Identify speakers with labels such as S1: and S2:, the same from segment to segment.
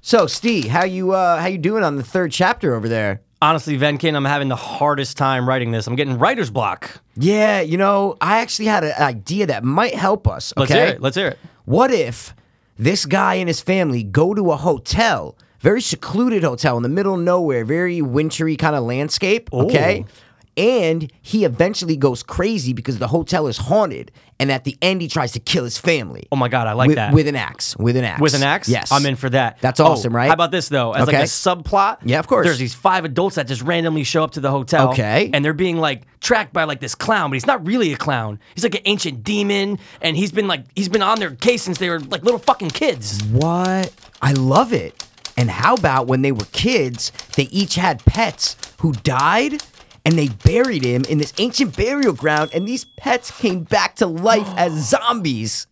S1: So, Steve, how you uh, how you doing on the third chapter over there?
S2: Honestly, Venkin, I'm having the hardest time writing this. I'm getting writer's block.
S1: Yeah, you know, I actually had an idea that might help us. Okay,
S2: Let's hear it. Let's hear it.
S1: What if this guy and his family go to a hotel, very secluded hotel in the middle of nowhere, very wintry kind of landscape, okay? Oh. And he eventually goes crazy because the hotel is haunted, and at the end he tries to kill his family.
S2: Oh my God, I like
S1: with,
S2: that.
S1: With an axe. With an axe.
S2: With an axe?
S1: Yes.
S2: I'm in for that.
S1: That's
S2: Oh,
S1: awesome, right?
S2: How about this, though? As
S1: Okay.
S2: like a subplot.
S1: Yeah, of course.
S2: There's these five adults that just randomly show up to the hotel.
S1: Okay.
S2: And they're being like tracked by like this clown, but he's not really a clown. He's like an ancient demon, and he's been like, he's been on their case since they were like little fucking kids.
S1: What? I love it. And how about when they were kids, they each had pets who died and they buried him in this ancient burial ground and these pets came back to life as zombies.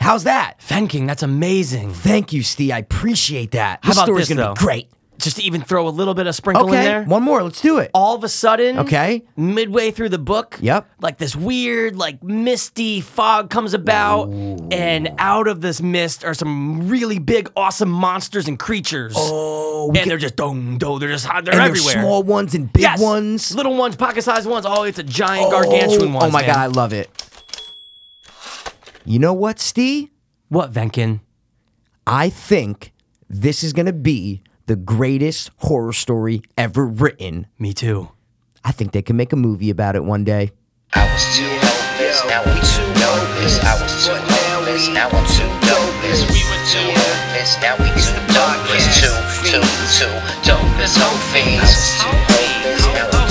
S1: How's that?
S2: Venking, that's amazing.
S1: Thank you, Steve. I appreciate that. This
S2: about
S1: story's
S2: this,
S1: gonna be
S2: though?
S1: great.
S2: Just to even throw a little bit of sprinkle in
S1: Okay,
S2: there. Oh,
S1: one more. Let's do it.
S2: all of a sudden,
S1: Okay.
S2: midway through the book,
S1: Yep.
S2: like this weird, like misty fog comes about, and out of this mist are some really big, awesome monsters and creatures. Oh, and they're just dong do, they're just hot, they're
S1: and
S2: everywhere.
S1: There's small ones and big
S2: Yes.
S1: ones.
S2: little ones, pocket-sized ones. Oh, it's a giant, gargantuan
S1: oh,
S2: one.
S1: Oh my god, I love it. You know what, Steve?
S2: What, Venkin?
S1: I think this is going to be the greatest horror story ever written.
S2: Me too.
S1: I think they can make a movie about it one day.
S3: I was too hopeless, now we too hopeless. I was too hopeless, now I'm too hopeless. We were too hopeless, now we too darkless. Two, two, two, dopeless, hope fiends. I was too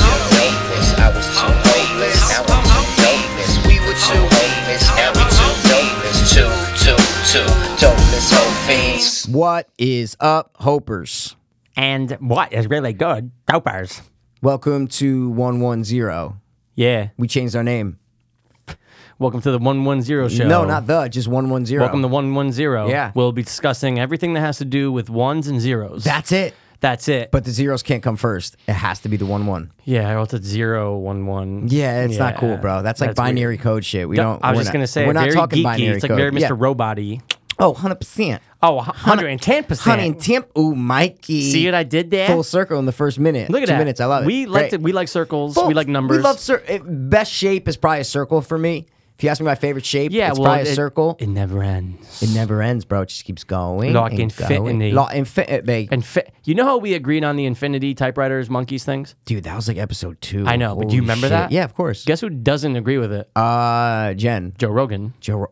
S3: hopeless, now I'm too hopeless. I was too hopeless, now I'm too hopeless. We were too hopeless, now we too hopeless. Two, two, two, dopeless, hope fiends.
S1: What is up, Hopers?
S2: And what is really good? Dopers.
S1: Welcome to 110.
S2: Yeah.
S1: We changed our name.
S2: Welcome to the One One Zero Show.
S1: No, not the, just 110.
S2: Welcome to 110.
S1: Yeah.
S2: We'll be discussing everything that has to do with ones and zeros.
S1: That's it.
S2: That's it.
S1: But the zeros can't come first. It has to be the 1 1.
S2: Yeah, or else it's zero one one.
S1: Yeah, it's not cool,
S2: Yeah,
S1: bro. That's like
S2: that's weird.
S1: binary code shit. We don't.
S2: I was
S1: we're
S2: just
S1: not-
S2: gonna say
S1: we're not
S2: very
S1: talking
S2: geeky.
S1: binary
S2: it's like
S1: code.
S2: very Mr.
S1: Yeah.
S2: Robot-y.
S1: Oh, 100%.
S2: Oh, 110
S1: Honey and
S2: percent.
S1: Timp. Ooh, Mikey.
S2: See what I did there?
S1: Full circle in the first minute.
S2: Look at
S1: Two
S2: that.
S1: minutes. I love it.
S2: We like
S1: Great.
S2: to, we like circles.
S1: Well,
S2: we like numbers.
S1: We love cir- it- best shape is probably a circle for me. If you ask me my favorite shape,
S2: yeah,
S1: it's
S2: well,
S1: probably a
S2: it-
S1: circle.
S2: It never ends.
S1: It never ends, bro. It just keeps going.
S2: Like
S1: and
S2: infinity.
S1: Going. Like infinity.
S2: And fi- you know how we agreed on the infinity typewriters, monkeys, things.
S1: Dude, that was like episode two.
S2: I know, but do you
S1: Holy
S2: remember
S1: shit.
S2: that?
S1: Yeah, of course.
S2: Guess who doesn't agree with it?
S1: uh, Jen.
S2: Joe Rogan,
S1: Joe. Ro-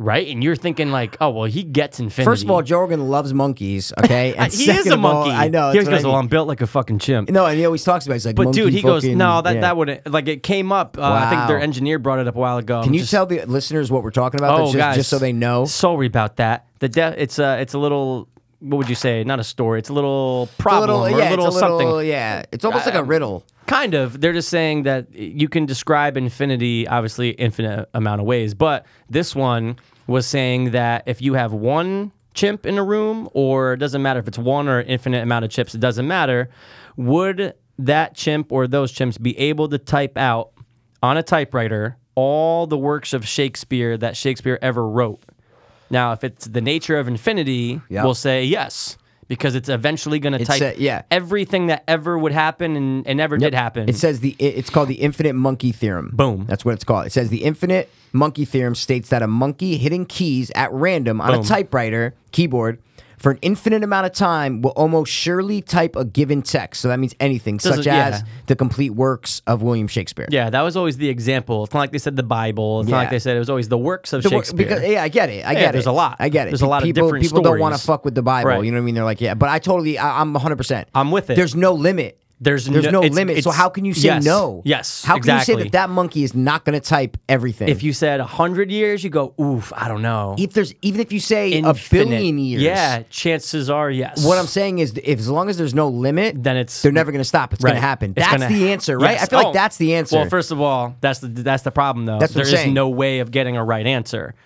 S2: right? And you're thinking like, oh well, he gets infinity.
S1: First of all, Joe Rogan loves monkeys. Okay, and
S2: he is
S1: second
S2: a
S1: of all-
S2: monkey.
S1: I know.
S2: He
S1: that's what
S2: always
S1: I
S2: goes, well,
S1: mean.
S2: I'm built like a fucking chimp.
S1: No, and he always talks about. It. He's like,
S2: But
S1: monkey
S2: dude, he goes,
S1: fucking-
S2: no, that,
S1: yeah.
S2: that wouldn't. Like it came up. Uh, I think their
S1: Wow.
S2: engineer brought it up a while ago.
S1: Can you tell the listeners what we're talking about?
S2: Oh,
S1: just,
S2: guys,
S1: just so they know.
S2: Sorry about that. The de- it's a it's a little. What would you say? Not a story. It's a little
S1: It's
S2: problem or
S1: yeah,
S2: a little
S1: it's a little,
S2: something.
S1: Yeah, it's almost like a riddle.
S2: Kind of. They're just saying that you can describe infinity, obviously, infinite amount of ways. But this one was saying that if you have one chimp in a room, or it doesn't matter if it's one or infinite amount of chips, it doesn't matter, would that chimp or those chimps be able to type out on a typewriter all the works of Shakespeare that Shakespeare ever wrote? Now, if it's the nature of infinity,
S1: Yeah.
S2: we'll say yes. Because it's eventually going to
S1: It's
S2: type
S1: a- yeah.
S2: everything that ever would happen and, and never did happen.
S1: It says the it- it's called the infinite monkey theorem.
S2: Boom.
S1: That's what it's called. It says the infinite monkey theorem states that a monkey hitting keys at random on
S2: Boom.
S1: a typewriter keyboard for an infinite amount of time will almost surely type a given text. So that means anything,
S2: Doesn't-
S1: such as
S2: yeah.
S1: the complete works of William Shakespeare.
S2: yeah, that was always the example. It's not like they said the Bible. It's not like
S1: Yeah.
S2: they said it was always the works of
S1: The wor-
S2: Shakespeare.
S1: Because, yeah, I get it. I
S2: Yeah,
S1: get it.
S2: there's a lot.
S1: I get it.
S2: There's a lot of
S1: people,
S2: different
S1: People don't want to
S2: stories.
S1: fuck with the Bible.
S2: Right.
S1: You know what I mean? They're like, yeah, but I totally, I, I'm 100%.
S2: I'm with it.
S1: There's no limit.
S2: There's
S1: There's
S2: no-
S1: no,
S2: it's-
S1: limit. so
S2: it's-
S1: how can you say
S2: yes.
S1: no?
S2: Yes,
S1: How can you say
S2: exactly.
S1: that that monkey is not going to type everything?
S2: if you said 100 years, you go, oof, I don't know.
S1: if there's even if you say a
S2: Infinite.
S1: billion years,
S2: Yeah, chances are yes.
S1: What I'm saying is, if as long as there's no limit,
S2: Then it's-
S1: they're never going to stop. It's going
S2: Right.
S1: to happen.
S2: It's
S1: That's
S2: gonna-
S1: the answer, right?
S2: Yes.
S1: I feel
S2: Oh.
S1: like that's the answer.
S2: Well, first of all, that's the that's the problem though.
S1: That's what
S2: There
S1: I'm
S2: is
S1: saying.
S2: no way of getting a right answer.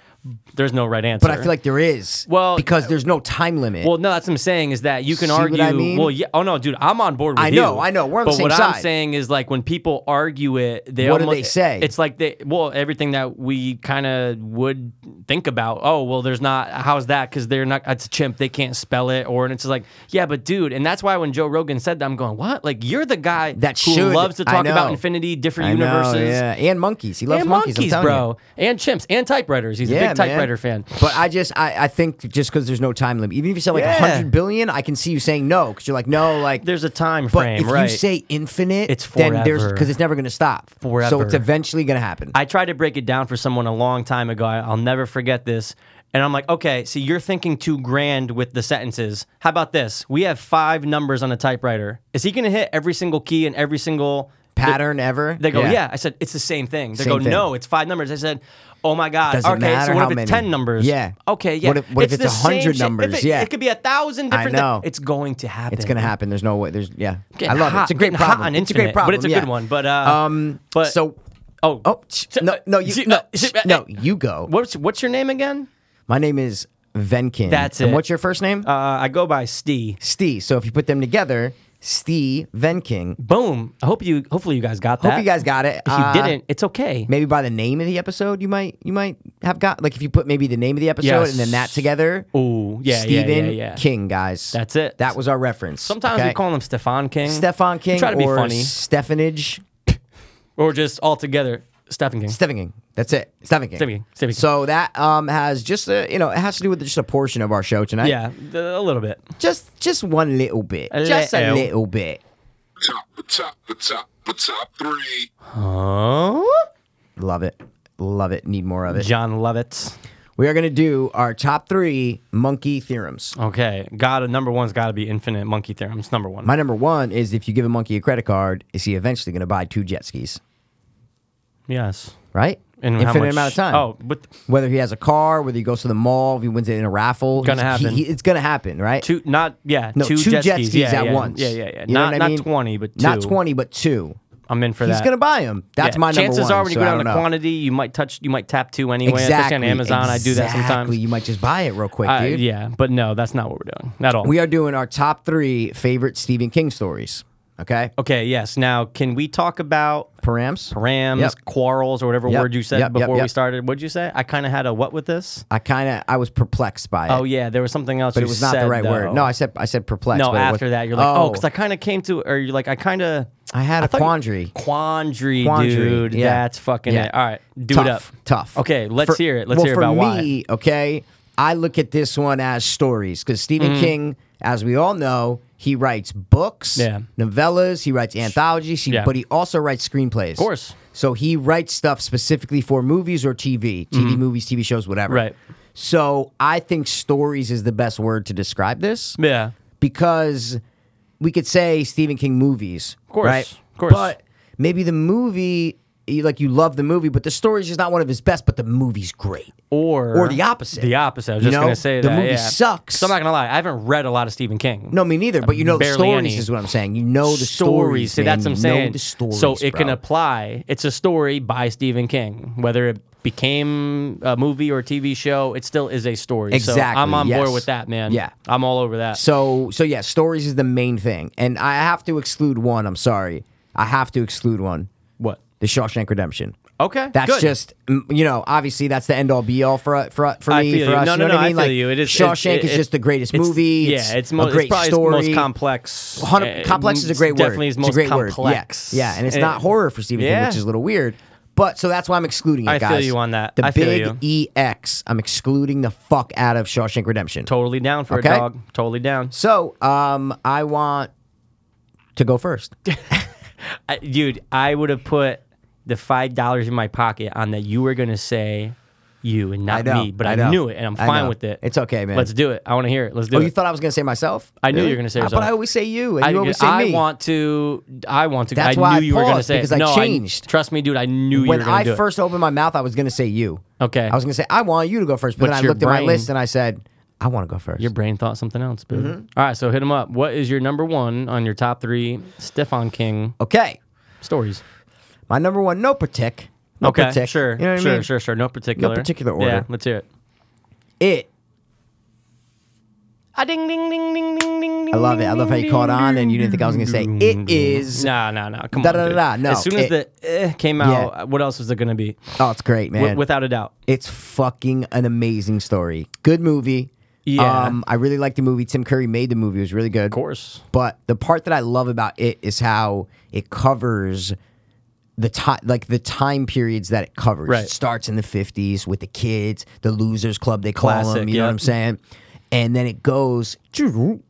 S2: There's no right answer.
S1: but I feel like there is.
S2: Well, uh,
S1: because there's no time limit.
S2: Well, no, that's what I'm saying is that you can
S1: See what
S2: argue.
S1: I mean?
S2: Well, yeah. Oh no, dude, I'm on board with
S1: I
S2: you.
S1: know, I know, we're on the
S2: but
S1: same
S2: what I'm
S1: side.
S2: saying is like when people argue it, they
S1: What do
S2: almost,
S1: they say?
S2: It's like they well everything that we kind of would think about, oh, well, there's not, how's that? Because they're not, it's a chimp, they can't spell it. Or, and it's just like, yeah, but dude. And that's why when Joe Rogan said that, I'm going, what? Like, you're the guy
S1: That
S2: who
S1: should-
S2: loves to
S1: I
S2: talk about
S1: know.
S2: infinity, different
S1: I know,
S2: universes.
S1: yeah, and monkeys. He loves
S2: And
S1: monkeys,
S2: monkeys,
S1: I'm telling you.
S2: bro. And chimps and typewriters. He's a big
S1: man.
S2: typewriter fan.
S1: But I just, I, I think just because there's no time limit, even if you said like a
S2: Yeah.
S1: 100 billion, I can see you saying no because you're like, no, like.
S2: There's a time
S1: but
S2: frame,
S1: if
S2: right?
S1: you say infinite,
S2: It's
S1: Then there's,
S2: forever.
S1: because it's never going to stop. So
S2: Forever.
S1: it's eventually going to happen.
S2: I tried to break it down for someone a long time ago. I, I'll never forget this. And I'm like, okay, so you're thinking too grand with the sentences. How about this? We have five numbers on a typewriter. Is he going to hit every single key and every single
S1: Pattern ever?
S2: They go, yeah. I said, it's the same thing. They
S1: Same
S2: go,
S1: thing.
S2: no, it's five numbers. I said, oh my God.
S1: Doesn't
S2: okay,
S1: matter
S2: so what
S1: how
S2: if it's
S1: many.
S2: 10 numbers?
S1: Yeah.
S2: Okay, yeah.
S1: What if- what if it's
S2: the same
S1: 100
S2: shit. If
S1: numbers?
S2: it-
S1: Yeah.
S2: It could be a thousand
S1: I
S2: different.
S1: know.
S2: It's going to happen.
S1: It's gonna happen. There's no way. There's yeah. I
S2: Getting
S1: love it.
S2: hot-
S1: It's a great
S2: getting hot
S1: problem.
S2: on
S1: it's a great
S2: internet, but
S1: problem.
S2: it's a
S1: yeah.
S2: good one, but, uh,
S1: um,
S2: but- uh,
S1: so
S2: Oh.
S1: oh sh- no no you no, sh- no you go.
S2: What's, what's your name again?
S1: My name is Venkin.
S2: That's
S1: And
S2: it.
S1: what's your first name?
S2: Uh, I go by Stee.
S1: Stee. So if you put them together, Stee Venking.
S2: Boom. I hope you hopefully you guys got that.
S1: Hope you guys got it.
S2: If you
S1: Uh,
S2: didn't, it's okay.
S1: Maybe by the name of the episode, you might you might have got like if you put maybe the name of the episode and then that
S2: Yes.
S1: together.
S2: Ooh, yeah, yeah,
S1: Stephen
S2: yeah, yeah.
S1: King, guys.
S2: That's it.
S1: That was our reference.
S2: Sometimes
S1: okay?
S2: we call him Stefan King.
S1: Stefan King
S2: We try to be
S1: or
S2: funny.
S1: Stephanage.
S2: Or just altogether Stefan King.
S1: Stephen King. That's it. Stephen King.
S2: Stephen King. Stephen King.
S1: So that um has just a, you know it has to do with just a portion of our show tonight.
S2: yeah, th- a little bit.
S1: Just just one little bit. just a
S2: little.
S1: little bit.
S4: top, the top, the top, the top three.
S2: Oh,
S1: Love it. Love it. Need more of it.
S2: John Lovitz.
S1: We are gonna do our top three monkey theorems.
S2: Okay, got number one's got to be infinite monkey theorems. Number one.
S1: My number one is if you give a monkey a credit card, is he eventually gonna buy two jet skis?
S2: yes.
S1: Right?
S2: And how
S1: Infinite
S2: much-
S1: amount of time.
S2: Oh, but
S1: Whether he has a car, whether he goes to the mall, if he wins it in a raffle,
S2: Gonna
S1: he's- he-
S2: happen.
S1: he- it's gonna happen, right?
S2: two, not yeah,
S1: no, two, jet skis,
S2: yeah,
S1: at
S2: yeah,
S1: once.
S2: Yeah, yeah, yeah.
S1: You know
S2: Not
S1: what I
S2: not
S1: mean?
S2: twenty, but two.
S1: not twenty, but two.
S2: I'm in for
S1: He's
S2: that.
S1: gonna buy them. That's
S2: Yeah,
S1: my number
S2: Chances
S1: one.
S2: are, when you
S1: so
S2: go
S1: I
S2: down
S1: don't
S2: to
S1: know.
S2: quantity, you might touch, you might tap two anyway. Especially on Amazon, I do that
S1: exactly.
S2: sometimes.
S1: You might just buy it real quick,
S2: Uh,
S1: dude.
S2: yeah, but no, that's not what we're doing at all.
S1: We are doing our top three favorite Stephen King stories. Okay,
S2: okay, yes. Now, can we talk about
S1: Params.
S2: params,
S1: Yep.
S2: quarrels, or whatever
S1: Yep,
S2: word you said
S1: yep, yep,
S2: before we
S1: yep.
S2: started? What'd you say? I kind of had a what with this?
S1: I kind of I was perplexed by it.
S2: Oh yeah, there was something else.
S1: but
S2: you
S1: it was not
S2: said,
S1: the right
S2: though.
S1: word. No, I said I said perplexed.
S2: no.
S1: but it
S2: After
S1: was-
S2: that, you're like, oh, because I kind of came to, or you're like, I kind of.
S1: I had a
S2: thought you-
S1: quandary.
S2: quandary,
S1: Quandary,
S2: dude.
S1: yeah.
S2: That's fucking
S1: Yeah.
S2: it. All right, do
S1: tough,
S2: it up.
S1: Tough.
S2: Okay, let's
S1: For-
S2: hear it. Let's
S1: well,
S2: hear
S1: for
S2: about why.
S1: me, Okay, I look at this one as stories because Stephen
S2: Mm.
S1: King, as we all know, he writes books,
S2: Yeah.
S1: novellas, he writes anthologies, he,
S2: Yeah.
S1: but he also writes screenplays. Of
S2: course.
S1: So he writes stuff specifically for movies or TV, TV movies, TV shows, whatever.
S2: Mm-hmm. Right.
S1: So I think stories is the best word to describe this
S2: Yeah.
S1: because we could say Stephen King movies, of
S2: course,
S1: right?
S2: of course.
S1: But maybe the movie, you- like you love the movie, but the story's just not one of his best. But the movie's great,
S2: Or
S1: or the opposite.
S2: The opposite. I was
S1: You
S2: just
S1: know?
S2: gonna say
S1: the
S2: that.
S1: movie
S2: yeah.
S1: sucks.
S2: 'Cause I'm not gonna lie. I haven't read a lot of Stephen King.
S1: no, me neither. But you know the
S2: Barely
S1: stories
S2: any.
S1: is what I'm saying. You know the stories.
S2: stories. See, that's what
S1: man.
S2: I'm
S1: You know
S2: saying.
S1: the stories,
S2: so it can
S1: bro.
S2: apply. It's a story by Stephen King. Whether it became a movie or TV show, it still is a story. So
S1: Exactly,
S2: I'm on board
S1: yes.
S2: with that, man.
S1: Yeah.
S2: I'm all over that.
S1: So so yeah, stories is the main thing, and I have to exclude one. I'm sorry, I have to exclude one.
S2: what?
S1: The Shawshank Redemption.
S2: Okay.
S1: That's
S2: good.
S1: just mm, you know, obviously that's the end all be all for uh, for for
S2: I
S1: me
S2: feel
S1: for
S2: you.
S1: us.
S2: No,
S1: you
S2: no,
S1: know
S2: no.
S1: what I
S2: I
S1: mean?
S2: feel
S1: like
S2: you. It is
S1: Shawshank
S2: is
S1: is just the greatest movie.
S2: Yeah,
S1: it's,
S2: it's, mo-
S1: a great
S2: it's probably its
S1: story.
S2: most complex.
S1: Hundred-
S2: uh,
S1: complex is a great
S2: it's
S1: word.
S2: Definitely his
S1: It's
S2: most
S1: a great
S2: complex.
S1: word. Yeah, yeah, and it's
S2: Uh,
S1: not horror for Stephen King,
S2: yeah.
S1: which is a little weird. But so that's why I'm excluding it,
S2: I feel
S1: guys.
S2: you on that.
S1: The
S2: I feel
S1: big EX. I'm excluding the fuck out of Shawshank Redemption.
S2: Totally down for
S1: Okay.
S2: a dog. Totally down.
S1: So, um, I want to go first.
S2: I, dude, I would have put the five dollars in my pocket on that you were gonna say you and not
S1: I know,
S2: me, but
S1: I
S2: I,
S1: know,
S2: knew it and I'm
S1: I
S2: fine
S1: know.
S2: with it.
S1: It's okay, man.
S2: Let's do it. I want to hear it. Let's do
S1: Oh,
S2: it.
S1: you thought I was gonna say myself?
S2: I knew you
S1: Really?
S2: were gonna say
S1: Ah, But
S2: yourself.
S1: I always say you, and
S2: I,
S1: you
S2: think-
S1: always say
S2: I
S1: me.
S2: want to. I want to.
S1: That's
S2: I
S1: why I
S2: knew you were gonna
S1: paused,
S2: say it.
S1: because I
S2: no,
S1: changed.
S2: trust me, dude. I knew you
S1: when
S2: were gonna
S1: I
S2: do
S1: first opened my mouth, I was gonna say you.
S2: Okay.
S1: I was gonna say I want you to go first, but,
S2: But
S1: then I
S2: your
S1: looked at my
S2: brain-
S1: list and I said I want to go first.
S2: it. Your brain thought something else, baby.
S1: Mm-hmm.
S2: All right, so hit him up. What is your number one on your top three Stefan King
S1: okay,
S2: stories?
S1: my number one, no partic. No
S2: Okay,
S1: partic.
S2: sure,
S1: You know what
S2: sure,
S1: I mean?
S2: sure, sure. No particular,
S1: particular
S2: Yeah,
S1: order.
S2: let's hear it.
S1: It
S2: Ah, ding, ding, ding, ding, ding, ding, ding.
S1: I love it. I love how you caught on and you didn't think I was gonna say it is.
S2: Nah, nah, nah. Come on. dude.
S1: Da-da-da-da. No,
S2: as soon as
S1: it-
S2: the eh came out, what else was it going to be?
S1: Oh, it's great, man.
S2: W- without a doubt.
S1: It's fucking an amazing story. Good movie.
S2: Yeah.
S1: Um, I really liked the movie. Tim Curry made the movie. It was really good. Of
S2: course.
S1: But the part that I love about it is how it covers the time, like the time periods that it covers.
S2: Right.
S1: It starts in the fifties with the kids, the losers club they call
S2: Classic,
S1: them. You know
S2: yeah.
S1: what I'm saying? And then it goes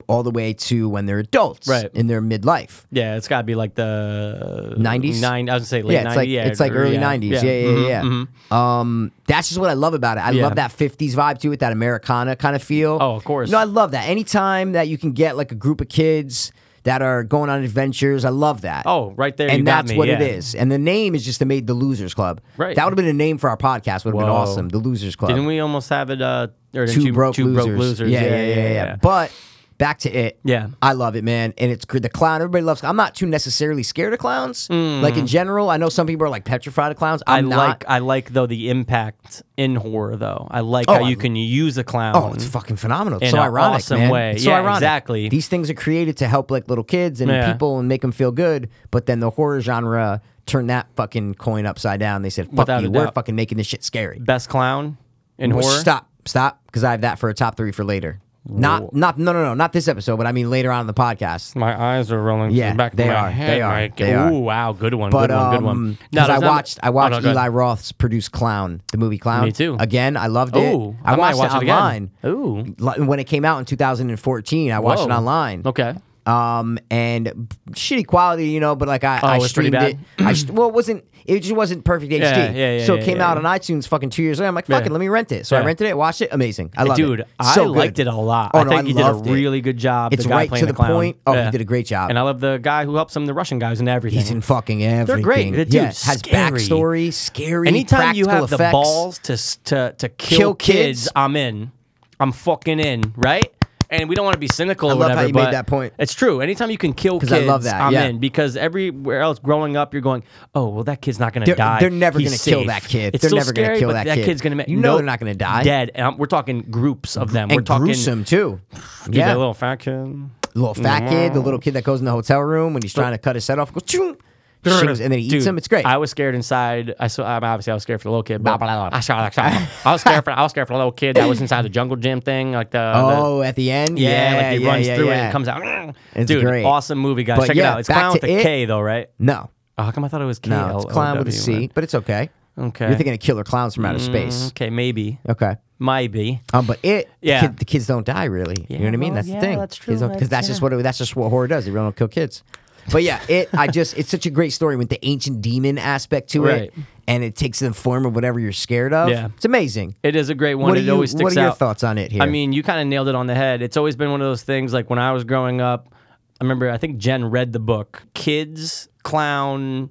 S1: all the way to when they're adults,
S2: Right.
S1: in their midlife.
S2: Yeah, it's got to be like the
S1: 90s?
S2: Nine, I was gonna say late
S1: yeah, it's
S2: 90s.
S1: like
S2: yeah,
S1: it's like
S2: or-
S1: early
S2: yeah, Mm-hmm,
S1: nineties. Yeah, yeah, yeah. yeah. Um, that's just what I love about it. I
S2: Yeah.
S1: love that fifties vibe to it, that Americana kind of feel.
S2: Oh, of course.
S1: No, I love that. Anytime that you can get like a group of kids that are going on adventures, I love that.
S2: Oh, right there,
S1: And
S2: you got
S1: that's
S2: me,
S1: what it
S2: yeah.
S1: is. And the name is just the made the Losers Club.
S2: Right.
S1: That would have been a name for our podcast. Would have been
S2: Whoa.
S1: awesome. The Losers Club.
S2: Didn't we almost have it? Uh, or didn't
S1: Two,
S2: you-
S1: broke,
S2: two
S1: losers.
S2: broke losers.
S1: Yeah, yeah, yeah, yeah. But back to it.
S2: Yeah.
S1: I love it, man. And it's good. The clown, everybody loves. I'm not too necessarily scared of clowns. Like in general, I know some people are like petrified of clowns.
S2: Hmm. I
S1: I'm not.
S2: like I like though the impact in horror though. I like
S1: Oh,
S2: how
S1: I-
S2: you can use a clown.
S1: Oh, it's fucking phenomenal. It's
S2: um, in
S1: so
S2: an
S1: ironic,
S2: awesome
S1: man.
S2: way.
S1: It's so
S2: Yeah,
S1: ironic.
S2: exactly.
S1: These things are created to help like little kids and
S2: Yeah.
S1: people and make them feel good, but then the horror genre turned that fucking coin upside down. They said, "Fuck
S2: Without
S1: you,
S2: a
S1: we're
S2: doubt.
S1: fucking making this shit scary."
S2: best clown in
S1: Well,
S2: horror.
S1: Stop, stop, because I have that for a top three for later.
S2: Whoa.
S1: Not, not, no, no, no, not this episode, but I mean later on in the podcast.
S2: My eyes are rolling.
S1: Yeah,
S2: through the back of
S1: they
S2: my
S1: are,
S2: head,
S1: they are,
S2: Mike.
S1: they are.
S2: Ooh, wow, good one.
S1: But
S2: good one. Good
S1: um,
S2: one.
S1: 'cause I
S2: there's not-
S1: watched, I
S2: Oh, no,
S1: watched
S2: go ahead.
S1: Eli Roth's produce Clown, the movie Clown.
S2: Me too.
S1: Again, I loved it.
S2: Ooh,
S1: I,
S2: I might
S1: watched
S2: watch it
S1: it
S2: again.
S1: online.
S2: Ooh.
S1: Li- when it came out in 2014, I watched it
S2: Whoa.
S1: online.
S2: Okay.
S1: um, and shitty quality, you know. But like I, I
S2: Oh, it was pretty
S1: streamed it. I st- well, it wasn't. It just wasn't perfect HD.
S2: yeah, yeah,
S1: so
S2: yeah,
S1: it came
S2: yeah,
S1: out
S2: yeah.
S1: on iTunes fucking two years later. I'm like, fuck
S2: Yeah.
S1: it, let me rent it. So
S2: Yeah.
S1: I rented it, watched it. Amazing. I love
S2: Dude,
S1: it.
S2: I
S1: So good.
S2: liked it a lot.
S1: Oh,
S2: I
S1: no,
S2: think you did a
S1: loved it.
S2: really good job.
S1: It's
S2: the guy
S1: right
S2: playing
S1: to
S2: the,
S1: the
S2: clown.
S1: point. Oh, he did a great job.
S2: And I love the guy who helps him, the Russian guys, and everything.
S1: He's in fucking everything.
S2: great. The dude's
S1: yeah, has
S2: scary.
S1: backstory, scary.
S2: Anytime you
S1: practical
S2: have the
S1: effects.
S2: balls to s- to to kill,
S1: Kill
S2: kids,
S1: kids?
S2: I'm in. I'm fucking in, right? And we don't want to be cynical.
S1: I
S2: or
S1: love how
S2: whatever,
S1: you made
S2: but
S1: that point.
S2: It's true. Anytime you can kill kids,
S1: 'Cause I love that,
S2: I'm
S1: yeah.
S2: in because everywhere else, growing up, you're going, oh well, that kid's not going to
S1: They're-
S2: die.
S1: they're never
S2: He's
S1: gonna kill
S2: safe."
S1: that kid.
S2: It's
S1: They're
S2: still
S1: never gonna
S2: scary,
S1: kill
S2: but
S1: that kid.
S2: kid's going to make
S1: You know they're not gonna die. Mm-hmm.
S2: Dead. And I'm- we're talking groups of them.
S1: and
S2: we're talking
S1: gruesome too.
S2: Dude, Mm.
S1: yeah,
S2: that little fat kid.
S1: little fat kid, the little kid that goes in the hotel room when he's trying to cut his head off, goes "Choo!" shings, and then he eats
S2: Dude,
S1: him. It's great.
S2: I was scared inside. I saw. I'm obviously I was scared for the little kid.
S1: Blah,
S2: But
S1: blah, blah.
S2: I, saw, I, saw- I was scared for. I was scared for the little kid that was inside the jungle gym thing. Like the
S1: oh, at the end,
S2: the, yeah, like he
S1: yeah,
S2: runs
S1: yeah,
S2: through it
S1: yeah.
S2: and comes out.
S1: It's
S2: Dude,
S1: great.
S2: awesome movie, guys.
S1: But
S2: Check it
S1: yeah,
S2: out. It's
S1: back
S2: clown
S1: to
S2: with a
S1: it.
S2: K though, right?
S1: No,
S2: Oh, how come I thought it was K?
S1: no, it's clown with a
S2: L O W,
S1: C, but it's okay.
S2: Okay.
S1: you're thinking of killer clowns from outer
S2: but-
S1: space.
S2: Okay, maybe,
S1: Okay,
S2: maybe.
S1: um, but it,
S2: Yeah.
S1: the, kid, the kids don't die really. you know what I mean?
S2: well,
S1: That's the
S2: yeah,
S1: thing.
S2: that's true,
S1: because
S2: that's-
S1: that's just what it, that's just what horror does. They really don't kill kids. But yeah, it. I just it's such a great story with the ancient demon aspect to
S2: Right.
S1: it, and it takes the form of whatever you're scared of.
S2: Yeah.
S1: it's amazing.
S2: It is a great one.
S1: What are
S2: it
S1: you-
S2: always
S1: what
S2: sticks
S1: are your
S2: out.
S1: thoughts on it here?
S2: I mean, you kind of nailed it on the head. It's always been one of those things. Like when I was growing up, I remember I think Jen read the book "Kids Clown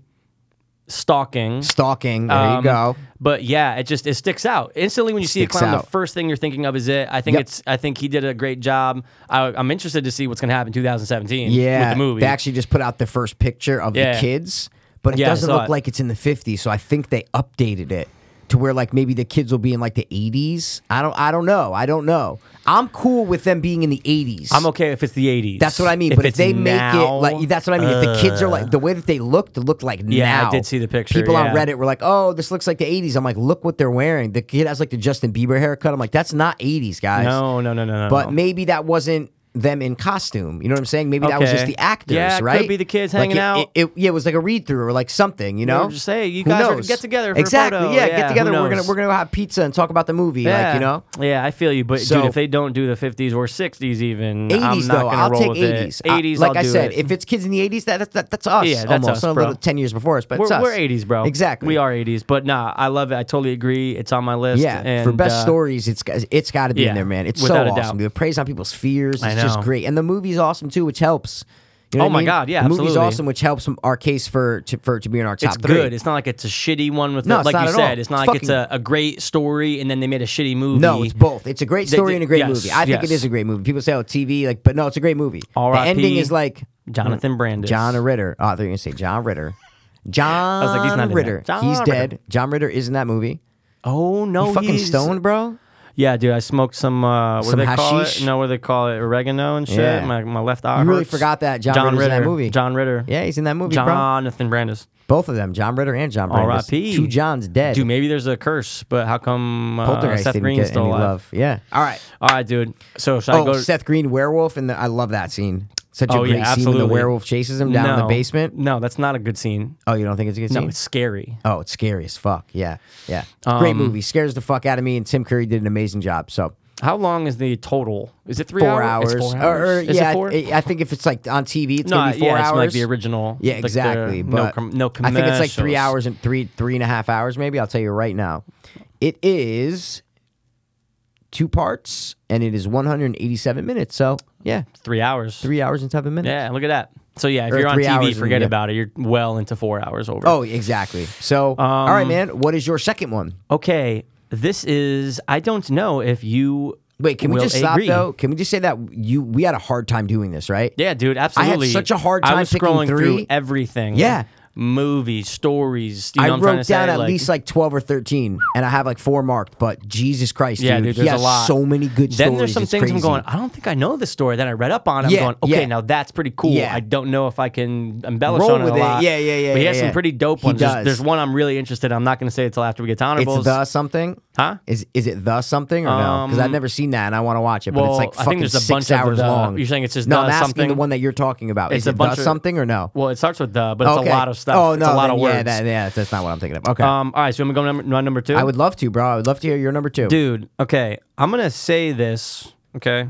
S2: Stalking."
S1: Stalking. There
S2: Um,
S1: you go.
S2: But yeah, it just it sticks out instantly when you see a
S1: Sticks
S2: clown. The
S1: out.
S2: first thing you're thinking of is it. I think
S1: Yep.
S2: it's. I think he did a great job. I, I'm interested to see what's going to happen in 2017.
S1: Yeah,
S2: with the movie.
S1: they actually just put out the first picture of
S2: Yeah.
S1: the kids, but it
S2: Yeah, I
S1: doesn't
S2: saw
S1: look
S2: it.
S1: like it's in the 50s. So I think they updated it to where like maybe the kids will be in like the 80s. I don't, I don't know. I don't know. I'm cool with them being in the 80s.
S2: I'm okay if it's the 80s.
S1: That's what I mean.
S2: If
S1: but if
S2: it's
S1: they make
S2: now, uh.
S1: it like that's what I mean. if the kids are like the way that they looked, looked like
S2: Yeah, I
S1: now.
S2: did see the picture,
S1: People on
S2: yeah.
S1: Reddit were like, "Oh, this looks like the '80s." I'm like, "Look what they're wearing." The kid has like the Justin Bieber haircut. I'm like, "That's not '80s, guys."
S2: uh, no, no, no, no, no.
S1: But
S2: no.
S1: maybe that wasn't them in costume. You know what I'm saying? Maybe that was
S2: Okay.
S1: just the actors,
S2: Yeah, it could
S1: right?
S2: be the kids
S1: Like,
S2: hanging
S1: it-
S2: out.
S1: It, it- yeah, it was like a read through or like something. You know,
S2: were just, "Hey, you
S1: Who
S2: guys are-
S1: knows?
S2: get together for a
S1: exactly.
S2: photo."
S1: Yeah,
S2: Yeah,
S1: get together.
S2: who
S1: We're gonna
S2: knows?
S1: we're gonna have pizza and talk about the movie. Like you know,
S2: Yeah, I feel you. But dude,
S1: So-
S2: if they don't do the 50s or 60s, even
S1: 80s
S2: 80s, I'm not
S1: though.
S2: gonna
S1: I'll
S2: roll
S1: take
S2: with
S1: 80s.
S2: It. 80s,
S1: like
S2: I'll
S1: I
S2: do
S1: said,
S2: it.
S1: if it's kids in the 80s, that, that, that that's us.
S2: Yeah, that's
S1: almost
S2: us,
S1: a
S2: bro.
S1: little ten years before us, but
S2: we're,
S1: it's us.
S2: we're 80s, bro.
S1: Exactly.
S2: We are 80s. But nah, I love it. I totally agree. It's on my list.
S1: Yeah,
S2: and,
S1: for best
S2: uh,
S1: stories, it's got- it's got to be
S2: yeah,
S1: in there, man. It's so
S2: without a
S1: awesome.
S2: doubt.
S1: Dude. It preys on people's fears. It's
S2: I
S1: just
S2: know.
S1: great, and the movie's awesome too, which helps. You know
S2: Oh
S1: what I
S2: my
S1: mean?
S2: God, yeah,
S1: the movie's
S2: absolutely.
S1: awesome, which helps our case for to, for it to be in our top
S2: It's
S1: three.
S2: good. It's not like it's a shitty one with
S1: No,
S2: a,
S1: it's
S2: like
S1: not
S2: you
S1: at
S2: said.
S1: all.
S2: It's
S1: It's
S2: not like it's a,
S1: fucking-
S2: a great story and then they made a shitty movie.
S1: No, it's both. It's a great
S2: They
S1: story
S2: did-
S1: and a great
S2: yes,
S1: movie. I think
S2: yes.
S1: it is a great movie. People say, "Oh, TV," like, but no, it's a great movie. The
S2: R.I.P.
S1: ending is like
S2: Jonathan Brandis.
S1: John Ritter. Oh, I thought you were gonna say John Ritter. John
S2: like, he's not in that.
S1: Ritter.
S2: John
S1: he's
S2: Ritter.
S1: dead. John Ritter is in that movie.
S2: Oh no,
S1: you fucking
S2: he's
S1: stoned, bro.
S2: Yeah, dude, I smoked some. Uh, what
S1: Some
S2: do they call
S1: hashish?
S2: it? No, what do they call it? Oregano and shit.
S1: Yeah.
S2: My, my left eye.
S1: You really
S2: hurts.
S1: forgot that John Ritter's in that movie.
S2: John Ritter.
S1: Yeah, he's in that movie, bro.
S2: Jonathan Brandis.
S1: Both of them, John Ritter and John Brandis.
S2: R.I.P..
S1: Two Johns dead.
S2: Dude, maybe there's a curse, but how come uh,
S1: Poltergeist
S2: Seth
S1: didn't
S2: Green's
S1: get
S2: still
S1: any
S2: alive?
S1: love. Yeah. All right.
S2: All right, dude. So should I
S1: Oh,
S2: go?
S1: Seth Green werewolf, and I love that scene. Such a
S2: Oh,
S1: great
S2: yeah,
S1: scene when the
S2: absolutely.
S1: werewolf chases him down in the
S2: No.
S1: basement.
S2: No, that's not a good scene.
S1: Oh, you don't think it's a good
S2: No,
S1: scene?
S2: it's scary.
S1: Oh, it's scary as fuck. Yeah, yeah. Great
S2: Um,
S1: movie. Scares the fuck out of me, and Tim Curry did an amazing job. So
S2: How long is the total? Is it three
S1: four hours,
S2: hours? It's
S1: Or-
S2: four
S1: or-
S2: hours? Is
S1: yeah,
S2: it four?
S1: I, I think if it's like on TV, it's
S2: no,
S1: gonna be four
S2: yeah,
S1: hours.
S2: It's like the original.
S1: Yeah,
S2: like the-
S1: exactly. but
S2: no, com- no
S1: I think it's like three
S2: commercials.
S1: hours and three three and a half hours, maybe. I'll tell you right now. It is two parts, and it is 187 minutes. So yeah,
S2: Three hours.
S1: three hours and seven minutes.
S2: Yeah, look at that. So yeah, if
S1: Or
S2: you're on
S1: three hours
S2: TV,
S1: and-
S2: forget
S1: yeah.
S2: about it. You're well into four hours over.
S1: Oh, exactly. So, all
S2: Um,
S1: right, man. What is your second one?
S2: okay. This is I don't know if you
S1: Wait, can we
S2: will
S1: just stop
S2: agree.
S1: though? Can we just say that you we had a hard time doing this, right?
S2: Yeah, dude, absolutely.
S1: such a hard
S2: I
S1: time
S2: was
S1: picking
S2: scrolling
S1: three.
S2: through everything.
S1: Yeah.
S2: movies, stories. You know
S1: I
S2: what I'm trying
S1: wrote
S2: to
S1: down
S2: say?
S1: at
S2: Like-
S1: least like twelve or thirteen, and I have like four marked. But Jesus Christ,
S2: Yeah, dude,
S1: he
S2: there's
S1: has
S2: a lot.
S1: so many good
S2: Then
S1: stories.
S2: there's some
S1: it's
S2: things I'm
S1: crazy.
S2: going. I don't think I know this story. Then I read up on. it. I'm
S1: Yeah,
S2: going. Okay,
S1: yeah.
S2: now that's pretty cool.
S1: Yeah.
S2: I don't know if I can embellish
S1: Roll
S2: on it
S1: with
S2: a
S1: it.
S2: lot.
S1: Yeah, yeah, yeah,
S2: But he
S1: yeah,
S2: has
S1: yeah.
S2: some pretty dope
S1: He
S2: ones.
S1: does.
S2: There's, there's one I'm really interested. in. I'm not going to say it till after we get to honorables.
S1: It's the something,
S2: Huh?
S1: Is is it the something or no? Because I've
S2: Um,
S1: never seen that, and I want to watch it. But it's
S2: well,
S1: like
S2: I think
S1: fucking
S2: there's a
S1: six
S2: bunch of
S1: hours
S2: the-
S1: long.
S2: you're saying it's just
S1: no.
S2: the
S1: I'm asking the
S2: something?
S1: one that you're talking about.
S2: It's
S1: is
S2: a
S1: it
S2: bunch
S1: the
S2: of-
S1: something or no?
S2: Well, it starts with the, but it's
S1: Okay.
S2: a lot of stuff.
S1: Oh
S2: it's
S1: no,
S2: a lot
S1: then,
S2: of words.
S1: Yeah, that, yeah, that's not what I'm thinking of. Okay,
S2: Um, all right, so I'm gonna go number, number two.
S1: I would love to, bro. I would love to hear your number two.
S2: dude. Okay, I'm gonna say this. Okay,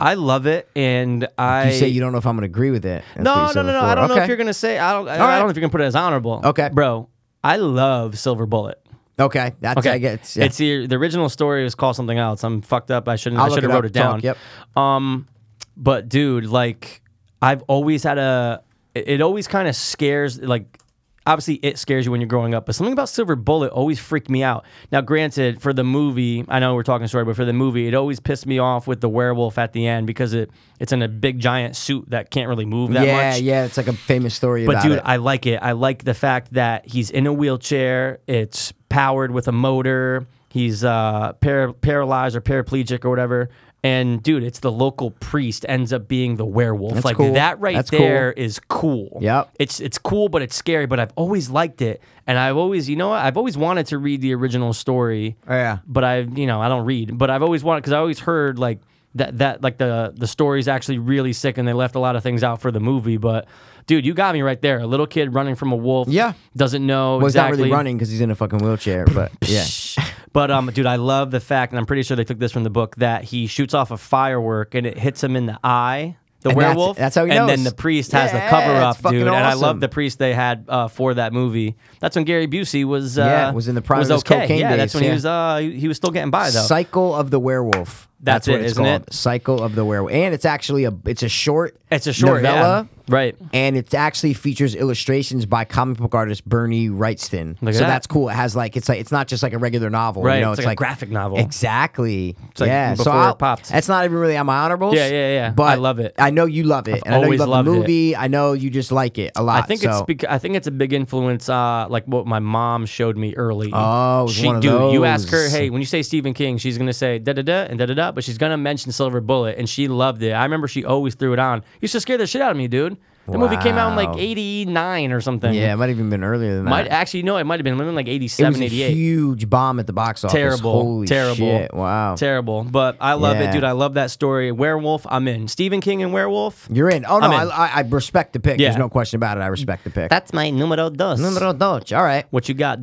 S2: I love it, and I
S1: you say you don't know if I'm going to agree with it. That's what
S2: No,
S1: you said
S2: no, no, no.
S1: before.
S2: I don't know
S1: Okay.
S2: if you're gonna say. I don't. I,
S1: All
S2: I
S1: right.
S2: don't know if you're gonna put it as honorable.
S1: Okay.
S2: bro. I love Silver Bullet.
S1: Okay, that's
S2: Okay,
S1: I guess. Yeah.
S2: it's the, the original story was called something else. I'm fucked up. I shouldn't.
S1: I'll
S2: I
S1: look
S2: should have
S1: it
S2: wrote
S1: up,
S2: it down.
S1: talk, yep.
S2: Um, but dude, like, I've always had a. It, it always kind of scares like. Obviously, it scares you when you're growing up, but something about Silver Bullet always freaked me out. Now, granted, for the movie, I know we're talking story, but for the movie, it always pissed me off with the werewolf at the end because it it's in a big giant suit that can't really move that
S1: yeah,
S2: much.
S1: yeah. It's like a famous story
S2: But
S1: about
S2: dude,
S1: it.
S2: I like it. I like the fact that he's in a wheelchair. It's powered with a motor. He's uh, par- paralyzed or paraplegic or whatever. And dude, it's the local priest ends up being the werewolf.
S1: That's
S2: like
S1: cool.
S2: that right
S1: That's
S2: there is cool.
S1: Yep.
S2: It's it's cool, but it's scary. But I've always liked it, and I've always, you know, what? I've always wanted to read the original story
S1: Oh, yeah.
S2: but I, you know, I don't read. But I've always wanted because I always heard like that that like the the story's actually really sick, and they left a lot of things out for the movie. But dude, you got me right there. A little kid running from a wolf.
S1: Yeah.
S2: doesn't know
S1: well, he's not
S2: exactly.
S1: really running because he's in a fucking wheelchair. But yeah,
S2: But um, dude, I love the fact, and I'm pretty sure they took this from the book that he shoots off a firework and it hits him in the eye. The
S1: And that's-
S2: werewolf.
S1: that's how he
S2: And
S1: knows.
S2: then the priest has
S1: Yeah,
S2: the cover
S1: it's
S2: up,
S1: fucking
S2: dude. And I
S1: awesome.
S2: love the priest they had uh, for that movie. That's when Gary Busey was uh,
S1: Yeah, was in the prime
S2: was
S1: of his
S2: okay.
S1: cocaine
S2: Yeah,
S1: days,
S2: that's when
S1: yeah.
S2: he was. Uh, he, he was still getting by though.
S1: cycle of the werewolf.
S2: That's
S1: what
S2: it,
S1: it's
S2: isn't
S1: called.
S2: it?
S1: Cycle of the werewolf, and it's actually a it's a short.
S2: It's a short yeah.
S1: novella.
S2: right?
S1: and it actually features illustrations by comic book artist Bernie Wrightston.
S2: Look at
S1: so
S2: that.
S1: that's cool. It has like it's like it's not just like a regular novel.
S2: Right,
S1: You know,
S2: it's like a graphic novel.
S1: Exactly.
S2: like
S1: yeah. so
S2: before it
S1: I'll-
S2: popped.
S1: That's not even really on my honorables.
S2: Yeah, yeah, yeah.
S1: But
S2: I love it.
S1: I know you love it, and I know you
S2: always
S1: love the
S2: loved it.
S1: movie. I know you just like it a
S2: I
S1: lot.
S2: think
S1: Uh, so.
S2: it's bec- I think it's a big influence. Uh, like what my mom showed me early.
S1: Oh, it was
S2: she
S1: one of
S2: dude, you ask her,
S1: those.
S2: hey, when you say Stephen King, she's gonna say da da da and da da da, but she's gonna mention Silver Bullet, and she loved it. I remember she always threw it on. Used to scare the shit out of me, dude. The movie came out in
S1: Wow.
S2: like '89 or something.
S1: yeah, it might have even been earlier than
S2: might
S1: that.
S2: actually no, it might have been like
S1: It was
S2: '87,
S1: a
S2: '88.
S1: huge bomb at the box office.
S2: terrible,
S1: Holy
S2: terrible,
S1: shit! Wow.
S2: terrible. But I love
S1: Yeah.
S2: it, dude. I love that story. Werewolf, I'm in. Stephen King and Werewolf.
S1: You're in. Oh no,
S2: I'm
S1: I,
S2: in.
S1: I, I respect the pick. There's
S2: Yeah.
S1: no question about it. I respect the pick.
S2: That's my numero dos.
S1: Numero dos. All right.
S2: What you got,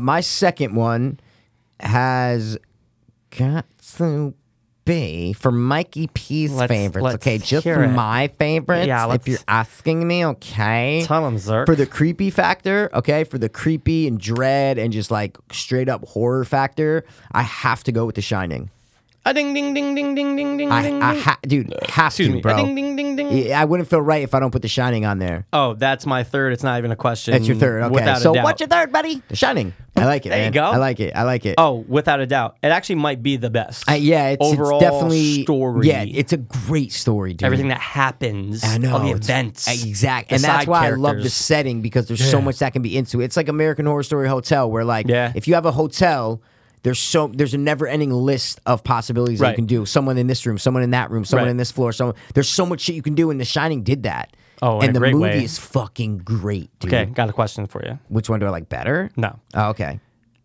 S1: Uh, my second one has got to be for Mikey P's
S2: Let's-
S1: favorites.
S2: let's
S1: okay, just
S2: hear it.
S1: my favorites.
S2: Yeah,
S1: if
S2: let's-
S1: you're asking me, okay.
S2: Tell 'em, Zerk.
S1: Uh, For the creepy factor, okay, for the creepy and dread and just like straight up horror factor, I have to go with The Shining.
S2: A Ah, ding ding ding ding ding ding ding
S1: I,
S2: ding.
S1: I
S2: ding.
S1: ha- dude, have
S2: Excuse
S1: to,
S2: me. Ah,
S1: bro.
S2: Ding ding ding ding.
S1: Yeah, I wouldn't feel right if I don't put The Shining on there.
S2: Oh, that's my third. It's not even a question.
S1: That's your third. Okay.
S2: Mm, Without
S1: So
S2: a doubt.
S1: what's your third, buddy? The Shining. I like it.
S2: There you
S1: man.
S2: go.
S1: I like it. I like it.
S2: Oh, without a doubt, it actually might be the best.
S1: Uh, yeah, it's, it's
S2: overall
S1: definitely
S2: story.
S1: Yeah, it's a great story, dude.
S2: everything that happens.
S1: I know
S2: all the
S1: it's-
S2: events.
S1: exact,
S2: the
S1: and that's
S2: side
S1: why I love the
S2: characters.
S1: setting because there's so much that can be into. it. It's like American Horror Story Hotel, where like
S2: Yeah.
S1: if you have a hotel. There's so there's a never ending list of possibilities that you
S2: Right.
S1: can do. Someone in this room, someone in that room, someone
S2: Right.
S1: in this floor, someone. There's so much shit you can do, and The Shining did that.
S2: Oh, in
S1: and
S2: a
S1: the
S2: great
S1: movie
S2: way.
S1: is fucking great, dude.
S2: Okay, got a question for you.
S1: Which one do I like better?
S2: No.
S1: Oh, okay.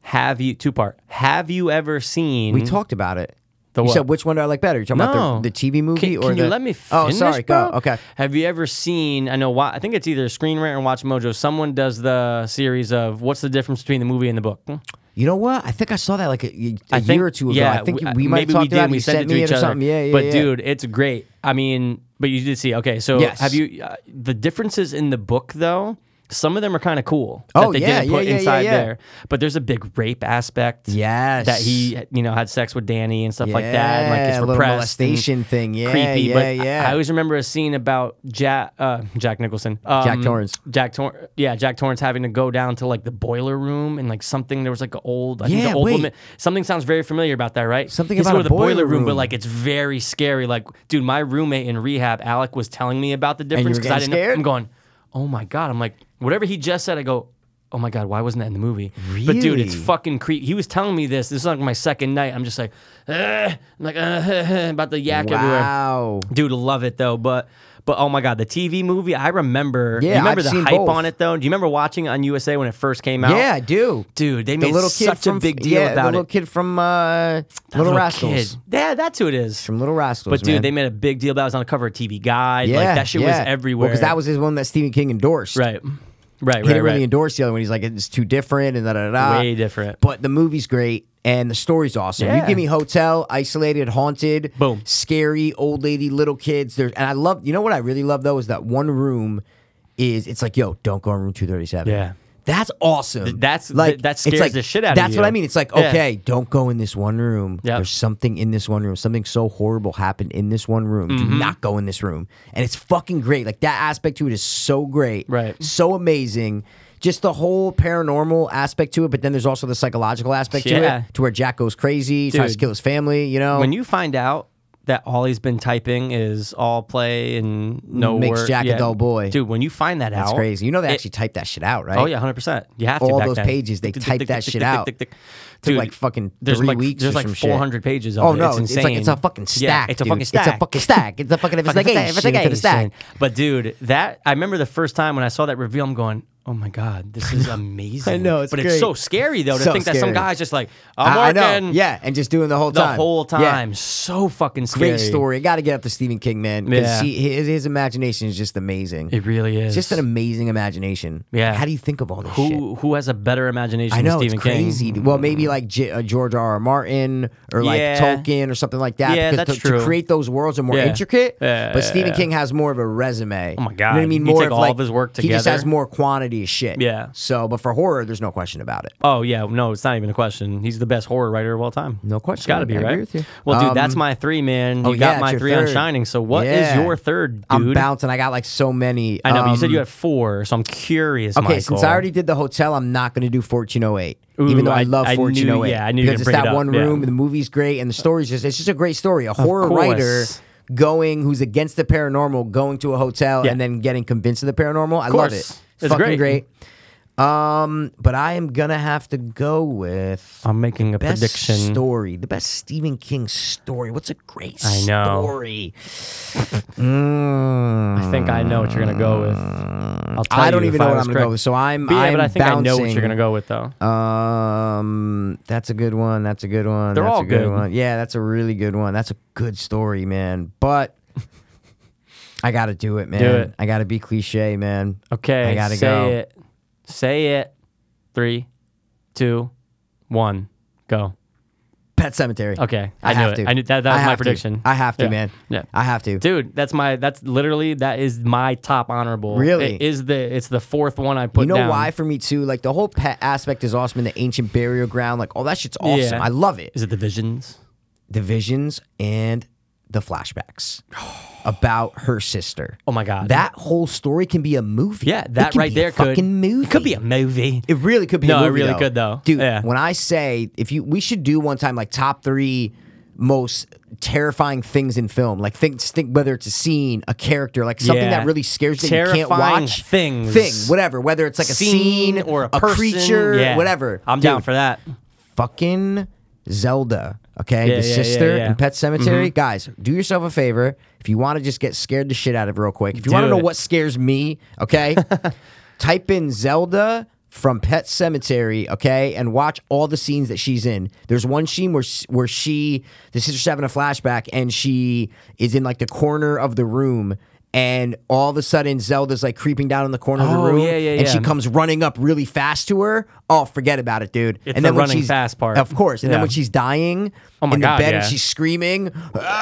S2: Have you two part? Have you ever seen?
S1: We talked about it.
S2: Hmm? The
S1: you
S2: what?
S1: said which one do I like better? You're talking about the, the TV movie
S2: Can,
S1: or
S2: can
S1: the
S2: you let me finish?
S1: Oh, sorry,
S2: bro?
S1: go. Okay.
S2: Have you ever seen? I know. Wa- I think it's either Screen Rant or Watch Mojo. Someone does the series of what's the difference between the movie and the book. Hmm?
S1: You know what? I think I saw that like a, a
S2: I
S1: year
S2: think-
S1: or two ago. I think
S2: w-
S1: we might
S2: maybe
S1: have
S2: we
S1: talked
S2: did.
S1: about it.
S2: we
S1: You
S2: sent, it to
S1: me
S2: each
S1: or
S2: other.
S1: something. Yeah, yeah,
S2: but
S1: yeah.
S2: dude, it's great. I mean, but you did see. Okay, so
S1: Yes.
S2: have you uh, the differences in the book though? Some of them are kind of cool
S1: Oh,
S2: that they
S1: yeah,
S2: didn't
S1: yeah,
S2: put
S1: yeah, yeah,
S2: inside
S1: yeah.
S2: there. But there's a big rape aspect.
S1: Yes.
S2: that he you know had sex with Danny and stuff like that. And, like
S1: Yeah,
S2: it's
S1: a little
S2: repressed and
S1: molestation thing. Yeah,
S2: creepy.
S1: yeah,
S2: but I-
S1: yeah.
S2: I always remember a scene about Jack uh, Jack Nicholson, um,
S1: Jack Torrance.
S2: Jack Tor- yeah, Jack Torrance having to go down to like the boiler room and like something. There was like an old, I think
S1: Yeah,
S2: the old
S1: wait.
S2: woman. Something sounds very familiar about that, right?
S1: Something
S2: He's
S1: about
S2: going
S1: a
S2: to the boiler,
S1: boiler
S2: room, but
S1: room.
S2: like it's very scary. Like, dude, my roommate in rehab, Alec, was telling me about the
S1: you
S2: difference
S1: were
S2: I
S1: getting
S2: didn't. know-
S1: scared?
S2: I'm going, oh my god. I'm like, whatever he just said, I go. Oh my God! Why wasn't that in the movie? But dude, it's
S1: Really?
S2: fucking creep. He was telling me this. This is like my second night. I'm just like, "Ugh." I'm like "Uh," about the yak everywhere.
S1: wow.
S2: Dude, love it though. But but oh my god, the TV movie. I remember.
S1: Yeah,
S2: you remember
S1: I've
S2: the
S1: seen
S2: hype
S1: both.
S2: on it though. Do you remember watching it on USA when it first came out?
S1: Yeah, I do.
S2: dude, they
S1: The
S2: made
S1: little kid
S2: such
S1: from
S2: a big deal
S1: yeah, the
S2: about
S1: little
S2: it.
S1: kid from uh, Little Rascals.
S2: kid. Yeah, that's who it is.
S1: From Little Rascals.
S2: but dude,
S1: man.
S2: they made a big deal about it. it was on the cover of TV Guide.
S1: yeah,
S2: like that shit
S1: yeah.
S2: was everywhere.
S1: because that was his one that Stephen King endorsed.
S2: right, right,
S1: He
S2: right,
S1: didn't really
S2: right.
S1: endorse the other one. He's like, it's too different and da da da. da.
S2: Way different.
S1: But the movie's great and the story's awesome. You
S2: Yeah.
S1: give me hotel, isolated, haunted,
S2: Boom.
S1: scary, old lady, little kids. There's and I love. You know what I really love though is that one room is it's like yo, don't go in room two thirty seven.
S2: Yeah.
S1: That's awesome.
S2: Th- that's- th- that
S1: it's
S2: scares
S1: like-
S2: the shit out of
S1: That's what
S2: you.
S1: I mean. It's like
S2: Yeah.
S1: okay, don't go in this one room.
S2: Yep.
S1: There's something in this one room. Something so horrible happened in this one room.
S2: Mm-hmm.
S1: Do not go in this room. And it's fucking great. Like that aspect to it is so great
S2: Right.
S1: so amazing. Just the whole paranormal aspect to it, but then there's also the psychological aspect
S2: Yeah.
S1: to it, to where Jack goes crazy, tries to
S2: Dude.
S1: kill his family. You know,
S2: when you find out that all he's been typing is all play and no
S1: Makes
S2: work,
S1: Jack a dull boy.
S2: dude. When you find that
S1: it's
S2: out,
S1: crazy. You know they
S2: it-
S1: actually typed that shit out, right?
S2: Oh yeah, hundred percent. You have to
S1: All
S2: back
S1: those
S2: then.
S1: pages, they
S2: Tick, tick,
S1: typed
S2: tick,
S1: that
S2: tick,
S1: shit
S2: tick, tick,
S1: out.
S2: tick, tick.
S1: Took
S2: Dude,
S1: like fucking
S2: there's
S1: three
S2: like,
S1: weeks. or
S2: There's like
S1: some shit.
S2: 400 pages. Of
S1: oh
S2: it.
S1: no,
S2: it's
S1: it's,
S2: insane.
S1: like it's a fucking stack.
S2: Yeah, it's a
S1: dude.
S2: fucking stack.
S1: It's a fucking stack. It's a fucking investigation. It's a stack.
S2: But dude, that I remember the first time when I saw that reveal, I'm going, "Oh my god, this is amazing!"
S1: I know, it's
S2: but
S1: great.
S2: it's so scary though to
S1: So
S2: think that some
S1: scary.
S2: guy's just like, "I'm
S1: I, I
S2: working."
S1: know. Yeah, and just doing the whole
S2: the
S1: time.
S2: whole
S1: Yeah.
S2: time. So fucking scary.
S1: Great story. Got to get up to Stephen King, man. 'cause
S2: Yeah.
S1: he- his, his imagination is just amazing.
S2: It really is.
S1: It's just an amazing imagination.
S2: Yeah.
S1: How do you think of all this shit?
S2: who who has a better imagination
S1: I know
S2: than Stephen
S1: it's crazy.
S2: King? Mm-hmm.
S1: Well, maybe like J- uh, George R. R. Martin or like
S2: Yeah.
S1: Tolkien or something like that.
S2: Yeah,
S1: because
S2: that's
S1: to, to
S2: true.
S1: create those worlds are more
S2: Yeah.
S1: intricate.
S2: Yeah,
S1: but
S2: yeah,
S1: Stephen
S2: yeah. Oh
S1: King has more of a resume.
S2: my
S1: You know what I
S2: God.
S1: mean?
S2: You
S1: More
S2: take
S1: of
S2: all
S1: like
S2: of his work
S1: He just
S2: together.
S1: has more quantity of shit.
S2: Yeah.
S1: So, but for horror, there's no question about it.
S2: Oh yeah, no, it's not even a question. He's the best horror writer of all time.
S1: No question.
S2: It's got to be
S1: I agree
S2: right.
S1: with you.
S2: Well, dude, that's
S1: Um,
S2: my three, man. You
S1: oh, yeah,
S2: got
S1: it's
S2: my
S1: your
S2: three on
S1: third.
S2: Shining. So what is
S1: Yeah.
S2: your third, dude?
S1: I'm bouncing. I got like so many.
S2: I know, but you said
S1: Um,
S2: you had four, so I'm curious.
S1: Okay, since I already did the hotel, I'm not going to do 1408. even
S2: Ooh,
S1: though I,
S2: I-
S1: love
S2: I knew-
S1: 1408.
S2: yeah, I knew you were
S1: because it's
S2: gonna
S1: that
S2: bring it
S1: one
S2: up, yeah.
S1: room. and The movie's great, and the story's just it's just a great story. A horror
S2: course.
S1: writer going who's against the paranormal, going to a hotel,
S2: Yeah.
S1: and then getting convinced of the paranormal. I love
S2: course.
S1: it.
S2: It's
S1: fucking
S2: great.
S1: Um, but I am gonna have to go with
S2: I'm making a
S1: best
S2: prediction.
S1: story, the best Stephen King story. What's a great
S2: I know.
S1: story? Mm.
S2: I think I know what you're gonna go with. I'll tell
S1: I don't
S2: you
S1: even
S2: if
S1: know what
S2: was
S1: I'm gonna go
S2: correct.
S1: with, so I'm-
S2: But yeah,
S1: I'm
S2: but I think I know what
S1: bouncing.
S2: you're gonna go with though.
S1: Um, that's a good one. That's a good one.
S2: They're
S1: that's
S2: all
S1: a good,
S2: good.
S1: one. Yeah, that's a really good one. That's a good story, man. But I gotta do it, man.
S2: it.
S1: I gotta be cliche, man.
S2: Okay,
S1: I gotta
S2: say
S1: go.
S2: it. Say it. Three, two, one, go.
S1: Pet Cemetery.
S2: Okay, I, knew
S1: have
S2: it.
S1: to.
S2: I knew that. That
S1: I
S2: was my
S1: have to.
S2: prediction.
S1: I have to,
S2: Yeah.
S1: man.
S2: Yeah.
S1: I have to.
S2: Dude, that's my that's literally that is my top honorable.
S1: Really?
S2: It is the it's the fourth one I put
S1: you know
S2: down.
S1: why for me too? Like the whole pet aspect is awesome in the ancient burial ground. Like all that shit's awesome.
S2: Yeah.
S1: I love it.
S2: Is it the visions?
S1: The visions and the flashbacks about her sister.
S2: Oh my god.
S1: That whole story can be a movie.
S2: yeah,
S1: It
S2: that
S1: can
S2: right
S1: be a
S2: there could
S1: fucking movie.
S2: It could be a movie.
S1: It really could be.
S2: No,
S1: a
S2: it
S1: movie,
S2: really could, though.
S1: Dude,
S2: Yeah.
S1: when I say if you, we should do one time like top three most terrifying things in film. Like think, think whether it's a scene, a character, like something
S2: Yeah.
S1: that really scares you that you can't
S2: Terrifying
S1: watch.
S2: things.
S1: thing, whatever. Whether it's like a scene,
S2: or a, person.
S1: creature,
S2: yeah.
S1: whatever.
S2: I'm
S1: Dude,
S2: down for that.
S1: Fucking Zelda, okay, the
S2: Yeah, yeah, yeah,
S1: sister
S2: yeah. Mm-hmm.
S1: in Pet Cemetery. Guys, do yourself a favor if you want to just get scared the shit out of real quick. If you
S2: Do
S1: want to know
S2: it.
S1: what scares me, okay, type in Zelda from Pet Cemetery, okay, and watch all the scenes that she's in. There's one scene where s- where she, the sister's having a flashback, and she is in like the corner of the room. And all of a sudden, Zelda's like creeping down in the corner of the
S2: Oh,
S1: room,
S2: yeah, yeah,
S1: and she
S2: yeah.
S1: comes running up really fast to her. Oh, forget about it, dude!
S2: It's
S1: and
S2: the
S1: then when
S2: running
S1: she's,
S2: fast part.
S1: of course. And then
S2: Yeah. Oh
S1: when she's dying
S2: my
S1: in the
S2: God,
S1: bed and
S2: yeah.
S1: she's screaming,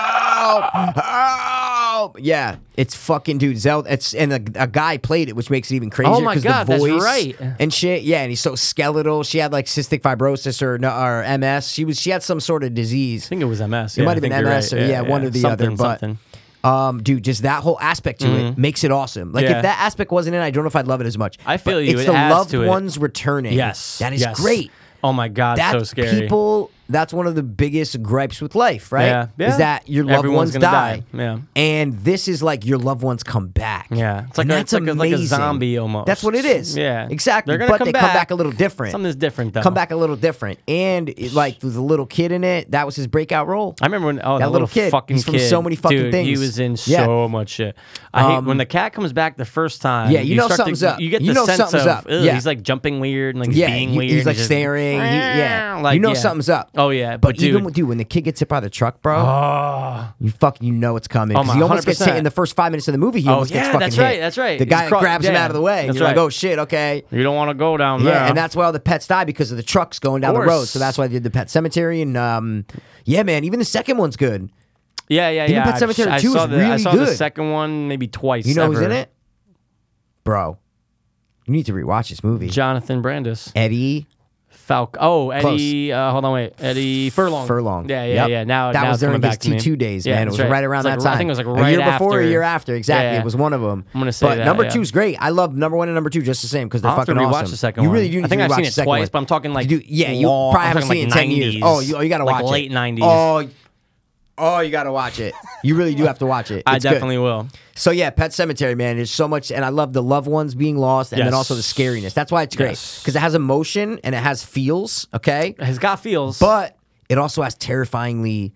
S1: help, help. Yeah, it's fucking dude. Zelda. It's and a, a guy played it, which makes it even crazier.
S2: Oh my
S1: 'cause
S2: God,
S1: the
S2: that's
S1: voice
S2: right.
S1: And shit, yeah. And he's so skeletal. She had like cystic fibrosis or no, or MS. She was she had some sort of disease.
S2: I think it was MS.
S1: It
S2: yeah, I
S1: might have been
S2: think you're
S1: MS
S2: right.
S1: or yeah, one or the
S2: Something,
S1: other. But
S2: something.
S1: um, dude, just that whole aspect to it makes it awesome. Like
S2: Mm-hmm. Yeah.
S1: if that aspect wasn't in, I don't know if I'd love it as much.
S2: I
S1: But
S2: feel you.
S1: It's
S2: It
S1: the
S2: adds
S1: loved
S2: to it.
S1: ones returning.
S2: yes,
S1: that is
S2: yes.
S1: great.
S2: Oh my god,
S1: That
S2: so scary.
S1: people. That's one of the biggest gripes with life, right?
S2: Yeah, yeah.
S1: Is that your loved
S2: Everyone's
S1: ones
S2: gonna
S1: die?
S2: die, yeah.
S1: And this is like your loved ones come back.
S2: Yeah, it's like
S1: and
S2: a-
S1: that's
S2: it's like a- like a
S1: amazing.
S2: zombie almost.
S1: That's what it is.
S2: Yeah.
S1: exactly.
S2: They're gonna
S1: But
S2: come
S1: they come back
S2: back.
S1: a little different.
S2: Something's different though.
S1: Come back a little different, and it, like the little kid in it, that was his breakout role.
S2: I remember when oh,
S1: That
S2: the
S1: little
S2: little,
S1: kid,
S2: fucking
S1: he's from
S2: kid.
S1: so many fucking
S2: Dude, He
S1: things.
S2: was in
S1: Yeah. Um,
S2: so much shit. I hate when the cat comes back the first time.
S1: Yeah, you know
S2: start to-
S1: something's up.
S2: You get
S1: You
S2: the
S1: know
S2: sense
S1: something's
S2: of
S1: up.
S2: Ugh,
S1: Yeah.
S2: he's like jumping weird and like
S1: yeah,
S2: being
S1: he-
S2: weird.
S1: he's
S2: and
S1: like
S2: just-
S1: staring. he- yeah,
S2: Like,
S1: you know
S2: yeah.
S1: something's up.
S2: Oh, yeah,
S1: but,
S2: but
S1: even
S2: dude-
S1: when- dude, when the kid gets hit by the truck, bro, you fucking you know it's coming.
S2: Oh,
S1: 'Cause
S2: my
S1: he almost gets hit
S2: 100%.
S1: in the first five minutes of the movie. He
S2: Oh,
S1: almost gets
S2: yeah,
S1: fucking
S2: that's
S1: hit.
S2: right, that's right.
S1: The
S2: He's
S1: guy
S2: cro-
S1: grabs him
S2: yeah,
S1: out of the way. And
S2: that's
S1: you're like,
S2: right.
S1: oh shit, okay.
S2: You don't want to go down there.
S1: Yeah, and that's why all the pets die because of the trucks going down the road.
S2: course.
S1: So that's why they did the pet cemetery. And um, yeah, man, even the second one's good.
S2: yeah, yeah,
S1: Dean
S2: yeah.
S1: Pet
S2: I've-
S1: Sematary
S2: I
S1: 2 is
S2: saw the, I
S1: really
S2: saw the
S1: good.
S2: second one maybe twice.
S1: You know who's in
S2: ever.
S1: it, bro? You need to rewatch this movie.
S2: Jonathan Brandis.
S1: Eddie
S2: Falco. Oh, Eddie. Uh, hold on, wait. Eddie Furlong.
S1: Furlong.
S2: Yeah, yeah,
S1: Yep.
S2: yeah. Now
S1: that
S2: now
S1: was
S2: it's coming
S1: during his
S2: back to me.
S1: T2 days,
S2: Yeah,
S1: man. It
S2: that's
S1: was
S2: right.
S1: right, around
S2: It's like-
S1: that time.
S2: I think it was like
S1: A
S2: right
S1: year before, a year
S2: after.
S1: after. Exactly.
S2: Yeah.
S1: It was one of them.
S2: I'm gonna say
S1: but
S2: that,
S1: number
S2: yeah.
S1: two is great. I love number one and number two just the same because they're
S2: I'll have to
S1: fucking
S2: rewatch
S1: awesome.
S2: the second
S1: you
S2: one.
S1: really do. Need
S2: I think
S1: to
S2: I've
S1: rewatch
S2: seen
S1: the
S2: it
S1: second
S2: twice,
S1: one.
S2: but I'm talking, like,
S1: Dude, yeah, you
S2: long-
S1: probably
S2: I'm
S1: haven't
S2: talking,
S1: seen
S2: like,
S1: it in ten years.
S2: 90s.
S1: Oh, you, oh, you gotta
S2: Like,
S1: watch it.
S2: late 90s.
S1: Oh, y- oh, you gotta watch it. You really do have to watch it.
S2: I
S1: It's good.
S2: definitely will.
S1: So yeah, Pet Cemetery, man, there's so much, and I love the loved ones being lost, and then
S2: Yes.
S1: also the scariness. That's why it's great
S2: Yes.
S1: because it has emotion and it has feels. Okay,
S2: Has got feels,
S1: but it also has terrifyingly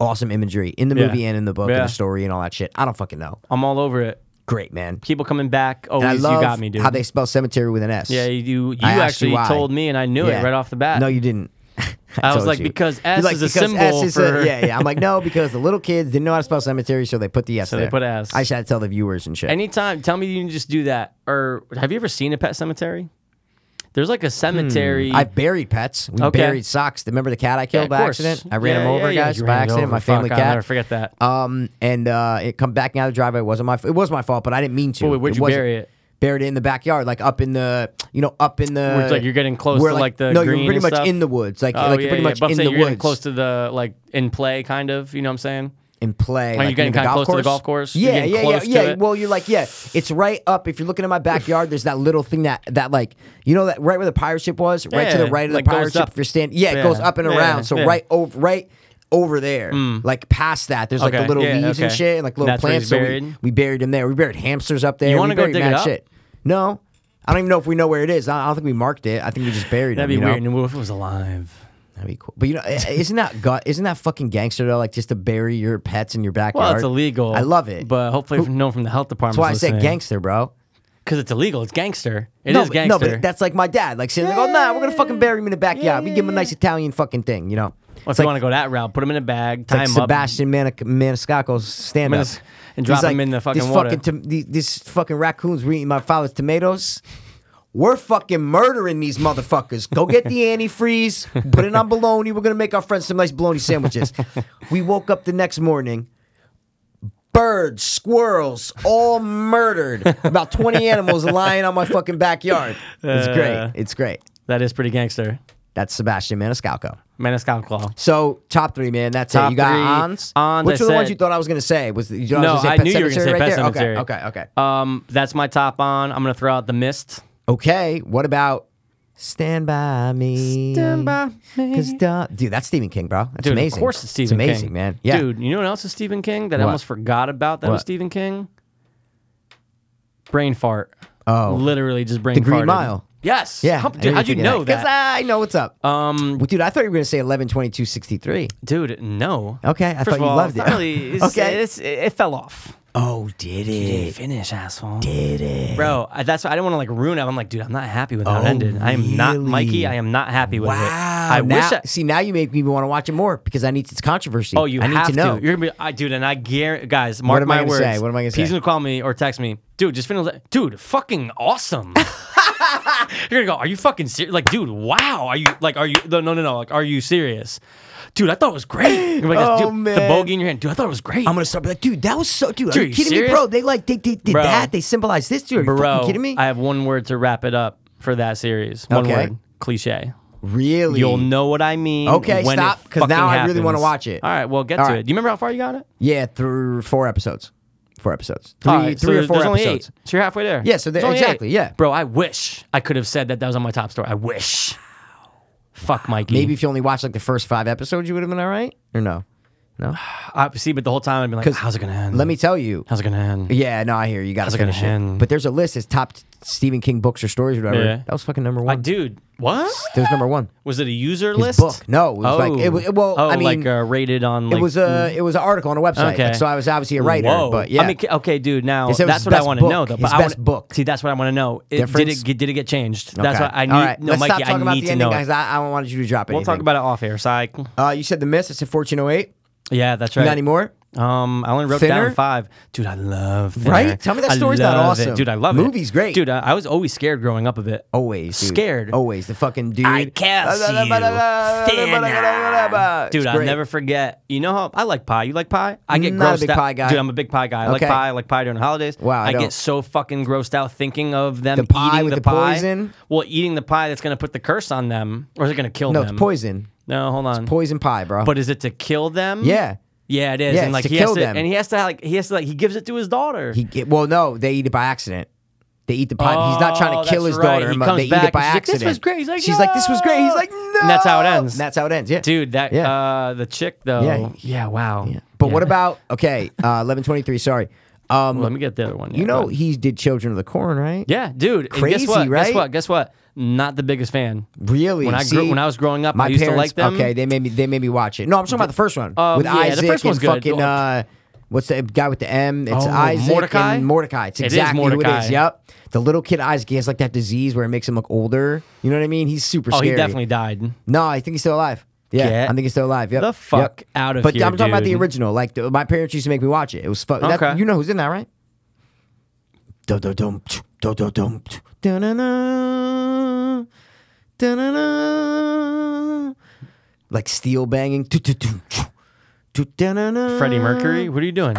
S1: awesome imagery in the
S2: Yeah.
S1: movie and in the book and
S2: Yeah.
S1: the story and all that shit. I don't fucking know.
S2: I'm all over it.
S1: Great, man.
S2: People coming back. Always,
S1: And I love
S2: you got me, dude.
S1: how they spell cemetery with an S.
S2: yeah, you you
S1: I asked
S2: actually
S1: why.
S2: told me, and I knew
S1: Yeah.
S2: it right off the bat.
S1: No, you didn't.
S2: I was
S1: told
S2: like,
S1: you.
S2: because
S1: You're
S2: S
S1: like,
S2: is a
S1: because
S2: symbol
S1: S is a-
S2: for-
S1: yeah, yeah. I'm like, no, because the little kids didn't know how to spell cemetery, so they put the S
S2: So they
S1: there.
S2: put S.
S1: I should tell the viewers and shit.
S2: Anytime, tell me you can just do that. Or have you ever seen a pet cemetery? There's like a cemetery.
S1: I've buried pets. We
S2: Okay.
S1: buried socks. Remember the cat I
S2: Yeah,
S1: killed
S2: of
S1: Hmm. by
S2: course.
S1: accident? I ran
S2: Yeah,
S1: him over,
S2: yeah, yeah.
S1: guys,
S2: You
S1: by
S2: ran it
S1: accident.
S2: over.
S1: My family
S2: Fuck,
S1: cat.
S2: I'll never forget that.
S1: Um, and uh, it come back out of the driveway. It wasn't my. It was my fault, but I didn't mean to.
S2: Wait, wait, where'd
S1: It
S2: you
S1: wasn't-
S2: bury it?
S1: Buried it in the backyard, like up in the, you know, up in the.
S2: Where it's like you're getting close
S1: where,
S2: to, like, the
S1: No,
S2: green
S1: you're pretty
S2: and
S1: much
S2: stuff?
S1: in the woods. Like,
S2: Oh,
S1: like
S2: yeah,
S1: you're pretty
S2: yeah.
S1: much
S2: But I'm
S1: in
S2: saying
S1: the
S2: you're
S1: woods.
S2: getting close to the like in play, kind of. You know what I'm saying?
S1: and play.
S2: you're
S1: like,
S2: getting
S1: in the
S2: kinda
S1: golf
S2: close to
S1: course?
S2: the golf course? You're
S1: Yeah,
S2: getting
S1: yeah,
S2: close to
S1: yeah, yeah.
S2: it?
S1: Well, you're like, yeah, it's right up. If you're looking at my backyard, there's that little thing that that like, you know, that right where the pirate ship was, right to the
S2: Yeah,
S1: right of
S2: like,
S1: the
S2: goes
S1: pirate ship.
S2: up.
S1: If you're standing, yeah, it
S2: Yeah,
S1: goes up and
S2: yeah,
S1: around. So
S2: yeah. Hmm.
S1: right over, right. Over there, like past that, there's like
S2: Okay,
S1: the little
S2: yeah,
S1: leaves and
S2: okay.
S1: shit, and like little
S2: That's where
S1: plants.
S2: he's
S1: So we,
S2: buried?
S1: we buried him there. We buried hamsters up there.
S2: You
S1: We
S2: wanna go
S1: buried
S2: dig
S1: mad
S2: it up?
S1: Shit. No, I don't even know if we know where it is. I I don't think we marked it. I think we just buried
S2: That'd
S1: him.
S2: be
S1: you know?
S2: weird. And what if it was alive?
S1: That'd be cool. But you know, i- isn't that gut? Isn't that fucking gangster though? Like just to bury your pets in your backyard.
S2: Well, it's illegal.
S1: I love it.
S2: but hopefully, from, no, from the health department.
S1: that's why I said gangster, bro.
S2: because it's illegal. It's gangster. It is
S1: no, but,
S2: gangster.
S1: no, but that's like my dad. Like saying, like, "Oh, nah, we're gonna fucking bury him in the backyard. we give him a nice Italian fucking thing, you know."
S2: Well, if
S1: it's
S2: you
S1: like,
S2: want to go that route, put him in a bag, tie
S1: like
S2: him
S1: Sebastian Manic- Maniscalco's stand up
S2: Manis- and drop him in the fucking
S1: these
S2: water."
S1: Fucking tom- these, these fucking raccoons were eating my father's tomatoes. We're fucking murdering these motherfuckers. Go get the antifreeze, put it on bologna. We're gonna make our friends some nice bologna sandwiches. we woke up the next morning. Birds, squirrels, all murdered. About 20 animals lying on my fucking backyard. It's
S2: Uh.
S1: great. It's great.
S2: up. That is pretty gangster.
S1: That's Sebastian Maniscalco.
S2: Maniscalco.
S1: So top three, man. That's
S2: Top
S1: it. You got
S2: three.
S1: Ons.
S2: Ons,
S1: Which
S2: I
S1: were the ones
S2: said-
S1: you thought I was gonna say? Was you thought
S2: No,
S1: was gonna say
S2: I
S1: Pet
S2: knew you were gonna
S1: Sematary
S2: say
S1: right
S2: Pet
S1: there?
S2: Sematary.
S1: Okay, okay, okay.
S2: Um, that's my top on. I'm gonna throw out the mist.
S1: okay. What about Stand by me? Stand by me. Cause da- dude, that's Stephen King, bro. That's
S2: Dude,
S1: amazing.
S2: of course it's Stephen
S1: It's
S2: King.
S1: amazing, man. Yeah.
S2: Dude, you know what else is Stephen King that
S1: What?
S2: I almost forgot about that
S1: What?
S2: was Stephen King? Brain fart.
S1: Oh.
S2: Literally just brain
S1: The Green
S2: farted.
S1: Mile.
S2: Yes.
S1: Oh. Yeah.
S2: Hump-
S1: I
S2: dude,
S1: know
S2: how'd you
S1: thinking
S2: know
S1: Cause
S2: that? Uh,
S1: I know what's up. Um, dude, I thought you were gonna say 11, 22, 63.
S2: Dude, no.
S1: Okay, I
S2: First
S1: thought
S2: of
S1: you
S2: all,
S1: loved
S2: it's
S1: it.
S2: not really- it's-
S1: Okay.
S2: it's- it fell off.
S1: Oh, did it?
S2: finish, asshole.
S1: Did it?
S2: Bro, I, that's why I didn't want to like ruin it. I'm like, dude, I'm not happy with how it
S1: Oh,
S2: ended. I am not
S1: really?
S2: Mikey. I am not happy with
S1: Wow.
S2: it. I
S1: now,
S2: wish. I,
S1: see, now you make me want to watch it more because I need its controversy.
S2: oh, you
S1: I need
S2: have
S1: to know.
S2: You're gonna be, I, dude, and I guarantee, guys, mark
S1: am I
S2: my
S1: gonna
S2: words.
S1: say? What am I gonna
S2: He's
S1: say?
S2: gonna call me or text me, dude. Just finish. it." Dude, fucking awesome. You're gonna go. Are you fucking serious? Like, dude, wow. Are you like? Are you? No, no, no, no. Like, are you serious? Dude, I thought it was great. You're like,
S1: Oh,
S2: dude, The
S1: man.
S2: bogey in your hand, dude. I thought it was great.
S1: I'm gonna start be like, dude, that was so, dude.
S2: Dude,
S1: are
S2: are you
S1: you kidding
S2: serious?
S1: me, bro? They like, they, they did
S2: Bro.
S1: that. They symbolized this, dude. Are you
S2: bro.
S1: fucking kidding me?
S2: I have one word to wrap it up for that series. One
S1: Okay.
S2: word. Cliche.
S1: really?
S2: You'll know what I mean.
S1: Okay,
S2: when
S1: stop,
S2: Because
S1: 'cause now I really wanna watch it.
S2: All right, well, get
S1: All
S2: to
S1: right.
S2: it. Do you remember how far you got it?
S1: Yeah, through four episodes. Four episodes. Three,
S2: All right,
S1: three
S2: so
S1: or four
S2: there's only
S1: episodes.
S2: Eight, so you're halfway there.
S1: Yeah, so there-
S2: There's only
S1: exactly, yeah.
S2: Bro, I wish I could have said that that was on my top story. I wish. Fuck Mikey.
S1: Maybe if you only watched like the first five episodes, you would have been all right. Or no, no.
S2: I see, but the whole time I'd be like,
S1: 'Cause
S2: "How's it gonna end?
S1: Let me tell you.
S2: How's it gonna end?
S1: Yeah, no, I hear you. Got
S2: How's
S1: to
S2: it gonna
S1: finish it.
S2: end?
S1: But there's a list. It's top Stephen King books or stories or whatever.
S2: Yeah.
S1: That was fucking number
S2: I,
S1: one.
S2: dude, what?
S1: There's number one.
S2: Was it a user
S1: His
S2: list?
S1: book. No, it was like- it was- well,
S2: oh,
S1: I mean,
S2: like uh, rated on. Like,
S1: it was a it was an article on a website.
S2: Okay.
S1: Like, so I was obviously a writer.
S2: Whoa.
S1: But yeah,
S2: I mean, okay, dude. Now
S1: He said it was
S2: that's
S1: his
S2: what I
S1: best
S2: want to know.
S1: book,
S2: Though,
S1: his
S2: but I
S1: best
S2: wanna-
S1: book.
S2: See, that's what I want to know. It, did
S1: Difference?
S2: it get- did it get changed? That's
S1: Okay.
S2: what I need.
S1: All right.
S2: No,
S1: Let's
S2: Mikey,
S1: stop talking
S2: I need
S1: about the
S2: to
S1: ending,
S2: know.
S1: guys.
S2: it.
S1: I, I don't want you to drop
S2: We'll
S1: anything.
S2: talk about it off air. Psych.
S1: Uh, you said the miss. It's at fourteen oh eight.
S2: Yeah, that's right.
S1: Not anymore.
S2: Um, I only wrote
S1: Thinner?
S2: down five. Dude, I love Thinner.
S1: Right? Tell me that
S2: I
S1: story's not
S2: love it.
S1: awesome.
S2: Dude, I love it.
S1: Movie's great.
S2: Dude, I, I was always scared growing up of it.
S1: Always dude.
S2: Scared.
S1: Always the fucking dude.
S2: I cast you. Thinner. Dude,
S1: It's
S2: I'll
S1: great.
S2: never forget. You know how I like pie. You like pie? I get
S1: Not a
S2: grossed
S1: big
S2: out.
S1: pie guy.
S2: Dude, I'm a big pie guy. I like
S1: Okay.
S2: pie. I like pie during the holidays.
S1: Wow, I
S2: I,
S1: don't.
S2: get so fucking grossed out thinking of them
S1: The pie
S2: eating
S1: with
S2: the,
S1: the
S2: pie.
S1: poison?
S2: Well, eating the pie that's gonna put the curse on them, or is it gonna kill
S1: No,
S2: them?
S1: it's poison.
S2: No, hold on.
S1: Poison pie, bro.
S2: But is it to kill them?
S1: Yeah.
S2: Yeah, it is.
S1: Yeah,
S2: and
S1: it's
S2: like
S1: to
S2: he
S1: kill
S2: has to,
S1: them.
S2: and he has to like he has to like he gives it to his daughter.
S1: he get- well, no, they eat it by accident. They eat the pie. He's not
S2: Oh,
S1: trying to kill
S2: that's
S1: his
S2: right.
S1: daughter.
S2: He
S1: but
S2: comes
S1: they eat it
S2: back,
S1: by
S2: she's like, "This
S1: accident.
S2: was great." He's like,
S1: She's like, "This was great." He's like, "No."
S2: And that's how it ends.
S1: And that's how it ends. Yeah,
S2: Dude, that
S1: Yeah.
S2: uh the chick though.
S1: Yeah.
S2: Yeah, wow.
S1: But
S2: Yeah.
S1: what about okay? Uh, Eleven twenty three. Sorry. Um,
S2: Let me get the other one.
S1: you
S2: Yeah,
S1: know
S2: but-
S1: he did Children of the Corn, right?
S2: Yeah, dude. and
S1: Crazy,
S2: guess what?
S1: right?
S2: Guess what? Guess what? Not the biggest fan.
S1: Really?
S2: When I
S1: See,
S2: grew, when I was growing up,
S1: my
S2: I used
S1: parents,
S2: to like them.
S1: Okay, they made me they made me watch it. No, I'm talking about the first one
S2: Um,
S1: with
S2: yeah, the
S1: Isaac
S2: first one's
S1: and
S2: good.
S1: fucking uh, what's the guy with the M? It's
S2: Oh,
S1: Isaac
S2: Mordecai?
S1: and Mordecai. It's
S2: It is
S1: exactly who it
S2: Mordecai.
S1: is. Yep, the little kid Isaac. He has like that disease where it makes him look older. You know what I mean? He's super.
S2: oh,
S1: scary.
S2: he definitely died.
S1: No, I think he's still alive. Yeah,
S2: Get
S1: I think he's still alive. Yep.
S2: the
S1: Yep.
S2: fuck out of
S1: but
S2: here,
S1: I'm talking about the
S2: dude.
S1: original. Like the, my parents used to make me watch it. It was fuck.
S2: Okay.
S1: You know who's in that, right? Dum dum dum dum dum dum dum dum dum like steel banging. Tu- tu- tu- tu- tu- dun-dun-dun.
S2: Freddie Mercury. What are you doing?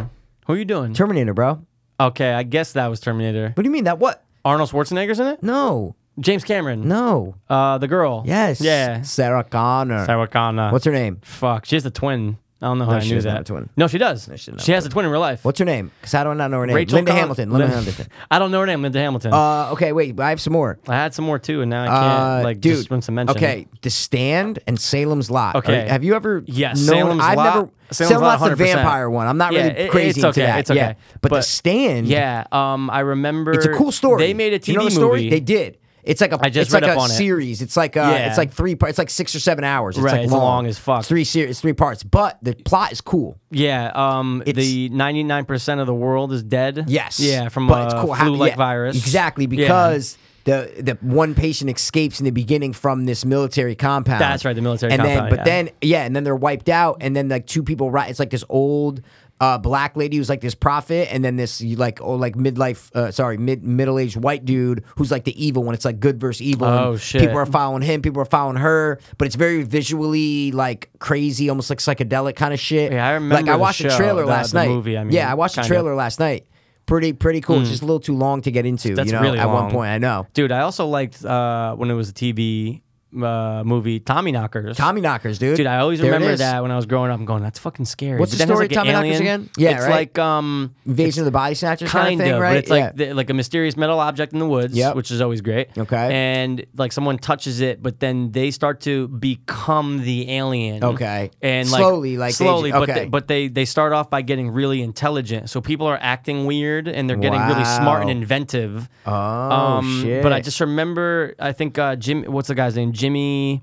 S2: Who are you doing?
S1: Terminator, bro.
S2: okay, I guess that was Terminator.
S1: What do you mean that? What?
S2: Arnold Schwarzenegger's in it.
S1: No,
S2: James Cameron.
S1: no.
S2: Uh, the girl.
S1: Yes.
S2: Yeah.
S1: Sarah Connor.
S2: Sarah Connor.
S1: What's her name?
S2: Fuck, she has a twin. I don't know how
S1: No,
S2: I
S1: she
S2: knew
S1: doesn't
S2: that.
S1: have a twin.
S2: No, she does.
S1: she
S2: she
S1: doesn't have
S2: has a twin in real life.
S1: What's her name? Because how do I not know her name? Linda
S2: Con-
S1: Hamilton. Linda
S2: Lin-
S1: Hamilton.
S2: I don't know her name. Linda Hamilton.
S1: Uh, okay, wait. I have some more.
S2: I had some more too, and now I can't
S1: Uh,
S2: like
S1: dude,
S2: just want to mention.
S1: Okay, The Stand and Salem's Lot.
S2: Okay.
S1: Are- have you ever?
S2: Yes,
S1: known,
S2: Salem's
S1: I've
S2: Lot-
S1: Never,
S2: Salem's Lot,
S1: Lot's the
S2: 100%.
S1: vampire one. I'm not
S2: Yeah,
S1: really
S2: it-
S1: crazy
S2: it's
S1: into
S2: okay,
S1: that.
S2: it's okay.
S1: Yeah. But, The
S2: But-
S1: Stand.
S2: Yeah. Um, I remember.
S1: it's a cool story.
S2: They made a TV
S1: you know the
S2: movie.
S1: story? They did. It's like a.
S2: I just
S1: it's like
S2: read up
S1: a
S2: on it.
S1: series. It's like a.
S2: Yeah.
S1: It's like three. par- It's like six or seven hours. It's
S2: Right,
S1: like
S2: it's
S1: long.
S2: long as fuck.
S1: It's three. Ser- it's three parts. But the plot is cool.
S2: Yeah. Um,
S1: It's-
S2: the ninety nine percent of the world is dead.
S1: Yes.
S2: Yeah, from
S1: but
S2: a
S1: it's cool how-
S2: flu-like
S1: yeah,
S2: virus.
S1: Exactly
S2: Yeah.
S1: because the the one patient escapes in the beginning from this military compound.
S2: That's right, the military
S1: and Then,
S2: compound,
S1: but
S2: yeah.
S1: then yeah, and then they're wiped out, and then like two people. Right, it's like this old. uh, black lady who's like this prophet, and then this you like oh like midlife, uh, sorry mid middle aged white dude who's like the evil one. It's like good versus evil. and
S2: Oh, shit.
S1: People are following him, people are following her, but it's very visually like crazy, almost like psychedelic kind of shit.
S2: Yeah, I
S1: Like
S2: remember
S1: I
S2: the
S1: watched
S2: show,
S1: trailer
S2: the-
S1: last
S2: the
S1: night.
S2: movie, I mean,
S1: yeah, I watched the
S2: kinda.
S1: trailer last night. Pretty pretty cool. It's Just a little too long to get into.
S2: Hmm. That's
S1: you know,
S2: really
S1: at one
S2: long.
S1: point I know.
S2: Dude, I also liked uh, when it was a TV uh, movie Tommy Knockers.
S1: Tommy knockers, dude.
S2: Dude, I always
S1: There it
S2: remember
S1: is.
S2: that when I was growing up. I'm going, that's fucking scary.
S1: What's
S2: But
S1: the
S2: then it has,
S1: story
S2: like,
S1: of Tommy
S2: an
S1: Knockers
S2: alien.
S1: again? Yeah,
S2: it's
S1: right?
S2: like um,
S1: Invasion of the Body Snatchers
S2: kind
S1: kind of thing,
S2: but
S1: right?
S2: it's like
S1: Yeah.
S2: the, like a mysterious metal object in the woods,
S1: Yep.
S2: which is always great.
S1: Okay.
S2: and like someone touches it, but then they start to become the alien.
S1: Okay.
S2: and like,
S1: Slowly, like they-
S2: slowly, but
S1: okay.
S2: they, but they they start off by getting really intelligent. So people are acting weird, and they're getting really smart and
S1: Wow.
S2: inventive. Oh
S1: shit.
S2: um, But I just remember, I think uh, Jim, what's the guy's name? Jimmy.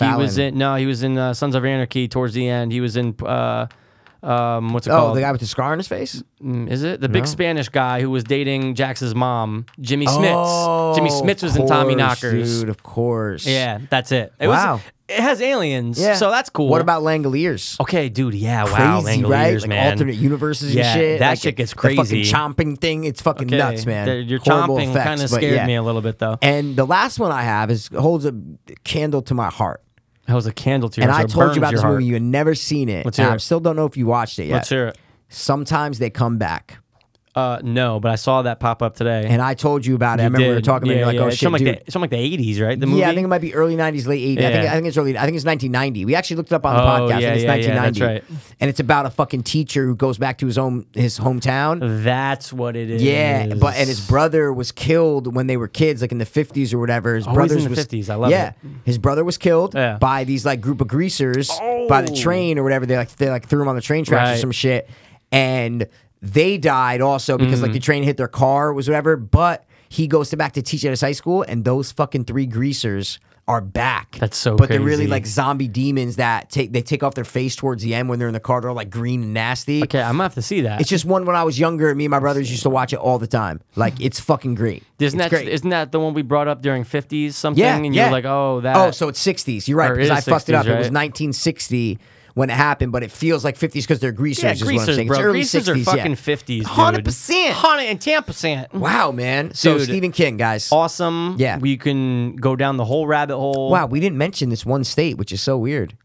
S2: He was
S1: Fallon.
S2: in no, he was in uh, Sons of Anarchy towards the end. He was in. Uh, um, what's it
S1: oh,
S2: called?
S1: the guy with the scar on his face?
S2: Mm, Is it the big Spanish guy who was dating Jax's mom, Jimmy Smits? Jimmy
S1: Oh,
S2: Smits
S1: of
S2: was in Tommy
S1: course,
S2: Knockers.
S1: Dude, of course.
S2: Yeah, that's it. it was-
S1: Wow.
S2: it has aliens,
S1: Yeah.
S2: so that's cool.
S1: What about Langoliers?
S2: Okay, dude. Yeah, wow,
S1: Crazy,
S2: Langoliers,
S1: right? Like
S2: man.
S1: alternate universes and
S2: Yeah,
S1: shit.
S2: that
S1: Like,
S2: shit gets
S1: the fucking
S2: crazy.
S1: chomping thing. It's fucking
S2: Okay,
S1: nuts, man.
S2: the- Your
S1: Horrible
S2: chomping
S1: effects,
S2: kind of
S1: but
S2: scared
S1: yeah.
S2: me a little bit, though.
S1: And the last one I have is holds a candle to my heart.
S2: That was a candle to
S1: And
S2: your
S1: I
S2: heart, so it
S1: told you
S2: burns
S1: about
S2: your
S1: this
S2: heart.
S1: movie. You had never seen it.
S2: Let's
S1: and
S2: hear
S1: I
S2: it.
S1: still don't know if you watched it yet.
S2: Let's hear it.
S1: Sometimes they come back.
S2: Uh, no, but I saw that pop up today.
S1: And I told you about it. I remember we were
S2: Did-
S1: talking
S2: yeah,
S1: about it. You're
S2: yeah,
S1: like, oh,
S2: it's
S1: shit,
S2: from like
S1: dude.
S2: The, it's from like the 80s, right? The movie.
S1: Yeah, I think it might be early '90s, late '80s. I, think,
S2: Yeah.
S1: I think it's early. I think it's 1990. We actually looked it up on the
S2: Oh,
S1: podcast.
S2: yeah,
S1: and it's
S2: yeah, yeah,
S1: 1990,
S2: that's right.
S1: and it's about a fucking teacher who goes back to his home, his hometown.
S2: that's what it is.
S1: Yeah, but and his brother was killed when they were kids, like in the 50s or whatever. His
S2: Always
S1: brothers
S2: Oh, in the
S1: was
S2: 50s. I love
S1: yeah,
S2: it.
S1: his brother was killed
S2: Yeah.
S1: by these like group of greasers by the
S2: Oh.
S1: train or whatever. They like they like threw him on the train tracks or
S2: Right.
S1: some shit, and they died also because
S2: Mm-hmm.
S1: like the train hit their car was whatever. But he goes to back to teach at his high school, and those fucking three greasers are back.
S2: That's so
S1: But they're really
S2: crazy.
S1: like zombie demons that take they take off their face towards the end when they're in the car. They're all, like green and nasty.
S2: Okay, I'm going to have to see that.
S1: It's just one when I was younger. Me and my brothers used to watch it all the time. Like it's fucking great.
S2: Isn't
S1: It's
S2: that
S1: great?
S2: not that the one we brought up during fifties something?
S1: yeah,
S2: and
S1: yeah.
S2: you're like, oh that.
S1: Oh, so it's sixties. You're right
S2: Or it
S1: because I
S2: is
S1: fucked it
S2: 60s,
S1: up. It was
S2: right?
S1: 1960 when it happened, but it feels like fifties because they're greasers.
S2: yeah,
S1: is what I'm
S2: greasers,
S1: saying.
S2: bro.
S1: It's early
S2: greasers
S1: 60s,
S2: are fucking
S1: yeah.
S2: fifties,
S1: Hundred percent.
S2: hundred and ten percent.
S1: Wow, man. So
S2: Dude.
S1: Stephen King, guys.
S2: Awesome.
S1: Yeah.
S2: we can go down the whole rabbit hole.
S1: Wow, we didn't mention this one state, which is so weird.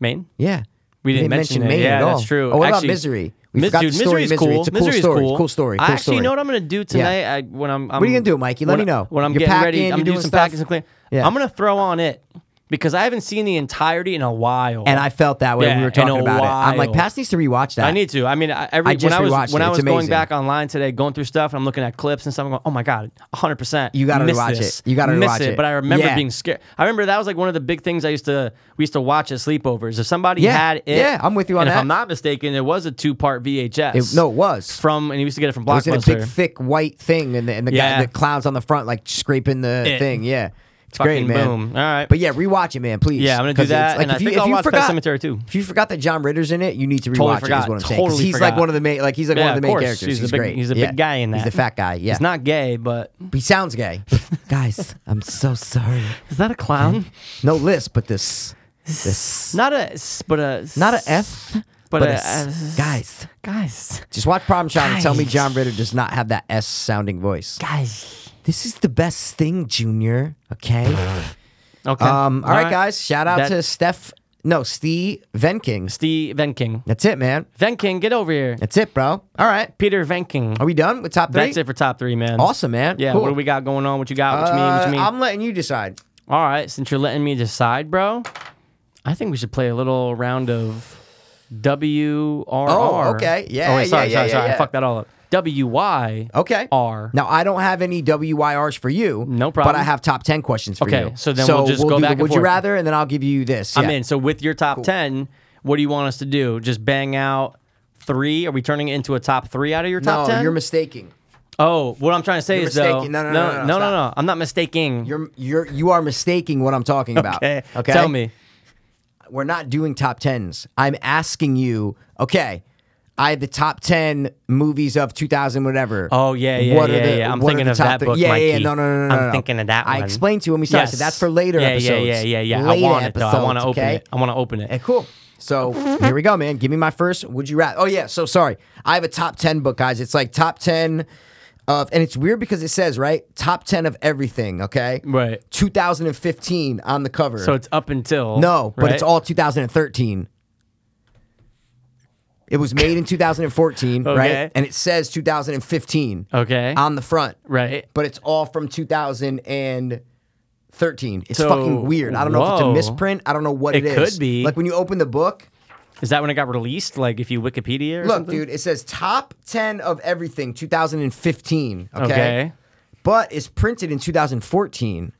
S2: Maine.
S1: Yeah.
S2: We didn't mention it.
S1: Maine
S2: Yeah,
S1: at all.
S2: that's true.
S1: Oh, what
S2: Actually,
S1: about Misery? We
S2: Mis-
S1: forgot
S2: dude,
S1: the story of
S2: Misery's cool.
S1: It's a cool
S2: Misery's
S1: story.
S2: cool.
S1: Cool story. Cool
S2: I actually
S1: story.
S2: know what I'm gonna do tonight. I, when I'm, I'm,
S1: you gonna do, Mikey? Let
S2: when
S1: me
S2: I-
S1: know.
S2: When I'm
S1: You're
S2: getting
S1: packing,
S2: ready,
S1: you're
S2: I'm
S1: doing
S2: doing some
S1: stuff?
S2: packing, some clean.
S1: Yeah.
S2: I'm gonna throw on it because I haven't seen the entirety in a while.
S1: And I felt that way when
S2: Yeah,
S1: we were
S2: in
S1: talking
S2: a
S1: about it. I'm like,
S2: while.
S1: Pass needs to rewatch that.
S2: I need to. I mean, I, every,
S1: I
S2: when
S1: just rewatched
S2: I was when
S1: it.
S2: I
S1: It's
S2: was going
S1: amazing.
S2: back online today, going through stuff, and I'm looking at clips and stuff. I'm going, oh my god, 100. percent
S1: You gotta
S2: miss
S1: rewatch
S2: this.
S1: it. You gotta
S2: miss
S1: rewatch it.
S2: But I remember
S1: Yeah.
S2: being scared. I remember that was like one of the big things I used to we used to watch at sleepovers. If somebody
S1: Yeah.
S2: had it,
S1: Yeah, I'm with you on
S2: and
S1: that.
S2: If I'm not mistaken, it was a two part VHS.
S1: It- no, it was.
S2: from and you used to get it from
S1: It was in a
S2: Blockbuster.
S1: big, thick white thing, and the, and the guy,
S2: Yeah.
S1: the clown's on the front, like scraping the
S2: It.
S1: thing. Yeah, it's
S2: Fucking
S1: great, man.
S2: boom. All right.
S1: but yeah, rewatch it, man, please.
S2: Yeah, I'm gonna do
S1: 'Cause it's-
S2: that, and I think I'll watch Pet Sematary, too.
S1: If you forgot that John Ritter's in it, you need to rewatch
S2: Totally
S1: it. Is
S2: forgot.
S1: what I'm saying. 'Cause
S2: Totally
S1: he's like
S2: forgot.
S1: one of the main, like he's like one of
S2: Yeah,
S1: the
S2: of
S1: main
S2: course.
S1: characters.
S2: He's a
S1: He's
S2: big-
S1: great.
S2: he's a
S1: Yeah.
S2: big guy in
S1: He's
S2: that.
S1: the fat guy. Yeah,
S2: He's not gay, but
S1: he sounds gay. Guys, I'm so sorry.
S2: is that a clown?
S1: No list, but this, this,
S2: not a, s- but a, s-
S1: not a F,
S2: but,
S1: but a
S2: a,
S1: S.
S2: s-
S1: Guys,
S2: guys,
S1: just watch Problem Child and tell me
S2: Guys.
S1: John Ritter does not have that S sounding voice.
S2: guys.
S1: This is the best thing, Junior. Okay.
S2: Okay.
S1: Um, all right, guys. Shout out
S2: That-
S1: to Steph. No, Steve Venking.
S2: Steve Venking.
S1: That's it, man.
S2: Venking, get over here.
S1: That's it, bro. All right.
S2: Peter Venking.
S1: Are we done with top three?
S2: That's it for top three, man.
S1: Awesome, man.
S2: Yeah,
S1: Cool.
S2: what do we got going on? What you got? What you mean? What
S1: Uh,
S2: you mean?
S1: I'm letting you decide.
S2: All right, since you're letting me decide, bro, I think we should play a little round of WRR.
S1: Oh, okay. Yeah,
S2: Oh, wait, sorry,
S1: yeah,
S2: sorry,
S1: yeah,
S2: sorry.
S1: yeah, Oh,
S2: I fucked that all up. WY.
S1: Okay.
S2: R.
S1: Now I don't have any WYRs for you.
S2: No problem.
S1: But I have top ten questions for you.
S2: Okay, so then we'll just go
S1: do the
S2: back and
S1: Would you
S2: forth.
S1: rather, and then I'll give you this.
S2: I'm
S1: Yeah.
S2: in. So with your top 10, what do you want us to do? Just bang out three? Are we turning it into a top three out of your
S1: No,
S2: top 10
S1: you're mistaking.
S2: Oh, what I'm trying to say
S1: You're
S2: is though,
S1: mistaken. No, no, no, no, no, stop.
S2: I'm not mistaking.
S1: You're you're you are mistaking what I'm talking about.
S2: okay. Tell me.
S1: we're not doing top tens. I'm asking you, okay, I have the top 10 movies of 2000, whatever.
S2: Oh, yeah, yeah,
S1: What are
S2: yeah,
S1: the-
S2: yeah. I'm
S1: what are
S2: thinking
S1: the
S2: of
S1: top
S2: that
S1: three-
S2: book,
S1: Yeah, yeah,
S2: Mikey.
S1: no, no, no, no,
S2: I'm
S1: no.
S2: thinking of that
S1: I
S2: one.
S1: explained to you when we started. I
S2: Yes.
S1: said that's for later
S2: Yeah, yeah,
S1: episodes.
S2: yeah, yeah, yeah. I
S1: Later
S2: want it, though. I wanna
S1: episodes,
S2: open
S1: okay?
S2: it. I wanna open it.
S1: Eh, cool. So here we go, man. Give me my first. Would you rather? Oh, yeah. So sorry. I have a top 10 book, guys. It's like top 10 of, and it's weird because it says, right? Top 10 of everything, okay?
S2: Right.
S1: 2015 on the cover.
S2: So it's up until
S1: No, but it's
S2: right?
S1: all 2013. It was made in 2014, right?
S2: Okay.
S1: And it says 2015
S2: okay.
S1: Um, on the front,
S2: right.
S1: but it's all from 2000 and 13. It's
S2: So,
S1: fucking weird. I don't know if it's a
S2: whoa.
S1: misprint. I don't know what
S2: It
S1: it
S2: could
S1: is.
S2: be.
S1: Like when you open the book,
S2: Is that when it got released? Like if you Wikipedia or
S1: look,
S2: something?
S1: dude, it says top 10 of everything 2015. Okay.
S2: Okay.
S1: But it's printed in 2014.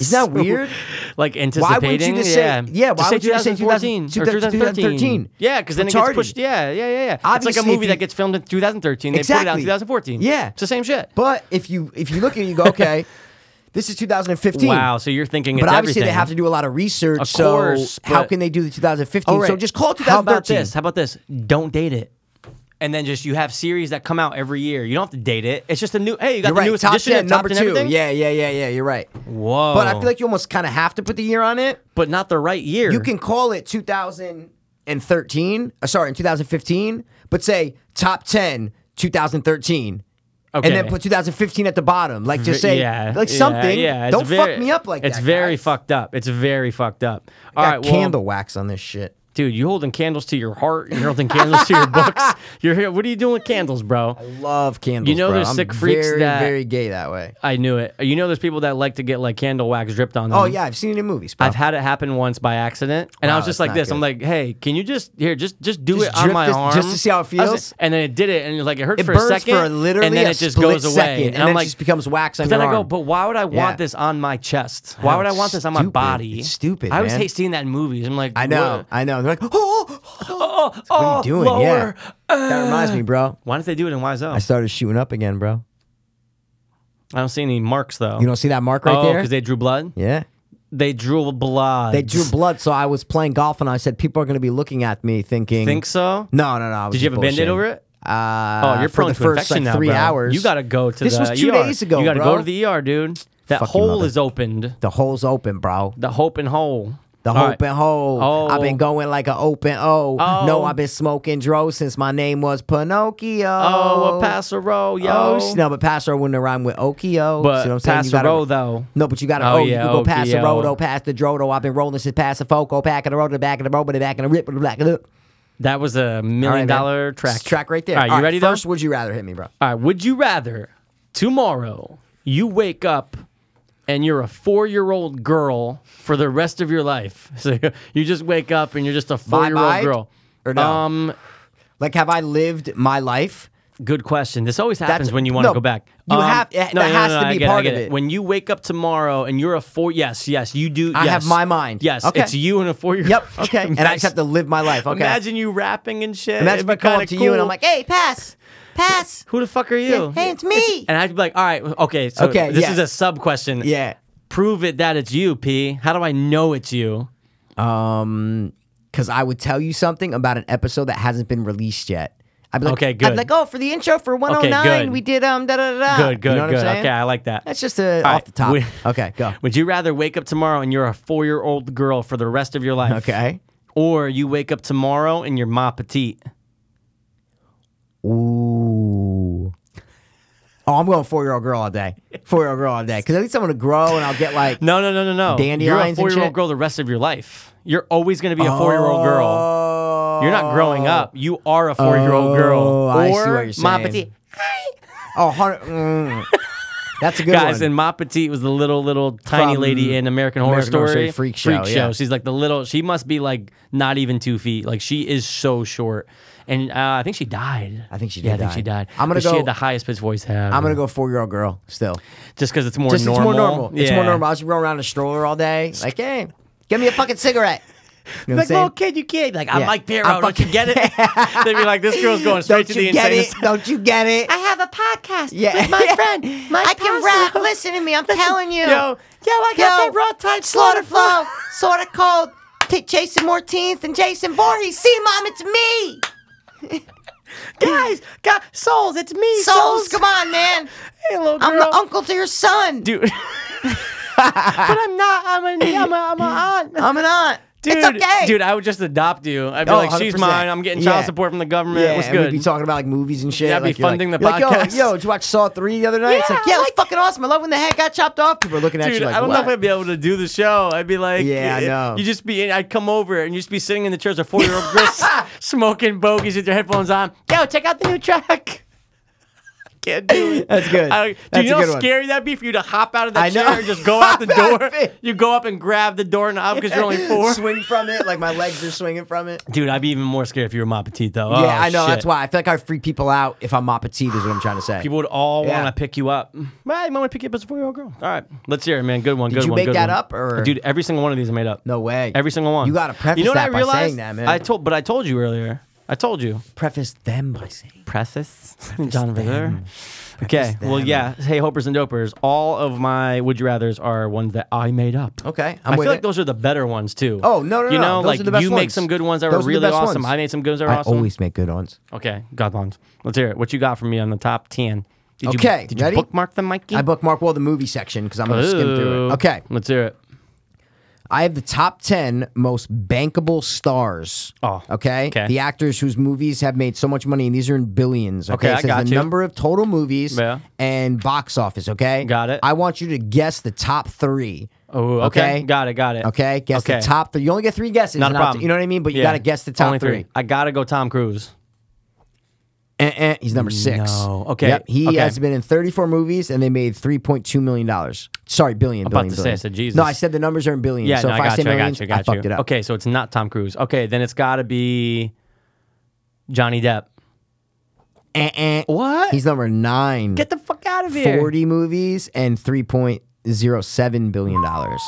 S1: Isn't that weird?
S2: Like anticipating.
S1: Why wouldn't you just say-
S2: yeah.
S1: yeah, why
S2: Just say
S1: would you just say
S2: 2014
S1: 2000
S2: or 2013?
S1: 2013?
S2: Yeah, because then it
S1: Retarded.
S2: gets pushed. Yeah, yeah, yeah, yeah. it's
S1: Obviously,
S2: like a
S1: if
S2: movie
S1: you-
S2: that gets filmed in 2013. They put it out in
S1: Exactly.
S2: 2014.
S1: Yeah.
S2: It's the same shit.
S1: But if you if you look at it, you go, okay, this is 2015.
S2: Wow, so you're thinking
S1: But
S2: it's
S1: obviously they
S2: everything.
S1: have to do a lot of research.
S2: Of
S1: so
S2: course,
S1: how
S2: but-
S1: can they do the 2015?
S2: All right.
S1: So just call it
S2: How about
S1: 2013.
S2: this? How about this? Don't date it. And then just you have series that come out every year. You don't have to date it. It's just a new. Hey, you got
S1: You're
S2: the
S1: right.
S2: newest
S1: top
S2: edition,
S1: 10,
S2: of top
S1: number
S2: 10
S1: two.
S2: everything?
S1: Yeah, yeah, yeah, yeah. You're right.
S2: Whoa.
S1: But I feel like you almost kind of have to put the year on it.
S2: but not the right year.
S1: You can call it 2013, uh, sorry, in 2015, but say top 10 2013.
S2: okay.
S1: And then put 2015 at the bottom. Like just say
S2: yeah,
S1: like
S2: yeah,
S1: something.
S2: Yeah, it's
S1: Don't
S2: very-
S1: fuck me up like
S2: it's
S1: that.
S2: very
S1: guys.
S2: fucked up. It's very fucked up. All
S1: Got
S2: right, well,
S1: candle wax on this shit.
S2: dude, you holding candles to your heart. You're holding candles to your books. You're here. What are you doing with candles, bro?
S1: Love candles.
S2: You know
S1: bro.
S2: there's
S1: I'm
S2: sick freaks
S1: very,
S2: that-
S1: very gay that way.
S2: I knew it. You know, there's people that like to get like candle wax dripped on them.
S1: Oh yeah, I've seen it in movies. Bro.
S2: I've had it happen once by accident, and I
S1: Wow,
S2: was just
S1: that's
S2: like
S1: not
S2: this. I'm
S1: good.
S2: like, "Hey, can you just here, just just do
S1: Just
S2: it on
S1: drip
S2: my
S1: this-
S2: arm,
S1: just to see how it
S2: I was-
S1: feels?
S2: And then it did it, and it, like it hurt
S1: it
S2: for
S1: burns
S2: a second,
S1: for literally
S2: and then
S1: a
S2: it just
S1: split
S2: goes away,
S1: second, and,
S2: I'm
S1: then
S2: like,
S1: it just becomes wax on
S2: But then
S1: your
S2: I go,
S1: arm.
S2: but why would I want
S1: Yeah.
S2: this on my chest? Why would I want this on my
S1: Stupid.
S2: body?
S1: It's stupid,
S2: I always
S1: man.
S2: hate seeing that in movies. I'm like,
S1: I know, I know. They're like, oh,
S2: Oh, oh,
S1: what are you doing?
S2: Lower. Uh."
S1: Yeah, that reminds me, bro.
S2: Why did they do it in YSL?
S1: I started shooting up again, bro.
S2: I don't see any marks though.
S1: You don't see that mark right
S2: oh,
S1: there?
S2: because they drew blood.
S1: yeah.
S2: They drew blood.
S1: They drew blood, so I was playing golf, and I said people are going to be looking at me thinking.
S2: Think so?
S1: No, no, no. I was
S2: Did you
S1: just
S2: have a band-aid
S1: bullshitting.
S2: over it?
S1: Uh,
S2: oh, you're
S1: for
S2: prone
S1: the
S2: to
S1: first,
S2: infection
S1: like,
S2: now,
S1: three
S2: bro.
S1: hours.
S2: You gotta go to
S1: This
S2: the.
S1: was two
S2: ER.
S1: days ago,
S2: You gotta
S1: bro.
S2: go to the ER, dude.
S1: Fuck
S2: That
S1: your
S2: hole
S1: mother.
S2: is opened.
S1: The hole's open, bro.
S2: The hope and hole.
S1: The
S2: All
S1: open
S2: right.
S1: hole.
S2: Oh.
S1: I've been going like an open O.
S2: Oh.
S1: No, I've been smoking dro since my name was Pinocchio.
S2: Oh, a Passero, yo.
S1: Oh, sh- no, but Passero wouldn't have rhymed with Okio.
S2: But
S1: See what I'm saying? You gotta-
S2: Passero though.
S1: No, but you got to
S2: Oh,
S1: oh, you
S2: yeah,
S1: can go past the
S2: Okio.
S1: rodo, past the drodo. I've been rolling since past the foco, back of the road, to the back of the road, to the back of the rip, to the back of the.
S2: That was a
S1: All right, man.
S2: million dollar track.
S1: It's track right there.
S2: All right, you ready though?
S1: First, would you rather hit me, bro?
S2: All right, would you rather tomorrow you wake up and you're a four year old girl for the rest of your life? So you just wake up and you're just a four year
S1: Bye-bye?
S2: old girl.
S1: Or no?
S2: Um,
S1: Like, have I lived my life?
S2: Good question. This always happens when you want to
S1: no,
S2: go back. Um,
S1: you have- it- that has to
S2: I
S1: be
S2: get I
S1: part
S2: get
S1: of it.
S2: When you wake up tomorrow and you're a four, yes, yes, you do.
S1: I have
S2: yes.
S1: my mind.
S2: Yes,
S1: Okay.
S2: it's you and a four year.
S1: Yep. Okay. and I just have to live my life. Okay.
S2: Imagine you rapping and shit.
S1: Imagine
S2: It'd
S1: if
S2: be
S1: I come
S2: kinda
S1: up to you and
S2: cool.
S1: I'm like, hey, pass, pass.
S2: who the fuck are you?
S1: hey, it's me.
S2: and I'd be like, all right, okay, so
S1: Okay,
S2: this
S1: yeah.
S2: is a sub question.
S1: yeah.
S2: prove it that it's you, P. How do I know it's you?
S1: Um, because I would tell you something about an episode that hasn't been released yet. I'd be like,
S2: Okay,
S1: I'd
S2: good.
S1: be like, oh, for the intro for 109,
S2: good.
S1: we did um da da da. da."
S2: Good, good,
S1: you know what
S2: good.
S1: I'm saying?
S2: Okay, I like that.
S1: That's just a, off
S2: All right,
S1: the top.
S2: we-
S1: okay, go.
S2: Would you rather wake up tomorrow and you're a four year old girl for the rest of your life?
S1: Okay.
S2: Or you wake up tomorrow and you're ma petite.
S1: Ooh. Oh, I'm going four year old girl all day. Four year old girl all day. Because at least I'm going to grow and I'll get like.
S2: No, no, no, no, no. You're a
S1: Dandelions and
S2: four year old
S1: shit?
S2: girl the rest of your life. You're always going to be a four year old girl.
S1: Oh.
S2: You're not growing up. You are a four year old girl.
S1: Oh,
S2: or
S1: I see what you're
S2: ma
S1: saying.
S2: petite.
S1: Oh, hundred- mm. That's a good
S2: Guys,
S1: one.
S2: and Ma Petite was the little, little tiny
S1: From
S2: lady in American Horror
S1: American Horror
S2: Story.
S1: Story Freak Show, yeah.
S2: She's like the little. She must be like not even two feet. Like she is so short, and uh, I think she died.
S1: I think she
S2: Yeah, I
S1: did
S2: think
S1: die.
S2: she died.
S1: I'm gonna
S2: But She
S1: go-
S2: had the highest pitched voice. Ever.
S1: I'm going to go four year old girl still.
S2: just because it's more
S1: Just
S2: normal.
S1: it's more normal. It's more
S2: Yeah.
S1: normal. I just roll around in a stroller all day. Like, hey, give me a fucking cigarette. You know what
S2: Like little
S1: I'm saying?
S2: kid, you can't. Like I'm
S1: Yeah.
S2: Mike Perro.
S1: I'm
S2: don't you
S1: fucking-
S2: get it? They'd be like, "This girl's going straight
S1: Don't
S2: to
S1: you
S2: the
S1: get
S2: insane."
S1: it? Don't you get it?
S2: I have a podcast
S1: Yeah.
S2: with my friend. Mike
S1: I can rap.
S2: Passo.
S1: Listen to me. I'm telling you.
S2: Yo, yo, I got that raw type slaughter flow.
S1: sort of cold. T- Jason more teens than Jason Voorhees. See, mom, it's me.
S2: Guys, got souls. It's me,
S1: Souls, come on, man.
S2: Hey, little girl.
S1: I'm the uncle to your son.
S2: dude. but I'm not. I'm a. I'm a. I'm a aunt.
S1: I'm an aunt.
S2: Dude,
S1: it's okay.
S2: dude, I would just adopt you. I'd be
S1: Oh,
S2: like, she's
S1: 100%.
S2: mine. I'm getting
S1: Yeah.
S2: child support from the government.
S1: yeah,
S2: What's
S1: and we'd
S2: good?
S1: be talking about like movies and shit.
S2: Yeah, I'd be
S1: like, you're
S2: funding
S1: like,
S2: the
S1: you're like,
S2: podcast.
S1: yo, yo, did you watch Saw three the other night? it's
S2: Yeah,
S1: like, yeah, it was
S2: like-
S1: fucking awesome. I love when the head got chopped off. People are looking at
S2: Dude,
S1: you like,
S2: I don't know
S1: what?
S2: if I'd be able to do the show. I'd be like,
S1: Yeah, I
S2: eh,
S1: know.
S2: You just be, in, I'd come over and you just be sitting in the chair as a four year old girl s- smoking bogeys with your headphones on. Yo, check out the new track. can't do it.
S1: That's good.
S2: I, do
S1: That's
S2: you
S1: a
S2: know
S1: good
S2: how
S1: one.
S2: scary that'd be for you to hop out of
S1: I
S2: that
S1: know.
S2: chair and just go out the
S1: Hop out
S2: door?
S1: of it.
S2: You go up and grab the doorknob because you're only four.
S1: Swing from it, like my legs are swinging from it.
S2: Dude, I'd be even more scared if you were Ma Petite, though.
S1: yeah,
S2: Oh,
S1: I know.
S2: shit.
S1: That's why I feel like I freak people out if I'm mop petite, is what I'm trying to say.
S2: People would all
S1: Yeah.
S2: want to pick you up. Well, you might want to pick you up as a four year old girl. All right, let's hear it, man. Good one. Did good
S1: you
S2: one.
S1: make
S2: good
S1: that
S2: one.
S1: up, or-
S2: dude? Every single one of these I made up.
S1: No way.
S2: Every single one.
S1: You gotta preface
S2: you know what
S1: that
S2: I
S1: by
S2: realized?
S1: saying that, man.
S2: I told, but I told you earlier. I told you.
S1: preface them by saying
S2: Preface. John Ritter. Okay.
S1: Preface
S2: Well,
S1: them.
S2: yeah. Hey, hopers and dopers. All of my would you rather's are ones that I made up.
S1: Okay,
S2: i
S1: I'm with
S2: feel like
S1: it.
S2: those are the better ones too.
S1: Oh, no, no, no,
S2: You know,
S1: those
S2: like
S1: are the best
S2: you make
S1: ones.
S2: some good ones that
S1: Those are
S2: were
S1: the
S2: really
S1: best
S2: awesome.
S1: ones.
S2: I made some good ones that were
S1: I
S2: awesome.
S1: always make good ones.
S2: Okay, God ones. Let's hear it. What you got for me on the top ten? Did
S1: Okay,
S2: you, did you
S1: ready?
S2: bookmark them, Mikey?
S1: I bookmark well the movie section because I'm gonna skim through
S2: Ooh.
S1: it. Okay,
S2: let's hear it.
S1: I have the top ten most bankable stars.
S2: Oh,
S1: okay.
S2: okay.
S1: The actors whose movies have made so much money, and these are in billions. Okay,
S2: Okay,
S1: It
S2: I
S1: says
S2: got
S1: the
S2: you.
S1: number of total movies
S2: Yeah.
S1: and box office. Okay,
S2: Got it.
S1: I want you to guess the top three.
S2: Oh, okay. Got it. Got it.
S1: Okay, guess the
S2: Okay.
S1: top three. You only get three guesses.
S2: Not a
S1: and I'll-
S2: problem.
S1: You know what I mean? But you
S2: Yeah.
S1: gotta guess the top
S2: Only
S1: three.
S2: I gotta go. Tom Cruise.
S1: Eh, eh, he's number six.
S2: No. Okay.
S1: Yep. He
S2: Okay.
S1: has been in 34 movies and they made 3.2 million dollars. Sorry, billion.
S2: about
S1: billion,
S2: to say,
S1: billion.
S2: I said Jesus.
S1: No, I said the numbers are in billions.
S2: Yeah.
S1: so
S2: no,
S1: if
S2: I
S1: I,
S2: got
S1: say
S2: you. I got
S1: millions,
S2: you. I got you.
S1: fucked it up.
S2: Okay, so it's not Tom Cruise. Okay, then it's gotta be Johnny Depp.
S1: Eh, eh.
S2: What?
S1: He's number nine.
S2: Get the fuck out of here.
S1: 40 movies and 3.07 billion dollars.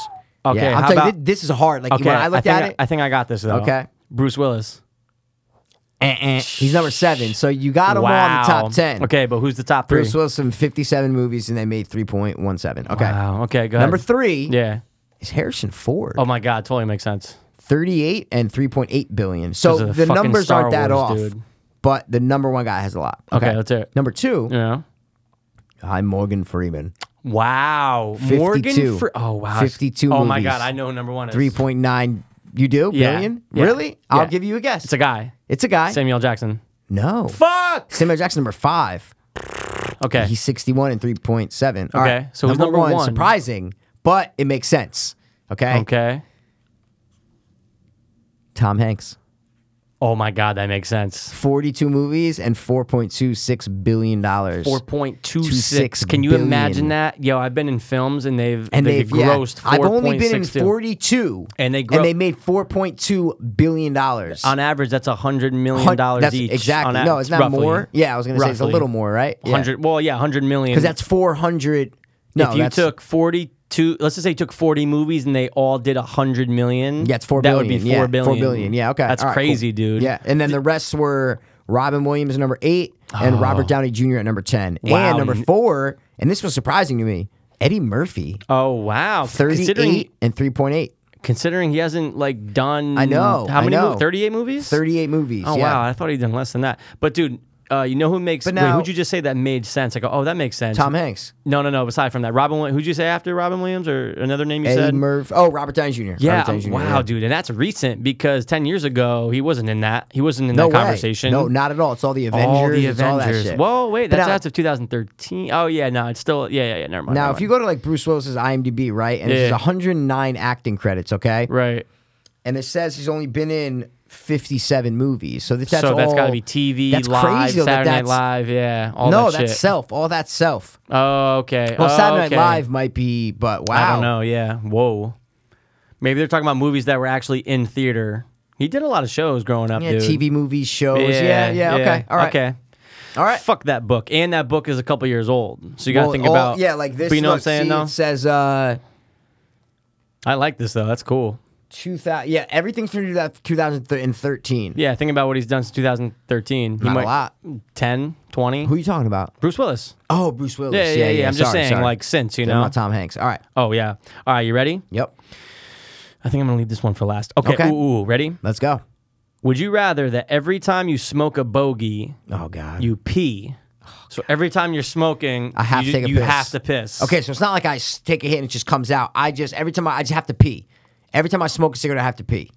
S2: Okay,
S1: Yeah,
S2: how
S1: I'm telling you,
S2: about-
S1: thi- this is hard. Like
S2: Okay.
S1: when I looked
S2: think
S1: at
S2: I-
S1: it, uh,
S2: I think I got this though.
S1: Okay.
S2: Bruce Willis.
S1: eh, eh. he's number seven. So you got him all in the top 10.
S2: Okay, but who's the top three?
S1: Bruce Willis in 57 movies and they made 3.17. Okay.
S2: Wow. Okay. Go ahead.
S1: Number three
S2: Yeah.
S1: is Harrison Ford.
S2: Oh my God. Totally makes sense.
S1: 38 and 3.8 billion. So
S2: Those are the
S1: the
S2: fucking
S1: numbers
S2: Star
S1: aren't that
S2: Wars,
S1: off.
S2: dude.
S1: But the number one guy has a lot.
S2: Okay, let's hear it.
S1: Number two,
S2: You know.
S1: I'm Morgan Freeman.
S2: Wow.
S1: 52.
S2: Morgan. Fre- oh wow.
S1: 52
S2: Oh my
S1: movies.
S2: God. I know who number one is.
S1: 3.9. You do?
S2: Yeah.
S1: Billion?
S2: Yeah.
S1: Really? I'll
S2: Yeah.
S1: give you a guess.
S2: It's a guy.
S1: It's a guy.
S2: Samuel Jackson.
S1: No.
S2: Fuck.
S1: Samuel Jackson, number five.
S2: Okay.
S1: He's 61 and 3.7. All
S2: Okay,
S1: right.
S2: so who's number one?
S1: Surprising, but it makes sense. Okay.
S2: okay.
S1: Tom Hanks.
S2: Oh my God. That makes sense.
S1: 42 movies and 4.26 billion dollars.
S2: Four point two six.
S1: 26
S2: Can you
S1: billion.
S2: imagine that? Yo, I've been in films and they've
S1: and
S2: they've,
S1: they've,
S2: grossed.
S1: Yeah, I've only been in
S2: 4.62.
S1: 42,
S2: And they gro-
S1: and they made 4.2 billion dollars.
S2: On average, that's a hundred million dollars each.
S1: exactly.
S2: on
S1: no,
S2: a-
S1: it's not
S2: roughly.
S1: more. Yeah, I was gonna say it's a
S2: Roughly.
S1: little more, right?
S2: Hundred. Well, yeah, hundred million.
S1: because that's 400. No,
S2: if you
S1: that's,
S2: took 42 let's just say you took 40 movies and they all did 100 million
S1: yeah, it's four
S2: that
S1: billion.
S2: would be
S1: yeah,
S2: 4 billion
S1: Four billion. Yeah, okay.
S2: that's
S1: All right,
S2: crazy
S1: cool.
S2: dude
S1: Yeah, and then the rest were Robin Williams number eight and Robert Downey Jr. at number ten,
S2: Oh. Wow.
S1: and number four. And this was surprising to me. Eddie Murphy,
S2: oh wow
S1: 38
S2: considering
S1: and 3.8,
S2: considering he hasn't like done
S1: I know,
S2: how
S1: I
S2: many
S1: know.
S2: movies? 38 movies
S1: 38 movies.
S2: oh
S1: yeah.
S2: wow i thought he'd done less than that but dude uh, you know who makes
S1: But
S2: wait,
S1: now-
S2: who'd you just say that made sense i go oh that makes sense
S1: Tom Hanks.
S2: no no no aside from that robin Williams- who'd you say after robin williams or another name you
S1: Eddie
S2: said
S1: Murphy. Oh, Robert Downey Jr.
S2: yeah,
S1: Robert Downey Jr.,
S2: wow,
S1: yeah.
S2: dude, and that's recent because ten years ago he wasn't in that. He wasn't in
S1: No
S2: that
S1: way.
S2: conversation.
S1: No, not at all. It's all the Avengers.
S2: all the
S1: it's all that
S2: Avengers.
S1: shit.
S2: Whoa, wait,
S1: But
S2: that's
S1: now,
S2: as of 2013. Oh yeah, no, it's still yeah, yeah, yeah. Never mind.
S1: now,
S2: never
S1: if you go to like Bruce Willis's IMDb, right, and
S2: Yeah.
S1: there's 109 acting credits, okay,
S2: mind. right,
S1: and it says he's only been in 57 movies. So this, that's
S2: so that's
S1: all-
S2: got to be TV,
S1: that's
S2: live,
S1: crazy though, that
S2: Saturday Night
S1: that's-
S2: Live, yeah, all
S1: no,
S2: that
S1: that's
S2: shit.
S1: self. All that's self.
S2: oh, okay.
S1: Well,
S2: oh,
S1: Saturday
S2: okay.
S1: Night Live might be, but wow,
S2: I don't know. Yeah, whoa. Maybe they're talking about movies that were actually in theater. He did a lot of shows growing up,
S1: Yeah,
S2: dude.
S1: TV movies, shows. Yeah, yeah. Okay. All right.
S2: Okay.
S1: All right.
S2: Fuck that book, and that book is a couple years old, so you gotta
S1: Well,
S2: think
S1: all-
S2: about.
S1: yeah, like this.
S2: But you know
S1: look,
S2: what I'm saying,
S1: see,
S2: though.
S1: It says uh,
S2: I like this though. That's cool.
S1: 2000. Yeah, everything's from 2013.
S2: Yeah, think about what he's done since 2013. He
S1: Not a lot.
S2: 10, 20.
S1: Who are you talking about?
S2: Bruce Willis.
S1: Oh, Bruce Willis.
S2: Yeah, yeah, yeah. I'm just
S1: Sorry,
S2: saying,
S1: sorry.
S2: like, since, you
S1: Talking
S2: know?
S1: about Tom Hanks. All right.
S2: Oh, yeah. All right, you ready?
S1: Yep.
S2: I think I'm going to leave this one for last. Okay.
S1: Okay.
S2: Ooh, ooh, ready?
S1: Let's go.
S2: Would you rather that every time you smoke a bogey,
S1: Oh God.
S2: you pee? So every time you're smoking,
S1: I have
S2: you,
S1: to take a
S2: you
S1: piss.
S2: have to piss.
S1: okay, so it's not like I s- take a hit and it just comes out. I just every time I, I just have to pee. Every time I smoke a cigarette, I have to pee.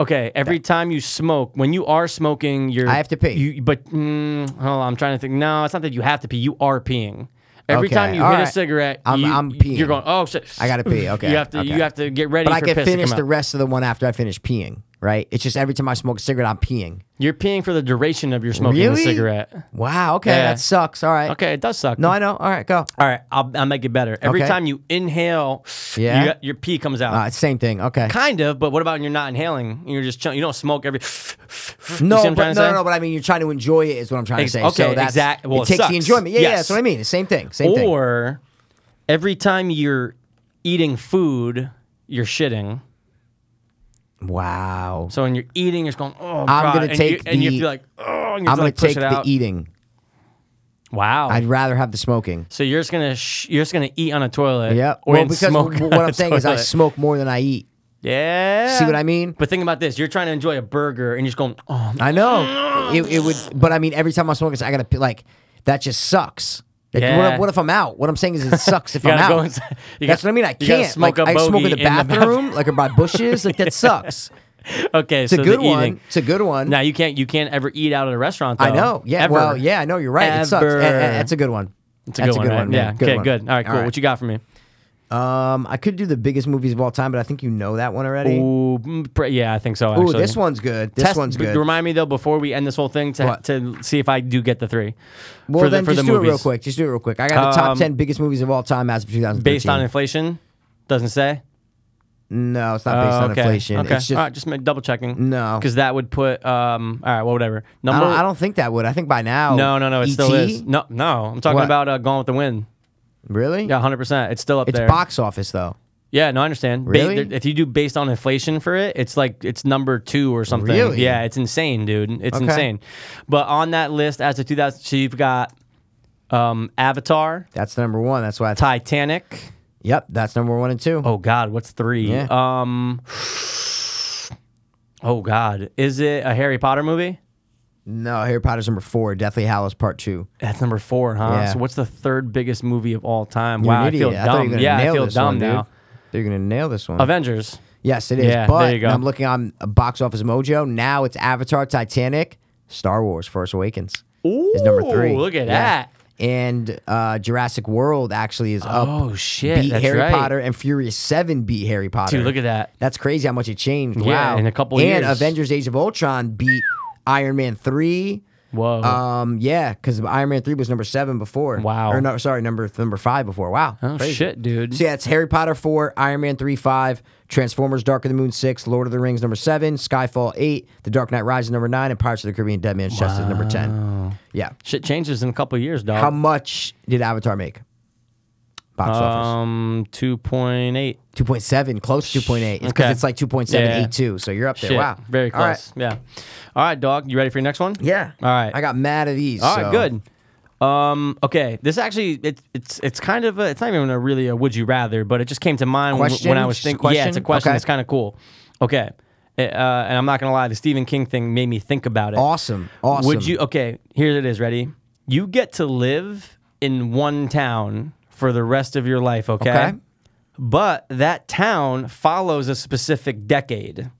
S2: Okay. Every time you smoke, when you are smoking, you're.
S1: I have to pee.
S2: You, but mm, oh, I'm trying to think. No, it's not that you have to pee. You are peeing. Every
S1: Okay,
S2: time you
S1: all
S2: hit a
S1: right.
S2: cigarette,
S1: I'm-
S2: you,
S1: I'm
S2: You're
S1: peeing.
S2: going. Oh shit!
S1: I gotta pee. Okay.
S2: You have to.
S1: okay.
S2: You have to get ready.
S1: But I
S2: for
S1: can
S2: piss to
S1: finish
S2: come
S1: the
S2: out.
S1: rest of the one after I finish peeing. right? It's just every time I smoke a cigarette, I'm peeing.
S2: You're peeing for the duration of your smoking the
S1: Really?
S2: cigarette.
S1: Wow. Okay,
S2: Yeah.
S1: that sucks. All right.
S2: Okay, it does suck.
S1: No, I know. All right, go.
S2: All right, I'll, I'll make it better. Every
S1: Okay.
S2: time you inhale,
S1: Yeah.
S2: you got- your pee comes out.
S1: Uh, same thing. Okay.
S2: kind of, but what about when you're not inhaling? You're just chilling. You don't smoke every.
S1: No,
S2: you see what I'm
S1: but,
S2: trying to
S1: no,
S2: say?
S1: no, no, but I mean, you're trying to enjoy it, is what I'm trying
S2: Ex-
S1: to say.
S2: okay,
S1: so that's,
S2: exact-
S1: it
S2: well, it
S1: takes the
S2: sucks.
S1: enjoyment. Yeah, yeah,
S2: Yes.
S1: that's what I mean. The same thing. Same thing.
S2: Or every time you're eating food, you're shitting.
S1: Wow.
S2: So when you're eating, you're just going, oh, God.
S1: gonna
S2: and you,
S1: take
S2: and you
S1: the-
S2: feel like, oh, and you
S1: I'm
S2: have to,
S1: gonna
S2: like, push
S1: take
S2: it
S1: the
S2: out.
S1: eating.
S2: Wow.
S1: I'd rather have the smoking.
S2: so you're just gonna sh- you're just gonna eat on a toilet.
S1: Yeah.
S2: Or
S1: well,
S2: in
S1: because
S2: smoke
S1: w-
S2: on
S1: what
S2: a
S1: I'm saying is I
S2: toilet.
S1: smoke more than I eat.
S2: Yeah.
S1: See what I mean?
S2: But think about this: you're trying to enjoy a burger, and you're just going, oh,
S1: I know. It, it would, but I mean, every time I smoke, it's- I gotta p- like that. Just sucks. Like,
S2: Yeah.
S1: what, if- what if I'm out? What I'm saying is, it sucks if
S2: You
S1: I'm
S2: gotta
S1: out.
S2: go inside- you
S1: That's
S2: gotta-
S1: what I mean. I
S2: you gotta
S1: can't.
S2: smoke
S1: like,
S2: a
S1: I smoke in
S2: bogey
S1: the
S2: in the
S1: bathroom, like or by bushes. Like that sucks.
S2: okay,
S1: It's
S2: so
S1: a good
S2: the eating.
S1: one. It's a good one.
S2: Now you can't you can't ever eat out at a restaurant. Though,
S1: I know. Yeah.
S2: Ever.
S1: Well, yeah, I know. You're right. It sucks. A-
S2: Ever.
S1: a- that's a good one.
S2: It's a good one. right?
S1: man.
S2: yeah. okay.
S1: one.
S2: Good. All right. Cool.
S1: All
S2: What you got for me?
S1: Um, I could do the biggest movies of all time, but I think you know that one already. Ooh,
S2: Ooh, mm, pr- yeah, I think so. Actually.
S1: this one's good. This
S2: Test-
S1: one's
S2: b-
S1: good.
S2: Remind me though before we end this whole thing to
S1: What?
S2: to see if I do get the three.
S1: well,
S2: for the,
S1: then
S2: for
S1: just
S2: the
S1: do it real
S2: movies.
S1: quick. Just do it real quick. I got the top
S2: Um,
S1: ten biggest movies of all time as of 2013.
S2: Based on inflation, doesn't say.
S1: No, it's not based
S2: Oh,
S1: on
S2: okay.
S1: inflation.
S2: Okay.
S1: It's just.
S2: all right, just make double checking.
S1: No.
S2: because that would put. Um. All right. Well, whatever.
S1: I
S2: Number.
S1: don't, I don't think that would. I think by now. E
S2: no, no, no. It
S1: E.T.?
S2: still is. No, no. I'm talking
S1: What?
S2: about uh, Gone with the Wind.
S1: Really?
S2: Yeah, 100. percent It's still up
S1: It's
S2: there.
S1: box office though.
S2: Yeah, no, I understand. Ba-
S1: Really?
S2: if you do based on inflation for it, it's like it's number two or something.
S1: Really?
S2: Yeah, it's insane, dude. It's
S1: Okay.
S2: insane. But on that list, as of 2000, so you've got um, Avatar,
S1: That's number one. That's why. I
S2: Titanic.
S1: yep. That's number one and two.
S2: Oh God, what's three?
S1: Yeah.
S2: Um, oh God, is it a Harry Potter movie?
S1: No, Harry Potter's number four. Deathly Hallows Part Two.
S2: That's number four, huh?
S1: Yeah.
S2: So what's the third biggest movie of all time?
S1: You're
S2: wow,
S1: an
S2: I feel
S1: idiot. I thought you were
S2: dumb.
S1: gonna
S2: yeah, I
S1: nail
S2: feel
S1: this
S2: dumb
S1: one, dude.
S2: now.
S1: They're gonna nail this one.
S2: Avengers.
S1: Yes, it is.
S2: Yeah, there
S1: but
S2: you go.
S1: I'm looking on a box office mojo. Now it's Avatar, Titanic, Star Wars, Force Awakens
S2: Ooh,
S1: is number three.
S2: Look
S1: Yeah.
S2: at that.
S1: And uh, Jurassic World actually is up.
S2: Oh, shit,
S1: Beat
S2: that's
S1: Harry
S2: right.
S1: Potter and Furious Seven beat Harry Potter.
S2: Dude, look at that.
S1: That's crazy how much it changed.
S2: Yeah,
S1: wow.
S2: in a couple
S1: and
S2: years.
S1: Avengers: Age of Ultron beat Iron Man three.
S2: Whoa.
S1: Um, yeah, because Iron Man three was number seven before.
S2: Wow.
S1: Or no, sorry, number number five before. Wow.
S2: Oh, shit, dude.
S1: So yeah, it's Harry Potter four, Iron Man three, five, Transformers: Dark of the Moon six, Lord of the Rings number seven, Skyfall eight, The Dark Knight Rises number nine, and Pirates of the Caribbean: Dead Man's Chest is number ten. Yeah.
S2: Shit changes in a couple years, dog.
S1: How much did Avatar make? Box office
S2: um, two point eight.
S1: two point seven, close to two point eight. It's because
S2: okay.
S1: it's like two point seven eight two. So you're up there.
S2: Shit,
S1: Wow.
S2: very
S1: All right.
S2: close. Yeah. All right, dog. You ready for your next one?
S1: Yeah.
S2: All right.
S1: I got mad at these.
S2: All right.
S1: so-
S2: Good. Um. Okay. This actually, it, it's it's kind of a, it's not even a really a would you rather, but it just came to mind when,
S1: Question?
S2: when I was
S1: Just a
S2: thinking. Yeah, it's a
S1: question?
S2: question.
S1: Okay.
S2: It's kind of cool. Okay. Uh, and I'm not gonna lie, the Stephen King thing made me think about it.
S1: Awesome. Awesome.
S2: Would you? Okay, here it is. Ready? You get to live in one town for the rest of your life. Okay.
S1: Okay.
S2: But that town follows a specific decade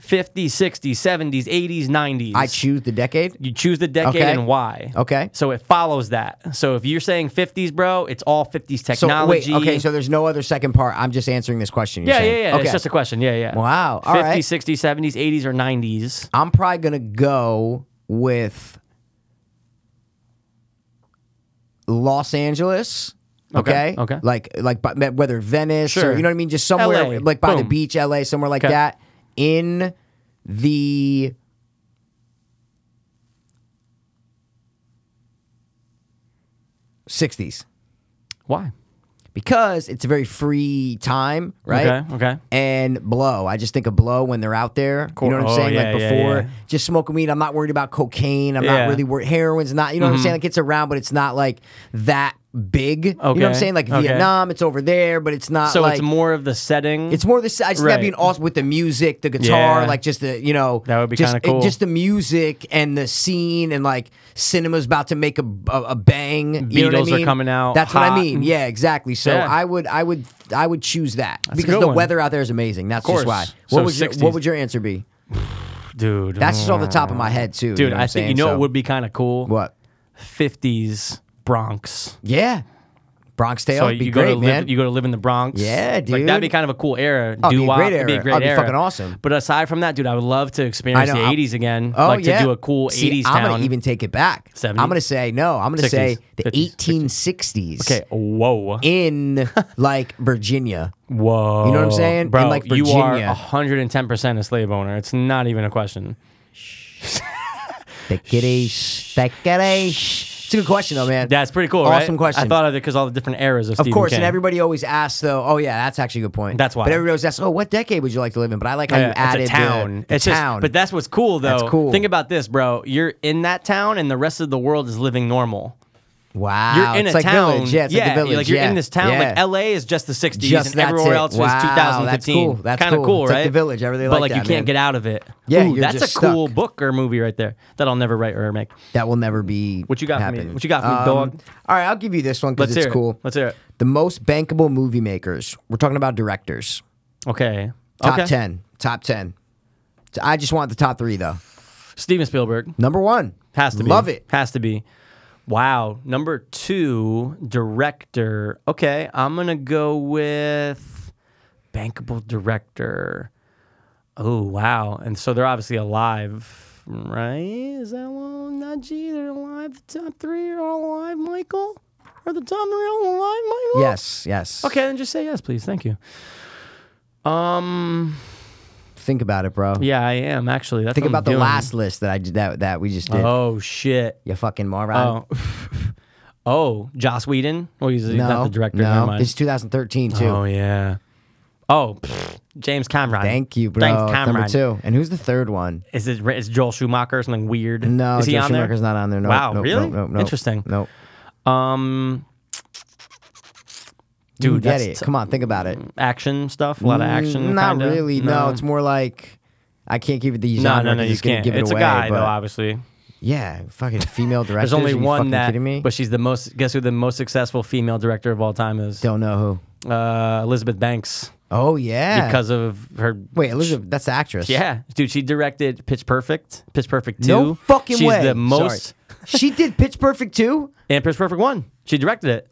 S2: 50s, 60s, 70s, 80s, 90s.
S1: I choose the decade.
S2: You choose the decade
S1: Okay.
S2: and why.
S1: Okay.
S2: So it follows that. So if you're saying 50s, bro, it's all 50s
S1: So
S2: technology.
S1: wait, okay. So there's no other second part. I'm just answering this question. you're
S2: yeah,
S1: saying.
S2: yeah, yeah.
S1: Okay.
S2: It's just a question. Yeah, yeah.
S1: Wow, all
S2: 50s,
S1: right.
S2: 60s, 70s, 80s, or 90s.
S1: I'm probably gonna go with Los Angeles. Okay.
S2: Okay, okay.
S1: Like like by, whether Venice or
S2: Sure.
S1: you know what I mean, just somewhere
S2: LA,
S1: like by the
S2: boom.
S1: beach, LA, somewhere like
S2: Okay.
S1: that. In the sixties.
S2: Why?
S1: Because it's a very free time, right?
S2: Okay, okay.
S1: and blow. I just think of blow when they're out there. You know what I'm
S2: Oh,
S1: saying?
S2: yeah,
S1: like
S2: yeah,
S1: before,
S2: yeah.
S1: just smoking weed. I'm not worried about cocaine. I'm
S2: Yeah. Mm-hmm.
S1: not really worried. Heroin's not. You know what I'm saying? Like it's around, but it's not like that big. You know what I'm
S2: Okay,
S1: saying? Like
S2: okay.
S1: Vietnam, it's over there, but it's not.
S2: So
S1: like,
S2: it's more of the setting.
S1: It's more this. I just
S2: Right.
S1: that being awesome with the music, the guitar,
S2: Yeah.
S1: like just the you know
S2: That would be
S1: just
S2: kinda
S1: it-
S2: cool.
S1: Just the music and the scene and like cinema's about to make a a, a bang. you know what I
S2: Beatles are
S1: mean?
S2: coming out
S1: That's what
S2: hot.
S1: I mean. Yeah, exactly. So
S2: Yeah.
S1: I would I would I would choose that because
S2: good
S1: the
S2: one.
S1: weather out there is amazing. That's
S2: course.
S1: just why.
S2: So
S1: What would your,
S2: 60s.
S1: what would your answer be?
S2: dude.
S1: That's just off the top of my head too.
S2: Dude,
S1: you know what
S2: I
S1: I'm
S2: think
S1: saying?
S2: you know
S1: So-
S2: it would be kind of cool.
S1: what?
S2: 50s Bronx.
S1: Yeah. Bronx Tale.
S2: So
S1: be
S2: you go
S1: great,
S2: to
S1: man.
S2: live, you go to live in the Bronx.
S1: Yeah,
S2: Like,
S1: dude.
S2: that'd be kind of a cool era.
S1: Oh, it'd be a
S2: Do
S1: great
S2: It'd be a
S1: era.
S2: great
S1: Oh, it'd be
S2: era.
S1: fucking awesome.
S2: But aside from that, dude, I would love to experience the
S1: I-
S2: '80s again.
S1: Oh,
S2: like
S1: yeah.
S2: to do a cool
S1: See,
S2: '80s
S1: I'm
S2: town.
S1: gonna even take it back.
S2: 70s?
S1: I'm gonna say no. I'm gonna
S2: 60s,
S1: say the
S2: 50s,
S1: 1860s.
S2: okay. Whoa.
S1: In like Virginia.
S2: Whoa.
S1: know what I'm saying?
S2: Bro,
S1: In, like,
S2: you are
S1: Virginia.
S2: 110% a slave owner. It's not even a question.
S1: The kiddies. The kiddies. It's a good question though, man.
S2: That's pretty cool, right?
S1: Awesome question.
S2: I thought of it because all the different eras of
S1: Of
S2: Stephen
S1: course,
S2: King.
S1: and everybody always asks though. Oh yeah, that's actually a good point.
S2: That's why. Oh,
S1: But everybody always asks, oh, what decade would you like to live in? But I like how
S2: Yeah,
S1: you added
S2: it's a town.
S1: The, the
S2: it's
S1: town.
S2: Just, but that's what's cool though.
S1: That's cool.
S2: Think about this, bro. You're in that town, and the rest of the world is living normal.
S1: wow,
S2: You're in
S1: it's
S2: a
S1: like
S2: town.
S1: village. Yeah, it's like the village.
S2: you're in
S1: yeah,
S2: this town.
S1: Yeah.
S2: Like LA is just the 60s,
S1: Just
S2: and
S1: that's
S2: everywhere
S1: it.
S2: else was
S1: Wow,
S2: 2015.
S1: that's cool. That's
S2: kind of
S1: cool.
S2: cool,
S1: It's
S2: right?
S1: like the village. I really
S2: but
S1: like
S2: like you
S1: that,
S2: can't
S1: man.
S2: get out of it.
S1: Yeah,
S2: Ooh,
S1: you're
S2: that's
S1: just
S2: a cool
S1: stuck.
S2: book or movie right there that I'll never write or make.
S1: that will never be.
S2: What you got for me?
S1: happen. Um,
S2: What you got for me, dog?
S1: All right, I'll give you this one
S2: Let's
S1: because it's
S2: hear it.
S1: cool.
S2: Let's hear it.
S1: The most bankable movie makers. We're talking about directors.
S2: Okay.
S1: Top
S2: okay.
S1: ten. Top ten. So I just want the top three though.
S2: Steven Spielberg
S1: Number one
S2: has to be.
S1: Love it.
S2: Has to be. Wow. Number two, director. Okay, I'm gonna go with bankable director. Oh wow! And so they're obviously alive, right? Is that one? Najee, they're alive. The top three are all alive. Michael, are the top three all alive? Michael.
S1: Yes. Yes.
S2: Okay, then just say yes, please. Thank you. Um.
S1: Think about it, bro.
S2: Yeah, I am actually. That's
S1: Think
S2: what I'm
S1: about the
S2: doing.
S1: last list that I did that that we just did.
S2: Oh shit.
S1: You fucking moron.
S2: Oh. oh, Joss Whedon. Well, he's, he's not the director.
S1: No,
S2: Never mind.
S1: it's 2013 too.
S2: Oh yeah. Oh, pfft, James Cameron.
S1: Thank you, bro.
S2: James
S1: It's
S2: Cameron.
S1: Number two. And who's the third one?
S2: Is it is Joel Schumacher or something weird?
S1: No,
S2: is he
S1: Joe
S2: on
S1: Schumacher's
S2: there?
S1: not on there. No,
S2: Wow,
S1: no,
S2: really?
S1: No, no, no,
S2: Interesting.
S1: No,
S2: Um,
S1: dude,
S2: dude,
S1: get
S2: that's
S1: it.
S2: t-
S1: Come on, think about it.
S2: action stuff. A lot of action.
S1: Mm, Not
S2: kinda?
S1: really. No. it's more like I can't give it the
S2: No,
S1: genre.
S2: no, no,
S1: 'cause
S2: you
S1: it's gonna
S2: can't.
S1: Give it
S2: it's
S1: away,
S2: a guy,
S1: but-
S2: though, obviously.
S1: Yeah, fucking female director.
S2: There's only
S1: Are you
S2: one
S1: fucking
S2: that,
S1: Kidding me?
S2: but she's the most. Guess who the most successful female director of all time is?
S1: Don't know who.
S2: Uh, Elizabeth Banks,
S1: Oh yeah.
S2: because of her
S1: wait, Elizabeth, that's the actress.
S2: Yeah, dude, she directed Pitch Perfect, Pitch Perfect Two.
S1: No fucking
S2: She's
S1: way. Sorry.
S2: the most
S1: she did Pitch Perfect too.
S2: and Pitch Perfect One. She directed it.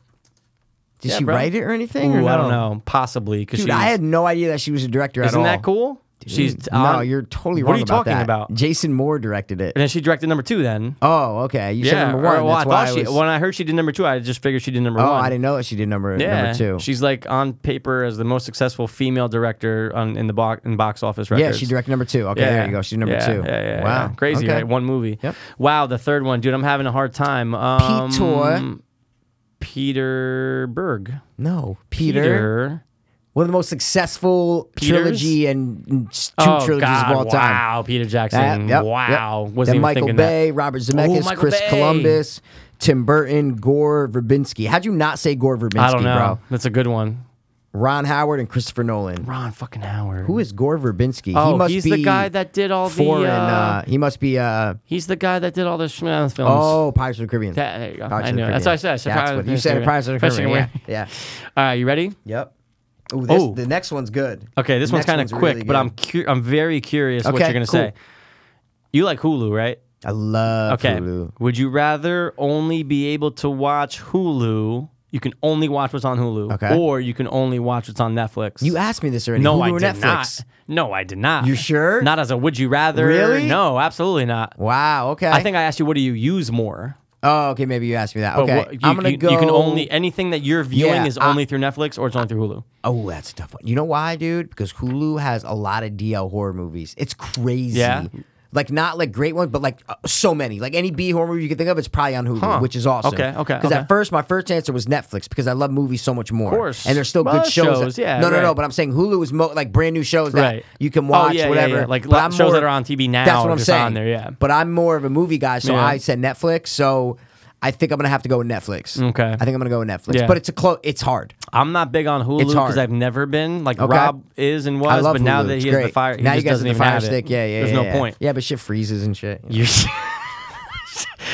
S1: Did
S2: Yeah,
S1: she
S2: bro.
S1: write it or anything? or
S2: Ooh,
S1: no?
S2: I don't know, possibly because
S1: Dude, I had no idea that she was a director at
S2: Isn't
S1: all. Mm,
S2: that cool? She's
S1: no,
S2: on-
S1: you're totally
S2: What
S1: wrong
S2: are you
S1: about
S2: talking
S1: that.
S2: about? And
S1: Jason Moore directed it.
S2: then she directed number two. Then
S1: Oh, okay. You said
S2: yeah,
S1: number
S2: or-
S1: one.
S2: well, I
S1: That's
S2: thought
S1: why
S2: she
S1: I was,
S2: when I heard she did number two, I just figured she did number
S1: Oh,
S2: one.
S1: I didn't know that she did number
S2: Yeah,
S1: number two.
S2: she's like on paper as the most successful female director on in the box in box office records.
S1: yeah, she directed number two. Okay, there you go. She's number
S2: yeah,
S1: two.
S2: Yeah, yeah,
S1: wow,
S2: yeah. crazy,
S1: Okay.
S2: right? One movie.
S1: Yep.
S2: Wow, the third one, dude. I'm having a hard time. Um,
S1: Peter.
S2: Peter Berg.
S1: No, Peter. One of the most successful
S2: Peters?
S1: trilogy and and s- two
S2: Oh,
S1: trilogies
S2: God,
S1: of all time.
S2: Wow, Peter
S1: That-
S2: Jackson.
S1: yep,
S2: wow,
S1: yep.
S2: was
S1: Then
S2: even
S1: Michael
S2: thinking
S1: Bay, Robert
S2: Ooh,
S1: Zemeckis,
S2: Michael
S1: Chris
S2: Bay.
S1: Columbus, Tim Burton, Gore Verbinski. How'd you not say Gore Verbinski,
S2: that. I don't know.
S1: bro?
S2: That's a good one.
S1: Ron Howard and Christopher Nolan.
S2: Ron fucking Howard.
S1: Who is Gore Verbinski?
S2: Oh,
S1: he must
S2: he's
S1: be
S2: the guy that did all the,
S1: foreign.
S2: uh,
S1: he must be. Uh,
S2: He's the guy that did all the Schmounds films.
S1: oh, Pirates of the Caribbean.
S2: That- there you go.
S1: Pirates
S2: I
S1: of the
S2: knew it. That's what I said. I
S1: Caribbean. That's what you
S2: said Pirates of the
S1: said.
S2: Caribbean.
S1: Pirates of the
S2: Pirates of the
S1: Caribbean. Yeah.
S2: Caribbean.
S1: yeah.
S2: All right, you ready?
S1: Yep. Ooh, this,
S2: Ooh.
S1: the next one's good.
S2: Oh. Okay, this
S1: The
S2: one's
S1: next
S2: kind of
S1: really
S2: quick, but
S1: good.
S2: I'm cu- I'm very curious what
S1: Okay,
S2: you're gonna
S1: cool.
S2: say. You like Hulu, right?
S1: I love
S2: Okay.
S1: Hulu.
S2: Would you rather only be able to watch Hulu? You can only watch what's on Hulu,
S1: Okay.
S2: or you can only watch what's on Netflix.
S1: You asked me this already.
S2: no,
S1: Hulu
S2: I
S1: or
S2: did
S1: Netflix?
S2: not. No, I did not.
S1: You sure?
S2: Not as a would you rather.
S1: Really?
S2: No, absolutely not.
S1: Wow. Okay.
S2: I think I asked you what do you use more.
S1: Oh, okay. Maybe you asked me that.
S2: But
S1: Okay.
S2: what- you,
S1: I'm gonna
S2: you,
S1: go.
S2: You can only anything that you're viewing
S1: Yeah,
S2: is
S1: I-
S2: only through Netflix or it's only through Hulu.
S1: Oh, that's a tough one. You know why, dude? Because Hulu has a lot of DL horror movies. It's crazy.
S2: Yeah.
S1: Like not like great ones, but like uh, so many. Like any B horror movie you can think of, it's probably on Hulu,
S2: Huh.
S1: which is awesome.
S2: Okay, okay,
S1: Because
S2: okay.
S1: at first my first answer was Netflix because I love movies so much more. Of
S2: course.
S1: And they're still
S2: Well,
S1: good shows.
S2: shows, yeah,
S1: No, no, no.
S2: right.
S1: But I'm saying Hulu is mo- like brand new shows that
S2: Right.
S1: you can
S2: Oh,
S1: watch,
S2: yeah, yeah,
S1: whatever.
S2: yeah. Like,
S1: But
S2: lot-
S1: I'm more-
S2: shows that are on TV now
S1: That's
S2: are
S1: what I'm
S2: just
S1: saying.
S2: on there, yeah.
S1: But I'm more of a movie guy, so
S2: Yeah.
S1: I said Netflix. So I think I'm gonna have to go with Netflix.
S2: Okay.
S1: I think I'm gonna go with Netflix.
S2: Yeah.
S1: But it's a close. It's hard.
S2: I'm not big on Hulu
S1: It's hard.
S2: because I've never been. Like
S1: Okay.
S2: Rob is and was,
S1: I love
S2: but now
S1: Hulu.
S2: that he
S1: It's
S2: has
S1: great.
S2: the fire, he
S1: now
S2: just
S1: you guys
S2: doesn't
S1: have the
S2: even
S1: fire
S2: have
S1: stick.
S2: it.
S1: Yeah, yeah.
S2: There's
S1: yeah,
S2: no
S1: yeah.
S2: point.
S1: Yeah, but shit freezes and shit.
S2: You she,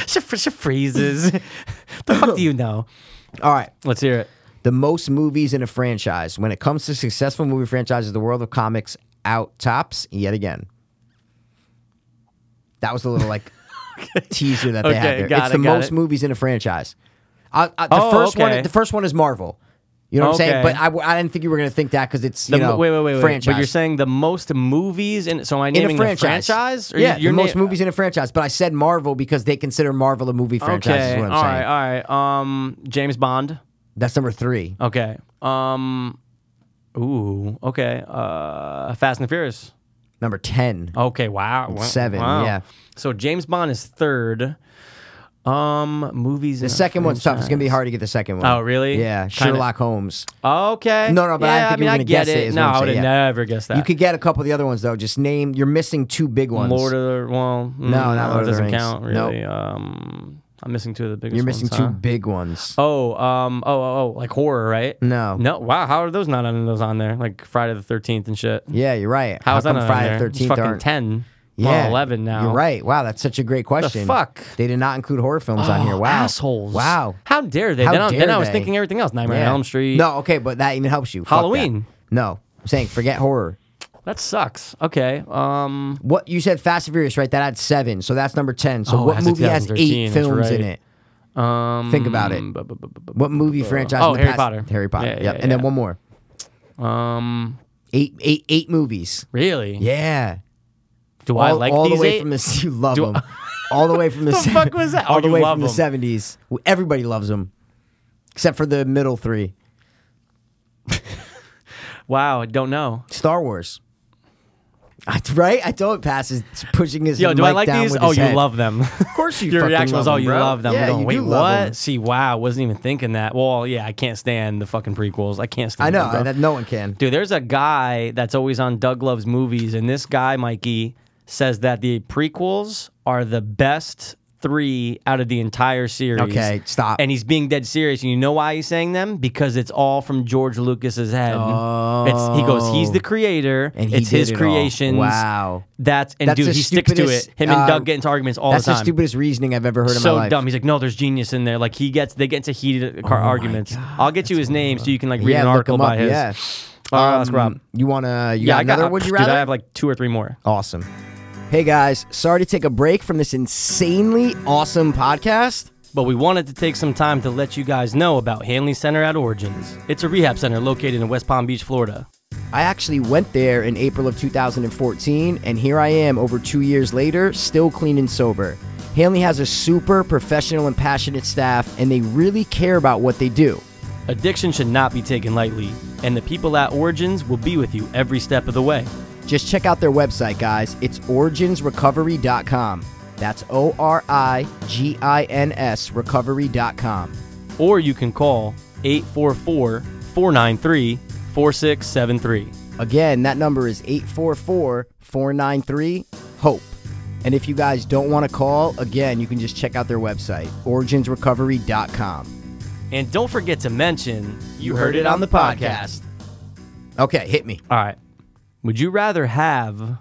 S2: she freezes. the fuck do you know?
S1: All right.
S2: Let's hear it.
S1: The most movies in a franchise. When it comes to successful movie franchises, the world of comics out tops yet again. That was a little like teaser that they
S2: Okay,
S1: had there.
S2: got
S1: it's
S2: it,
S1: the
S2: got
S1: most
S2: it.
S1: movies in a franchise. I, I, the
S2: Oh,
S1: first
S2: okay.
S1: one, the first one is Marvel. You know what I'm saying?
S2: Okay.
S1: But I, w- I didn't think you were gonna think that because it's you
S2: The,
S1: know
S2: wait, wait, wait, wait.
S1: franchise.
S2: But you're saying the most movies, and so am I
S1: in
S2: naming
S1: a franchise,
S2: a franchise? Or
S1: yeah,
S2: you're
S1: the most
S2: na-
S1: movies in a franchise. But I said Marvel because they consider Marvel a movie franchise.
S2: Okay,
S1: Is
S2: all
S1: what I'm saying.
S2: right, all right. Um, James Bond.
S1: That's number three.
S2: Okay. Um, ooh. Okay. Uh, Fast and the Furious.
S1: Number ten.
S2: Okay. Wow. Wow.
S1: Seven,
S2: Wow.
S1: yeah.
S2: So James Bond is third. Um, movies.
S1: The second one's tough. It's gonna be hard to get the second one.
S2: Oh, really?
S1: Yeah,
S2: Kinda-
S1: Sherlock Holmes.
S2: Okay.
S1: No, no, but I
S2: yeah,
S1: think you
S2: mean,
S1: were
S2: I
S1: gonna
S2: get
S1: guess it, is
S2: no,
S1: what I'm
S2: I would have
S1: saying, yeah.
S2: never guessed that.
S1: You could get a couple of the other ones though. Just name. You're missing two big ones.
S2: Lord of the well, no,
S1: not Lord
S2: it
S1: of the
S2: doesn't
S1: Rings.
S2: count really. Um, I'm missing two of the biggest.
S1: You're missing
S2: ones,
S1: two
S2: huh?
S1: big ones.
S2: Oh, um, oh, oh, oh, like horror, right?
S1: No.
S2: no. Wow, how are those not on those on there? Like Friday the Thirteenth and shit.
S1: Yeah, you're right.
S2: How is
S1: How
S2: that
S1: come
S2: not
S1: Friday
S2: on there? It's
S1: Thirteenth
S2: fucking
S1: aren't?
S2: ten. I'm on
S1: Yeah,
S2: eleven now.
S1: You're right. Wow, that's such a great question.
S2: fuck?
S1: They did not include horror films on here.
S2: Oh,
S1: Wow,
S2: assholes.
S1: Wow.
S2: how dare they?
S1: How
S2: then I, then
S1: dare
S2: I was
S1: they?
S2: thinking everything else. Nightmare on
S1: Yeah.
S2: Elm Street.
S1: No, okay, but that even helps you. Fuck that.
S2: Halloween.
S1: No, I'm saying forget horror.
S2: that sucks. Okay. Um,
S1: What you said, Fast and Furious, right? That had seven, so that's number ten. So
S2: Oh, it
S1: what
S2: has a
S1: movie has
S2: 2013,
S1: eight
S2: that's
S1: films in
S2: right.
S1: it?
S2: um,
S1: Think about it.
S2: bu- bu- bu- bu- bu-
S1: What movie franchise? in
S2: Oh,
S1: the
S2: Harry
S1: past-
S2: Potter.
S1: Harry Potter.
S2: Yeah,
S1: yep.
S2: yeah,
S1: and then
S2: yeah.
S1: one more.
S2: Um,
S1: Eight, eight, eight movies.
S2: really?
S1: Yeah.
S2: Do I
S1: all,
S2: like
S1: all
S2: these
S1: the way
S2: eight?
S1: from the you love
S2: Do I-
S1: them. all the way from the,
S2: The
S1: se-
S2: fuck was that? Oh,
S1: All the
S2: you
S1: way
S2: love
S1: from the
S2: 'em.
S1: seventies. Everybody loves them, except for the middle three.
S2: wow, I don't know.
S1: Star Wars. I, right? I told it passes pushing his.
S2: Yo, do I
S1: mic
S2: like
S1: down
S2: these?
S1: with
S2: Oh,
S1: his
S2: you
S1: head.
S2: love them.
S1: Of course you.
S2: Your
S1: fucking
S2: reaction was,
S1: love
S2: "Oh,
S1: 'em,
S2: you
S1: bro.
S2: love them." I'm
S1: Yeah,
S2: going,
S1: you
S2: Wait,
S1: do love
S2: what?
S1: 'em.
S2: See, wow, wasn't even thinking that. Well, yeah, I can't stand the fucking prequels. I can't stand.
S1: I
S2: them,
S1: know
S2: bro.
S1: that no one can.
S2: Dude, there's a guy that's always on Doug Love's movies, and this guy, Mikey, says that the prequels are the best three out of the entire series.
S1: Okay, stop.
S2: And he's being dead serious. And you know why he's saying them? Because it's all from George Lucas's head. It's, he goes, he's the creator.
S1: And he
S2: it's his
S1: did it all.
S2: creations.
S1: Wow.
S2: That's and
S1: That's
S2: dude,
S1: the
S2: he sticks to it.
S1: stupidest,
S2: Him and
S1: uh,
S2: Doug get into arguments all
S1: That's
S2: the
S1: the
S2: time.
S1: stupidest reasoning I've ever heard in
S2: so
S1: my life. Oh
S2: dumb. He's like, no, there's genius in there. Like he gets, they get into heated car arguments. I'll get you his name so you can like read
S1: yeah,
S2: an
S1: look
S2: article
S1: 'em
S2: by
S1: up.
S2: his.
S1: Yeah.
S2: All right, let's Rob.
S1: Um, You wanna? You
S2: Yeah,
S1: got
S2: I got.
S1: another? Would you
S2: dude,
S1: rather?
S2: I have like two or three more.
S1: Awesome. Hey guys, sorry to take a break from this insanely awesome podcast.
S2: But we wanted to take some time to let you guys know about Hanley Center at Origins. It's a rehab center located in West Palm Beach, Florida.
S1: I actually went there in April of 2014, and here I am over two years later, still clean and sober. Hanley has a super professional and passionate staff, and they really care about what they do.
S2: Addiction should not be taken lightly, and the people at Origins will be with you every step of the way.
S1: Just check out their website, guys. It's originsrecovery.com. That's O R I G I N S recovery.com.
S2: Or you can call 844 493 4673.
S1: Again, that number is 844 493 HOPE. E. And if you guys don't want to call, again, you can just check out their website, originsrecovery.com.
S2: And don't forget to mention you
S1: heard it on the podcast. Okay, hit me.
S2: All right. Would you rather have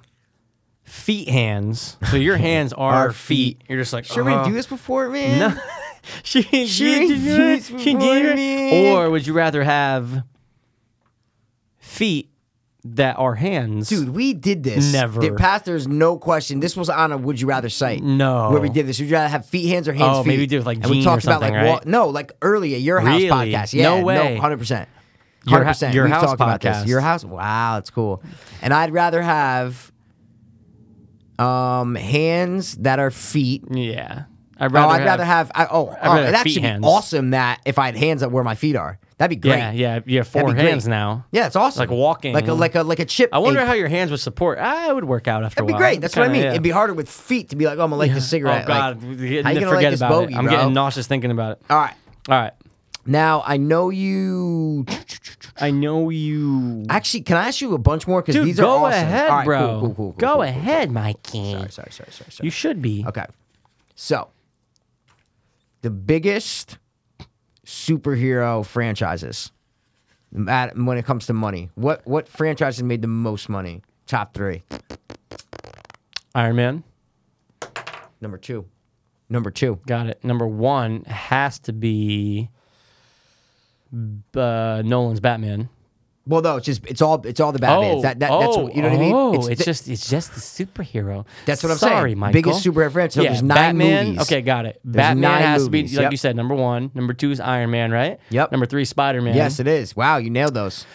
S2: feet hands? So your hands are
S1: Our
S2: feet.
S1: feet.
S2: You're just like,
S1: Sure, we
S2: uh,
S1: do this before, man.
S2: No. she didn't
S1: She
S2: do
S1: did
S2: it.
S1: this
S2: She did
S1: before
S2: it.
S1: me.
S2: Or would you rather have feet that are hands?
S1: Dude, we did this.
S2: Never.
S1: The past, there's no question. This was on a would you rather site.
S2: No.
S1: Where we did this. Would you rather have feet, hands, or hands,
S2: Oh,
S1: feet?
S2: maybe we did with, like,
S1: And we
S2: Gene
S1: talked
S2: or
S1: about like
S2: something,
S1: wa-
S2: right?
S1: no, like earlier, your house
S2: Really?
S1: podcast. Yeah,
S2: No way.
S1: hundred percent.
S2: Your
S1: Hundred
S2: hou-
S1: percent.
S2: your
S1: We've
S2: house
S1: talked about this.
S2: podcast.
S1: Your house. Wow, it's cool. And I'd rather have um hands that are feet.
S2: yeah. I'd
S1: Oh,
S2: rather,
S1: I'd rather have. I, oh, oh,
S2: rather have
S1: it'd
S2: feet
S1: actually be
S2: hands.
S1: awesome that if I had hands that where my feet are, that'd be great.
S2: Yeah, yeah. You have
S1: That'd be
S2: four
S1: great.
S2: hands now.
S1: Yeah, it's awesome.
S2: Like walking.
S1: like a like a like a chip.
S2: Mm-hmm. I wonder
S1: ape.
S2: how your hands would support. Ah, it would work out after
S1: That'd be
S2: a while.
S1: great. That's what I
S2: Kinda,
S1: mean.
S2: yeah.
S1: It'd be harder with feet to be like, oh, I'm gonna lick this cigarette.
S2: Oh,
S1: Like,
S2: God. Forget
S1: how you gonna like this
S2: about
S1: bogey,
S2: it. I'm
S1: bro? Uh,
S2: getting nauseous thinking about it.
S1: all right.
S2: All right.
S1: Now I know you.
S2: I know you.
S1: Actually, can I ask you a bunch more? Because
S2: Dude,
S1: these are
S2: go
S1: awesome.
S2: ahead,
S1: All right,
S2: bro.
S1: Cool, cool, cool, cool,
S2: go
S1: cool.
S2: ahead, Mikey.
S1: Sorry, sorry, sorry, sorry, sorry.
S2: You should be.
S1: Okay. So, the biggest superhero franchises, at, when it comes to money, what what franchises made the most money? Top three.
S2: Iron Man.
S1: Number two. Number two.
S2: Got it. Number one has to be uh, Nolan's Batman.
S1: Well, no, it's just it's all it's all the Batman's. that, that that's what, you know what I mean.
S2: Oh, it's,
S1: the-
S2: just it's just the superhero.
S1: That's what I'm
S2: Sorry,
S1: saying.
S2: Michael.
S1: Biggest superhero franchise. So there's nine
S2: Batman,
S1: movies.
S2: Okay, got it. Batman
S1: nine
S2: has to
S1: movies,
S2: be like
S1: yep.
S2: you said. Number one, number two is Iron Man, right?
S1: Yep.
S2: Number three, Spider Man.
S1: yes, it is. Wow, you nailed those.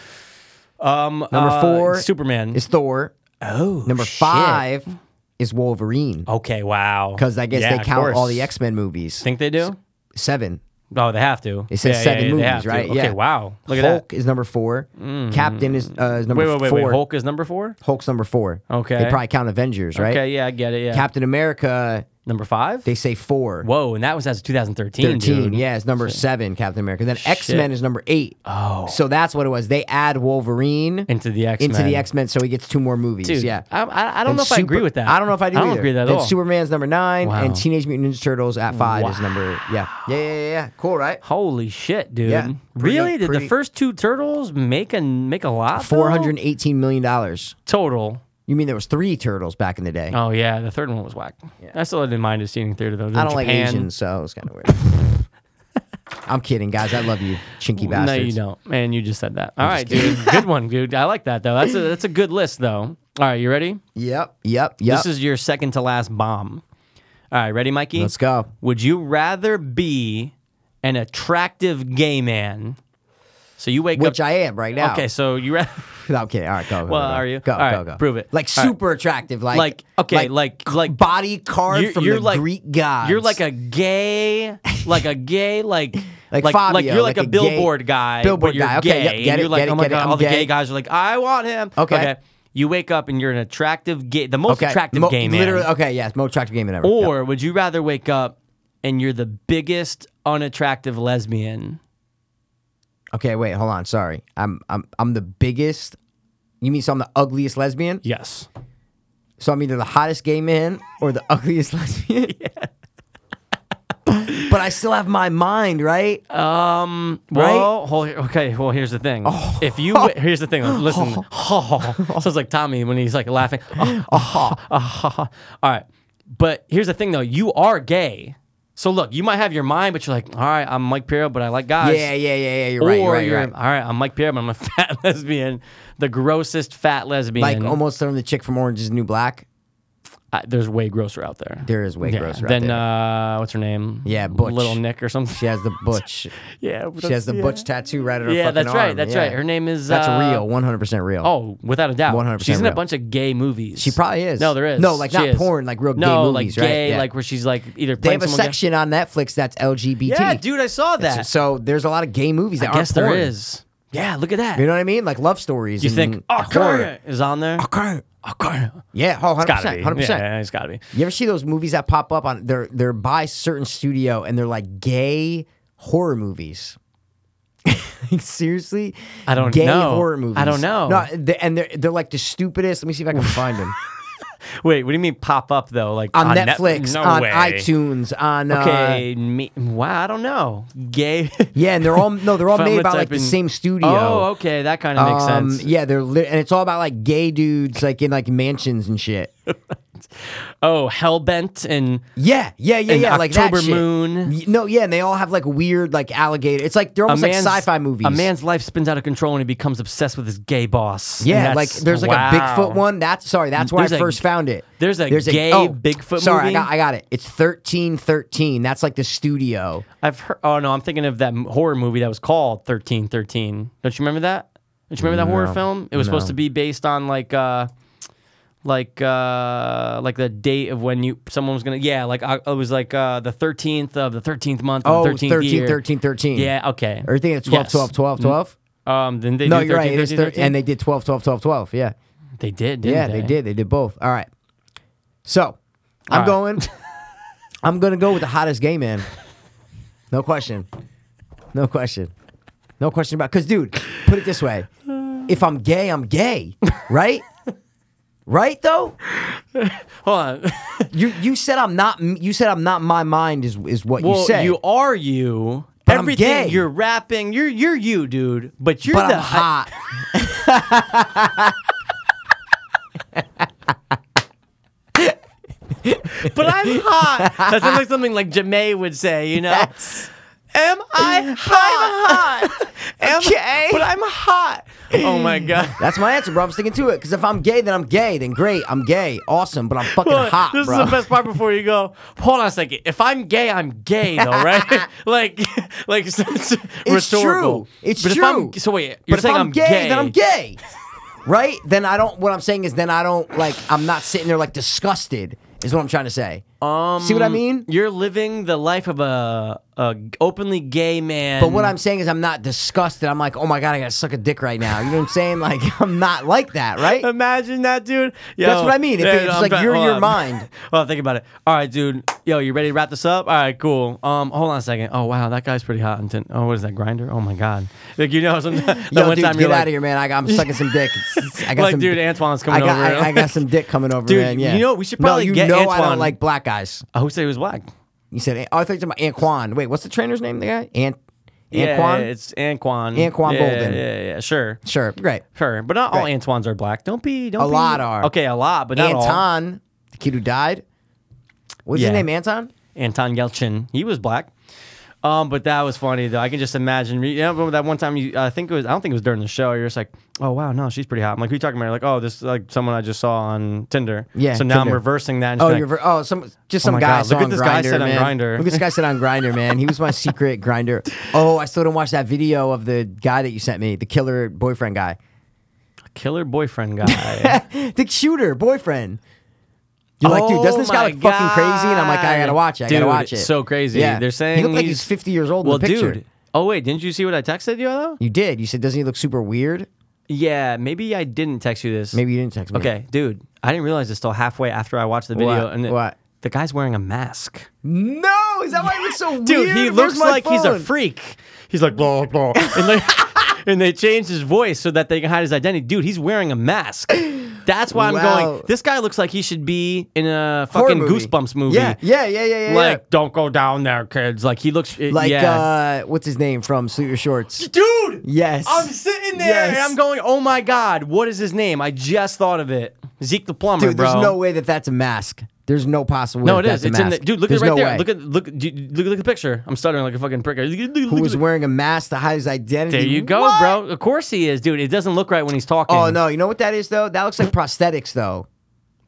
S2: Um,
S1: Number
S2: uh,
S1: four,
S2: Superman.
S1: is Thor.
S2: oh,
S1: Number
S2: shit.
S1: five is Wolverine.
S2: Okay, wow.
S1: Because I guess
S2: Yeah,
S1: they
S2: of
S1: count all
S2: course.
S1: the X Men movies.
S2: Think they do?
S1: Seven.
S2: Oh, they have to.
S1: It says
S2: Yeah, yeah,
S1: seven
S2: yeah, they
S1: movies,
S2: have to.
S1: right?
S2: Okay,
S1: yeah.
S2: wow. Look at that. Mm-hmm.
S1: Hulk is number 4 Captain is, uh, is number
S2: Wait, wait, wait,
S1: four.
S2: wait. Hulk is number four.
S1: Hulk's number four.
S2: Okay.
S1: They probably count Avengers, right?
S2: Okay, yeah, I get it. Yeah.
S1: Captain America,
S2: number five.
S1: they say four.
S2: Whoa, and that was as of 2013.
S1: 13.
S2: dude.
S1: Yeah, it's number seven, Captain America. Then X Men is number eight.
S2: Oh.
S1: So that's what it was. They add Wolverine
S2: Into the X.
S1: into the X Men, so he gets two more movies.
S2: Dude,
S1: yeah.
S2: I, I, I don't
S1: Then
S2: know if I agree
S1: Super-
S2: with that.
S1: I don't know if I do
S2: I don't
S1: either.
S2: agree with that at
S1: then
S2: all.
S1: Superman's number nine,
S2: Wow.
S1: and Teenage Mutant Ninja Turtles at five is number. Yeah. yeah. Yeah, yeah, yeah. Cool, right?
S2: Holy shit, dude!
S1: Yeah, pretty-
S2: really? Did
S1: pretty-
S2: the first two turtles make a make a lot? though?
S1: Four hundred eighteen million dollars.
S2: total.
S1: You mean there was three turtles back in the day?
S2: Oh yeah, the third one was whack. I still didn't mind it seeing in theater though.
S1: I don't like
S2: Japan.
S1: Asians, so it's kind of weird. I'm kidding, guys. I love you, chinky
S2: No,
S1: bastards.
S2: you don't. Man, you just said that. All right, dude. good one, dude. I like that though. That's a that's a good list though. All right, you ready?
S1: Yep, yep, yep.
S2: This is your second to last bomb. All right, ready, Mikey?
S1: Let's go.
S2: Would you rather be an attractive gay man? So you wake
S1: Which
S2: up.
S1: I am right now.
S2: Okay, so you rather
S1: No, I'm kidding. All right, go. go, go,
S2: Well,
S1: go.
S2: are you?
S1: Go,
S2: All
S1: go,
S2: right,
S1: go.
S2: prove it.
S1: Like
S2: All right.
S1: super attractive. Like,
S2: like okay, like like,
S1: body carved from the Greek gods.
S2: You're like a gay, like a gay, like
S1: Like
S2: like,
S1: Fabio,
S2: you're like,
S1: like
S2: a
S1: a
S2: billboard
S1: gay-
S2: guy.
S1: billboard
S2: but you're
S1: guy. Okay,
S2: gay,
S1: yep,
S2: and
S1: get
S2: you're
S1: it,
S2: like,
S1: get it,
S2: oh my
S1: get it,
S2: god,
S1: I'm
S2: all the gay
S1: gay.
S2: guys are like, I want him.
S1: Okay.
S2: You wake up and you're an attractive gay, the most
S1: okay,
S2: attractive
S1: mo-
S2: gay man.
S1: Literally. Okay, yes, most attractive gay man ever. Yep.
S2: Or would you rather wake up and you're the biggest unattractive lesbian?
S1: Okay, wait, hold on. Sorry, I'm I'm I'm the biggest. You mean so I'm the ugliest lesbian?
S2: Yes.
S1: So I'm either the hottest gay man or the ugliest lesbian. but I still have my mind, right?
S2: Um. Well, hol- okay. Well, here's the thing.
S1: Oh.
S2: If you wa- here's the thing. Listen. Sounds like Tommy when he's like laughing. Ah, All right. But here's the thing, though. You are gay. So look, you might have your mind, but you're like, all right, I'm Mike Piero, but I like guys.
S1: yeah, yeah, yeah, yeah. You're
S2: Or
S1: right. You're right.
S2: you're,
S1: You're right.
S2: all right, I'm Mike Piero, but I'm a fat lesbian, the grossest fat lesbian.
S1: Like almost throwing the chick from Orange is the New Black.
S2: I, there's way grosser out there.
S1: There is way grosser out
S2: Then
S1: there.
S2: uh, what's her name?
S1: Yeah, Butch.
S2: Little Nick or something.
S1: She has the butch.
S2: yeah,
S1: She has the
S2: yeah.
S1: butch tattoo right at her
S2: Yeah,
S1: fucking
S2: that's right.
S1: arm.
S2: That's
S1: Yeah.
S2: right. Her name is
S1: That's
S2: uh,
S1: real. One hundred percent real.
S2: Oh, without a doubt.
S1: 100%
S2: She's in a
S1: real.
S2: bunch of gay movies. She
S1: probably is.
S2: No, there is.
S1: No, like
S2: She
S1: not
S2: is.
S1: porn, like real gay
S2: no,
S1: movies,
S2: like
S1: right?
S2: gay,
S1: Yeah.
S2: like where she's like either
S1: they
S2: playing
S1: have a
S2: someone gay-
S1: section on Netflix that's LGBT.
S2: Yeah, dude, I saw that.
S1: So there's a lot of gay movies that
S2: I guess
S1: aren't
S2: there
S1: porn.
S2: is. Yeah, look at that.
S1: You know mm, what I mean? Like love stories.
S2: you
S1: and
S2: think "Oh,
S1: horror.
S2: Akar is on there?
S1: Akar.
S2: Akar.
S1: Yeah, oh, 100%.
S2: Gotta be.
S1: 100%.
S2: Yeah, yeah, it's gotta be.
S1: You ever see those movies that pop up on they're they're by certain studio and they're like gay horror movies? Like, Seriously,
S2: I don't
S1: gay
S2: know.
S1: horror movies.
S2: I don't know.
S1: No, they- and they're they're like the stupidest. Let me see if I can find them
S2: Wait, what do you mean pop up though? Like
S1: on,
S2: Net-
S1: Netflix,
S2: No
S1: on
S2: way.
S1: iTunes, on uh,
S2: Okay, me, wow, I don't know. Gay.
S1: yeah, and they're all no, they're all
S2: If I'm
S1: made
S2: a
S1: by like
S2: type
S1: the
S2: in-
S1: same studio.
S2: Oh, okay, that kind of makes
S1: Um,
S2: sense.
S1: Yeah, they're li- and it's all about like gay dudes like in like mansions and shit.
S2: Oh, Hellbent and
S1: Yeah, yeah, yeah,
S2: And
S1: yeah. Like
S2: October
S1: that shit.
S2: Moon.
S1: Y- No, yeah, and they all have like weird like alligator. It's like they're almost like sci-fi movies.
S2: A man's life spins out of control and he becomes obsessed with his gay boss. And
S1: Yeah,
S2: that's-
S1: like there's like
S2: wow.
S1: a Bigfoot one. That's sorry, that's where
S2: There's
S1: I
S2: a-
S1: first found it. oh,
S2: there's a gay Bigfoot
S1: Sorry,
S2: movie?
S1: I got I got it. It's thirteen thirteen. That's like the studio.
S2: I've heard. Oh no, I'm thinking of that m- horror movie that was called Thirteen Thirteen. Don't you remember that? Don't you remember that horror film? It was supposed to be based on like. uh like uh like the date of when you someone was gonna yeah like I, it was like uh the 13th of the 13th month
S1: Oh,
S2: of the
S1: 13,
S2: 13th
S1: 13,
S2: year.
S1: 13,
S2: yeah okay
S1: Or you think it's 12,
S2: Yes.
S1: 12, 12, 12?
S2: um then they
S1: No,
S2: did
S1: you're
S2: 13,
S1: right. It is
S2: 13,
S1: 13, and they did 12, 12, 12, 12. Yeah.
S2: they did didn't
S1: Yeah, they? did. They did both. All right. So I'm
S2: right.
S1: going. I'm gonna go with the hottest gay man. No question. No question. No question about. Cause dude, put it this way: if I'm gay, I'm gay, right? right though.
S2: hold on
S1: You you said I'm not. You said I'm not. My mind is is what
S2: Well,
S1: you said.
S2: are you.
S1: But I'm
S2: Everything
S1: gay.
S2: you're rapping, you're you're you, dude. But you're
S1: but
S2: the
S1: I'm hot.
S2: but I'm hot. that sounds like something like Jamae would say, you know. Am I hot? am,
S1: Okay.
S2: but I'm hot. Oh my god.
S1: That's my answer, bro. I'm sticking to it. Because if I'm gay, then I'm gay. Then great, I'm gay. Awesome, but I'm fucking
S2: Look,
S1: hot,
S2: this
S1: bro.
S2: is the best part before you go. Hold on a second. If I'm gay, I'm gay though, right? like, like it's, it's rhetorical.
S1: true. It's
S2: but If
S1: true.
S2: I'm, so wait, you're
S1: but
S2: saying
S1: if I'm,
S2: I'm
S1: gay, then I'm gay. right? Then I don't. What I'm saying is, then I don't like. I'm not sitting there like disgusted. Is what I'm trying to say. Um, See what I mean?
S2: You're living the life of a, a openly gay man.
S1: But what I'm saying is, I'm not disgusted. I'm like, oh my god, I gotta suck a dick right now. You know what I'm saying? Like, I'm not like that, right?
S2: imagine that, dude. Yo,
S1: That's what I mean. If it's
S2: I'm
S1: like
S2: try-
S1: you're
S2: hold
S1: your
S2: on.
S1: mind.
S2: well, think about it. All right, dude. Yo, you ready to wrap this up? All right, cool. Um, hold on a second. Oh wow, that guy's pretty hot. And tin- oh, what is that grinder? Oh my god. Like you know, some, that
S1: Yo,
S2: one
S1: dude,
S2: time
S1: get
S2: you're
S1: out
S2: like,
S1: of here, man. I got, I'm sucking some dick. It's- I got
S2: Like,
S1: some,
S2: dude, Antoine's coming
S1: I got,
S2: over.
S1: I, I got some dick coming over,
S2: Dude,
S1: man. Yeah.
S2: you know, we should
S1: No,
S2: probably
S1: you
S2: get
S1: know I
S2: Antoine.
S1: don't like black guys.
S2: Oh, who said he was black?
S1: You said, oh, I thought you were talking about Anquan. Wait, what's the trainer's name? The guy? Ant,
S2: Yeah,
S1: Anquan?
S2: it's Anquan.
S1: Anquan
S2: yeah,
S1: Bolden.
S2: Yeah, yeah, sure.
S1: sure, great.
S2: Sure, but not all
S1: Right.
S2: Antoines are black. Don't be. Don't
S1: A
S2: be-
S1: lot are.
S2: Okay, a lot, but not all.
S1: Anton, the kid who died. What's
S2: Yeah.
S1: his name, Anton?
S2: Anton Yelchin. He was black. Um, but that was funny though. I can just imagine. You know, remember that one time you? I think it was. I don't think it was during the show. You're just like, oh wow, no, she's pretty hot. I'm like, who you talking about? You're like, oh, this is like someone I just saw on Tinder.
S1: Yeah,
S2: So now I'm
S1: Tinder.
S2: reversing that. And
S1: Oh,
S2: just
S1: you're
S2: like,
S1: ver- oh some just some
S2: my
S1: guy.
S2: God,
S1: I saw
S2: look at
S1: on
S2: this guy
S1: Grindr,
S2: said on
S1: man.
S2: Grindr.
S1: Look at this guy said on Grinder, man. He was my secret Grinder. Oh, I still didn't watch that video of the guy that you sent me, the killer boyfriend guy,
S2: killer boyfriend guy.
S1: the shooter boyfriend. You're like, dude, doesn't this guy
S2: Oh
S1: look
S2: my
S1: fucking crazy? And I'm like, I
S2: God.
S1: gotta watch it. I
S2: Dude,
S1: gotta watch it.
S2: So crazy.
S1: Yeah.
S2: They're saying
S1: he looked like
S2: he's
S1: he's 50 years old.
S2: Well,
S1: in the picture.
S2: dude. Oh wait, didn't you see what I texted you though?
S1: you did. You said, doesn't he look super weird?
S2: Yeah, maybe I didn't text you this.
S1: Maybe you didn't text me.
S2: Okay, dude, I didn't realize this till halfway after I watched the video.
S1: What?
S2: And it-
S1: What?
S2: The guy's wearing a mask.
S1: No, is that why he looks so weird?
S2: Dude, he
S1: Where's
S2: looks
S1: my
S2: like he's a
S1: phone?
S2: freak. He's like blah blah, and they, and they changed his voice so that they can hide his identity. Dude, he's wearing a mask. That's why I'm
S1: Wow.
S2: going. This guy looks like he should be in a
S1: Horror
S2: fucking
S1: movie.
S2: Goosebumps movie.
S1: Yeah, yeah, yeah, yeah, yeah.
S2: Like, don't go down there, kids. Like, he looks
S1: yeah. like
S2: yeah.
S1: uh, what's his name from Sleep Your Shorts?
S2: dude.
S1: Yes.
S2: I'm sitting there and
S1: Yes.
S2: I'm going, oh my god, what is his name? I just thought of it, Zeke the plumber,
S1: Dude,
S2: bro.
S1: there's no way that that's a mask. There's no possible. way
S2: No, it
S1: that
S2: is.
S1: that's a
S2: It's in the
S1: mask.
S2: dude. Look at
S1: There's
S2: it right
S1: no
S2: there.
S1: way.
S2: Look at look do you- look at the picture. I'm stuttering like a fucking prick. Look, at- look,
S1: who
S2: look
S1: was
S2: at-
S1: wearing a mask to hide his identity.
S2: There you go,
S1: What?
S2: bro. Of course he is, dude. It doesn't look right when he's talking.
S1: Oh no, you know what that is though? That looks like prosthetics though.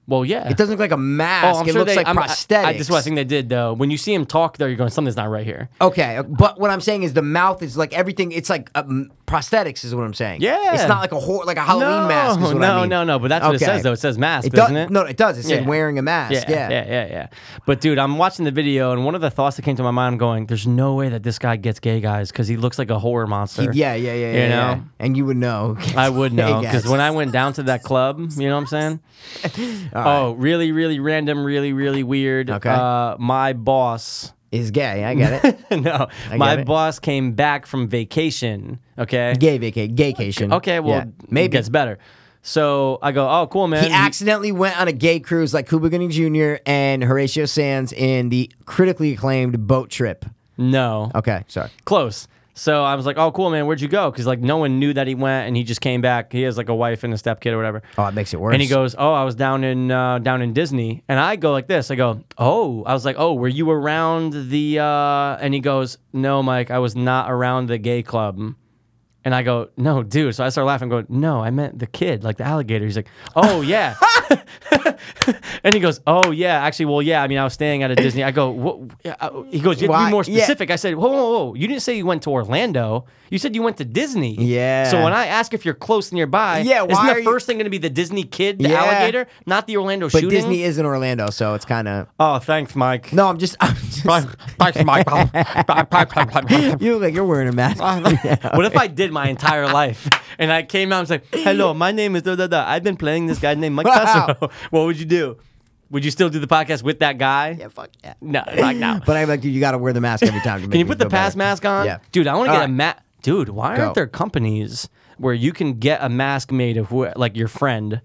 S2: Well, yeah.
S1: It doesn't look like a mask.
S2: Oh, I'm
S1: it
S2: sure
S1: looks
S2: they.
S1: like
S2: I'm, I,
S1: prosthetics.
S2: I, this is what I think they did though. When you see him talk, though, you're going, something's not right here.
S1: Okay, uh, but what I'm saying is the mouth is like everything. It's like um, prosthetics is what I'm saying.
S2: Yeah.
S1: it's not like a hor- like a Halloween
S2: no,
S1: mask. Is what
S2: no,
S1: I mean.
S2: no, no. But that's what it
S1: Okay.
S2: says though. It says mask,
S1: It
S2: doesn't
S1: does,
S2: it?
S1: No, it does. It said
S2: Yeah.
S1: wearing a mask. Yeah,
S2: yeah, yeah, yeah, yeah. But dude, I'm watching the video, and one of the thoughts that came to my mind, I'm going, "There's no way that this guy gets gay guys because he looks like a horror monster."
S1: yeah, yeah, yeah. yeah,
S2: You
S1: yeah.
S2: know?
S1: and you would know.
S2: I would know
S1: Hey,
S2: because
S1: guys.
S2: when I went down to that club, you know what I'm saying? Oh, really, really random, really, really weird.
S1: Okay.
S2: Uh, my boss.
S1: is gay. I get it.
S2: no, my
S1: it.
S2: boss came back from vacation. Okay.
S1: gay vacation. Gaycation.
S2: Okay. Well,
S1: Yeah. maybe
S2: it's better. So I go, oh, cool, man.
S1: He accidentally went on a gay cruise like Cuba Gooding Jr. and Horatio Sands in the critically acclaimed boat trip.
S2: no.
S1: Okay, sorry.
S2: Close. So I was like, oh, cool, man. Where'd you go? Because like no one knew that he went, and he just came back. He has like a wife and a stepkid or whatever.
S1: Oh, it makes it worse.
S2: And he goes, "Oh, I was down in uh, down in Disney." And I go like this. I go, "Oh, I was like, oh, were you around the?" Uh... And he goes, "No, Mike, I was not around the gay club." And I go, "No, dude." So I start laughing, going, "No, I meant the kid, like the alligator." He's like, "Oh yeah." and he goes, "Oh yeah, actually, well yeah. I mean, I was staying at a Disney." I go, "What?" yeah, uh," He goes, "You have to
S1: Why?
S2: be more
S1: Yeah.
S2: specific." I said, "Whoa, whoa, whoa! You didn't say you went to Orlando. You said you went to Disney."
S1: Yeah.
S2: So when I ask if you're close nearby,
S1: Yeah,
S2: isn't
S1: why
S2: the
S1: are you-
S2: first thing going to be the Disney kid, the
S1: Yeah.
S2: alligator, not the Orlando
S1: but
S2: shooting?
S1: Disney is in Orlando, so it's kind of.
S2: Oh, thanks, Mike.
S1: No, I'm just. I'm just
S2: thanks, Mike. what
S1: you look like you're wearing a mask.
S2: if I did my entire life and I came out and was like, "Hello, my name is da da da. I've been playing this guy named Mike
S1: Wow.
S2: Tasso." what would you do? Would you still do the podcast with that guy?
S1: yeah, fuck yeah.
S2: No, like no.
S1: But I'm like, dude, you got to wear the mask every time. To make
S2: Can you
S1: me
S2: put the
S1: feel
S2: pass
S1: better.
S2: mask on?
S1: Yeah,
S2: Dude, I want to
S1: All
S2: get
S1: right.
S2: a mask. Dude, why
S1: Go.
S2: aren't there companies where you can get a mask made of who, like your friend?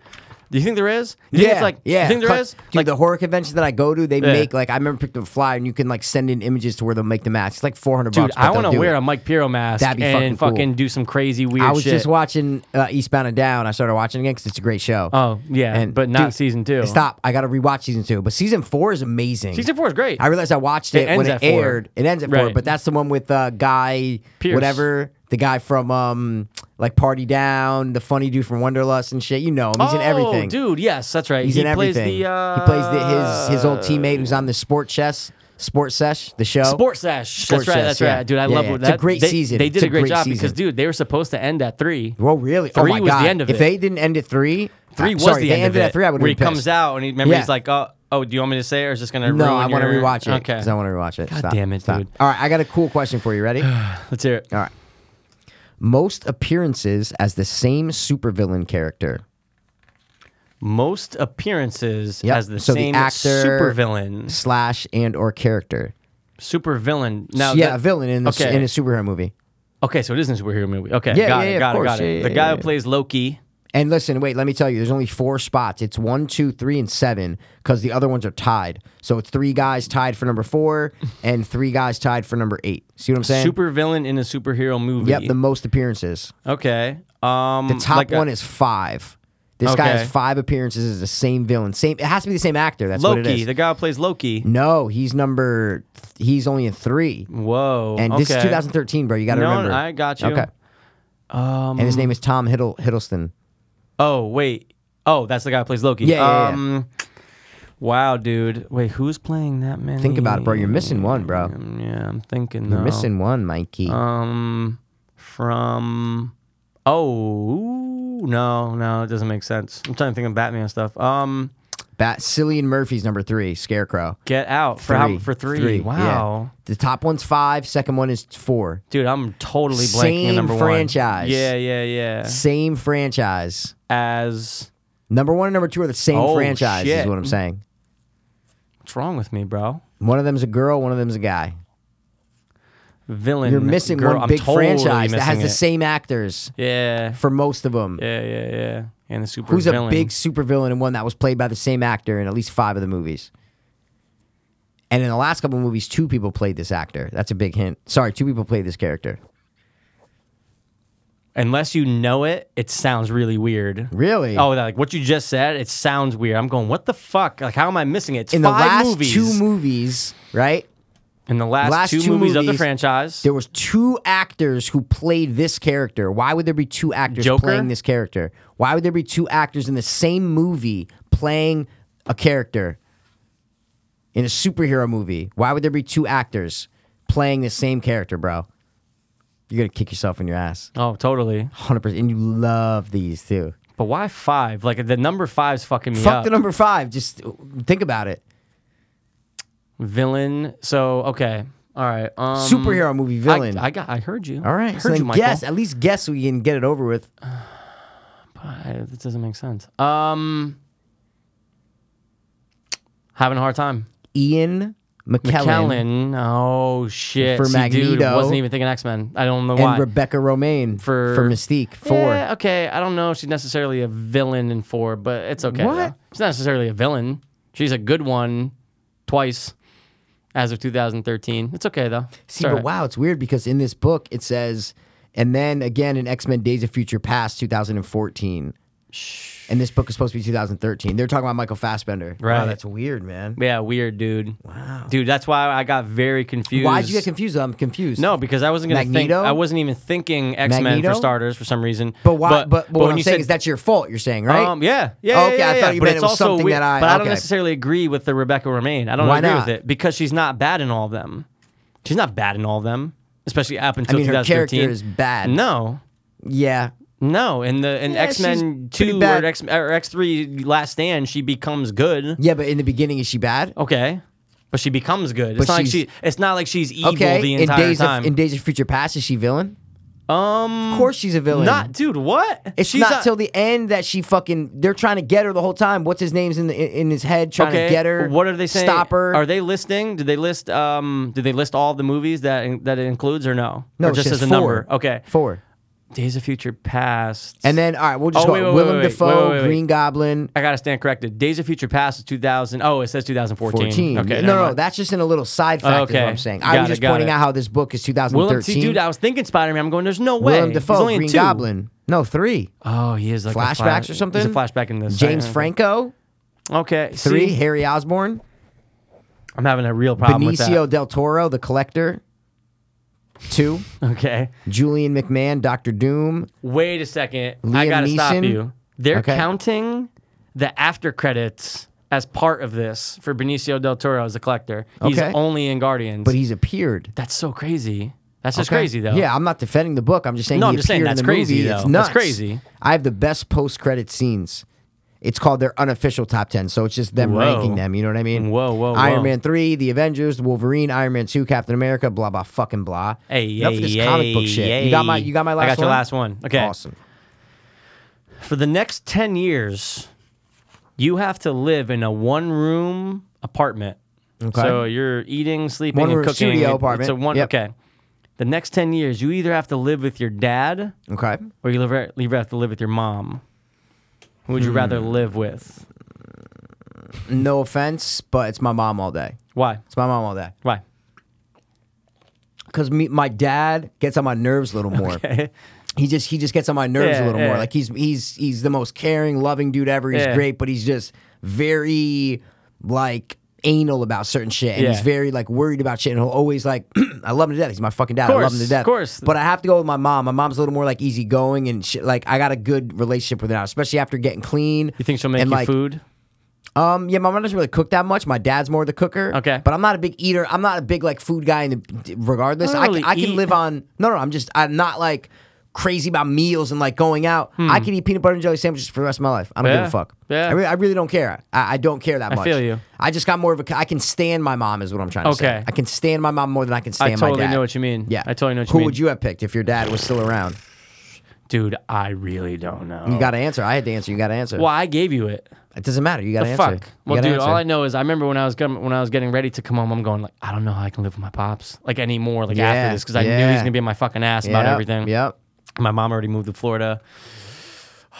S2: Do you think there is? You think
S1: Yeah,
S2: it's like,
S1: yeah.
S2: You think there
S1: Fuck.
S2: is?
S1: Dude,
S2: Like,
S1: the horror conventions that I go to, they
S2: Yeah.
S1: make like I remember picking up a flyer and you can like send in images to where they'll make the mask. It's like 400
S2: dude,
S1: bucks.
S2: I
S1: want to
S2: wear a Mike Piero mask
S1: That'd be
S2: and
S1: fucking cool.
S2: do some crazy weird
S1: I was
S2: shit.
S1: just watching uh, Eastbound and Down. I started watching again because it's a great show.
S2: Oh, yeah, but not season two.
S1: Stop! I got to rewatch season two, but season four is amazing.
S2: Season four is great.
S1: I realized I watched
S2: It
S1: it, when
S2: ends
S1: it
S2: at four.
S1: aired. It ends at four,
S2: Right.
S1: but that's the one with uh, Guy
S2: Pierce.
S1: whatever. the guy from um like Party Down, the funny dude from Wonderlust and shit. You know him. He's
S2: oh,
S1: in everything.
S2: dude. Yes, that's right.
S1: He's
S2: he
S1: in
S2: plays
S1: everything.
S2: The, uh,
S1: he plays the, his his old teammate who's on the Sport Chess Sport Sesh the show.
S2: Sports Sash.
S1: Sports
S2: That's right.
S1: Sash,
S2: That's
S1: yeah.
S2: right, dude. I
S1: Yeah,
S2: love
S1: yeah.
S2: what
S1: It's a
S2: that-
S1: great
S2: they,
S1: season.
S2: They did
S1: It's a
S2: a great,
S1: great
S2: job because,
S1: season.
S2: dude, they were supposed to end at three.
S1: Well, really?
S2: Three
S1: oh my
S2: was
S1: god!
S2: the end of
S1: if
S2: it.
S1: they didn't end at three,
S2: Three
S1: uh,
S2: was
S1: sorry,
S2: the
S1: if they
S2: end
S1: ended
S2: of it.
S1: at three. I would
S2: where
S1: be
S2: he comes out and he remember he's
S1: Yeah.
S2: like, oh, oh, do you want me to say it or is this gonna
S1: No,
S2: ruin
S1: I want to
S2: your-
S1: rewatch it
S2: Okay,
S1: because I want to rewatch it.
S2: God
S1: Stop.
S2: damn it,
S1: Stop.
S2: dude.
S1: All right, I got a cool question for you. Ready? All
S2: let's hear it.
S1: right. Most appearances as the same supervillain character.
S2: Most appearances
S1: Yep.
S2: as the
S1: So the
S2: same
S1: actor-
S2: supervillain.
S1: slash and or character.
S2: Supervillain. Now,
S1: yeah,
S2: that-
S1: a villain in the,
S2: okay.
S1: in a superhero movie.
S2: Okay, so it isn't a superhero movie. Okay,
S1: Yeah,
S2: got
S1: yeah,
S2: it,
S1: yeah,
S2: got
S1: of
S2: it, got
S1: course.
S2: it.
S1: Yeah,
S2: the
S1: yeah,
S2: guy
S1: yeah.
S2: who plays Loki.
S1: And listen, wait, let me tell you. There's only four spots. It's one, two, three, and seven because the other ones are tied. So it's three guys tied for number four and three guys tied for number eight. See what I'm saying?
S2: Supervillain in a superhero movie.
S1: Yep, the most appearances.
S2: okay. Um,
S1: The top
S2: like a-
S1: one is five. This guy
S2: Okay.
S1: has five appearances as the same villain. Same. It has to be the same actor. That's what it
S2: Loki.
S1: is.
S2: The guy who plays Loki.
S1: no, he's number. He's only in three.
S2: Whoa.
S1: And this
S2: okay.
S1: is 2013, bro. You got to
S2: No,
S1: remember.
S2: I got you.
S1: Okay.
S2: Um,
S1: And his name is Tom Hiddle- Hiddleston.
S2: Oh wait. Oh, that's the guy who plays Loki.
S1: Yeah, yeah, yeah.
S2: um, Wow, dude. Wait, who's playing that man?
S1: Think about it, bro. You're missing
S2: Mm,
S1: one, bro.
S2: Yeah, I'm thinking.
S1: You're
S2: though.
S1: missing one, Mikey.
S2: Um, from. Oh no, no, it doesn't make sense. I'm trying to think of Batman stuff. Um,
S1: Bat Cillian Murphy's number three, Scarecrow.
S2: Get Out for how, for three.
S1: yeah.
S2: Wow,
S1: The top one's five, second one is four.
S2: dude, I'm totally blanking.
S1: Same
S2: on number
S1: franchise.
S2: One. Yeah, yeah, yeah.
S1: Same franchise.
S2: As
S1: Number one and number two are the same
S2: Oh,
S1: franchise, is
S2: shit.
S1: what I'm saying.
S2: what's wrong with me, bro?
S1: One of them's a girl, one of them's a guy.
S2: Villain.
S1: You're missing
S2: girl.
S1: one
S2: I'm
S1: big
S2: totally
S1: franchise that has
S2: missing
S1: the
S2: it.
S1: same actors
S2: Yeah.
S1: for most of them.
S2: Yeah, yeah, yeah. And the super
S1: Who's
S2: villain.
S1: a big supervillain and one that was played by the same actor in at least five of the movies? And in the last couple of movies, two people played this actor. That's a big hint. Sorry, two people played this character.
S2: unless you know it, it sounds really weird.
S1: Really?
S2: Oh, like what you just said, it sounds weird. I'm going, what the fuck? Like, how am I missing it? It's
S1: in the
S2: five
S1: last
S2: movies.
S1: two movies, right?
S2: in the last,
S1: last
S2: two,
S1: two
S2: movies, of the
S1: movies,
S2: franchise,
S1: There was two actors who played this character. Why would there be two actors
S2: Joker?
S1: playing this character? Why would there be two actors in the same movie playing a character in a superhero movie? Why would there be two actors playing the same character, bro? You're gonna kick yourself in your ass,
S2: oh, totally.
S1: hundred percent. And you love these too.
S2: But why five? Like the number five's fucking me
S1: Fuck
S2: up.
S1: the number five. Just think about it.
S2: Villain. So okay, all right. Um,
S1: Superhero movie villain.
S2: I, I got. I heard you.
S1: All
S2: I
S1: right,
S2: heard
S1: so
S2: you,
S1: then
S2: Michael.
S1: guess at least guess so we can get it over with.
S2: I, this doesn't make sense. Um, having a hard time.
S1: Ian McKellen,
S2: Kellen. Oh shit.
S1: For
S2: See, dude,
S1: Magneto.
S2: wasn't even thinking X Men. I don't know
S1: and
S2: why.
S1: Rebecca Romaine
S2: For-
S1: Mystique. Four.
S2: Yeah, okay. I don't know if she's necessarily a villain in four, but it's okay.
S1: What?
S2: though. She's not necessarily a villain. She's a good one twice as of 2013. It's okay though. It's
S1: See,
S2: all
S1: but
S2: right.
S1: wow, it's weird because in this book it says, and then again in X Men Days of Future Past 2014. And this book is supposed to be 2013. They're talking about Michael Fassbender. Wow,
S2: Right.
S1: that's weird, man.
S2: Yeah, weird, dude. Wow. Dude, that's why I got very confused.
S1: Why'd you get confused? I'm confused.
S2: No, because I wasn't gonna
S1: Magneto?
S2: think. I wasn't even thinking X Men
S1: Magneto?
S2: for starters for some reason.
S1: But why? But,
S2: But,
S1: but, what
S2: when
S1: I'm
S2: you
S1: saying
S2: said
S1: is that's your fault. You're saying, right? Oh,
S2: Um, yeah, yeah,
S1: Okay,
S2: yeah,
S1: I
S2: yeah,
S1: thought
S2: yeah.
S1: you
S2: but
S1: meant
S2: it's
S1: it was
S2: also
S1: something
S2: weird,
S1: that I-
S2: But I don't
S1: okay.
S2: necessarily agree with the Rebecca Romaine. I don't
S1: Why
S2: agree
S1: not?
S2: with it because she's not bad in all of them. She's not bad in all of them, especially up until
S1: mean, her character
S2: 2013.
S1: is bad.
S2: No,
S1: yeah.
S2: no. In the in
S1: Yeah,
S2: X Men
S1: she's pretty
S2: Two
S1: bad.
S2: or X or X Three Last Stand, she becomes good.
S1: Yeah, but in the beginning, is she bad?
S2: Okay, but she becomes good. It's
S1: But
S2: not like
S1: she's-
S2: she. It's not like she's evil
S1: Okay.
S2: the
S1: in
S2: entire
S1: Days
S2: time.
S1: Of, in Days of Future Past, is she villain? Um, of course she's a villain.
S2: not, dude. What?
S1: It's
S2: She's
S1: not till the end that she fucking. They're trying to get her the whole time. What's his name's in the, in his head trying to get her?
S2: What are they saying?
S1: Stop her.
S2: Are they listing? Did they list? Um, did they list all the movies that that it includes or no?
S1: No,
S2: or just
S1: it's
S2: as a
S1: four.
S2: number. Okay.
S1: four.
S2: Days of Future Past.
S1: And then all right, we'll just
S2: Oh,
S1: go.
S2: wait, wait,
S1: Willem
S2: wait, wait,
S1: Dafoe,
S2: wait, wait, wait.
S1: Green Goblin,
S2: I gotta stand corrected. Days of Future Past is 2000. Oh, it says 2014.
S1: fourteen.
S2: Okay.
S1: no,
S2: never
S1: no,
S2: mind.
S1: that's just in a little side fact. Is
S2: Okay.
S1: what I'm saying. I
S2: Got
S1: was
S2: it,
S1: just
S2: got
S1: pointing
S2: it.
S1: out how this book is
S2: Willem, see,
S1: 2013.
S2: dude, I was thinking Spider Man. I'm going. There's no way.
S1: Willem
S2: There's
S1: Dafoe,
S2: only in
S1: Green
S2: two.
S1: Goblin. No, three.
S2: Oh, he is like a
S1: Flashbacks
S2: flash-
S1: or something?
S2: He's a flashback in this.
S1: James
S2: Okay.
S1: Franco,
S2: Okay.
S1: three.
S2: See,
S1: Harry Osborn,
S2: I'm having a real problem with
S1: Benicio
S2: that.
S1: del Toro, The Collector, Two,
S2: Okay.
S1: Julian McMahon, Doctor Doom.
S2: Wait a second. I
S1: Liam
S2: gotta stop
S1: Neeson?
S2: you. They're
S1: Okay.
S2: counting the after credits as part of this for Benicio del Toro as a collector. He's
S1: Okay.
S2: only in Guardians.
S1: But he's appeared.
S2: that's so crazy. That's just
S1: Okay.
S2: crazy though.
S1: Yeah, I'm not defending the book. I'm just saying.
S2: No,
S1: he
S2: I'm just saying
S1: appeared
S2: that's
S1: in the
S2: crazy,
S1: Movie.
S2: though.
S1: It's
S2: That's
S1: nuts.
S2: crazy.
S1: I have the best post-credit scenes. It's called their unofficial top ten, so it's just them
S2: Whoa.
S1: ranking them. You know what I mean?
S2: Whoa, whoa,
S1: Iron
S2: whoa.
S1: Man three, The Avengers, Wolverine, Iron Man two, Captain America, blah blah fucking blah.
S2: Hey,
S1: Enough
S2: hey,
S1: of this comic book
S2: hey,
S1: shit. You got my,
S2: hey.
S1: you got my
S2: I
S1: last.
S2: got your
S1: one?
S2: last one. Okay.
S1: Awesome.
S2: For the next 10 years, you have to live in a one room apartment.
S1: Okay.
S2: So you're eating, sleeping,
S1: One
S2: and
S1: room
S2: cooking.
S1: studio
S2: It-
S1: apartment.
S2: It's a one.
S1: Yep.
S2: Okay. The next 10 years, you either have to live with your dad
S1: Okay.
S2: or you live, you have to live with your mom. Who would you rather
S1: Hmm.
S2: live with?
S1: No offense, but it's my mom all day.
S2: Why?
S1: It's my mom all day.
S2: Why?
S1: Because me, my dad gets on my nerves a little more. He just he just gets on my nerves
S2: Yeah,
S1: a little
S2: yeah.
S1: more. Like he's he's he's the most caring, loving dude ever. He's
S2: Yeah.
S1: great, but he's just very like anal about certain shit, and he's
S2: Yeah.
S1: very like worried about shit. And he'll always like, I love him to death. He's my fucking dad. I love him to
S2: Course,
S1: death.
S2: course.
S1: But I have to go with my mom. My mom's a little more like easygoing and shit. Like I got a good relationship with her now, especially after getting clean.
S2: You think she'll make
S1: and,
S2: you
S1: like,
S2: food?
S1: um, yeah, my mom doesn't really cook that much. My dad's more the cooker.
S2: Okay.
S1: but I'm not a big eater. I'm not a big like food guy. In the, regardless,
S2: I
S1: I,
S2: don't really
S1: can, I can
S2: eat.
S1: live on. No, no, I'm just I'm not like crazy about meals and like going out. I can eat peanut butter and jelly sandwiches for the rest of my life. I don't give
S2: Hmm. Yeah.
S1: a fuck.
S2: Yeah.
S1: I, re- I really don't care. I, I don't care that much.
S2: feel you.
S1: I just got more of a. I can stand my mom is what I'm trying to say.
S2: Okay.
S1: I can stand my mom more than I can
S2: I
S1: stand my
S2: totally
S1: dad.
S2: know what you mean.
S1: Yeah,
S2: I totally know what you
S1: Who
S2: mean.
S1: would you have picked if your dad was still around?
S2: Dude, I really don't know.
S1: You got to answer. I had to answer. You got to answer.
S2: Well, I gave you it.
S1: It doesn't matter. You got to answer.
S2: Fuck.
S1: You
S2: Well,
S1: gotta
S2: dude, all
S1: answer.
S2: I know is I remember when I was com- when I was getting ready to come home, I'm going like, I don't know how I can live with my pops like anymore, like
S1: Yeah,
S2: after this, because I knew
S1: yeah.
S2: he's gonna be in my fucking ass about
S1: Yep,
S2: everything.
S1: Yep.
S2: My mom already moved to Florida.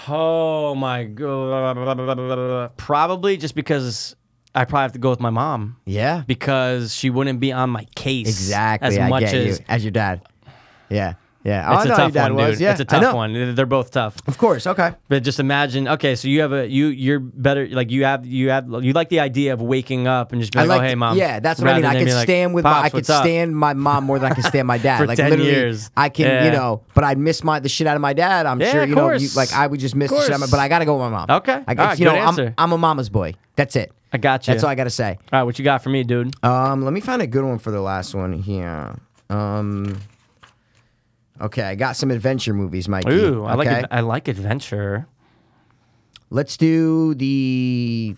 S2: Oh my god. Probably just because I probably have to go with my mom
S1: Yeah.
S2: because she wouldn't be on my case
S1: Exactly.
S2: as
S1: I
S2: much
S1: get
S2: as.
S1: you as your dad. Yeah. Yeah. Oh,
S2: It's
S1: I
S2: a
S1: know who
S2: tough
S1: dad
S2: one,
S1: was.
S2: dude.
S1: Yeah,
S2: it's a
S1: I
S2: tough
S1: know.
S2: one. They're both tough.
S1: Of course. Okay.
S2: But just imagine, okay, so you have a you you're better like you have you have you like the idea of waking up and just be
S1: I
S2: like,
S1: like
S2: oh hey
S1: the-
S2: mom.
S1: Yeah, that's what I
S2: rather
S1: mean. I
S2: than
S1: can
S2: be like,
S1: stand with my I
S2: "Pops,
S1: can
S2: what's up?"
S1: stand my mom more than I can stand my dad.
S2: For
S1: like
S2: 10
S1: literally
S2: years.
S1: I can,
S2: Yeah.
S1: you know, but I miss my the shit out of my dad. I'm
S2: Yeah,
S1: sure
S2: of
S1: you know you,
S2: course.
S1: like I would just miss the shit out of my,
S2: Course.
S1: but I got to go with my mom.
S2: Okay.
S1: I
S2: All right,
S1: you know,
S2: good answer.
S1: I'm I'm a mama's boy. That's it.
S2: I got you.
S1: That's all I got to say.
S2: All right, what you got for me, dude?
S1: Um, let me find a good one for the last one here. Um Okay, I got some adventure movies, Mikey.
S2: Ooh, I like
S1: okay?
S2: ad- I like adventure.
S1: Let's do the.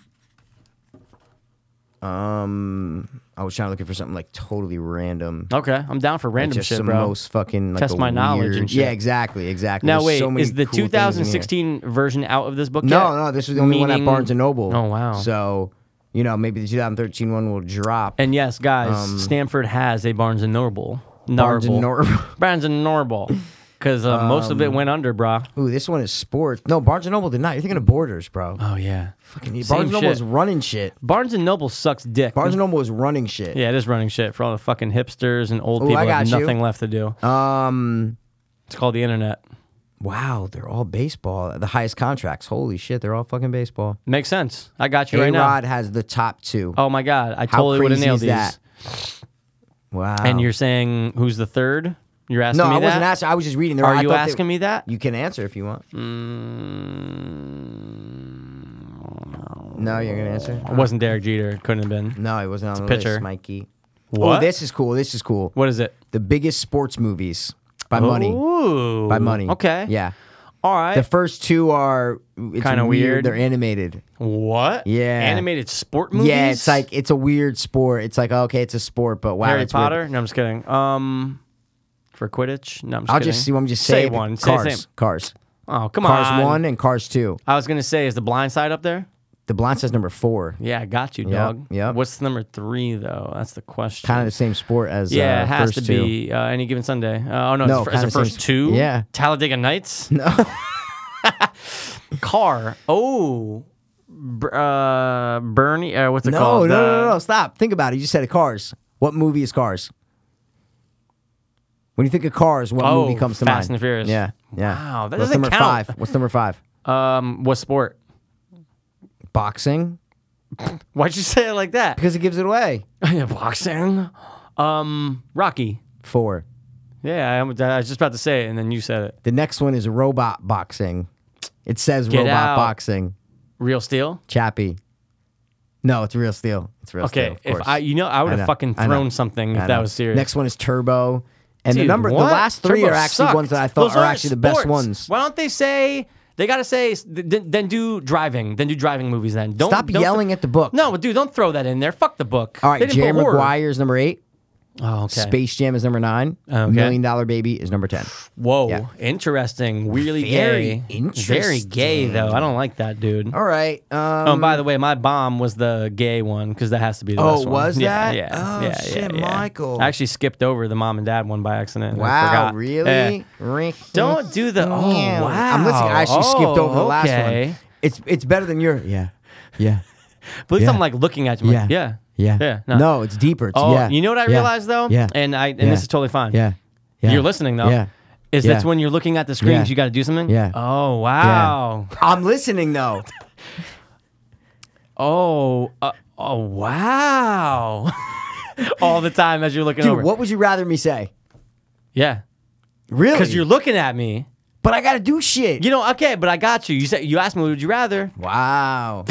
S1: Um, I was trying to look for something like totally random.
S2: Okay, I'm down for
S1: Like,
S2: random
S1: just
S2: shit,
S1: the
S2: bro.
S1: most fucking like
S2: Test
S1: a
S2: my knowledge
S1: weird-
S2: and
S1: Yeah,
S2: shit.
S1: exactly, exactly.
S2: now
S1: There's
S2: wait,
S1: so many
S2: is the
S1: cool things in here.
S2: 2016 version out of this book
S1: No,
S2: yet?
S1: no, this was the only one at
S2: Meaning-
S1: Barnes and Noble.
S2: Oh wow.
S1: So you know maybe the 2013 one will drop.
S2: and yes, guys,
S1: Um,
S2: Stanford has a Barnes and Noble.
S1: Barnes and
S2: Noble.
S1: Noble.
S2: Barnes and Noble. Because uh, most
S1: Um,
S2: of it went under, bro.
S1: Ooh, this one is sports. No, Barnes and Noble did not. You're thinking of Borders, bro.
S2: Oh yeah.
S1: Fucking Barnes
S2: same
S1: and Noble
S2: shit.
S1: is running shit.
S2: Barnes and Noble sucks dick.
S1: Barnes and Noble is running shit.
S2: Yeah, it is running shit for all the fucking hipsters and old
S1: Ooh,
S2: people
S1: I
S2: who have
S1: got you.
S2: nothing left to do.
S1: Um.
S2: It's called the internet.
S1: Wow, they're all baseball. The highest contracts. Holy shit, they're all fucking baseball.
S2: Makes sense. I got you
S1: A
S2: right
S1: Rod
S2: now.
S1: has the top two.
S2: Oh my god, I
S1: How
S2: totally would have
S1: crazy
S2: nailed
S1: is
S2: these.
S1: that? Wow.
S2: And you're saying who's the third? You're asking
S1: no,
S2: me
S1: I
S2: that.
S1: wasn't asking. I was just reading. the-
S2: Are
S1: I
S2: you
S1: thought they-
S2: asking me Mm, that?
S1: You can answer if you want. No, you're gonna answer.
S2: It wasn't Derek Jeter. Couldn't have been.
S1: No, it wasn't on the
S2: pitcher.
S1: list, Mikey. Oh,
S2: What?
S1: this is cool. This is cool.
S2: What is it?
S1: The biggest sports movies by money.
S2: Ooh.
S1: By money.
S2: Okay.
S1: Yeah.
S2: All right.
S1: The first two are kind
S2: Kinda
S1: of
S2: weird.
S1: They're animated.
S2: what?
S1: Yeah.
S2: Animated sport movies.
S1: Yeah, it's like it's a weird sport. It's like okay, it's a sport, but wow,
S2: Harry
S1: it's weird.
S2: Potter. No, I'm just kidding. Um, for Quidditch. No, I'm just
S1: I'll
S2: kidding.
S1: just see. I'm just
S2: say
S1: saying.
S2: one. Say-
S1: Cars.
S2: Say,
S1: Cars.
S2: oh, come
S1: Cars
S2: on.
S1: one and Cars two.
S2: I was gonna say, is the Blind Side up there?
S1: The blind says number four.
S2: Yeah, I got you,
S1: Yep,
S2: dog.
S1: yep.
S2: What's number three though? That's the question.
S1: Kind of the same sport as
S2: Yeah,
S1: uh,
S2: it has
S1: first
S2: to
S1: two.
S2: be uh, any given Sunday. Uh, oh no,
S1: No,
S2: it's, fir- it's the
S1: kinda same
S2: first
S1: s-
S2: two.
S1: yeah.
S2: Talladega Nights. No. Car. Oh, Br- uh, Bernie. Uh, what's it
S1: No, no,
S2: called?
S1: no, no,
S2: Uh,
S1: no. Stop. Think about it. You just said it, Cars. What movie is Cars? When you think of Cars, what
S2: Oh,
S1: movie comes to mind?
S2: Fast and Furious.
S1: Yeah, yeah.
S2: Wow, that
S1: What's
S2: doesn't
S1: number
S2: count.
S1: five? What's number five?
S2: Um, what sport?
S1: Boxing,
S2: Why'd you say it like that?
S1: because it gives it away.
S2: Boxing. Um, Rocky.
S1: Four.
S2: Yeah, I, am- I was just about to say it, and then you said it.
S1: The next one is robot boxing. It says
S2: Get
S1: robot
S2: out.
S1: boxing.
S2: Real steel.
S1: Chappie. No, it's real steel. It's real steel.
S2: Okay,
S1: of
S2: if
S1: course.
S2: I, you know, I would
S1: know,
S2: have fucking
S1: I know,
S2: thrown something
S1: I
S2: if that
S1: know.
S2: was serious.
S1: Next one is turbo. And the
S2: Dude,
S1: number,
S2: what?
S1: the last three
S2: Turbo
S1: are actually
S2: sucked.
S1: ones that I thought
S2: Those
S1: are
S2: aren't
S1: actually the best
S2: sports.
S1: ones.
S2: Why don't they say they gotta say s- th- th- then do driving, then do driving movies. Then don't
S1: Stop
S2: don't
S1: yelling at the book.
S2: No, but dude, don't throw that in there. Fuck the book.
S1: All
S2: They
S1: right,
S2: didn't put
S1: Jerry
S2: horror.
S1: Maguire is number eight.
S2: Oh, okay.
S1: Space Jam is number nine.
S2: Okay.
S1: Million Dollar Baby is number ten.
S2: Whoa,
S1: Yeah.
S2: interesting. Really
S1: Very
S2: gay. Very gay
S1: interesting.
S2: though. I don't like that, dude.
S1: All right. Um,
S2: Oh, and by the way, my bomb was the gay one because that has to be the
S1: Oh,
S2: best one.
S1: was
S2: Yeah,
S1: that?
S2: Yeah.
S1: Oh,
S2: yeah,
S1: shit,
S2: yeah, yeah.
S1: Michael.
S2: I actually skipped over the mom and dad one by accident. Oh, I
S1: wow,
S2: forgot.
S1: really?
S2: Yeah.
S1: Rick-
S2: Don't do the. Oh,
S1: Yeah.
S2: wow.
S1: I'm listening. I actually skipped over the last
S2: okay.
S1: one. It's it's better than your yeah, yeah,
S2: But at least
S1: Yeah.
S2: I'm like looking at you. Yeah. Like, yeah.
S1: yeah,
S2: Yeah.
S1: No. it's deeper. It's,
S2: Oh,
S1: yeah.
S2: you know what I
S1: yeah,
S2: realized though?
S1: Yeah.
S2: And I and
S1: Yeah.
S2: this is totally fine.
S1: yeah. yeah.
S2: You're listening though.
S1: Yeah.
S2: Is that's
S1: Yeah.
S2: when you're looking at the screens,
S1: Yeah.
S2: you got to do something?
S1: Yeah.
S2: Oh wow.
S1: I'm listening though.
S2: Oh. Uh, oh wow. All the time as you're looking
S1: Dude,
S2: over.
S1: what would you rather me say?
S2: Yeah.
S1: Really?
S2: Because you're looking at me.
S1: But I gotta do shit.
S2: You know. Okay, but I got you. You said you asked me, would you rather?
S1: wow.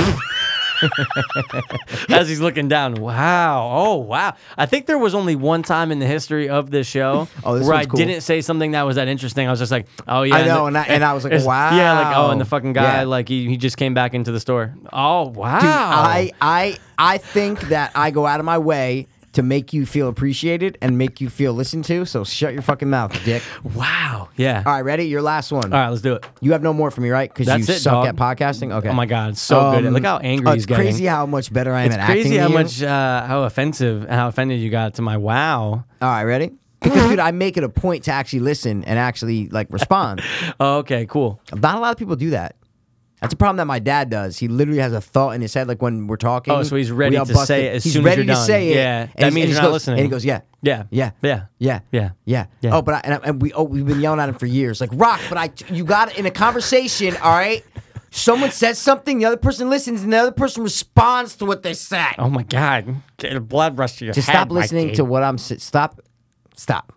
S2: as he's looking down. Wow. Oh, wow. I think there was only one time in the history of this show
S1: Oh, this
S2: where I
S1: one's cool.
S2: didn't say something that was that interesting. I was just like, oh, yeah.
S1: I
S2: and
S1: know,
S2: the-
S1: and I- and I was like,
S2: it's- Yeah, like, oh, and the
S1: wow.
S2: fucking guy,
S1: Yeah.
S2: like, he, he just came back into the store. Oh, wow.
S1: Dude, I I I think that I go out of my way to make you feel appreciated and make you feel listened to. So shut your fucking mouth, dick.
S2: wow. Yeah.
S1: All right, ready? Your last one.
S2: All right, let's do it.
S1: You have no more for me, right? Because
S2: That's
S1: you
S2: it,
S1: suck
S2: dog.
S1: at podcasting. Okay.
S2: Oh my God, so good. Look how angry
S1: oh,
S2: he's
S1: it's
S2: getting.
S1: crazy how much better I am
S2: It's
S1: at acting.
S2: crazy how
S1: than you.
S2: much, uh, how offensive, how offended you got to my wow.
S1: All right, ready? Because dude, I make it a point to actually listen and actually like respond.
S2: Oh, okay, cool.
S1: Not a lot of people do that. That's a problem that my dad does. He literally has a thought in his head, like when we're talking.
S2: Oh, so he's ready
S1: we all
S2: to
S1: bust
S2: say it as
S1: he's
S2: soon as
S1: ready
S2: you're
S1: to
S2: done.
S1: say it.
S2: Yeah,
S1: and
S2: that
S1: he's-
S2: means
S1: and he
S2: you're
S1: goes-
S2: not listening.
S1: And he goes, "Yeah,
S2: Yeah.
S1: yeah,
S2: Yeah.
S1: yeah,
S2: Yeah.
S1: yeah,
S2: Yeah.
S1: Oh, but I, and, I, and we oh we've been yelling at him for years. Like rock, but I you got it in a conversation. All right, someone says something, the other person listens, and the other person responds to what they said.
S2: Oh my God, get a blood rush to your
S1: Just
S2: head.
S1: stop listening
S2: Mikey.
S1: to what I'm. s- Stop. Stop.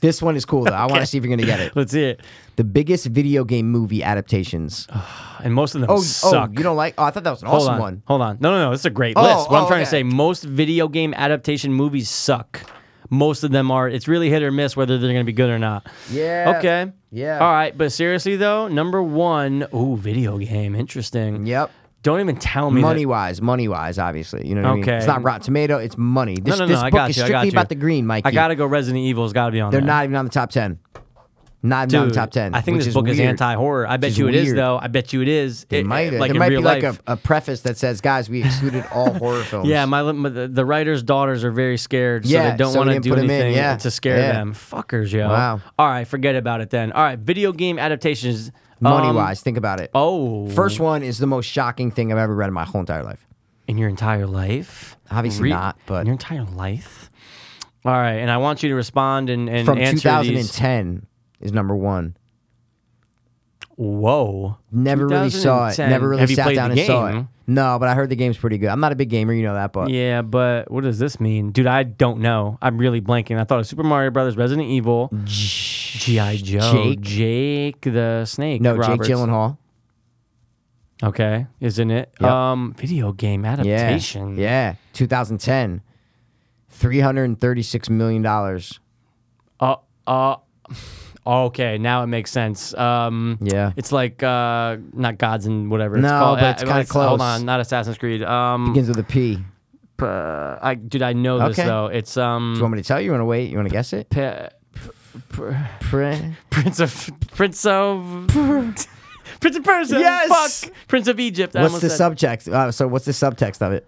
S1: this one is cool though. I want to see if you're gonna get it.
S2: Let's see it.
S1: The biggest video game movie adaptations. Oh,
S2: And most of them
S1: oh,
S2: suck.
S1: you don't like? Oh, I thought that was an
S2: Hold
S1: awesome
S2: on.
S1: one.
S2: Hold on. No, no, no. It's a great
S1: Oh,
S2: list. What I'm
S1: oh,
S2: trying to
S1: okay.
S2: say, most video game adaptation movies suck. Most of them are. It's really hit or miss whether they're going to be good or not.
S1: Yeah.
S2: Okay.
S1: Yeah.
S2: All right. But seriously though, number one, ooh, video game. Interesting.
S1: Yep.
S2: Don't even tell me.
S1: Money
S2: That,
S1: wise, money wise, obviously. You know what I mean?
S2: Okay.
S1: It's not Rotten Tomato, it's money. This,
S2: no, no, no.
S1: this
S2: I
S1: book
S2: got
S1: is
S2: you. I
S1: strictly
S2: got you.
S1: about the green, Mikey.
S2: I gotta go. Resident Evil's got to be on
S1: They're
S2: there.
S1: not even on the top 10. Not even on the
S2: Dude,
S1: top 10.
S2: I think
S1: which
S2: this book is
S1: weird.
S2: anti horror. I bet
S1: is
S2: you it is
S1: weird.
S2: though. I bet you it is. It,
S1: It might,
S2: like
S1: there
S2: in
S1: might be
S2: real
S1: like
S2: life.
S1: a, a preface that says, guys, we excluded all horror films.
S2: Yeah, um, my, li- my the the writer's daughters are very scared, so
S1: Yeah,
S2: they don't
S1: so we
S2: want to
S1: didn't
S2: do
S1: put 'em in,
S2: anything
S1: yeah.
S2: to scare
S1: Yeah.
S2: them. Fuckers, yo.
S1: Wow.
S2: All right, forget about it then. All right, video game adaptations.
S1: Money
S2: Um,
S1: wise, think about it.
S2: Oh,
S1: First one is the most shocking thing I've ever read in my whole entire life.
S2: in your entire life?
S1: Obviously not, but-
S2: in your entire life. All right, and I want you to respond and and
S1: From
S2: answer
S1: 2010 is number one.
S2: these. Whoa.
S1: Never really saw it.
S2: 2010.
S1: Never really
S2: Have you
S1: sat
S2: played
S1: down
S2: the
S1: and saw it.
S2: game?
S1: No, but I heard the game's pretty good. I'm not a big gamer, you know that, but
S2: Yeah, but what does this mean, dude? I don't know. I'm really blanking. I thought of Super Mario Brothers, Resident Evil, GI Joe,
S1: Jake?
S2: Jake the Snake.
S1: no,
S2: Roberts.
S1: Jake Gyllenhaal.
S2: Okay, isn't it?
S1: Yep.
S2: Um, video game
S1: Yeah.
S2: adaptation.
S1: Yeah. 2010. $336 million.
S2: Uh, uh, oh, okay, now it makes sense. Um,
S1: Yeah.
S2: It's like uh, not gods and whatever. it's
S1: No,
S2: called.
S1: but
S2: Uh,
S1: it's kinda
S2: Hold
S1: close.
S2: on, not Assassin's Creed. Um,
S1: Begins with a P. Do
S2: p- uh, I dude, I know this
S1: Okay.
S2: though. It's
S1: you want
S2: um,
S1: me to tell you? You want to wait? You want to guess it?
S2: P- P-
S1: Pre-
S2: Prince of Prince of Prince of Persia.
S1: Yes!
S2: Fuck. Prince of Egypt. I
S1: What's
S2: almost
S1: the
S2: said-
S1: subject? Uh, so what's the subtext of it?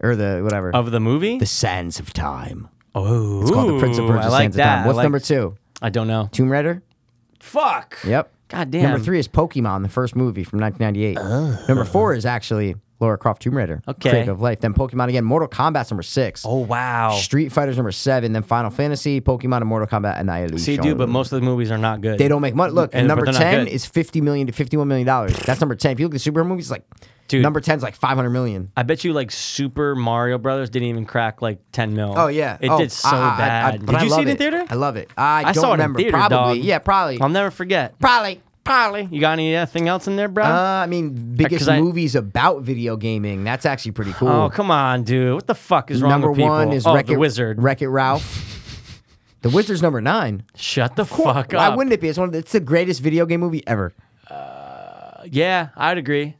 S1: Or the whatever.
S2: of the movie?
S1: the Sands of Time.
S2: oh,
S1: It's called the Prince of Persia
S2: I like
S1: Sands
S2: that.
S1: of Time. What's
S2: I like-
S1: number two?
S2: I don't know.
S1: Tomb Raider?
S2: Fuck.
S1: Yep.
S2: God damn.
S1: Number three is Pokemon, the first movie from 1998. Number four is actually Laura Croft Tomb Raider.
S2: Okay.
S1: Creative of Life. Then Pokemon again. Mortal Kombat's number six.
S2: Oh wow.
S1: Street Fighter's number seven, then Final Fantasy, Pokemon, and Mortal Kombat Annihilation.
S2: See, dude, but most of the movies are not good.
S1: they don't make money. Look,
S2: And- but
S1: number
S2: they're not
S1: ten
S2: good.
S1: is fifty million to fifty-one million dollars. That's number ten. If you look at superhero movies, like
S2: Dude.
S1: Number 10's like 500 million.
S2: I bet you like Super Mario Brothers didn't even crack like 10 mil.
S1: Oh yeah,
S2: It
S1: Oh,
S2: did so
S1: I- I- I-
S2: bad.
S1: but
S2: did
S1: I
S2: you see
S1: love
S2: it in theater?
S1: I love it. I,
S2: I
S1: don't
S2: saw it in
S1: remember.
S2: theater,
S1: probably,
S2: dog.
S1: yeah, probably,
S2: I'll never forget.
S1: probably, probably.
S2: You got anything else in there, bro?
S1: Uh, I mean, biggest
S2: 'cause I-
S1: movies about video gaming. That's actually pretty cool.
S2: oh, come on, dude. What the fuck is wrong
S1: number
S2: with people?
S1: one is
S2: oh,
S1: Wreck-It,
S2: the Wizard.
S1: Wreck It Ralph. the Wizard's number nine.
S2: Shut the fuck
S1: Why
S2: up.
S1: wouldn't it be? It's one. Of the, it's the greatest video game movie ever.
S2: Yeah, I'd agree.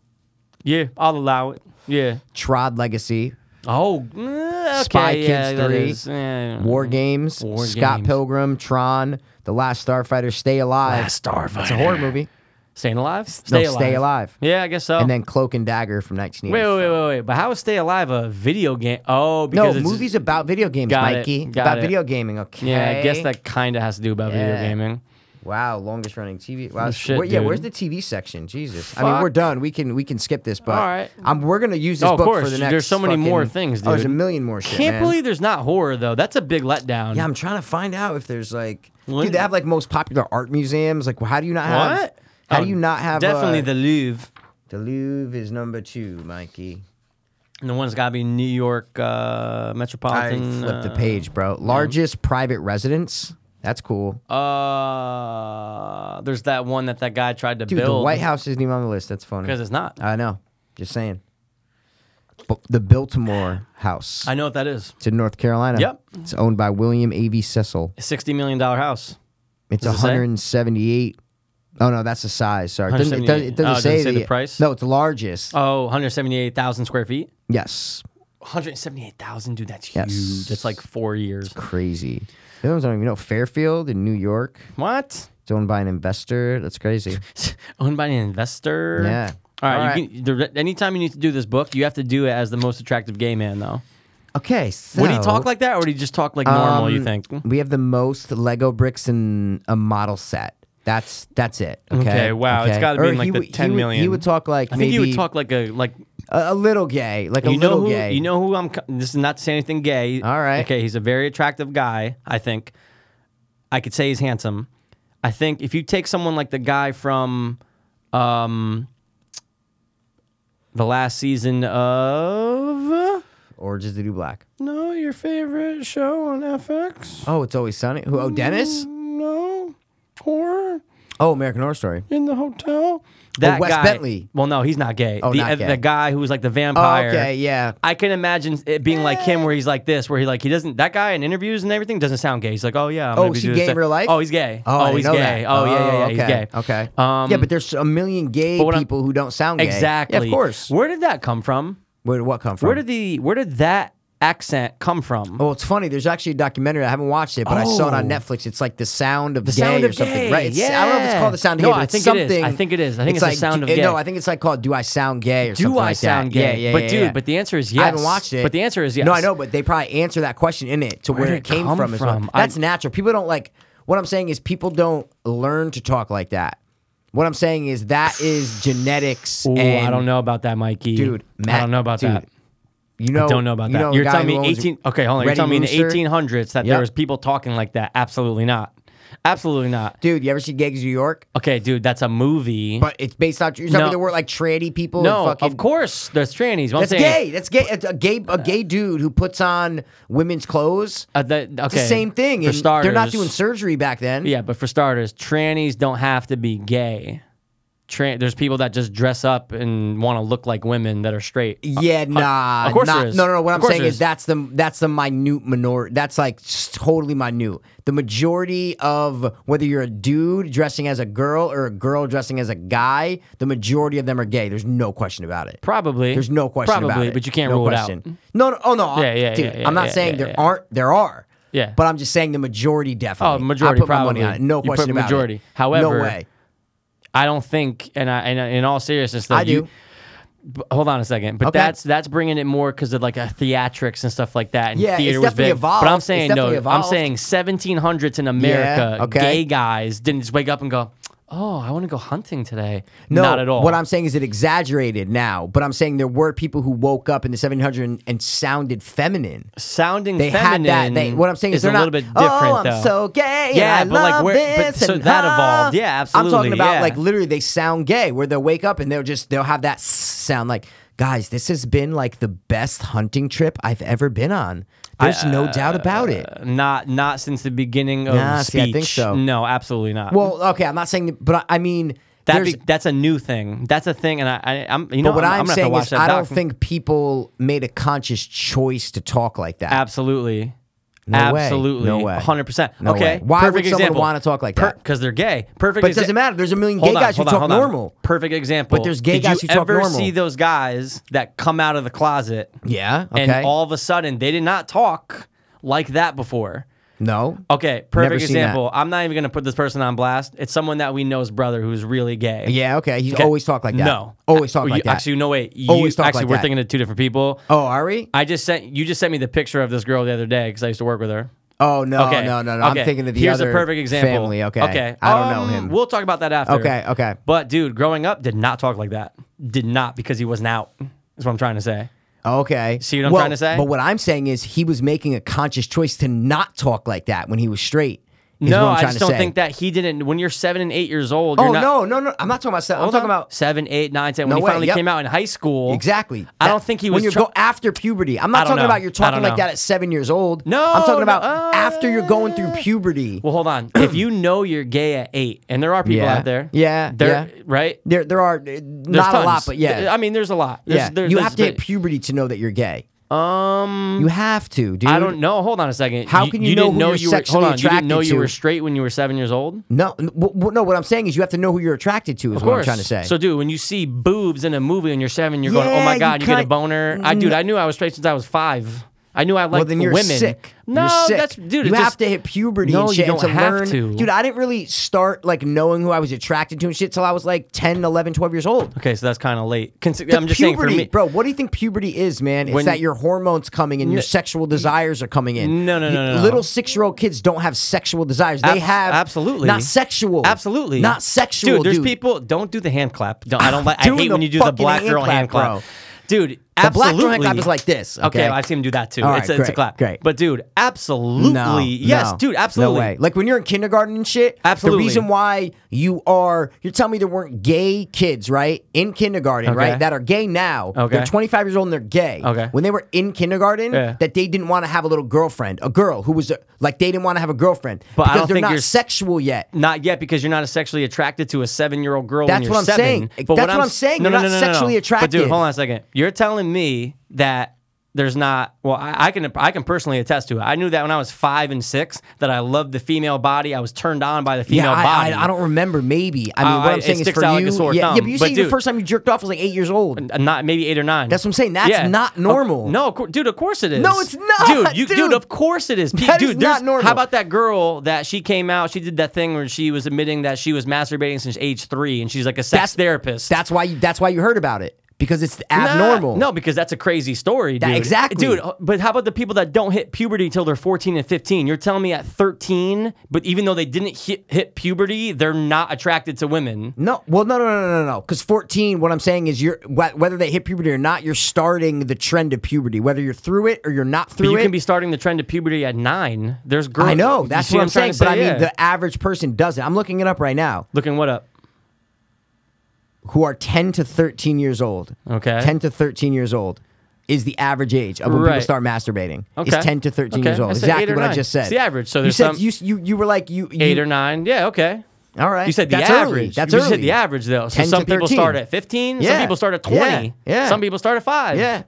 S2: Yeah, I'll allow it. Yeah.
S1: Trod Legacy,
S2: Oh, eh, okay,
S1: Spy
S2: yeah,
S1: Kids
S2: that
S1: 3,
S2: is, eh,
S1: War Games,
S2: War
S1: Scott
S2: Games.
S1: Pilgrim, Tron, The Last Starfighter, Stay Alive.
S2: Last Ah, Starfighter.
S1: It's a horror movie.
S2: Staying alive?
S1: no, Stay Alive.
S2: Yeah, I guess so.
S1: And then Cloak and Dagger from
S2: wait,
S1: 1980.
S2: wait, wait, wait, wait. But how is Stay Alive a video game? Oh,
S1: No,
S2: because it's,
S1: movies about video games,
S2: Got it,
S1: Mikey.
S2: got
S1: about
S2: it.
S1: video gaming. Okay.
S2: Yeah, I guess that kind of has to do about video
S1: Yeah.
S2: gaming.
S1: Wow, longest running TV. Wow,
S2: shit,
S1: where- yeah,
S2: dude.
S1: where's the TV section? Jesus. I mean, we're
S2: Fuck.
S1: done. We can we can skip this, but
S2: All right.
S1: I'm, we're gonna use this
S2: Oh, of
S1: book for
S2: course.
S1: the next.
S2: There's so many
S1: fucking-
S2: more things,
S1: Oh, there's a
S2: dude.
S1: million more shit.
S2: Can't
S1: man.
S2: believe there's not horror though. That's a big letdown.
S1: Yeah, I'm trying to find out if there's like,
S2: What?
S1: dude, they have like most popular art museums. Like, how do you not have?
S2: what?
S1: How
S2: Oh,
S1: do you not have?
S2: Definitely
S1: uh,
S2: the Louvre.
S1: the Louvre is number two, Mikey.
S2: And the one's got to be New York uh,
S1: I
S2: metropolitan.
S1: flipped the
S2: uh,
S1: page, bro. Largest private residence. That's cool,
S2: Uh, there's that one that that guy tried to
S1: dude.
S2: build.
S1: The White House isn't even on the list. That's funny.
S2: because it's not.
S1: I know. Just saying. B- the Biltmore House.
S2: I know what that is.
S1: It's in North Carolina.
S2: Yep.
S1: It's owned by William A.V. Cecil.
S2: Sixty million dollar house.
S1: It's
S2: Does it say?
S1: 178. Oh, no, that's the size. Sorry. It doesn't, it doesn't, it
S2: 178. Oh,
S1: doesn't
S2: it
S1: say,
S2: doesn't say the price?
S1: No, it's the largest.
S2: Oh, 178,000 square feet.
S1: yes.
S2: 178,000, dude. That's
S1: Yes.
S2: huge. That's like four years.
S1: Crazy. The other ones I don't even know. Fairfield in New York.
S2: What?
S1: It's owned by an investor. That's crazy.
S2: Owned by an investor.
S1: Yeah.
S2: All right.
S1: All
S2: you
S1: right.
S2: Can, the, anytime you need to do this book, you have to do it as the most attractive gay man, though.
S1: Okay. So,
S2: Would he talk like that, or would he just talk like normal? you
S1: um,
S2: think?
S1: We have the most Lego bricks in a model set. That's that's it. Okay.
S2: Okay, wow, it's gotta be
S1: Or
S2: in, like,
S1: he
S2: the
S1: would- he
S2: 10
S1: would- He
S2: million.
S1: would talk like
S2: I
S1: maybe
S2: think he would talk like a like.
S1: a, a little gay, like a
S2: You know
S1: little
S2: who?
S1: gay.
S2: You know who? I'm. co- This is not to say anything gay.
S1: All right.
S2: Okay, he's a very attractive guy. I think. I could say he's handsome. I think if you take someone like the guy from, um, the last season of
S1: Orange is the New Black.
S2: no, your favorite show on FX.
S1: Oh, it's always sunny. Who? Oh, Dennis.
S2: Mm. No, horror.
S1: Oh, American Horror Story.
S2: in the hotel. That
S1: Wes
S2: guy,
S1: Bentley.
S2: Well, no, he's not gay.
S1: Oh,
S2: the,
S1: not
S2: uh,
S1: gay.
S2: the guy who was like the
S1: Oh,
S2: vampire.
S1: okay, yeah.
S2: I can imagine it being like him, where he's like this, where he like he doesn't. That guy in interviews and everything doesn't sound gay. He's like, oh yeah, I'm
S1: Oh,
S2: gonna
S1: is
S2: be
S1: he
S2: doing
S1: gay in
S2: this-
S1: real life?
S2: Oh, he's gay.
S1: I didn't
S2: he's
S1: know
S2: gay.
S1: that.
S2: Oh yeah, yeah, yeah,
S1: okay.
S2: he's gay.
S1: Okay.
S2: Um,
S1: yeah, but there's a million gay
S2: what I'm-
S1: people who don't sound gay.
S2: exactly.
S1: Yeah, of course.
S2: Where did that come from?
S1: Where did what come from?
S2: Where did the where did that accent come from?
S1: Well, Oh, it's funny. There's actually a documentary. I haven't watched it, but I saw it on
S2: Oh.
S1: Netflix. It's like the sound of
S2: The
S1: gay
S2: Sound
S1: or
S2: of
S1: something,
S2: Gay,
S1: right? It's, I don't know if it's
S2: yeah.
S1: called the sound of
S2: No,
S1: gay, but
S2: I
S1: it's
S2: think it is.
S1: something.
S2: I think it is. I think it's The
S1: like,
S2: Sound of
S1: do-
S2: Gay.
S1: No, I think it's like called "Do I Sound Gay" or something
S2: Do I
S1: like that.
S2: sound gay?
S1: Yeah, yeah,
S2: but
S1: yeah,
S2: dude,
S1: yeah.
S2: but the answer is yes.
S1: I haven't watched it.
S2: But the answer is yes.
S1: No, I know, but they probably answer that question in it to where,
S2: did
S1: it
S2: it
S1: came
S2: come
S1: from. As well.
S2: from? I-
S1: That's natural. People don't like. What I'm saying is people don't learn to talk like that. What I'm saying is that is genetics.
S2: Ooh,
S1: and
S2: I don't know about that, Mikey.
S1: Dude,
S2: I
S1: Matt-
S2: don't know about
S1: dude,
S2: that.
S1: You know,
S2: Don't know about
S1: you
S2: that.
S1: know a
S2: You're
S1: guy
S2: telling
S1: who
S2: me
S1: owns
S2: 18. Okay, hold on. You're
S1: Ready
S2: telling me in the
S1: Rooster?
S2: 1800s that
S1: Yep.
S2: there was people talking like that? Absolutely not. Absolutely not.
S1: Dude, you ever see Gags New York?
S2: Okay, dude, that's a movie.
S1: But it's based on. You're talking
S2: No.
S1: the word like tranny people.
S2: no,
S1: and fucking,
S2: of course there's trannies. What
S1: That's
S2: I'm saying,
S1: gay. That's gay. It's a gay a gay dude who puts on women's clothes.
S2: Uh, that- okay,
S1: It's the same thing.
S2: For
S1: and
S2: starters,
S1: they're not doing surgery back then.
S2: Yeah, but for starters, trannies don't have to be gay. Tran- there's people that just dress up and want to look like women that are straight.
S1: Yeah, nah.
S2: of course
S1: not-
S2: there is.
S1: No, no, no. What
S2: Of
S1: I'm
S2: course
S1: saying
S2: there
S1: is
S2: is.
S1: that's the that's the minute minority. That's like s- totally minute. The majority of whether you're a dude dressing as a girl or a girl dressing as a guy, the majority of them are gay. There's no question about it.
S2: Probably.
S1: There's no question
S2: Probably,
S1: about it.
S2: but you can't
S1: no
S2: rule
S1: question.
S2: it out.
S1: No, no. Oh no. I-
S2: Yeah, yeah,
S1: dude,
S2: yeah, yeah,
S1: I'm not
S2: yeah,
S1: saying
S2: yeah,
S1: there
S2: yeah.
S1: aren't. There are.
S2: Yeah.
S1: But I'm just saying the majority definitely.
S2: Oh, majority
S1: I put
S2: probably.
S1: my money on it. No
S2: You
S1: question
S2: put
S1: about
S2: majority.
S1: it.
S2: However,
S1: no way.
S2: I don't think, and I, and I- in all seriousness, though,
S1: I
S2: you-
S1: do.
S2: b- hold on a second, but
S1: Okay.
S2: that's that's bringing it more because of like a theatrics and stuff like that. And
S1: Yeah, it's
S2: theater was
S1: definitely
S2: big.
S1: evolved.
S2: But I'm
S1: It's
S2: saying no,
S1: definitely
S2: I'm
S1: evolved.
S2: saying 1700s in America,
S1: okay.
S2: gay guys didn't just wake up and go, "Oh, I want to go hunting today."
S1: No,
S2: Not at all.
S1: What I'm saying is it exaggerated now, but I'm saying there were people who woke up in the 700 and, and sounded feminine.
S2: sounding
S1: They
S2: feminine.
S1: had that. They, what I'm saying is,
S2: a
S1: they're
S2: little
S1: not,
S2: bit different.
S1: Oh, I'm
S2: though.
S1: so gay.
S2: Yeah,
S1: and I
S2: but, like,
S1: love
S2: where- but
S1: this
S2: so
S1: and
S2: that
S1: ah."
S2: evolved. Yeah,
S1: I'm talking
S2: absolutely,
S1: about
S2: yeah.
S1: like literally they sound gay, where they'll wake up and they'll just they'll have that s- sound like guys, this has been like the best hunting trip I've ever been on. There's no doubt about it.
S2: Uh, Not not since the beginning of
S1: Nah, see,
S2: speech.
S1: I think so.
S2: No, absolutely not.
S1: Well, okay, I'm not saying, but I I mean,
S2: that
S1: there's-
S2: be, that's a new thing. That's a thing, and I, I I'm you know
S1: but what
S2: I'm,
S1: I'm,
S2: I'm gonna have to
S1: saying
S2: watch
S1: is,
S2: that
S1: I don't
S2: doc.
S1: think people made a conscious choice to talk like that.
S2: Absolutely.
S1: No way.
S2: Absolutely.
S1: No way.
S2: 100%.
S1: No
S2: okay.
S1: way. Why would someone wanna talk like that?
S2: Because they're gay. Perfect
S1: But it doesn't matter. There's a million gay
S2: Hold on,
S1: guys who
S2: hold on,
S1: talk
S2: hold on.
S1: normal.
S2: Perfect example.
S1: But there's gay
S2: Did
S1: guys
S2: you
S1: who talk
S2: ever
S1: normal.
S2: see those guys that come out of the closet
S1: Yeah. Okay.
S2: and all of a sudden they did not talk like that before?
S1: no.
S2: Okay, perfect
S1: seen that.
S2: example. I'm not even going to put this person on blast. It's someone that we know's brother who's really gay.
S1: Yeah. Okay. He's
S2: Okay.
S1: always talk like that.
S2: No. Oh, Uh,
S1: Always talk
S2: You-
S1: like that.
S2: Actually, no, wait. You,
S1: Always talk
S2: actually,
S1: like
S2: we're
S1: that.
S2: thinking of two different people.
S1: oh, are we?
S2: I just sent you just sent me the picture of this girl the other day because I used to work with her.
S1: oh no,
S2: Okay.
S1: no, no, no.
S2: Okay.
S1: I'm thinking of the
S2: Here's
S1: other
S2: a perfect example.
S1: family. Okay.
S2: Okay.
S1: I don't know
S2: Um,
S1: him.
S2: We'll talk about that after.
S1: Okay, okay.
S2: But dude, growing up, did not talk like that. Did not because he wasn't out. Is what I'm trying to say.
S1: Okay.
S2: See what I'm
S1: Well,
S2: trying to say?
S1: But what I'm saying is he was making a conscious choice to not talk like that when he was straight. is
S2: no,
S1: what I'm
S2: I
S1: trying
S2: just
S1: to
S2: don't
S1: say.
S2: think that he didn't. When you're seven and eight years old,
S1: Oh
S2: you're not,
S1: no, no, no. I'm not talking about that. I'm
S2: Hold
S1: talking
S2: on.
S1: about
S2: seven, eight, nine, ten.
S1: No
S2: when
S1: way,
S2: he finally
S1: yep.
S2: came out in high school,
S1: Exactly.
S2: I
S1: That-
S2: don't think he was
S1: when you
S2: try-
S1: go after puberty. I'm not
S2: I don't
S1: talking
S2: know.
S1: about you're
S2: I
S1: talking
S2: don't
S1: like
S2: know.
S1: that at seven years old.
S2: No,
S1: I'm talking
S2: no,
S1: about
S2: uh,
S1: after you're going through puberty.
S2: Well, hold on. if you know you're gay at eight, and there are people
S1: Yeah.
S2: out there,
S1: Yeah,
S2: they're,
S1: yeah.
S2: right.
S1: there, there are uh,
S2: There's
S1: not a
S2: tons.
S1: lot, but
S2: Th-
S1: yeah,
S2: I mean, there's a lot. There's-
S1: yeah.
S2: there-
S1: you
S2: there's-
S1: have to hit
S2: but-
S1: puberty to know that you're gay.
S2: um.
S1: You have to, dude.
S2: I don't know. Hold on a second.
S1: How can you know
S2: didn't
S1: who
S2: know
S1: you're
S2: you were,
S1: sexually
S2: hold on, You
S1: attracted
S2: didn't know you
S1: to?
S2: were straight when you were seven years old.
S1: No, n- w- w- no. What I'm saying is you have to know who you're attracted to. Is
S2: Of
S1: what
S2: course.
S1: I'm trying to say.
S2: So, dude, when you see boobs in a movie and you're seven, you're going, "Oh
S1: Yeah,
S2: my
S1: you
S2: god, you, get a
S1: kind-
S2: boner." I, dude, I knew I was straight since I was five. I knew I liked
S1: well, then you're
S2: women.
S1: sick.
S2: No,
S1: You're sick.
S2: that's dude.
S1: You
S2: it
S1: have
S2: just-
S1: to hit puberty
S2: No,
S1: and
S2: you
S1: shit
S2: don't
S1: and to
S2: have
S1: learn.
S2: to.
S1: Dude, I didn't really start like knowing who I was attracted to and shit till I was like 10, 11, 12 years old.
S2: Okay, so that's kind of late. Consi-
S1: The
S2: I'm just saying
S1: puberty,
S2: for me,
S1: bro. What do you think puberty is, man? It's
S2: When-
S1: that your hormones coming and your sexual desires are coming in.
S2: No, no, no,
S1: You-
S2: no, no.
S1: Little six-year-old kids don't have sexual desires. They
S2: Abs-
S1: have
S2: absolutely.
S1: not sexual,
S2: Absolutely.
S1: not sexual.
S2: Dude, there's people don't do the hand clap. Don't, I don't like I
S1: Doing
S2: hate
S1: the
S2: when you do the
S1: fucking
S2: black
S1: hand
S2: girl
S1: clap,
S2: hand clap.
S1: bro.
S2: Dude,
S1: The black
S2: absolutely.
S1: girl hand clap is like this, okay?
S2: I've seen him do that too.
S1: All
S2: it's,
S1: right,
S2: a, it's a
S1: great,
S2: clap.
S1: great.
S2: But dude, absolutely.
S1: No,
S2: yes,
S1: no,
S2: dude, absolutely.
S1: No way. Like when you're in kindergarten and shit.
S2: Absolutely.
S1: The reason why you are you're telling me there weren't gay kids right in kindergarten
S2: Okay.
S1: right that are gay now.
S2: Okay.
S1: They're 25 years old and they're gay.
S2: Okay.
S1: When they were in kindergarten,
S2: Yeah.
S1: that they didn't want to have a little girlfriend, a girl who was a, like they didn't want to have a girlfriend
S2: But I
S1: because
S2: don't
S1: they're
S2: think
S1: not
S2: you're-
S1: sexual yet.
S2: Not yet, because you're not sexually attracted to a seven-year-old girl.
S1: That's
S2: when you're
S1: what I'm
S2: seven.
S1: saying.
S2: But
S1: That's what I'm saying. You're not sexually
S2: But dude,
S1: attracted.
S2: hold on a second. You're telling me that there's not. Well, I, I can I can personally attest to it. I knew that when I was five and six that I loved the female body. I was turned on by the
S1: yeah,
S2: female
S1: I,
S2: body.
S1: I, I don't remember. Maybe I mean,
S2: Uh,
S1: what
S2: I-
S1: I'm
S2: it
S1: saying is
S2: sticks
S1: for
S2: out like a
S1: you,
S2: sore
S1: yeah, yeah,
S2: thumb,
S1: but you
S2: but
S1: say the
S2: dude-
S1: first time you jerked off was like eight years old.
S2: Uh, not maybe eight or nine.
S1: That's what I'm saying. That's not normal.
S2: Of- no, of cour- dude. Of course it is.
S1: No, it's not,
S2: dude. You, dude.
S1: dude.
S2: of course it is. Pe-
S1: That is
S2: dude, there's-
S1: not normal.
S2: How about that girl that she came out? She did that thing where she was admitting that she was masturbating since age three, and she's like a sex
S1: That's-
S2: therapist.
S1: That's why you. That's why you heard about it because it's
S2: Nah,
S1: abnormal.
S2: No, because that's a crazy story, dude.
S1: That- exactly.
S2: dude. uh, But how about the people that don't hit puberty till they're 14 and 15? You're telling me at 13, but even though they didn't hit, hit puberty, they're not attracted to women.
S1: No, well, no, no, no, no, no, no. Because fourteen, what I'm saying is, you're wh- whether they hit puberty or not, you're starting the trend of puberty. Whether you're through it or you're not
S2: But
S1: through
S2: you
S1: it,
S2: can be starting the trend of puberty at nine. There's girls.
S1: I know
S2: you
S1: that's
S2: see
S1: what, I'm saying.
S2: trying to
S1: But
S2: say?
S1: I mean,
S2: Yeah.
S1: the average person doesn't. I'm looking it up right now.
S2: looking what up?
S1: Who are 10 to 13 years old?
S2: Okay.
S1: 10 to 13 years old is the average age of when people
S2: Right.
S1: start masturbating.
S2: Okay.
S1: It's 10 to 13
S2: Okay.
S1: years old.
S2: I said eight
S1: Exactly
S2: or
S1: what I
S2: nine.
S1: just said.
S2: It's the average, so
S1: you
S2: there's
S1: said
S2: some-
S1: you, you you were like you, you
S2: eight or nine. Yeah, okay.
S1: All right.
S2: You said the
S1: That's early.
S2: average.
S1: That's
S2: you
S1: early.
S2: said the average though. So
S1: 10 to
S2: some people
S1: 13.
S2: start at fifteen.
S1: Yeah.
S2: Some people start at
S1: Yeah.
S2: twenty.
S1: Yeah.
S2: Some people start at five.
S1: Yeah.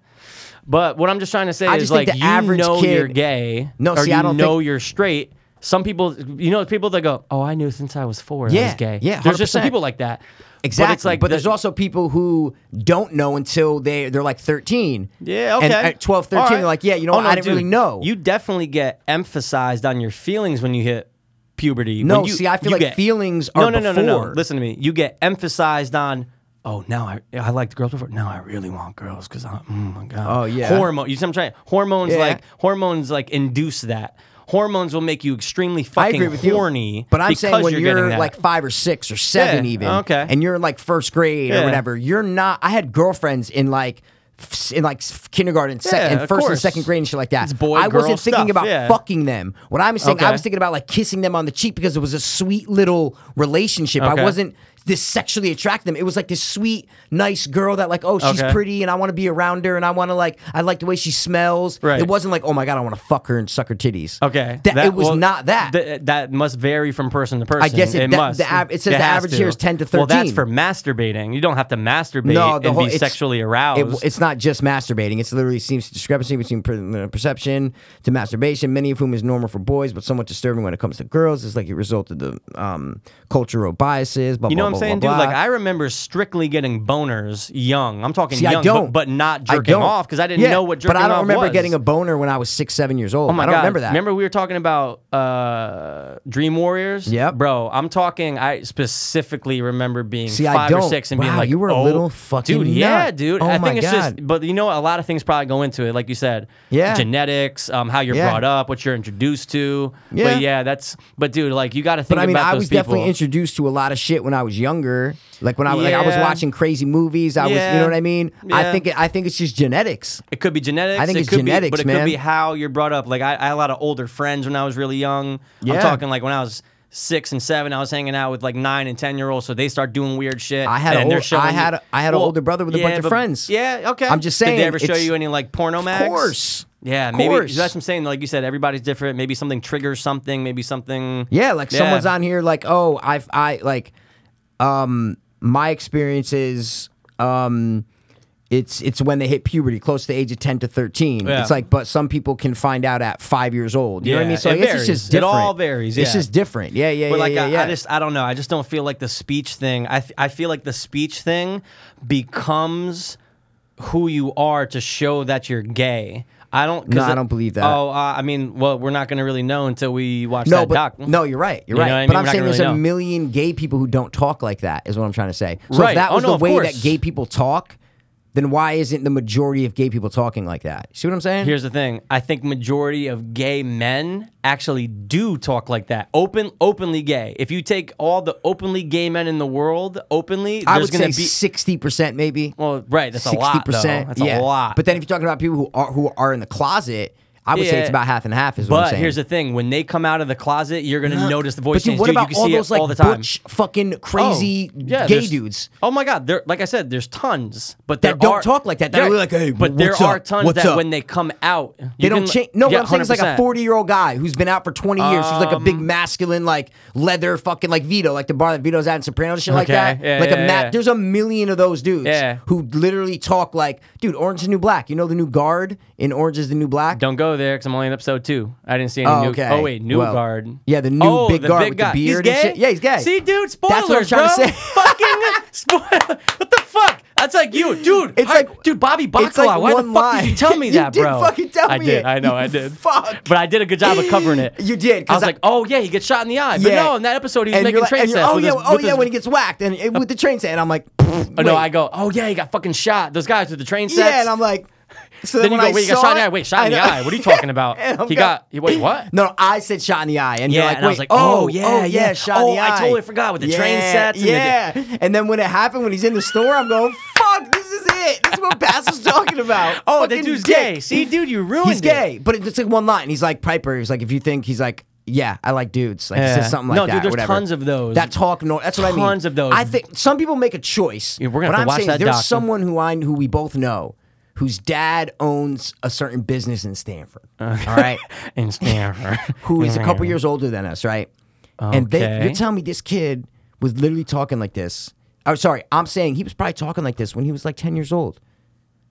S2: But what I'm just trying to say
S1: I
S2: is
S1: just think
S2: like
S1: the
S2: you
S1: average
S2: know
S1: kid-
S2: you're gay.
S1: No,
S2: or
S1: see,
S2: you
S1: I don't
S2: know
S1: think-
S2: you're straight. Some people, you know, people that go, "Oh, I knew since I was four I was
S1: Yeah.
S2: gay."
S1: Yeah,
S2: there's just some
S1: 100%.
S2: people like that.
S1: Exactly.
S2: But it's like,
S1: but
S2: the-
S1: there's also people who don't know until they they're like 13.
S2: Yeah, okay.
S1: And at 12, 13,
S2: All right.
S1: they're like, yeah, you know,
S2: Oh,
S1: what?
S2: no,
S1: I didn't
S2: dude,
S1: really know.
S2: You definitely get emphasized on your feelings when you hit puberty.
S1: No,
S2: When you-
S1: see, I feel
S2: you
S1: like
S2: get-
S1: feelings
S2: no,
S1: are
S2: no, no, no, no.
S1: before.
S2: Listen to me. You get emphasized on. Oh, now I I liked girls before. Now I really want girls because I'm. Oh my god.
S1: Oh, yeah.
S2: Hormone. You see, what I'm trying. Hormones
S1: Yeah.
S2: like hormones like induce that. Hormones will make you extremely fucking horny.
S1: But I'm
S2: because
S1: saying when
S2: you're, getting
S1: you're,
S2: that.
S1: like five or six or seven,
S2: Yeah,
S1: even,
S2: okay.
S1: and you're in like first grade
S2: Yeah.
S1: or whatever, you're not. I had girlfriends in like f- in like s- kindergarten, and sec-
S2: Yeah,
S1: and
S2: of
S1: first and
S2: course.
S1: second grade and shit like that.
S2: It's boy,
S1: I
S2: girl
S1: wasn't thinking
S2: stuff,
S1: about
S2: yeah.
S1: fucking them. What I'm saying,
S2: Okay.
S1: I was thinking about like kissing them on the cheek because it was a sweet little relationship.
S2: Okay.
S1: I wasn't this sexually attract them. It was like this sweet, nice girl that like, oh, she's
S2: Okay.
S1: pretty and I want to be around her and I want to like, I like the way she smells.
S2: Right.
S1: It wasn't like, oh my god, I want to fuck her and suck her titties.
S2: Okay,
S1: that, it was
S2: well,
S1: not that.
S2: th- that must vary from person to person.
S1: I guess it- that-
S2: must.
S1: the av- it says the
S2: has
S1: average here is 10 to
S2: Well, that's
S1: 13.
S2: for masturbating. You don't have to masturbate
S1: No, the
S2: and
S1: whole-
S2: be
S1: it's-
S2: sexually aroused.
S1: It, it's not just masturbating. It's literally seems discrepancy between per- uh, perception to masturbation, many of whom is normal for boys, but somewhat disturbing when it comes to girls. It's like it resulted to um, cultural biases. Blah,
S2: you know
S1: blah,
S2: what I'm
S1: blah,
S2: saying,
S1: blah,
S2: dude?
S1: blah.
S2: Like I remember strictly getting boners young. I'm talking
S1: See,
S2: young,
S1: I don't,
S2: But, but not
S1: I
S2: jerking
S1: don't.
S2: off because I didn't
S1: Yeah,
S2: know what jerking off
S1: But I don't remember
S2: was.
S1: getting a boner when I was six, seven years old.
S2: Oh my
S1: I don't
S2: god!
S1: remember that.
S2: Remember we were talking about uh, Dream Warriors?
S1: Yep.
S2: bro. I'm talking. I specifically remember being
S1: See, I
S2: five or
S1: don't.
S2: six and being
S1: Wow,
S2: like,
S1: you were a
S2: oh,
S1: little fucking
S2: dude. Yeah,
S1: nut.
S2: dude.
S1: Oh
S2: I
S1: my
S2: think it's
S1: God.
S2: just, but you know, a lot of things probably go into it, like you said.
S1: Yeah.
S2: genetics, um, how you're
S1: Yeah.
S2: brought up, what you're introduced to.
S1: Yeah.
S2: but yeah, that's. But dude, like you got to think
S1: But I mean,
S2: about
S1: I
S2: those
S1: was
S2: people.
S1: definitely introduced to a lot of shit when I was younger. Like when I was, like I was
S2: Yeah.
S1: watching crazy movies. I was, you
S2: Yeah.
S1: know what I mean. I
S2: Yeah.
S1: think it, I think it's just genetics.
S2: It could be genetics.
S1: I think
S2: it
S1: it's
S2: could
S1: genetics,
S2: be, but it
S1: man.
S2: could be how you're brought up. Like I, I had a lot of older friends when I was really young.
S1: Yeah.
S2: I'm talking like when I was six and seven, I was hanging out with like nine and ten year olds, so they start doing weird shit.
S1: I had a
S2: and they're
S1: ol-
S2: showing
S1: I
S2: you-
S1: had a- I had an older brother with a
S2: yeah,
S1: bunch of
S2: but-
S1: friends.
S2: Yeah, okay.
S1: I'm just
S2: Did
S1: saying,
S2: they ever show
S1: it's-
S2: you any like porno mags?
S1: course.
S2: Yeah,
S1: Of
S2: maybe
S1: course.
S2: that's what I'm saying. Like you said, everybody's different. Maybe something triggers something. Maybe something.
S1: Yeah, like someone's on here like, oh, I've I like um my experience is um it's it's when they hit puberty, close to the age of ten to thirteen.
S2: Yeah.
S1: It's like, but some people can find out at five years old. You know what I
S2: Yeah,
S1: mean? So I
S2: it
S1: guess it's
S2: varies.
S1: just
S2: It
S1: different.
S2: all varies,
S1: It's
S2: yeah.
S1: just different. Yeah, yeah,
S2: But
S1: yeah.
S2: like
S1: yeah,
S2: I,
S1: yeah.
S2: I just I don't know. I just don't feel like the speech thing. I f- I feel like the speech thing becomes who you are to show that you're gay. I don't. 'cause
S1: No, I
S2: it-
S1: don't believe that.
S2: Oh, uh, I mean, well, we're not gonna really know until we watch
S1: no,
S2: that
S1: but
S2: doc.
S1: no, you're right. You're
S2: You know
S1: right.
S2: what
S1: But
S2: I mean?
S1: I'm
S2: We're not
S1: saying
S2: gonna
S1: there's a
S2: really know.
S1: million gay people who don't talk like that. Is what I'm trying to say. So if
S2: Right.
S1: that
S2: Oh,
S1: was
S2: no,
S1: the
S2: of
S1: way that
S2: course.
S1: gay people talk, then why isn't the majority of gay people talking like that? See what I'm saying?
S2: Here's the thing. I think majority of gay men actually do talk like that. Open, openly gay. If you take all the openly gay men in the world, openly,
S1: I
S2: there's
S1: would
S2: gonna
S1: say
S2: be
S1: sixty percent, maybe.
S2: Well, right, that's a lot, though. That's a
S1: yeah.
S2: lot.
S1: But then if you're talking about people who are who are in the closet, I would say it's
S2: Yeah.
S1: about half and half. Is what I'm
S2: But
S1: saying.
S2: here's the thing: when they come out of the closet, you're gonna notice the
S1: But
S2: voice
S1: dude,
S2: change.
S1: what
S2: Dude,
S1: about
S2: you can
S1: all
S2: see it
S1: those like
S2: all the time.
S1: butch fucking crazy
S2: Oh, yeah,
S1: gay
S2: there's-
S1: dudes?
S2: Oh my god, there like I said, there's tons, but
S1: That
S2: there
S1: don't
S2: are-
S1: talk like that. That
S2: Yeah,
S1: are like, "Hey,
S2: but
S1: what's
S2: there are
S1: up?
S2: tons
S1: What's
S2: that
S1: up?"
S2: when they come out,
S1: They don't change. No, what I'm saying is like a
S2: 40
S1: 40 year old guy who's been out for 20 years. who's like a
S2: Um,
S1: big masculine, like leather fucking like Vito, like the bar that Vito's at in Sopranos, shit like
S2: Okay,
S1: that.
S2: yeah,
S1: like a
S2: yeah,
S1: ma-
S2: yeah.
S1: there's a million of those dudes
S2: Yeah.
S1: who literally talk like, dude, Orange is the New Black. You know the new guard in Orange is the New Black.
S2: Don't go there because I'm only in episode two. I didn't see any
S1: Oh,
S2: new.
S1: okay.
S2: Oh wait, new
S1: Well,
S2: guard.
S1: yeah, the new
S2: oh,
S1: big
S2: the
S1: guard
S2: big
S1: with the
S2: guy. He's
S1: beard and
S2: gay?
S1: shit. Yeah, he's gay.
S2: See, dude,
S1: That's
S2: spoilers,
S1: what I'm trying to
S2: bro.
S1: say.
S2: Fucking spoiler. What the fuck? That's like you, dude.
S1: It's
S2: I-
S1: like-
S2: dude, Bobby
S1: it's like
S2: Bacala. Why the
S1: one
S2: fuck
S1: line.
S2: did you tell me
S1: You
S2: that,
S1: did
S2: bro?
S1: fucking tell
S2: I
S1: me
S2: did.
S1: it.
S2: I know. I
S1: You
S2: did.
S1: fuck.
S2: But I did a good job of covering it.
S1: You did,
S2: I
S1: 'cause
S2: was
S1: I-
S2: like, oh yeah, he gets shot in the eye. But no, in that episode, he was
S1: and you're
S2: making
S1: like-
S2: train
S1: and you're,
S2: sets.
S1: Oh
S2: with
S1: yeah,
S2: his-
S1: oh
S2: with
S1: yeah,
S2: his-
S1: when he gets whacked and it- with the train set, and I'm like,
S2: Oh, no,
S1: wait.
S2: I go, oh yeah, he got fucking shot. Those guys with the train sets.
S1: yeah, and I'm like, so
S2: then you
S1: when
S2: go,
S1: I
S2: wait, he got
S1: saw
S2: shot in
S1: it,
S2: the eye. Wait, shot in
S1: I
S2: the
S1: know-
S2: eye. What are you talking about?
S1: And I'm
S2: He
S1: going-
S2: got. he- Wait, what?
S1: No, I said shot in the eye, and
S2: Yeah,
S1: you're like,
S2: and I was
S1: wait,
S2: like,
S1: oh,
S2: oh, yeah,
S1: oh, yeah,
S2: yeah.
S1: shot in
S2: Oh,
S1: the eye.
S2: I totally forgot with the train
S1: Yeah,
S2: sets and the-
S1: yeah, and then when it happened, when he's in the store, I'm going, fuck, this is it. This is what Bass was talking about.
S2: Oh,
S1: Fucking
S2: that dude's
S1: dick.
S2: gay. See, dude, you ruined
S1: He's gay, but it's like one line. He's like Piper. He's like, if you think he's like, yeah, I like dudes. Like he
S2: Yeah.
S1: says something like
S2: No,
S1: that.
S2: dude, there's
S1: whatever.
S2: tons of those.
S1: That talk. No, that's what I mean.
S2: Tons of those.
S1: I think some people make a choice.
S2: Yeah, we're gonna
S1: but
S2: have to
S1: I'm
S2: watch
S1: saying
S2: that
S1: There's
S2: doc.
S1: someone who I who we both know, whose dad owns a certain business in Stanford.
S2: Uh,
S1: all right,
S2: it. In Stanford.
S1: who is a couple years older than us, right? And they,
S2: Okay.
S1: you're telling me this kid was literally talking like this. Oh, sorry, I'm saying he was probably talking like this when he was like 10 years old.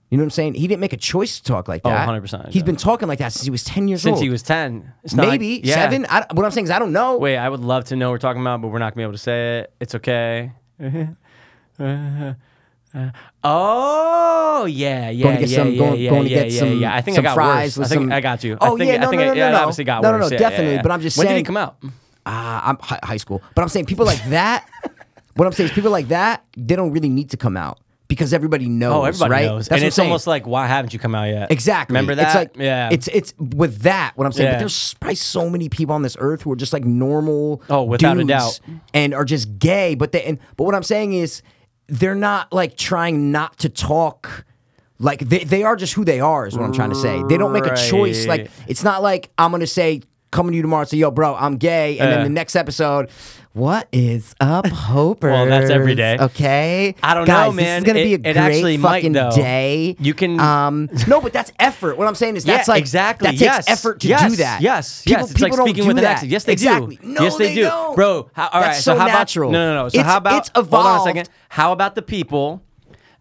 S1: You know what I'm saying? He didn't make a choice to talk
S2: Oh,
S1: like that.
S2: 100%,
S1: He's
S2: yeah.
S1: been talking like that since he was 10 years old.
S2: Since he was ten, It's not like-
S1: Maybe
S2: yeah.
S1: seven. I, what I'm saying is, I don't know.
S2: Wait, I would love to know what we're talking about, but we're not gonna be able to say it. It's okay. oh yeah, yeah,
S1: Going to get
S2: yeah,
S1: some-
S2: yeah,
S1: going-
S2: yeah,
S1: going to
S2: yeah,
S1: get
S2: yeah,
S1: some-
S2: yeah. I think
S1: some
S2: I got
S1: fries with
S2: worse. I think
S1: some-
S2: I got you.
S1: Oh,
S2: I think,
S1: yeah, no,
S2: I think
S1: no, no,
S2: it, yeah,
S1: no,
S2: it
S1: no.
S2: obviously got
S1: No, no,
S2: worse.
S1: no,
S2: Yeah, yeah,
S1: definitely,
S2: yeah.
S1: but I'm just
S2: when
S1: saying-
S2: did it come out?
S1: Ah, I'm hi- high school, but I'm saying people like that. what I'm saying is, people like that, they don't really need to come out because everybody knows.
S2: Oh, everybody
S1: right?
S2: knows,
S1: That's
S2: and
S1: what
S2: it's
S1: I'm saying.
S2: almost like why haven't you come out yet?
S1: Exactly.
S2: Remember that?
S1: It's like
S2: yeah.
S1: It's it's with that what I'm saying. But
S2: Yeah.
S1: there's probably so many people on this earth who are just like normal.
S2: Oh, without a
S1: dudes
S2: doubt.
S1: and are just gay. But they and but what I'm saying is they're not like trying not to talk. Like they, they are just who they are is what I'm trying to say. They don't make a choice. Like
S2: Right.
S1: it's not like I'm gonna say coming to you tomorrow and say yo bro I'm gay and then
S2: Yeah.
S1: the next episode What is up, Hopers?
S2: Well, that's every day.
S1: Okay.
S2: I don't
S1: Guys,
S2: know, man.
S1: This is gonna be a
S2: It- it
S1: great
S2: actually might,
S1: fucking
S2: though.
S1: day.
S2: You can-
S1: Um, no, but that's effort. What I'm saying is
S2: Yeah,
S1: that's like
S2: exactly.
S1: That takes
S2: yes.
S1: effort to
S2: yes.
S1: do that.
S2: Yes,
S1: People,
S2: yes. It's like
S1: people don't
S2: speaking
S1: do
S2: with an
S1: that.
S2: accent. Yes, they
S1: exactly.
S2: do.
S1: No,
S2: yes, they, do,
S1: don't.
S2: bro. How, all right.
S1: That's
S2: so,
S1: so
S2: how
S1: natural.
S2: about no, no, no? So
S1: It's-
S2: how about
S1: it's
S2: Hold on a
S1: evolved.
S2: second. How about the people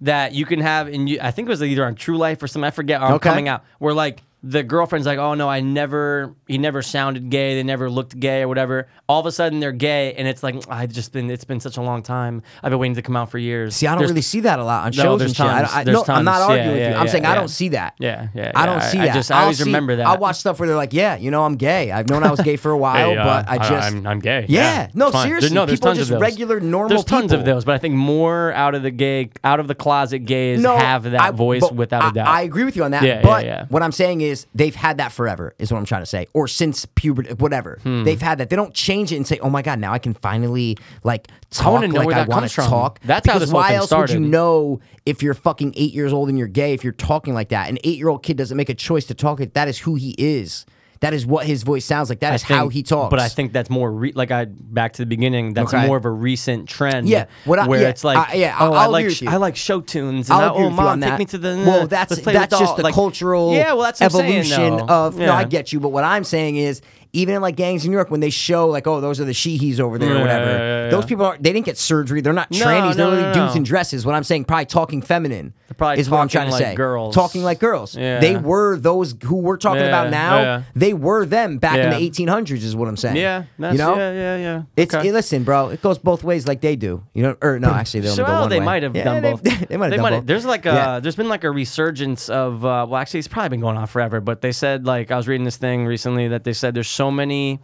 S2: that you can have in you? I think it was either on True Life or some. I forget. Or on
S1: Okay.
S2: coming out. Where like the girlfriend's like, oh no, I never. He never sounded gay. They never looked gay or whatever. All of a sudden they're gay, and it's like I've just been. It's been such a long time. I've been waiting to come out for years.
S1: See, I don't
S2: There's-
S1: really see that a lot on
S2: No,
S1: shows
S2: there's
S1: and shit. I,
S2: tons.
S1: I,
S2: There's
S1: no, I'm not
S2: tons.
S1: arguing
S2: Yeah,
S1: with you.
S2: yeah,
S1: I'm saying
S2: yeah,
S1: I
S2: yeah.
S1: don't see that.
S2: Yeah, yeah.
S1: I don't
S2: yeah.
S1: see
S2: I,
S1: that.
S2: I just I
S1: I'll
S2: always
S1: see-
S2: remember that.
S1: I watch stuff where they're like, "Yeah, you know, I'm gay. I've known I was gay for a while,
S2: Hey, uh,
S1: but I just
S2: I'm, I'm gay.
S1: Yeah, no,
S2: It's fine.
S1: seriously,
S2: There- no, there's
S1: people
S2: tons
S1: just
S2: of those.
S1: regular, normal
S2: There's tons of
S1: people.
S2: those, but I think more out of the gay, out of the closet gays have that
S1: I-
S2: voice
S1: but
S2: without
S1: I-
S2: a doubt.
S1: I agree with you on that.
S2: Yeah, yeah,
S1: but
S2: yeah.
S1: what I'm saying is they've had that forever, is what I'm trying to say. Or since puberty, whatever.
S2: Hmm.
S1: They've had that. They don't change it and say, oh my God, now I can finally like talk
S2: wanna know
S1: like
S2: where
S1: I
S2: that
S1: want
S2: comes
S1: to
S2: from.
S1: talk.
S2: That's how
S1: because
S2: this whole
S1: why
S2: thing
S1: else would
S2: started.
S1: you know if you're fucking eight years old and you're gay if you're talking like that? An eight year old kid doesn't make a choice to talk. like That is who he is. That is what his voice sounds like. That
S2: I
S1: is how
S2: think-
S1: he talks.
S2: But I think that's more re- like I back to the beginning. That's
S1: Okay.
S2: more of a recent trend.
S1: Yeah, what I-
S2: where
S1: yeah,
S2: it's like,
S1: I- yeah, I'll
S2: oh, I
S1: agree
S2: like
S1: with
S2: sh-
S1: you.
S2: I like show tunes. And
S1: I'll
S2: I,
S1: agree
S2: oh,
S1: with you
S2: mom,
S1: on
S2: take
S1: that.
S2: me to the
S1: well.
S2: let's
S1: That's
S2: play
S1: that's
S2: with
S1: just
S2: doll-
S1: the
S2: like-
S1: cultural
S2: yeah. Well, that's what I'm saying,
S1: evolution
S2: though.
S1: of. No,
S2: Yeah.
S1: I get you, but what I'm saying is, even in like gangs in New York, when they show like, oh, those are the sheehees over there or
S2: Yeah,
S1: whatever.
S2: yeah, yeah,
S1: Those
S2: yeah.
S1: people aren't. They didn't get surgery. They're not
S2: No,
S1: trannies. they're
S2: no, no,
S1: literally
S2: no.
S1: dudes in dresses. What I'm saying, probably talking feminine.
S2: probably
S1: is what I'm
S2: talking
S1: trying to
S2: like
S1: say.
S2: girls.
S1: Talking like girls.
S2: Yeah.
S1: They were those who we're talking
S2: Yeah,
S1: about now.
S2: yeah.
S1: They were them back
S2: Yeah.
S1: in the 1800s. Is what I'm saying.
S2: Yeah, that's,
S1: you know.
S2: yeah, yeah, yeah.
S1: It's
S2: Okay.
S1: it- listen, bro. It goes both ways, like they do. You know, or no, actually, they only
S2: So
S1: go
S2: well,
S1: one
S2: they
S1: way.
S2: might have
S1: Yeah,
S2: done
S1: they-
S2: both.
S1: They might have done
S2: might
S1: both.
S2: There's like a
S1: Yeah.
S2: there's been like a resurgence of uh, well, actually, it's probably been going on forever. But they said like I was reading this thing recently that they said there's so many,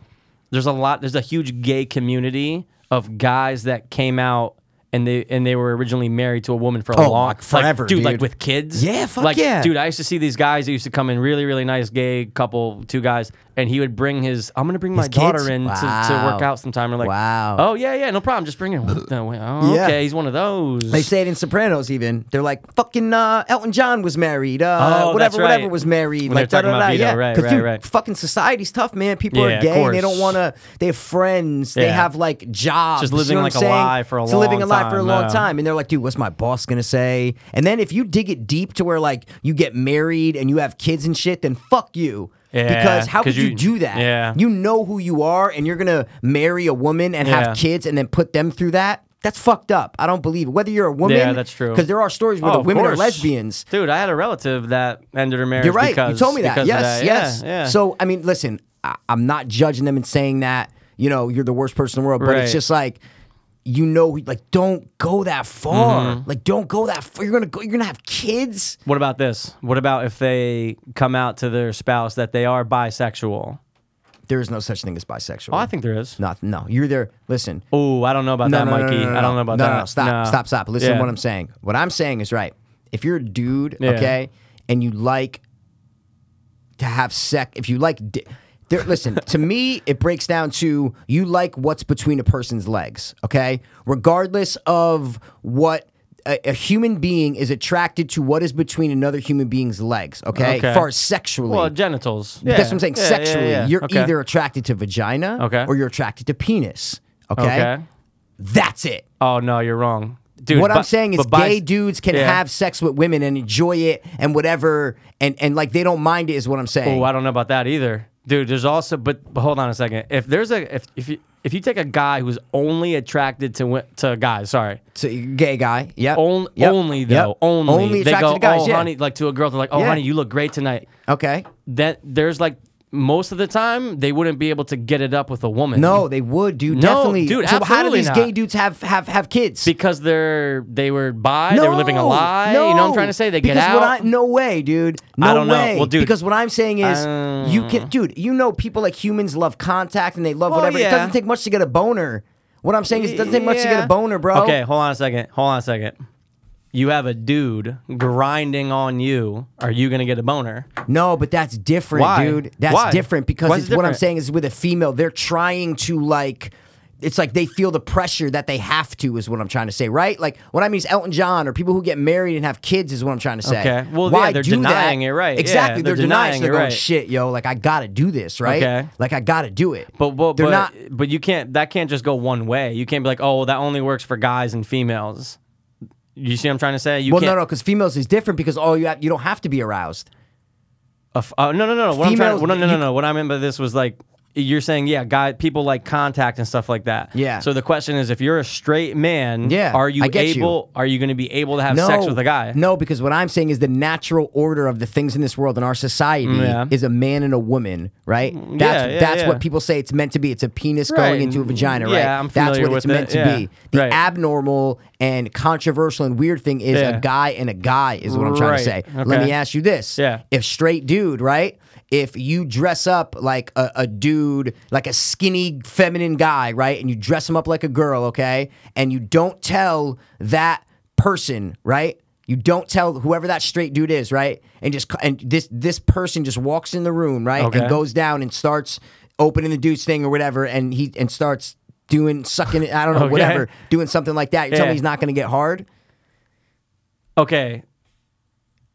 S2: there's a lot, there's a huge gay community of guys that came out. And they and they were originally married to a woman for a
S1: Oh,
S2: long
S1: like forever,
S2: like, dude, Like
S1: dude.
S2: with kids,
S1: Yeah, fuck
S2: like,
S1: yeah.
S2: dude. I used to see these guys that used to come in, really, really nice gay couple, two guys, and he would bring his. I'm gonna bring my
S1: kids?
S2: daughter in to, to
S1: Wow.
S2: work out sometime. Or like,
S1: Wow.
S2: oh yeah, yeah, no problem. Just bring him. Oh,
S1: Yeah.
S2: okay, he's one of those.
S1: They say it in Sopranos. Even they're like fucking uh, Elton John was married. Uh,
S2: Oh, that's
S1: whatever, whatever
S2: right.
S1: was married.
S2: When
S1: like
S2: they're talking
S1: da-da-da,
S2: about Vito,
S1: yeah.
S2: right,
S1: 'Cause,
S2: right,
S1: dude,
S2: right.
S1: Fucking society's tough, man. People are
S2: Yeah, of
S1: gay and they
S2: course.
S1: don't want to. They have friends. They
S2: Yeah.
S1: have like jobs.
S2: Just
S1: you know
S2: living
S1: what I'm
S2: like a
S1: saying?
S2: lie for a
S1: It's living
S2: long
S1: a lie for a
S2: time,
S1: long
S2: yeah.
S1: time, and they're like, dude, what's my boss gonna say? And then if you dig it deep to where like you get married and you have kids and shit, then fuck you.
S2: Yeah,
S1: because how
S2: 'cause
S1: could you,
S2: you-
S1: do that?
S2: yeah.
S1: You know who you are, and you're gonna marry a woman and
S2: Yeah.
S1: have kids, and then put them through that. That's fucked up. I don't believe it. Whether you're a woman women.
S2: Yeah, that's true.
S1: Because there are stories where
S2: Oh,
S1: the
S2: of
S1: women are
S2: course.
S1: lesbians.
S2: Dude, I had a relative that ended her marriage.
S1: You're right.
S2: Because,
S1: you told me that.
S2: because
S1: Yes,
S2: of that.
S1: yes.
S2: Yeah, yeah.
S1: So I mean, listen, I, I'm not judging them and saying that you know you're the worst person in the world, but
S2: Right.
S1: it's just like you know, like don't go that far.
S2: Mm-hmm.
S1: Like don't go that far. You're gonna go. You're gonna have kids.
S2: what about this? What about if they come out to their spouse that they are bisexual?
S1: There is no such thing as bisexual.
S2: Oh, I think there is.
S1: no, no. You're there. Listen.
S2: Oh, I don't know about
S1: no,
S2: that,
S1: no, no,
S2: Mikey.
S1: No, no, no,
S2: I don't know about
S1: no,
S2: that.
S1: No, no, stop, stop, stop. Listen
S2: Yeah.
S1: to what I'm saying. What I'm saying is right. If you're a dude,
S2: Yeah.
S1: okay, and you like to have sex, if you like, di- there, listen, to me, it breaks down to you like what's between a person's legs, okay? Regardless of what. A, a human being is attracted to what is between another human being's legs, okay?
S2: Okay.
S1: Far sexually.
S2: Well, genitals. Yeah.
S1: That's what I'm saying.
S2: Yeah, yeah,
S1: Sexually,
S2: yeah.
S1: you're
S2: Okay.
S1: either attracted to vagina
S2: Okay.
S1: or you're attracted to penis. Okay?
S2: Okay.
S1: That's it.
S2: Oh no, you're wrong, dude.
S1: what
S2: bi-
S1: I'm saying is
S2: but bis-
S1: gay dudes can
S2: Yeah.
S1: have sex with women and enjoy it and whatever and, and like they don't mind it is what I'm saying.
S2: Oh, I don't know about that either, dude. There's also, but, but hold on a second. If there's a if if you if you take a guy who's only attracted to wi- to guys, sorry,
S1: So, gay guy. Yep.
S2: only
S1: Yep.
S2: only
S1: Yep.
S2: though, only
S1: only
S2: they
S1: attracted
S2: go,
S1: to guys.
S2: oh
S1: yeah.
S2: honey, like to a girl, they're like, oh
S1: Yeah.
S2: honey, you look great tonight.
S1: Okay.
S2: That there's like most of the time they wouldn't be able to get it up with a woman.
S1: No, they would, dude.
S2: No,
S1: Definitely.
S2: dude,
S1: so how do
S2: absolutely
S1: these
S2: not.
S1: gay dudes have have have kids?
S2: because they're they were bi, they were living a
S1: No,
S2: lie. You know what I'm trying to say? They get
S1: because
S2: out.
S1: What I, no way, dude. No
S2: I don't know.
S1: way.
S2: Well, dude-
S1: because what I'm saying is,
S2: I
S1: you can, dude. You know, people like humans love contact and they love
S2: Well,
S1: whatever.
S2: yeah.
S1: It doesn't take much to get a boner. What I'm saying is, it doesn't take much to get
S2: Yeah.
S1: a boner, bro.
S2: Okay, hold on a second. Hold on a second. You have a dude grinding on you. Are you gonna get a boner?
S1: No, but that's different,
S2: Why?
S1: dude. That's
S2: Why?
S1: different because
S2: Why is
S1: it's
S2: it
S1: what I'm
S2: different?
S1: saying is with a female, they're trying to like it's like they feel the pressure that they have to is what I'm trying to say, right? Like what I mean is Elton John or people who get married and have kids is what I'm trying to say.
S2: Okay. Well,
S1: Why
S2: yeah, they're
S1: do that?
S2: denying it, right. Yeah,
S1: Exactly.
S2: they're
S1: they're, denying. it.
S2: denying
S1: They're
S2: it,
S1: going,
S2: right.
S1: shit, yo, like I gotta do this, right?
S2: Okay.
S1: Like I gotta do it.
S2: But but
S1: they're
S2: but,
S1: not.
S2: but you can't. That can't just go one way. You can't be like, oh, well, that only works for guys and females. You see what I'm trying to say? You
S1: Well,
S2: can't,
S1: no, no, because females is different because all you have, you don't have to be aroused.
S2: a f- uh, no, no, no, no. What
S1: Females-
S2: I'm trying, well, no, no,
S1: you-
S2: no, no. What I meant by this was like you're saying, yeah, guy, people like contact and stuff like that.
S1: Yeah.
S2: So the question is, if you're a straight man,
S1: Yeah,
S2: are you
S1: I get you.
S2: able? Are you going to be able to have sex with a guy?
S1: No, because what I'm saying is the natural order of the things in this world in our society
S2: yeah. Mm,
S1: is a man and a woman, right? That's
S2: yeah,
S1: that's
S2: yeah.
S1: what people say it's meant to be. It's a penis
S2: Right.
S1: going into a vagina,
S2: Yeah,
S1: right?
S2: I'm
S1: that's
S2: familiar
S1: what
S2: with
S1: it's meant
S2: it.
S1: to
S2: Yeah.
S1: be. The
S2: Right.
S1: abnormal and controversial and weird thing is
S2: Yeah.
S1: a guy and a guy is what I'm trying
S2: Right.
S1: to say.
S2: Okay.
S1: Let me ask you this.
S2: Yeah.
S1: If straight dude, right? If you dress up like a, a dude, like a skinny feminine guy, right? And you dress him up like a girl, okay? And you don't tell that person, right? You don't tell whoever that straight dude is, right? And just c- and this this person just walks in the room, right?
S2: Okay.
S1: And goes down and starts opening the dude's thing or whatever, and he and starts doing sucking it, I don't know,
S2: Okay.
S1: whatever, doing something like that. You're telling
S2: Yeah.
S1: me he's not gonna get hard?
S2: Okay.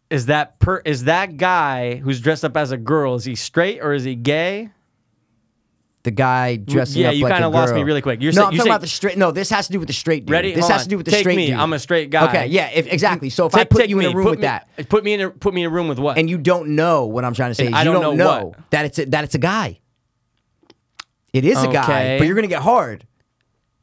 S2: Is that per? Is that guy who's dressed up as a girl? Is he straight or is he gay?
S1: the guy dressing
S2: Mm, yeah,
S1: up
S2: you
S1: like a
S2: kinda
S1: girl.
S2: lost me really quick. You're
S1: no,
S2: say-
S1: I'm
S2: you
S1: talking
S2: say-
S1: about the straight. No, this has to do with the straight dude.
S2: Ready?
S1: This
S2: Hold
S1: has
S2: on.
S1: to do with the
S2: Take
S1: straight
S2: me.
S1: dude.
S2: I'm a straight guy.
S1: Okay, yeah, if, exactly. So if I
S2: Take-
S1: put
S2: take
S1: you in
S2: me.
S1: a room
S2: Put
S1: with
S2: me-
S1: that,
S2: Put me in a put me in a room with what?
S1: and you don't know what I'm trying to say,
S2: And
S1: is
S2: I
S1: you
S2: don't
S1: don't
S2: know
S1: know
S2: what?
S1: that it's a, that it's a guy. It is a
S2: Okay.
S1: guy, but you're gonna get hard.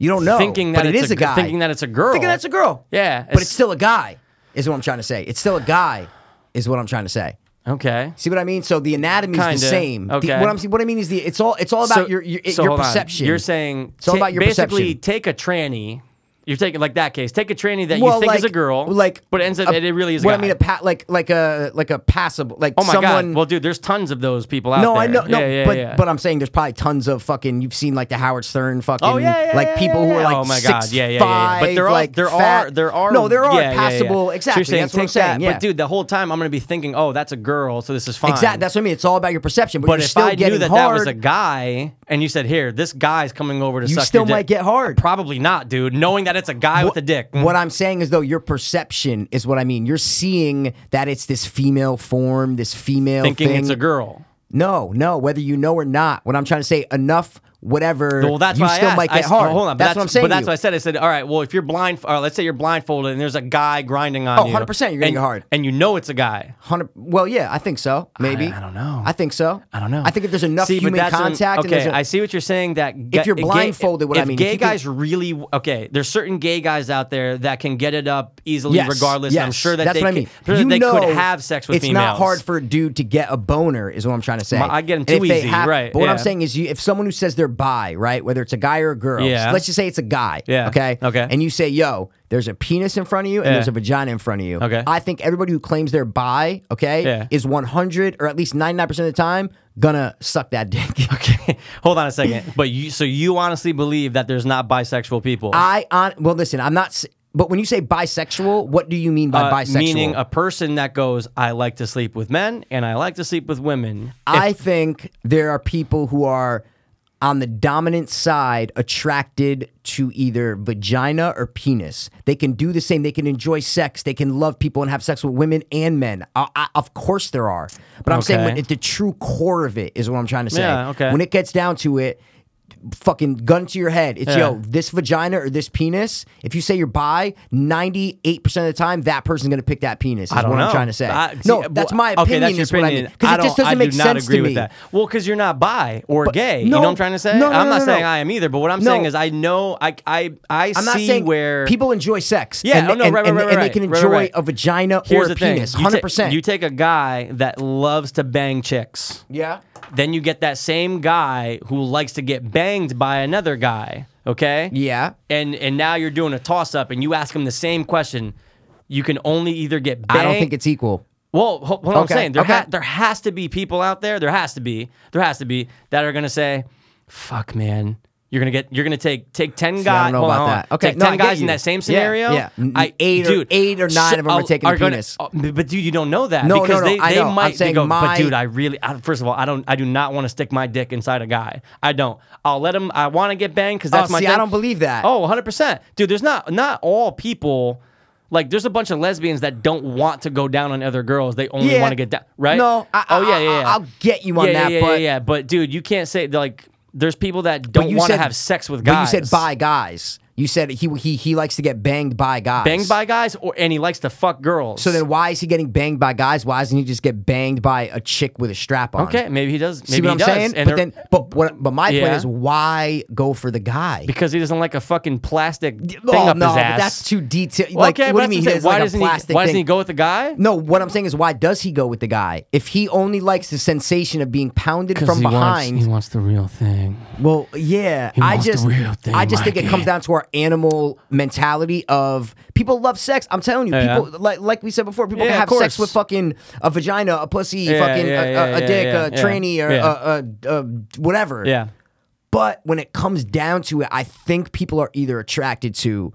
S1: You don't know,
S2: thinking
S1: but it
S2: that it's
S1: is
S2: a
S1: a
S2: gr-
S1: guy.
S2: thinking that it's a girl.
S1: Thinking that's a girl.
S2: Yeah,
S1: but
S2: it's-
S1: it's still a guy. Is what I'm trying to say. It's still a guy. Is what I'm trying to say.
S2: okay.
S1: See what I mean? So the anatomy is the
S2: Kinda.
S1: same. The-
S2: Okay.
S1: what I'm what I mean is the it's all it's all about your your,
S2: so
S1: your
S2: hold on.
S1: perception.
S2: You're saying
S1: It's all
S2: ta-
S1: about your
S2: basically
S1: perception.
S2: take a tranny. You're taking like that case. Take a tranny that you think is a girl,
S1: like,
S2: but it ends up
S1: a-
S2: it it really is. A
S1: What
S2: guy.
S1: I mean, a pa- like like a like a passable like
S2: oh my
S1: someone.
S2: god. Well, dude, there's tons of those people out
S1: no,
S2: there.
S1: I know, no,
S2: Yeah, yeah,
S1: but
S2: yeah.
S1: but I'm saying there's probably tons of fucking. You've seen like the Howard Stern fucking,
S2: Oh, yeah, yeah,
S1: like
S2: yeah,
S1: people who
S2: yeah,
S1: are like
S2: yeah. Oh, my God.
S1: six,
S2: Yeah, yeah, yeah. But
S1: five,
S2: there are-
S1: like,
S2: there
S1: fat.
S2: are- there are-
S1: no, there are
S2: yeah, yeah, yeah.
S1: passable
S2: So you're
S1: exactly.
S2: saying
S1: that's what I'm
S2: take that,
S1: saying. Yeah.
S2: But dude, the whole time I'm gonna be thinking, oh, that's a girl, so this is fine.
S1: exactly. That's what I mean. It's all about your perception. But,
S2: But
S1: you're
S2: if
S1: still
S2: I
S1: getting
S2: knew that
S1: hard,
S2: that was a guy, and you said, "Here, this guy's coming over to
S1: you
S2: suck
S1: still
S2: your dick,"
S1: might get hard.
S2: Probably not, dude. Knowing that it's a guy with a dick.
S1: What I'm saying is though, your perception is what I mean. You're seeing that it's this female form, this female
S2: thinking
S1: thing.
S2: it's a girl.
S1: No, no, whether you know or not. What I'm trying to say, enough, whatever.
S2: Well, that's
S1: you
S2: why
S1: still
S2: I asked.
S1: might
S2: I
S1: get
S2: s- oh,
S1: hard.
S2: Hold on, but
S1: that's, what I'm saying.
S2: But
S1: to
S2: that's
S1: you.
S2: what I said. I said, all right, well, if you're blind, or let's say you're blindfolded and there's a guy grinding on
S1: Oh,
S2: you,
S1: 100% you're gonna
S2: and-
S1: get hard.
S2: and you know it's a guy.
S1: Hundred. Well, yeah, I think so. Maybe.
S2: I don't know.
S1: I think so.
S2: I don't know.
S1: I think if there's enough
S2: See, but
S1: human
S2: that's an-
S1: contact, and
S2: okay,
S1: there's a-
S2: I see what you're saying. That ga-
S1: you're
S2: gay-
S1: blindfolded, what I
S2: if
S1: mean, if
S2: gay
S1: you can-
S2: guys really okay. There's certain gay guys out there that can get it up easily,
S1: Yes,
S2: regardless. and I'm
S1: yes,
S2: sure that
S1: that's
S2: they
S1: what I
S2: could-
S1: mean.
S2: sure that
S1: You
S2: they
S1: know
S2: could have sex with
S1: It's
S2: females.
S1: not hard for a dude to get a boner, is what I'm trying to say.
S2: Ma- I get 'em
S1: And
S2: too
S1: if they
S2: easy, right,
S1: But what I'm
S2: yeah.
S1: saying is, you, if someone who says they're bi, right, whether it's a guy or a girl,
S2: Yeah.
S1: let's just say it's a guy,
S2: Yeah,
S1: okay,
S2: okay.
S1: and you say, "Yo, there's a penis in front of you and
S2: Yeah.
S1: there's a vagina in front of you,"
S2: Okay.
S1: I think everybody who claims they're bi, okay,
S2: Yeah.
S1: is 100 or at least 99 percent of the time gonna suck that dick. Okay.
S2: Hold on a second. But you, so you honestly believe that there's not bisexual people?
S1: I on well, listen, I'm not. s- But when you say bisexual, what do you mean by
S2: Uh,
S1: bisexual?
S2: Meaning a person that goes, I like to sleep with men and I like to sleep with women.
S1: I think there are people who are on the dominant side attracted to either vagina or penis. They can do the same. They can enjoy sex. They can love people and have sex with women and men. I, I, of course there are. But I'm saying
S2: Okay.
S1: when it, the true core of it is what I'm trying to say.
S2: Yeah, okay.
S1: When it gets down to it, fucking gun to your head. It's
S2: Yeah.
S1: yo, this vagina or this penis. If you say you're bi, 98% of the time, that person's gonna pick that penis. Is
S2: I don't
S1: what
S2: know.
S1: I'm trying to say.
S2: I-
S1: no,
S2: see,
S1: that's
S2: well,
S1: my opinion.
S2: Okay, that's your
S1: is what I
S2: opinion.
S1: mean. Because it
S2: don't-
S1: just doesn't
S2: I
S1: make
S2: do not
S1: sense
S2: agree
S1: to me.
S2: with that. Well, because you're not bi or gay. you know
S1: no,
S2: what I'm trying to say?
S1: no, no,
S2: I'm
S1: no,
S2: not
S1: no,
S2: saying
S1: no.
S2: I am either, but what I'm
S1: No.
S2: saying is I know I I I
S1: I'm
S2: see
S1: not saying
S2: where
S1: people enjoy sex.
S2: Yeah,
S1: and,
S2: oh, no,
S1: and,
S2: right, right,
S1: and,
S2: right,
S1: and they
S2: right,
S1: can
S2: right,
S1: enjoy
S2: right.
S1: a vagina
S2: Here's
S1: or a
S2: the thing.
S1: penis.
S2: You ta-
S1: Hundred percent.
S2: You take a guy that loves to bang chicks.
S1: yeah.
S2: Then you get that same guy who likes to get banged by another guy, okay?
S1: Yeah.
S2: and and now you're doing a toss up and you ask them the same question you can only either get banged.
S1: I don't think it's equal.
S2: Well, ho- what I'm
S1: Okay,
S2: saying there
S1: okay.
S2: ha- there has to be people out there. There has to be there has to be that are gonna say, "Fuck, man, You're gonna get. You're gonna take take ten
S1: I
S2: guys.
S1: don't know
S2: hold on,
S1: about
S2: hold on.
S1: that. Okay,
S2: take
S1: no, I
S2: ten
S1: get
S2: guys in
S1: you.
S2: that same
S1: Yeah,
S2: scenario.
S1: yeah. N-
S2: I
S1: eight or-
S2: dude,
S1: eight or nine of 'em are taking the
S2: gonna-
S1: penis.
S2: oh, but dude, you don't know that
S1: No, no,
S2: because
S1: no,
S2: they,
S1: I
S2: they
S1: know. I'm
S2: might. they
S1: saying
S2: go,
S1: my-
S2: but dude, I really. I, first of all, I don't. I do not want to stick my dick inside a guy. I don't. I'll let him. I want to get banged because that's
S1: oh,
S2: my.
S1: see,
S2: thing.
S1: I don't believe that.
S2: Oh, 100%. Dude, there's not not all people like there's a bunch of lesbians that don't want to go down on other girls. They only
S1: Yeah.
S2: want to get down, right?
S1: No, I-
S2: oh yeah,
S1: I-
S2: yeah,
S1: I-
S2: yeah.
S1: I'll get you on
S2: yeah,
S1: that,
S2: yeah, yeah,
S1: but-
S2: yeah, but dude, you can't say like there's people that don't want to have sex with guys.
S1: But you said by guys. You said he he he likes to get banged by guys.
S2: banged by guys or and he likes to fuck girls.
S1: So then, why is he getting banged by guys? Why doesn't he just get banged by a chick with a strap on?
S2: okay, maybe he does. Maybe
S1: See what
S2: he
S1: I'm
S2: does.
S1: saying?
S2: And
S1: but
S2: they're-
S1: then, but what? But my point
S2: Yeah.
S1: is, why go for the guy?
S2: because he doesn't like a fucking plastic thing
S1: oh
S2: up
S1: no,
S2: his
S1: but
S2: ass.
S1: that's too detailed. Like,
S2: okay,
S1: what do
S2: but
S1: you mean?
S2: that's
S1: He does
S2: what I'm saying. why
S1: like
S2: doesn't
S1: a plastic
S2: he? Why
S1: thing?
S2: doesn't he go with the guy?
S1: No, what I'm saying is, why does he go with the guy? If he only likes the sensation of being pounded from
S2: he
S1: behind,
S2: wants, he wants the real thing.
S1: Well, yeah,
S2: He
S1: I
S2: wants the
S1: just,
S2: real thing,
S1: I just think it
S2: Mikey.
S1: comes down to our animal mentality of people love sex. I'm telling you,
S2: Yeah.
S1: people like like we said before, people
S2: Yeah,
S1: can
S2: of
S1: have sex
S2: course.
S1: with fucking a vagina, a pussy, fucking
S2: yeah,
S1: a,
S2: yeah,
S1: a, a
S2: yeah,
S1: dick,
S2: yeah,
S1: a
S2: yeah.
S1: tranny, or
S2: Yeah.
S1: a, a, a, whatever.
S2: Yeah.
S1: But when it comes down to it, I think people are either attracted to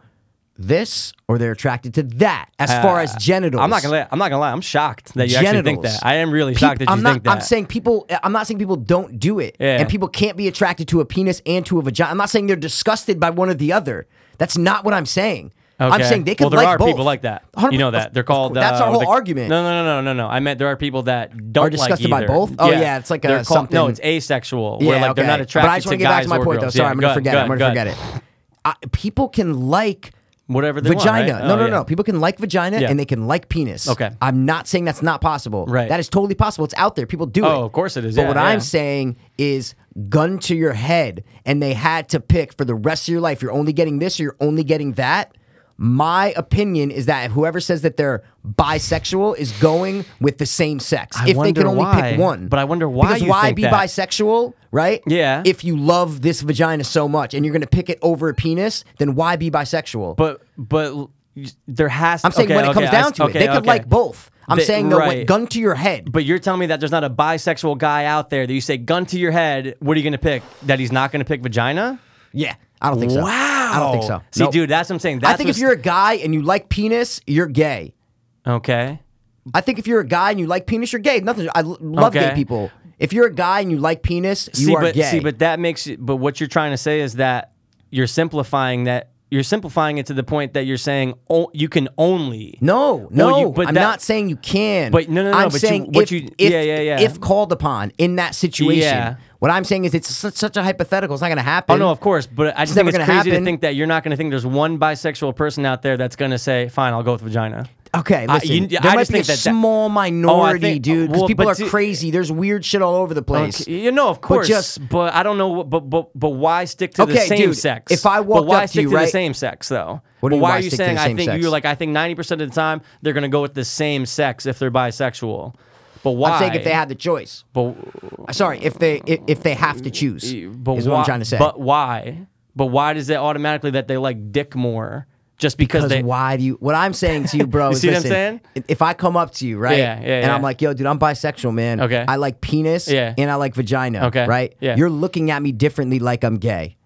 S1: this or they're attracted to that. As far as genitals,
S2: Ah. I'm not gonna lie. I'm not gonna lie. I'm shocked that you actually think
S1: Genitals.
S2: that. I am really
S1: Peop-
S2: shocked that you
S1: I'm not,
S2: think that.
S1: I'm saying people. I'm not saying people don't do it,
S2: Yeah.
S1: and people can't be attracted to a penis and to a vagina. I'm not saying they're disgusted by one or the other. That's not what I'm saying. I'm
S2: Okay.
S1: saying they could
S2: Well, there
S1: like
S2: are
S1: both.
S2: people like that.
S1: 100
S2: You know that they're
S1: of course.
S2: called.
S1: That's
S2: uh,
S1: our whole
S2: the-
S1: argument.
S2: No, no, no, no, no, no. I meant there are people that don't
S1: Are disgusted by
S2: like either.
S1: both? Oh, yeah, it's like a
S2: They're called- No,
S1: something-
S2: it's asexual. where
S1: Yeah,
S2: like they're
S1: okay.
S2: not attracted
S1: But I just
S2: to
S1: wanna get back
S2: guys
S1: to my
S2: or
S1: point, though.
S2: girls.
S1: Sorry,
S2: Yeah,
S1: I'm gonna
S2: go
S1: forget.
S2: ahead,
S1: it. I'm
S2: go
S1: gonna
S2: ahead,
S1: forget it. I, people can like
S2: Whatever they want,
S1: vagina.
S2: right?
S1: No,
S2: Oh,
S1: no,
S2: yeah.
S1: no. People can like vagina
S2: Yeah.
S1: and they can like penis.
S2: Okay.
S1: I'm not saying that's not possible.
S2: Right.
S1: That is totally possible. It's out there. People do it.
S2: Oh, of course it is.
S1: But
S2: Yeah,
S1: what
S2: yeah.
S1: I'm saying is gun to your head and they had to pick for the rest of your life. You're only getting this or you're only getting that. My opinion is that whoever says that they're bisexual is going with the same sex.
S2: I
S1: if they can
S2: wonder
S1: only
S2: why.
S1: pick one.
S2: But I wonder why
S1: Because
S2: you
S1: why
S2: think
S1: be
S2: that.
S1: bisexual, right?
S2: Yeah.
S1: If you love this vagina so much and you're gonna pick it over a penis, then why be bisexual?
S2: But but you- there has.
S1: I'm saying
S2: okay,
S1: when it
S2: okay,
S1: comes
S2: I
S1: down
S2: s-
S1: to it,
S2: okay,
S1: they could
S2: okay.
S1: like both. I'm
S2: They-
S1: saying though, what-
S2: right.
S1: gun to your head.
S2: But you're telling me that there's not a bisexual guy out there that you say gun to your head. What are you gonna pick? That he's not gonna pick vagina?
S1: yeah, I don't think so.
S2: Wow.
S1: I don't think so.
S2: See,
S1: Nope.
S2: dude, that's what I'm saying. That's
S1: I think
S2: what's-
S1: if you're a guy and you like penis, you're gay.
S2: okay,
S1: I think if you're a guy and you like penis, you're gay. Nothing. I l- love
S2: Okay.
S1: gay people. If you're a guy and you like penis, you
S2: see,
S1: are
S2: but
S1: gay.
S2: see, but that makes you. But what you're trying to say is that you're simplifying that. You're simplifying it to the point that you're saying oh, you can only.
S1: no, no,
S2: Well, you- but
S1: I'm
S2: that-
S1: not saying you can.
S2: But no, no, no,
S1: I'm
S2: but you-
S1: saying
S2: what
S1: if,
S2: you-
S1: if,
S2: yeah, yeah, yeah.
S1: if called upon in that situation,
S2: Yeah.
S1: what I'm saying is it's such, such a hypothetical. It's not going to happen.
S2: Oh no, of course, but I just
S1: never
S2: think it's
S1: gonna
S2: crazy to
S1: happen.
S2: think that you're not going to think there's one bisexual person out there that's going to say, "Fine, I'll go with vagina."
S1: Okay,
S2: I-
S1: listen.
S2: you-
S1: there
S2: I
S1: might
S2: just
S1: be
S2: think
S1: a
S2: that that-
S1: small minority,
S2: think-
S1: dude, because
S2: well,
S1: people
S2: but
S1: are
S2: do-
S1: crazy. There's weird shit all over the place.
S2: Okay, you know, of course,
S1: just-
S2: but I don't know. what- But but but why stick to the
S1: Okay,
S2: same
S1: dude,
S2: sex?
S1: if I
S2: But
S1: walked
S2: why
S1: up to
S2: stick
S1: you,
S2: to the
S1: right-
S2: same sex though?
S1: What do
S2: But
S1: you mean,
S2: why
S1: why
S2: are you
S1: stick to the
S2: saying? I
S1: same
S2: think
S1: sex?
S2: you're like I think ninety percent of the time they're gonna go with the same sex if they're bisexual. But why?
S1: I'm saying if they had the choice. Uh,
S2: But,
S1: Sorry, if they if, if they have to choose,
S2: but
S1: is
S2: why,
S1: what I'm trying to say.
S2: But why? But why does it automatically that they like dick more just because,
S1: because
S2: they?
S1: why do you? What I'm saying to you, bro, is
S2: see what I'm
S1: listen,
S2: saying?
S1: If I come up to you, right,
S2: Yeah, yeah,
S1: and
S2: yeah.
S1: I'm like, "Yo, dude, I'm bisexual, man.
S2: Okay.
S1: I like penis,
S2: Yeah.
S1: and I like vagina,
S2: Okay,
S1: right?
S2: yeah.
S1: You're looking at me differently, like I'm gay.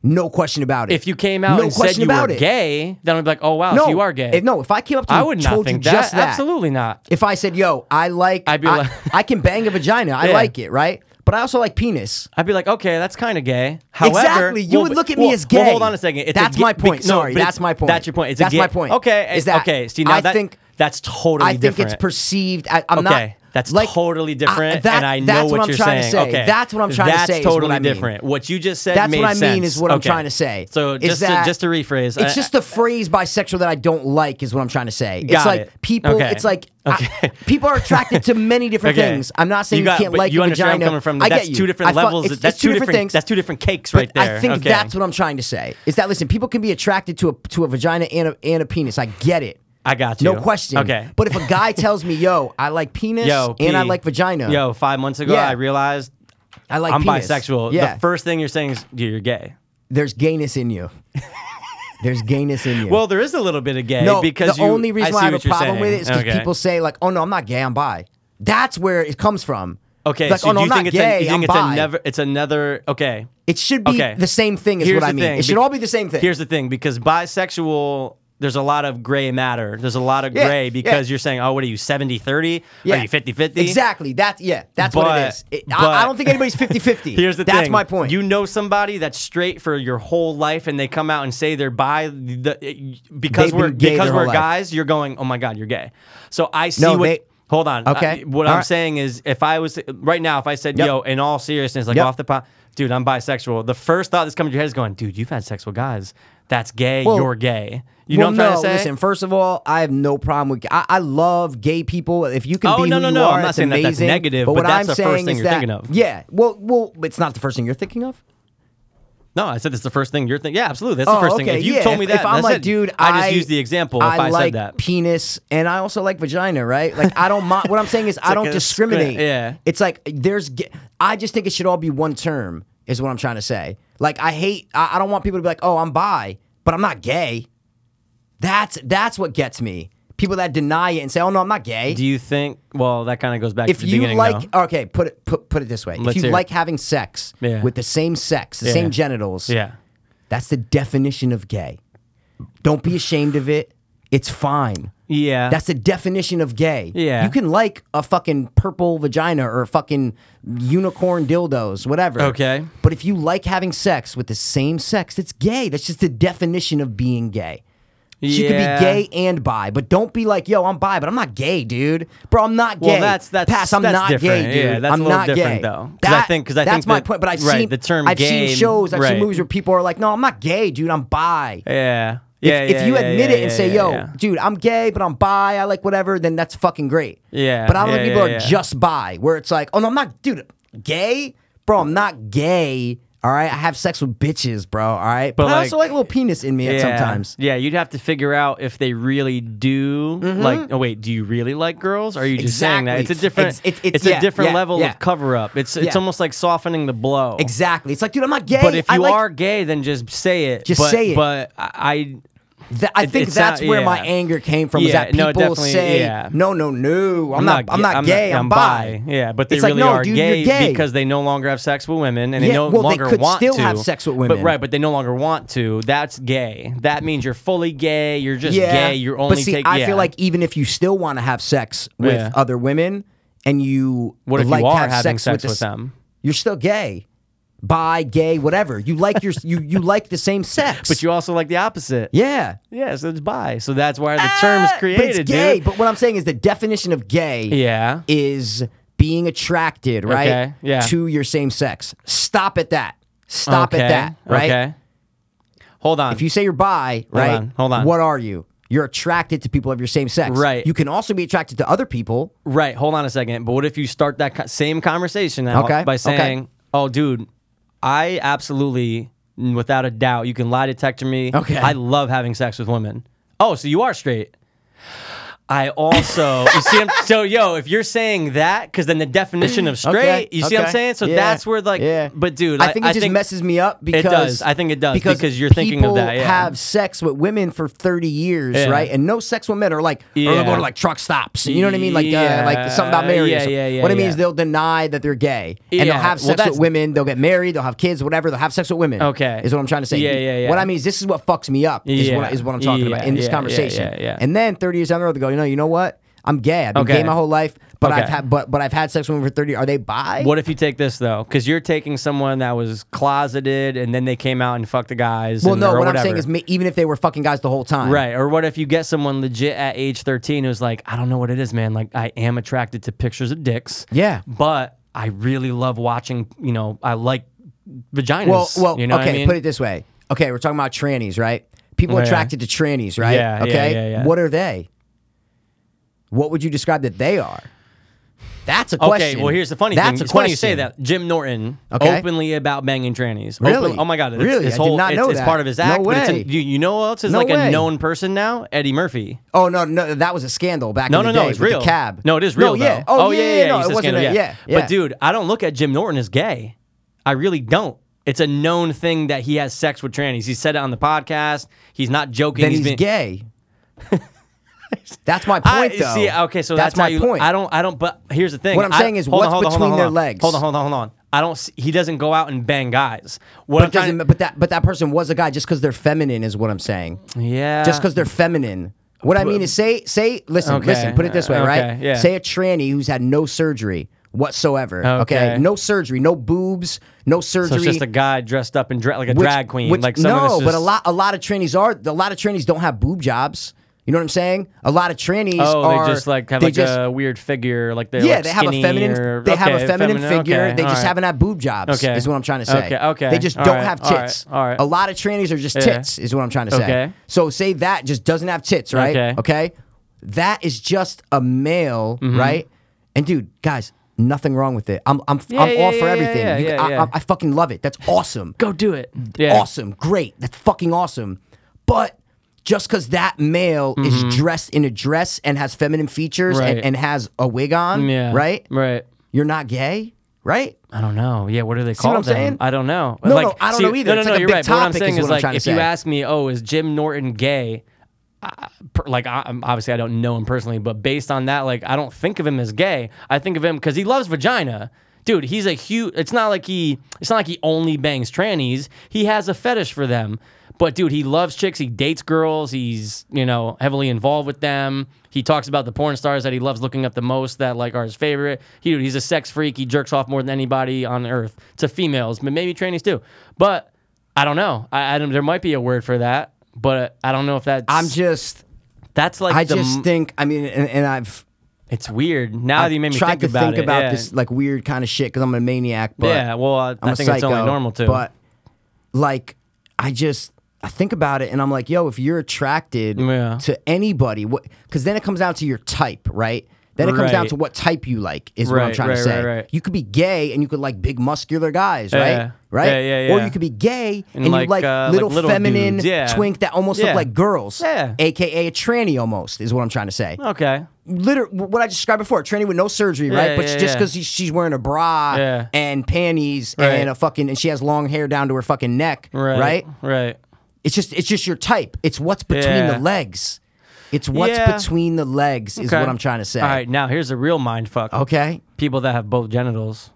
S1: No question about it.
S2: If you came out
S1: no
S2: and said
S1: question
S2: you
S1: about
S2: were
S1: it.
S2: gay, then I'd be like, oh wow,
S1: no,
S2: so you are gay.
S1: If, no, if I came up to you,
S2: I
S1: and
S2: would not
S1: told
S2: think
S1: you
S2: that.
S1: just that.
S2: Absolutely not.
S1: If I said, "Yo, I like,
S2: I'd be
S1: I,
S2: like-
S1: I can bang a vagina. I
S2: Yeah.
S1: like it, right? But I also like penis.
S2: I'd be like, okay, that's kind of gay. However,
S1: exactly. You would
S2: but-
S1: look at me
S2: well-
S1: as gay.
S2: Well, hold on a second. It's a
S1: that's
S2: gay-
S1: my
S2: be-
S1: point.
S2: no,
S1: Sorry,
S2: but it-
S1: that's my point.
S2: That's your point. It's a
S1: that's
S2: gay-
S1: my point.
S2: Okay,
S1: Is that
S2: okay. See, now
S1: I
S2: that,
S1: think
S2: that's totally
S1: I think
S2: different.
S1: it's perceived. I, I'm not
S2: Okay, that's
S1: like,
S2: totally different,
S1: I, that,
S2: and I know
S1: that's
S2: what,
S1: I'm
S2: you're
S1: trying
S2: saying.
S1: To say.
S2: Okay,
S1: That's what I'm trying
S2: That's
S1: to say. is what
S2: Totally
S1: I mean.
S2: different. What you just said.
S1: That's
S2: made
S1: what I mean.
S2: sense.
S1: Is what I'm
S2: Okay.
S1: trying to say.
S2: So
S1: Is
S2: just
S1: that-
S2: to, just to rephrase, uh, I-
S1: it's just the phrase bisexual that I don't like. Is what I'm trying to say. It's
S2: Got
S1: like
S2: it.
S1: people.
S2: Okay.
S1: It's like I-
S2: Okay.
S1: people are attracted to many different
S2: Okay.
S1: things. I'm not saying you,
S2: got-
S1: can't
S2: but
S1: like
S2: you
S1: a
S2: understand where
S1: vagina.
S2: I'm coming from.
S1: I
S2: that's
S1: get you.
S2: two different
S1: I fu-
S2: levels.
S1: it's-
S2: that's
S1: it's two different things.
S2: That's two different cakes
S1: But
S2: right there.
S1: I think
S2: okay.
S1: that's what I'm trying to say. Is that listen, people can be attracted to a to a vagina and a, and a penis. I get it.
S2: I got you.
S1: No question.
S2: Okay.
S1: But if a guy tells me, "Yo, I like penis
S2: Yo,
S1: and I
S2: P,
S1: like vagina,"
S2: Yo, five months ago,
S1: Yeah.
S2: I realized
S1: I like
S2: I'm
S1: penis.
S2: bisexual.
S1: Yeah.
S2: The first thing you're saying is "Dude, you're gay.
S1: there's gayness in you. there's gayness in you.
S2: Well, there is a little bit of gay
S1: no,
S2: because
S1: the
S2: you-
S1: only reason
S2: see
S1: why I have a
S2: what you're
S1: problem with
S2: saying.
S1: it is because
S2: Okay.
S1: people say like, "Oh no, I'm not gay. I'm bi." That's where it comes from.
S2: Okay,
S1: Like,
S2: so
S1: oh, no,
S2: do you
S1: I'm not
S2: think it's,
S1: gay,
S2: a, you
S1: I'm
S2: think it's
S1: bi.
S2: another? It's another. Okay,
S1: It should be
S2: Okay.
S1: the same thing, is
S2: Here's
S1: what I
S2: the
S1: mean.
S2: thing,
S1: It should
S2: be-
S1: all be the same thing.
S2: Here's the thing, because bisexual, there's a lot of gray matter. There's a lot of
S1: Yeah,
S2: gray
S1: yeah.
S2: because you're saying, oh, what are you, 70 30? Are you 50 50?
S1: Exactly. That, yeah, that's what it
S2: But-
S1: is. It- I, I
S2: but-
S1: don't think anybody's 50 50.
S2: Here's the
S1: that's
S2: thing.
S1: my point.
S2: You know somebody that's straight for your whole life, and they come out and say they're bi. The, eh, because
S1: They've
S2: we're
S1: been gay
S2: because
S1: their
S2: we're
S1: whole life.
S2: guys, you're going. Oh my god, you're gay. So I see
S1: No,
S2: what.
S1: they-
S2: hold on.
S1: Okay.
S2: I- what
S1: All
S2: I'm
S1: right.
S2: saying is, if I was right now, if I said,
S1: Yep.
S2: "Yo," in all seriousness, like
S1: Yep.
S2: off the pot, dude, I'm bisexual. The first thought that's coming to your head is going, "Dude, you've had sex with guys. That's gay.
S1: Well-
S2: you're gay." You
S1: Well,
S2: know what I'm
S1: no,
S2: trying to say?
S1: Listen, first of all, I have no problem with. I, I love gay people. If you can
S2: Oh,
S1: be
S2: no,
S1: who
S2: no,
S1: you
S2: no,
S1: are,
S2: I'm not
S1: it's
S2: saying that that's
S1: amazing.
S2: negative,
S1: But
S2: but
S1: what
S2: that's
S1: I'm
S2: the first
S1: saying
S2: thing
S1: is
S2: you're thinking
S1: that-
S2: of.
S1: Yeah. Well, well, it's not the first thing you're thinking of.
S2: No, I said it's the first thing you're thinking. Yeah, absolutely. That's the
S1: Oh,
S2: first
S1: okay,
S2: thing. If you
S1: yeah,
S2: told me
S1: if-
S2: that,
S1: if I'm
S2: that's
S1: like,
S2: it.
S1: dude,
S2: I
S1: I-
S2: just used the example. if I
S1: like
S2: said that,
S1: penis, and I also like vagina, right? Like I don't mind. What I'm saying is I
S2: like
S1: don't
S2: a
S1: discriminate.
S2: squint, yeah.
S1: it's like there's. ga- I just think it should all be one term. Is what I'm trying to say. Like I hate. I, I don't want people to be like, oh, I'm bi, but I'm not gay. That's that's what gets me. People that deny it and say, oh no, I'm not gay.
S2: Do you think? Well, that kind of goes back
S1: if
S2: to the
S1: you
S2: beginning.
S1: like,
S2: though.
S1: okay, put it put, put it this way:
S2: Let's
S1: if
S2: hear
S1: you
S2: it.
S1: like having sex
S2: Yeah.
S1: with the same sex, the
S2: Yeah.
S1: same genitals,
S2: yeah,
S1: that's the definition of gay. Don't be ashamed of it. It's fine.
S2: yeah,
S1: That's the definition of gay.
S2: Yeah.
S1: You can like a fucking purple vagina or fucking unicorn dildos, whatever.
S2: Okay.
S1: But if you like having sex with the same sex, it's gay. That's just the definition of being gay. So you
S2: Yeah.
S1: could be gay and bi, but don't be like, yo, I'm bi, but I'm not gay, dude. Bro, I'm not gay.
S2: Well, that's that's
S1: pass. I'm
S2: that's
S1: not
S2: different.
S1: gay, dude.
S2: Yeah, that's
S1: I'm
S2: a little
S1: not
S2: different
S1: gay.
S2: though. Because I
S1: That-
S2: think because I
S1: that's
S2: think
S1: my
S2: that-
S1: point. But I've
S2: right,
S1: seen
S2: the term.
S1: I've
S2: gay,
S1: seen shows, I've
S2: right.
S1: seen movies where people are like, no, I'm not gay, dude. I'm bi. If,
S2: Yeah, yeah.
S1: if
S2: yeah,
S1: you
S2: yeah,
S1: admit
S2: yeah,
S1: it and
S2: yeah,
S1: say,
S2: yeah,
S1: yo,
S2: yeah.
S1: dude, I'm gay, but I'm bi, I like whatever, then that's fucking great.
S2: Yeah,
S1: But I don't
S2: yeah,
S1: think people
S2: yeah,
S1: are
S2: yeah.
S1: just bi, where it's like, oh no, I'm not, dude, gay? Bro, I'm not gay. All right. I have sex with bitches, bro. All right. But,
S2: But,
S1: I
S2: like-
S1: also like a little penis in me at
S2: yeah.
S1: sometimes.
S2: yeah, you'd have to figure out if they really do. Like, oh wait, do you really like girls? Or are you just saying that? It's
S1: Mm-hmm. Exactly.
S2: a different.
S1: It's- it's- it's- yeah,
S2: a different
S1: yeah,
S2: level
S1: yeah.
S2: of cover up. It's it's
S1: Yeah.
S2: almost like softening the blow.
S1: Exactly. It's like, dude, I'm not gay.
S2: But if
S1: I
S2: you
S1: like-
S2: are gay, then just say it.
S1: Just
S2: But-
S1: say it.
S2: But I.
S1: Th- I
S2: It-
S1: think
S2: it's
S1: that's
S2: not-
S1: where my
S2: yeah.
S1: anger came from. is
S2: Yeah,
S1: that
S2: no,
S1: people
S2: definitely,
S1: say,
S2: yeah.
S1: no, no, no, I'm, not, I'm not gay, I'm, bi.
S2: Yeah, but they
S1: It's like,
S2: really
S1: no,
S2: are
S1: dude, you're
S2: gay,
S1: gay.
S2: because they no longer have sex with women and
S1: Yeah,
S2: they no
S1: well, they
S2: longer
S1: could
S2: want
S1: still
S2: to.
S1: have sex with women.
S2: But right, but they no longer want to. That's gay. That means you're fully gay. You're just gay. You're only
S1: But see,
S2: take-
S1: I
S2: yeah.
S1: feel like even if you still want to have sex with
S2: Yeah.
S1: other women and you
S2: what if
S1: like
S2: you
S1: to
S2: are
S1: have
S2: having
S1: sex, with, the s-
S2: them?
S1: you're still gay, bi, gay, whatever. You like your you you like the same sex,
S2: But you also like the opposite.
S1: yeah. Ah,
S2: Yeah, so it's bi. So that's why the term's created,
S1: but it's gay.
S2: dude.
S1: But what I'm saying is the definition of gay
S2: Yeah.
S1: is being attracted, right?
S2: Okay, yeah.
S1: To your same sex. Stop at that. Stop
S2: okay.
S1: at that, right?
S2: Okay. Hold on.
S1: If you say you're bi, right?
S2: on, hold on.
S1: What are you? You're attracted to people of your same sex.
S2: Right.
S1: You can also be attracted to other people.
S2: Right. Hold on a second. But what if you start that co- same conversation now
S1: Okay,
S2: by
S1: okay.
S2: saying, "Oh, dude, I absolutely, n- without a doubt, you can lie detector me.
S1: Okay.
S2: I love having sex with women. Oh, so you are straight." I also, you see, I'm, so yo, if you're saying that, because then the definition of straight,
S1: Okay,
S2: you see what I'm
S1: okay.
S2: saying? So
S1: Yeah,
S2: that's where, like,
S1: yeah.
S2: but dude,
S1: I think it just messes me up because
S2: does. I think it does, because you're
S1: people
S2: thinking of that, yeah.
S1: have sex with women for 30 years,
S2: Yeah.
S1: right? And no sex with men are like, or
S2: Yeah.
S1: they'll go to like truck stops. You know what I mean? Like, uh, like something about
S2: Yeah,
S1: marriage.
S2: yeah, yeah, yeah,
S1: what I mean
S2: yeah.
S1: is they'll deny that they're gay and they'll
S2: Yeah,
S1: have
S2: well,
S1: sex with
S2: that's-
S1: women. They'll get married. They'll have kids. Whatever. They'll have sex with women.
S2: Okay.
S1: is what I'm trying to say.
S2: Yeah, yeah, yeah.
S1: What I mean is this is what fucks me up. Is,
S2: Yeah.
S1: what, is what I'm talking about
S2: Yeah,
S1: in this
S2: yeah, yeah,
S1: conversation.
S2: yeah, yeah.
S1: And then 30 years down the road, they go, you know, you know what? I'm gay. I've been
S2: Okay.
S1: gay my whole life, but I've
S2: Okay.
S1: had but but I've had sex with women for 30. Are they bi?
S2: What if you take this though? Because you're taking someone that was closeted and then they came out and fucked the guys.
S1: Well,
S2: and-
S1: no.
S2: or
S1: What I'm
S2: whatever.
S1: saying is, ma- even if they were fucking guys the whole time,
S2: Right. Or what if you get someone legit at age 13 who's like, I don't know what it is, man. Like, I am attracted to pictures of dicks.
S1: Yeah.
S2: But I really love watching, you know, I like vaginas.
S1: Well, well,
S2: you know what
S1: okay.
S2: I mean?
S1: Put it this way. Okay, we're talking about trannies, right? People
S2: Yeah.
S1: attracted to trannies, right?
S2: Yeah, yeah,
S1: okay.
S2: yeah, yeah.
S1: What are they? What would you describe that they are? That's a
S2: Okay,
S1: question.
S2: well, here's the funny
S1: That's
S2: thing.
S1: a
S2: it's
S1: question.
S2: funny you say that. Jim Norton,
S1: Okay.
S2: openly about banging trannies.
S1: Really?
S2: Open- oh my God. It's,
S1: Really?
S2: His
S1: I did
S2: whole,
S1: not
S2: it's,
S1: know
S2: it's
S1: that.
S2: part of his
S1: No
S2: act. But it's
S1: way.
S2: in, you, you know who else is
S1: No
S2: like
S1: way.
S2: a known person now? Eddie Murphy.
S1: Oh no, no, that was a scandal back
S2: No,
S1: in
S2: no,
S1: the
S2: no,
S1: day
S2: it's
S1: with
S2: real.
S1: The cab.
S2: No, it is real.
S1: No, yeah.
S2: though.
S1: Oh, yeah, yeah, no,
S2: you
S1: it
S2: said
S1: wasn't
S2: scandal,
S1: a- yeah, yeah.
S2: But dude, I don't look at Jim Norton as gay. I really don't. It's a known thing that he has sex with trannies. He said it on the podcast. He's not joking.
S1: Then he's
S2: been,
S1: gay. That's my
S2: I
S1: point, though.
S2: see. Okay, so
S1: that's,
S2: that's,
S1: my
S2: how you,
S1: point.
S2: I don't. I don't. But here's the thing.
S1: What I'm
S2: I-
S1: saying is
S2: hold
S1: what's
S2: on, hold on, hold on,
S1: between
S2: hold
S1: their
S2: on.
S1: legs?
S2: Hold on, hold on, hold on. I don't. See, he doesn't go out and bang guys. What I'm
S1: But, doesn't,
S2: trying,
S1: but that but that person was a guy just because they're feminine is what I'm saying.
S2: yeah.
S1: Just because they're feminine. What I mean is say say listen
S2: Okay,
S1: listen put it this way
S2: uh,
S1: right
S2: okay, yeah.
S1: say a tranny who's had no surgery whatsoever okay,
S2: Okay.
S1: no surgery no boobs no
S2: So
S1: surgery
S2: it's just a guy dressed up in dra- like a
S1: which-
S2: drag queen,
S1: which-
S2: like someone
S1: no
S2: that's
S1: but a
S2: just-
S1: lot a lot of trannies are a lot of trannies don't have boob jobs you know what I'm saying a lot of trannies
S2: Oh,
S1: are
S2: they just like have
S1: they
S2: like
S1: just-
S2: a weird figure, like they're
S1: yeah,
S2: like
S1: they have a
S2: skinny
S1: feminine.
S2: or-
S1: they have a
S2: okay,
S1: feminine, figure.
S2: okay,
S1: they just
S2: alright.
S1: haven't had boob jobs.
S2: Okay.
S1: Is what I'm trying to say.
S2: Okay, okay,
S1: They just don't
S2: alright,
S1: have
S2: alright,
S1: tits.
S2: alright.
S1: A lot of trannies are just tits. Is what I'm trying to say.
S2: Okay.
S1: So say that just doesn't have tits, right?
S2: Okay.
S1: That is just a male,
S2: Mm-hmm.
S1: right? And dude, guys, nothing wrong with it. I'm I'm,
S2: Yeah,
S1: I'm
S2: yeah,
S1: all for
S2: yeah,
S1: everything.
S2: yeah,
S1: You-
S2: yeah,
S1: I,
S2: yeah.
S1: I, I fucking love it. That's awesome.
S2: Go do it. Yeah.
S1: Awesome. Great. That's fucking awesome. But just because that male is dressed in a dress and has feminine features
S2: Mm-hmm. Right.
S1: and, and has a wig on,
S2: Yeah.
S1: right?
S2: Right.
S1: You're not gay, right?
S2: I don't know. Yeah, what do they
S1: what
S2: call
S1: I'm
S2: them?
S1: saying?
S2: I don't know.
S1: No, no, I don't know either.
S2: No, no,
S1: It's
S2: no,
S1: like a
S2: you're
S1: big
S2: right. But what I'm
S1: topic
S2: saying
S1: is
S2: is,
S1: what I'm
S2: like,
S1: trying to
S2: if you
S1: say.
S2: ask me, oh, is Jim Norton gay? I- per- Like I, I'm- obviously I don't know him personally, but based on that, like I don't think of him as gay. I think of him because he loves vagina, dude. He's a huge. It's not like he. It's not like he only bangs trannies. He has a fetish for them. But dude, he loves chicks. He dates girls. He's you know heavily involved with them. He talks about the porn stars that he loves looking up the most that like are his favorite. He, dude, he's a sex freak. He jerks off more than anybody on earth to females, but maybe trannies too. But I don't know. I, I don't, there might be a word for that, but I don't know if that's.
S1: I'm just,
S2: That's like
S1: I
S2: the
S1: just
S2: m-
S1: think, I mean, and, and I've,
S2: it's weird. Now that you made me
S1: tried
S2: think
S1: to
S2: about
S1: think
S2: it,
S1: about
S2: yeah.
S1: this like weird kind of shit because I'm a maniac, but
S2: yeah. Well, I,
S1: I'm
S2: I
S1: a
S2: think
S1: psycho.
S2: it's only normal too.
S1: But like, I just, I think about it and I'm like, yo, if you're attracted
S2: Yeah.
S1: to anybody, what? Because then it comes down to your type, right? Then it comes down
S2: Right.
S1: to what type you like, is what I'm
S2: Right,
S1: trying to
S2: right,
S1: say.
S2: right, right.
S1: You could be gay and you could like big muscular guys, right?
S2: Yeah.
S1: Right?
S2: Yeah, yeah,
S1: Or
S2: yeah.
S1: you could be gay and,
S2: And
S1: you
S2: like,
S1: like,
S2: uh, like
S1: little,
S2: little
S1: feminine
S2: dudes, yeah.
S1: twink that almost
S2: Yeah.
S1: look like girls,
S2: Yeah.
S1: aka a tranny almost, is what I'm trying to say
S2: okay.
S1: literally what I described before, a tranny with no surgery, right?
S2: Yeah,
S1: but
S2: yeah,
S1: just
S2: yeah.
S1: because she's wearing a bra
S2: Yeah.
S1: and panties
S2: Right.
S1: and a fucking and she has long hair down to her fucking neck,
S2: Right.
S1: right?
S2: Right.
S1: It's just it's just your type. It's what's between
S2: Yeah.
S1: the legs. It's what's
S2: Yeah.
S1: between the legs is
S2: Okay.
S1: what I'm trying to say.
S2: All right. Now here's a real mind fuck.
S1: Okay.
S2: People that have both genitals.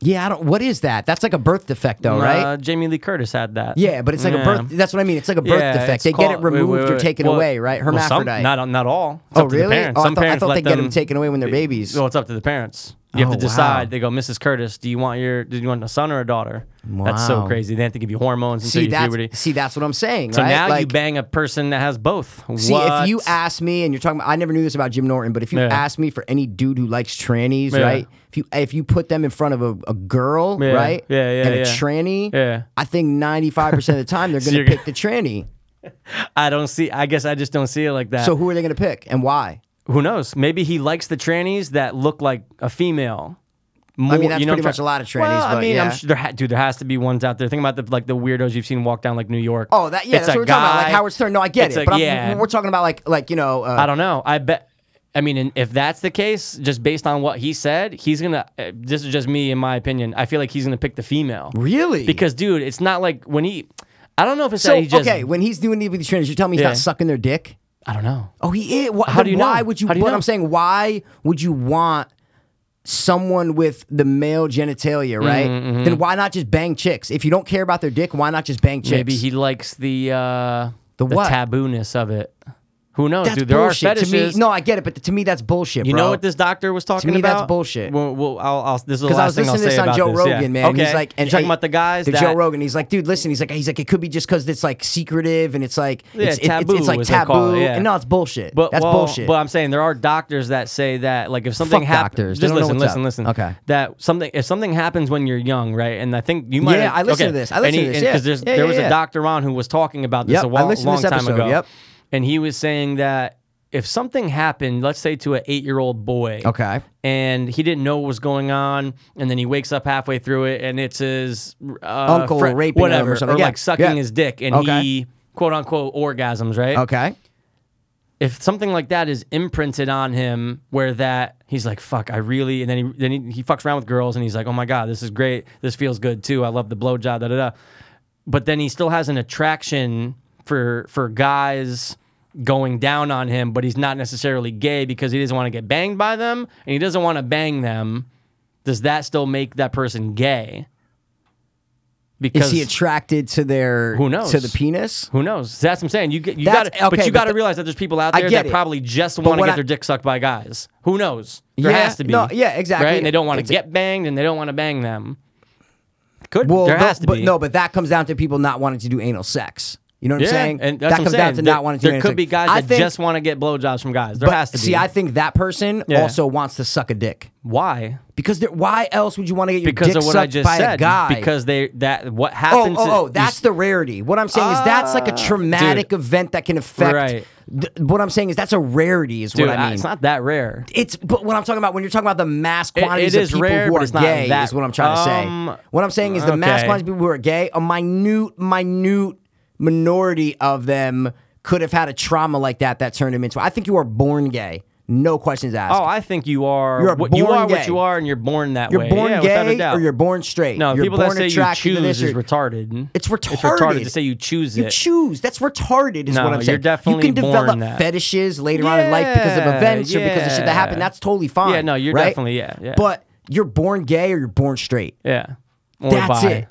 S1: Yeah, I don't. What is that? That's like a birth defect, though, right?
S2: Uh, Jamie Lee Curtis had that.
S1: yeah, but it's like a birth. That's what I mean. It's like a birth
S2: Yeah,
S1: defect.
S2: it's
S1: They get it
S2: called- wait,
S1: removed
S2: wait,
S1: or
S2: wait.
S1: taken
S2: Well-
S1: away, right?
S2: well, some-
S1: Hermaphrodite.
S2: not not all. It's
S1: oh,
S2: up to the
S1: really?
S2: parents.
S1: Oh, I
S2: Some
S1: thought, I
S2: parents
S1: thought
S2: let
S1: they get them
S2: them-
S1: taken away when they're babies.
S2: Well, it's up to the parents. You have
S1: Oh,
S2: to decide.
S1: wow.
S2: They go, Mrs. Curtis, do you want your do you want a son or a daughter? That's so
S1: Wow.
S2: crazy. They have to give you hormones until
S1: see
S2: you
S1: that's
S2: puberty.
S1: see that's what I'm saying.
S2: So
S1: right?
S2: now you
S1: Like-
S2: bang a person that has both.
S1: See,
S2: What?
S1: if you ask me, and you're talking about, I never knew this about Jim Norton, but if you
S2: Yeah.
S1: ask me for any dude who likes trannies,
S2: Yeah.
S1: right? If you if you put them in front of a, a girl,
S2: Yeah.
S1: right?
S2: Yeah, yeah,
S1: And a
S2: yeah.
S1: tranny,
S2: Yeah.
S1: I think 95% of the time they're going to
S2: you're
S1: pick the tranny.
S2: I don't see. I guess I just don't see it like that.
S1: So who are they going to pick and why?
S2: who knows? Maybe he likes the trannies that look like a female. More,
S1: that's
S2: you know what
S1: pretty
S2: I'm
S1: much
S2: try-
S1: a lot of trannies,
S2: Well, I
S1: but
S2: mean,
S1: yeah.
S2: I'm sure there ha- dude, there has to be ones out there. Think about the like the weirdos you've seen walk down like New York.
S1: Oh, that yeah,
S2: It's
S1: that's
S2: a
S1: what we're talking about.
S2: guy.
S1: Like Howard Stern. No, I get
S2: It's
S1: it,
S2: a-
S1: but I'm-
S2: yeah.
S1: we're talking about like like you know. Uh,
S2: I don't know. I bet. I mean, and if that's the case, just based on what he said, he's gonna. uh, This is just me, in my opinion. I feel like he's gonna pick the female.
S1: Really?
S2: Because, dude, it's not like when he. I don't know if it's
S1: so
S2: that he just.
S1: okay, when he's doing it with the trannies, you're telling me he's
S2: Yeah.
S1: not sucking their dick?
S2: I don't know.
S1: Oh, he is. Why,
S2: How do you
S1: why
S2: know?
S1: would you?
S2: How do you
S1: but
S2: know?
S1: I'm saying, why would you want someone with the male genitalia,
S2: Mm-hmm,
S1: right? Then why not just bang chicks? If you don't care about their dick, why not just bang chicks?
S2: Maybe he likes the uh,
S1: The what?
S2: tabooness of it. Who knows,
S1: That's
S2: dude? There
S1: bullshit
S2: are fetishes.
S1: to me. No, I get it, but to me, that's bullshit.
S2: you
S1: bro.
S2: know what this doctor was talking
S1: me,
S2: about?
S1: that's bullshit.
S2: Well, well, I'll, I'll, this is the
S1: Because
S2: last
S1: I was
S2: thing I'll
S1: listening to this
S2: say
S1: on
S2: about
S1: Joe
S2: this, yeah.
S1: Rogan, man.
S2: Okay.
S1: He's like,
S2: You're
S1: and
S2: talking
S1: hey,
S2: about the guys
S1: the
S2: that
S1: Joe Rogan. He's like, dude, listen. He's like, he's like, it could be just because it's like secretive and it's like,
S2: Yeah,
S1: it's, it- it's-
S2: taboo
S1: it's, like
S2: is what they
S1: taboo.
S2: call it, yeah.
S1: And no, it's bullshit.
S2: But
S1: that's
S2: well,
S1: bullshit.
S2: But I'm saying there are doctors that say that like if something
S1: Fuck doctors.
S2: happens,
S1: They
S2: just
S1: don't know
S2: listen,
S1: what's
S2: listen,
S1: up.
S2: listen.
S1: Okay.
S2: That something if something happens when you're young, right? And I think you might.
S1: Yeah, I listened
S2: okay.
S1: to this. I listened
S2: And
S1: to this,
S2: and-
S1: yeah.
S2: 'cause there's-
S1: Yeah,
S2: there
S1: yeah,
S2: was
S1: yeah.
S2: a doctor on who was talking about this
S1: Yep,
S2: a
S1: I
S2: while,
S1: listened to
S2: long
S1: this
S2: time
S1: episode,
S2: ago.
S1: yep.
S2: And he was saying that if something happened, let's say to an eight year old boy,
S1: Okay.
S2: and he didn't know what was going on, and then he wakes up halfway through it, and it's his uh,
S1: Uncle
S2: friend-
S1: raping him or
S2: whatever,
S1: something.
S2: or
S1: Yeah,
S2: like sucking
S1: yeah.
S2: his dick, and
S1: Okay.
S2: he quote unquote orgasms, right?
S1: okay.
S2: if something like that is imprinted on him where that he's like fuck i really and then he then he, he fucks around with girls and he's like oh my god this is great this feels good too i love the blowjob da da da but then he still has an attraction for for guys going down on him, but he's not necessarily gay because he doesn't want to get banged by them and he doesn't want to bang them, does that still make that person gay? Because
S1: Is he attracted to their
S2: Who knows?
S1: to the penis?
S2: who knows? That's what I'm saying. You get you got
S1: That's-
S2: to but
S1: okay,
S2: you
S1: but
S2: got to
S1: the-
S2: realize that there's people out
S1: I
S2: there
S1: get
S2: that
S1: it.
S2: probably just want to
S1: what
S2: get
S1: I-
S2: their dick sucked by guys. Who knows? There
S1: Yeah,
S2: has to be.
S1: no, yeah, exactly.
S2: Right? And they don't want to
S1: It's-
S2: get banged and they don't want to bang them. Could
S1: Well,
S2: there
S1: no,
S2: has to
S1: but
S2: be.
S1: no, but that comes down to people not wanting to do anal sex. You know what
S2: yeah,
S1: I'm saying?
S2: and that's
S1: that
S2: what
S1: comes
S2: I'm
S1: down
S2: saying.
S1: to
S2: there,
S1: not wanting to
S2: there
S1: do anal
S2: could
S1: sex.
S2: be guys
S1: I
S2: that
S1: think-
S2: just want to get blowjobs from guys. There
S1: but
S2: has to be.
S1: See, I think that person
S2: Yeah.
S1: also wants to suck a dick
S2: Why?
S1: because there- why else would you want to get your
S2: because
S1: dick
S2: of what
S1: sucked
S2: I just
S1: by
S2: said.
S1: a guy?
S2: Because they that what
S1: oh,
S2: happens.
S1: oh, oh, that's the rarity. What I'm saying is that's like a traumatic
S2: Ah, dude.
S1: event that can affect.
S2: Right.
S1: th- what I'm saying is that's a rarity, is
S2: dude.
S1: what I
S2: I-
S1: mean.
S2: It's not that rare.
S1: It's but what I'm talking about when you're talking about the mass
S2: it
S1: quantities
S2: is
S1: of people
S2: rare,
S1: who
S2: but
S1: are
S2: it's not
S1: gay
S2: that-
S1: is what I'm trying
S2: Um,
S1: to say. What I'm saying is the mass
S2: okay.
S1: quantities of people who are gay, a minute, minute minority of them could have had a trauma like that that turned them into. I think you are born gay, no questions asked.
S2: Oh, I think you are.
S1: You're
S2: what, you
S1: born
S2: are
S1: gay.
S2: what you are, and you're born that
S1: you're
S2: way.
S1: born
S2: yeah, without a
S1: gay
S2: doubt.
S1: or you're born straight.
S2: no.
S1: You're
S2: people
S1: born
S2: that say you
S1: attracted to
S2: choose
S1: this
S2: is
S1: or-
S2: retarded.
S1: It's retarded.
S2: It's retarded to say you choose
S1: You
S2: it.
S1: choose. That's retarded, is
S2: No,
S1: what I'm
S2: you're
S1: saying.
S2: definitely
S1: you can
S2: born
S1: develop
S2: that.
S1: fetishes later on in life because of
S2: Yeah,
S1: events or because of shit that happened.
S2: yeah.
S1: That's totally fine.
S2: Yeah, no, you're
S1: right?
S2: definitely- yeah, yeah.
S1: But you're born gay or you're born straight.
S2: yeah. Or
S1: That's
S2: bi.
S1: it.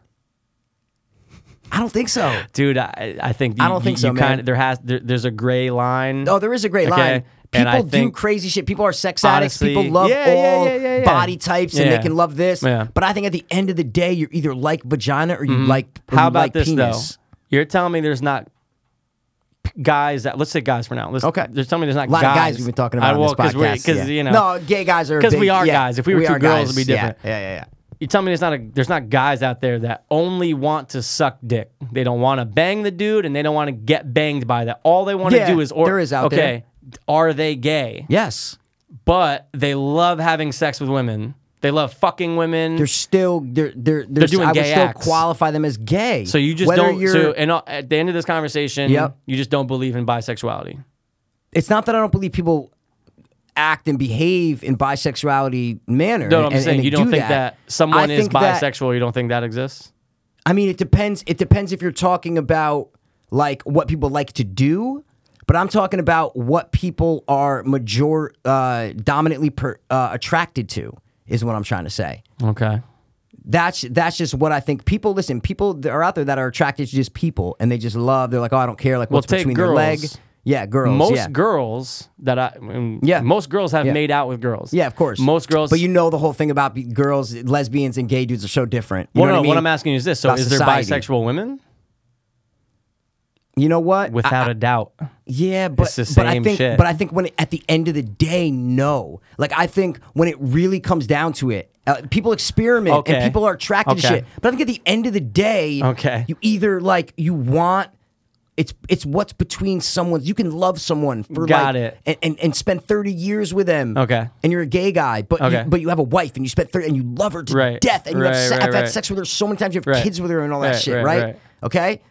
S1: I don't think so.
S2: dude. I, I think you,
S1: I don't think
S2: you,
S1: so,
S2: you
S1: man.
S2: Kinda, there has there, there's a gray line.
S1: Oh, there is a great
S2: Okay,
S1: line.
S2: and I
S1: People do
S2: think-
S1: crazy shit. People are sex addicts.
S2: Honestly,
S1: People love
S2: yeah, yeah,
S1: all
S2: yeah, yeah, yeah.
S1: body types, and
S2: Yeah.
S1: they can love this.
S2: Yeah. Mm-hmm.
S1: But I think at the end of the day, you're either like vagina or you like. or
S2: How
S1: you
S2: about
S1: like
S2: this
S1: penis.
S2: though? You're telling me there's not p- guys that let's say guys for now. Let's,
S1: Okay.
S2: There's telling me there's not
S1: A lot
S2: guys.
S1: of guys we've been talking about
S2: I,
S1: on
S2: well,
S1: this podcast.
S2: because
S1: yeah.
S2: you know.
S1: no, gay guys are a
S2: 'Cause we
S1: big-
S2: are
S1: yeah,
S2: guys. If we were two
S1: are
S2: girls,
S1: guys.
S2: it'd be
S1: Yeah,
S2: different.
S1: yeah, yeah. yeah.
S2: You tell me there's not a there's not guys out there that only want to suck dick. They don't want to bang the dude and they don't want to get banged by that. All they want to
S1: Yeah,
S2: do is or
S1: there is out
S2: okay. Are they gay?
S1: Yes.
S2: But they love having sex with women. They love fucking women.
S1: They're still they're they're, they're
S2: doing
S1: I would
S2: gay
S1: still
S2: acts.
S1: qualify them as gay.
S2: so you just
S1: Whether
S2: don't.
S1: You're,
S2: So and uh, at the end of this conversation,
S1: Yep.
S2: you just don't believe in bisexuality.
S1: it's not that I don't believe people act and behave in bisexuality manner.
S2: No,
S1: and,
S2: no, I'm
S1: and-
S2: saying
S1: and
S2: you
S1: do
S2: don't think that, someone
S1: I
S2: is
S1: think that-
S2: bisexual. you don't think that exists?
S1: I mean, it depends. It depends if you're talking about like what people like to do, but I'm talking about what people are major uh, dominantly per, uh, attracted to. Is what I'm trying to say.
S2: Okay.
S1: That's that's just what I think. People listen. People that are out there that are attracted to just people, and they just love. They're like, oh, I don't care. Like what's
S2: take
S1: between their leg.
S2: girls.
S1: Yeah, girls.
S2: Most
S1: yeah.
S2: girls that I, mm,
S1: Yeah.
S2: most girls have
S1: Yeah.
S2: made out with girls.
S1: Yeah, of course.
S2: Most girls,
S1: But you know the whole thing about be- girls, lesbians, and gay dudes are so different. You
S2: well,
S1: know what,
S2: no,
S1: I mean?
S2: what I'm asking you is this: so
S1: About
S2: is
S1: society.
S2: there bisexual women?
S1: You know what? I-
S2: Without a doubt.
S1: Yeah, but
S2: It's the
S1: but I
S2: same
S1: think
S2: shit.
S1: but I think when it, at the end of the day, no. Like I think when it really comes down to it, uh, people experiment
S2: Okay.
S1: and people are attracted to
S2: Okay.
S1: shit. But I think at the end of the day,
S2: Okay.
S1: you either like you want. It's it's what's between someone's. You can love someone for
S2: Got
S1: like
S2: it.
S1: And, and and spend thirty years with them.
S2: Okay.
S1: and you're a gay guy, but
S2: Okay.
S1: you, but you have a wife and you spent thirty and you love her to
S2: Right.
S1: death and you have
S2: Right,
S1: se-
S2: right,
S1: I've had
S2: right.
S1: sex with her so many times. You have
S2: Right.
S1: kids with her and all that
S2: Right,
S1: shit,
S2: right,
S1: right?
S2: right.
S1: Okay.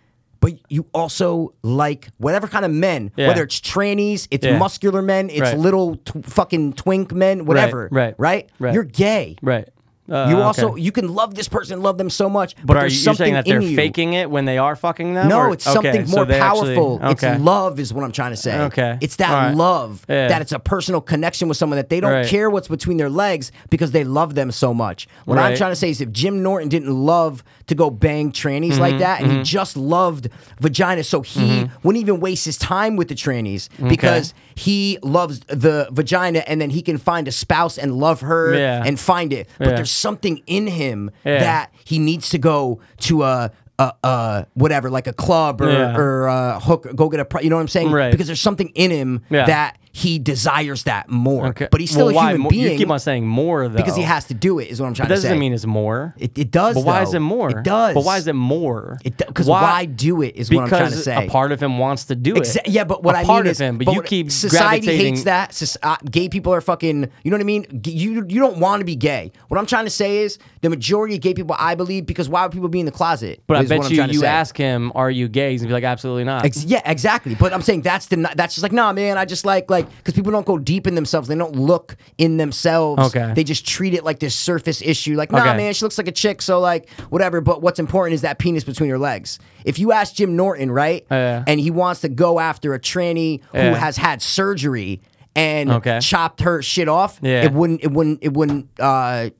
S1: But you also like whatever kind of men,
S2: Yeah.
S1: whether it's trannies, it's
S2: Yeah.
S1: muscular men, it's
S2: Right.
S1: little tw- fucking twink men, whatever.
S2: right,
S1: Right.
S2: right.
S1: You're gay.
S2: Right. Uh,
S1: You also
S2: okay.
S1: you can love this person, love them so much, but,
S2: But are
S1: there's
S2: you you're
S1: something
S2: saying that they're
S1: in you.
S2: faking it when they are fucking them?
S1: No,
S2: or-
S1: it's
S2: okay,
S1: something
S2: so
S1: more
S2: they actually-
S1: powerful.
S2: okay.
S1: It's love, is what I'm trying to say.
S2: Okay.
S1: It's that
S2: All right.
S1: love
S2: Yeah.
S1: that it's a personal connection with someone that they don't
S2: Right.
S1: care what's between their legs because they love them so much. What I'm
S2: Right.
S1: trying to say is if Jim Norton didn't love to go bang trannies
S2: Mm-hmm,
S1: like that and he just loved vagina, so he wouldn't even waste his time with the trannies because he loves the vagina and then he can find a spouse and love her
S2: Yeah.
S1: and find it. But
S2: Yeah.
S1: there's something in him
S2: Yeah.
S1: that he needs to go to a, a, a whatever, like a club or,
S2: Yeah.
S1: or a hook, go get a, pro- you know what I'm saying?
S2: Right.
S1: Because there's something in him
S2: Yeah.
S1: that he desires that more.
S2: Okay.
S1: But he's still
S2: Well,
S1: a
S2: why
S1: human
S2: more?
S1: being
S2: You keep on saying more though,
S1: because he has to do it, is what I'm trying
S2: But that
S1: to say.
S2: doesn't mean it's more.
S1: it, it does.
S2: But why is
S1: though.
S2: it more?
S1: It does.
S2: But why is it more?
S1: It Because why? do it is what I'm trying to
S2: Because
S1: say.
S2: a part of him wants to do it.
S1: Exa- yeah, but what
S2: a
S1: I
S2: part
S1: mean
S2: of
S1: is,
S2: him, but, you
S1: what-
S2: keep
S1: society
S2: gravitating.
S1: hates that. Soc- uh, gay people are fucking. You know what I mean? G- You you don't want to be gay. What I'm trying to say is the majority of gay people, I believe, because why would people be in the closet?
S2: But I
S1: is what
S2: bet
S1: I'm
S2: you,
S1: trying to
S2: you
S1: say.
S2: ask him, "Are you gay?" He's gonna be like, "Absolutely not."
S1: Ex- yeah, exactly. But I'm saying that's the that's just like nah, man. I just like like like because people don't go deep in themselves. They don't look in themselves.
S2: Okay.
S1: They just treat it like this surface issue. Like, nah,
S2: Okay.
S1: man, she looks like a chick, so like whatever. But what's important is that penis between her legs. If you ask Jim Norton, right,
S2: Yeah.
S1: and he wants to go after a tranny
S2: Yeah.
S1: who has had surgery and
S2: Okay.
S1: chopped her shit off,
S2: Yeah.
S1: it wouldn't, it wouldn't, it wouldn't, uh,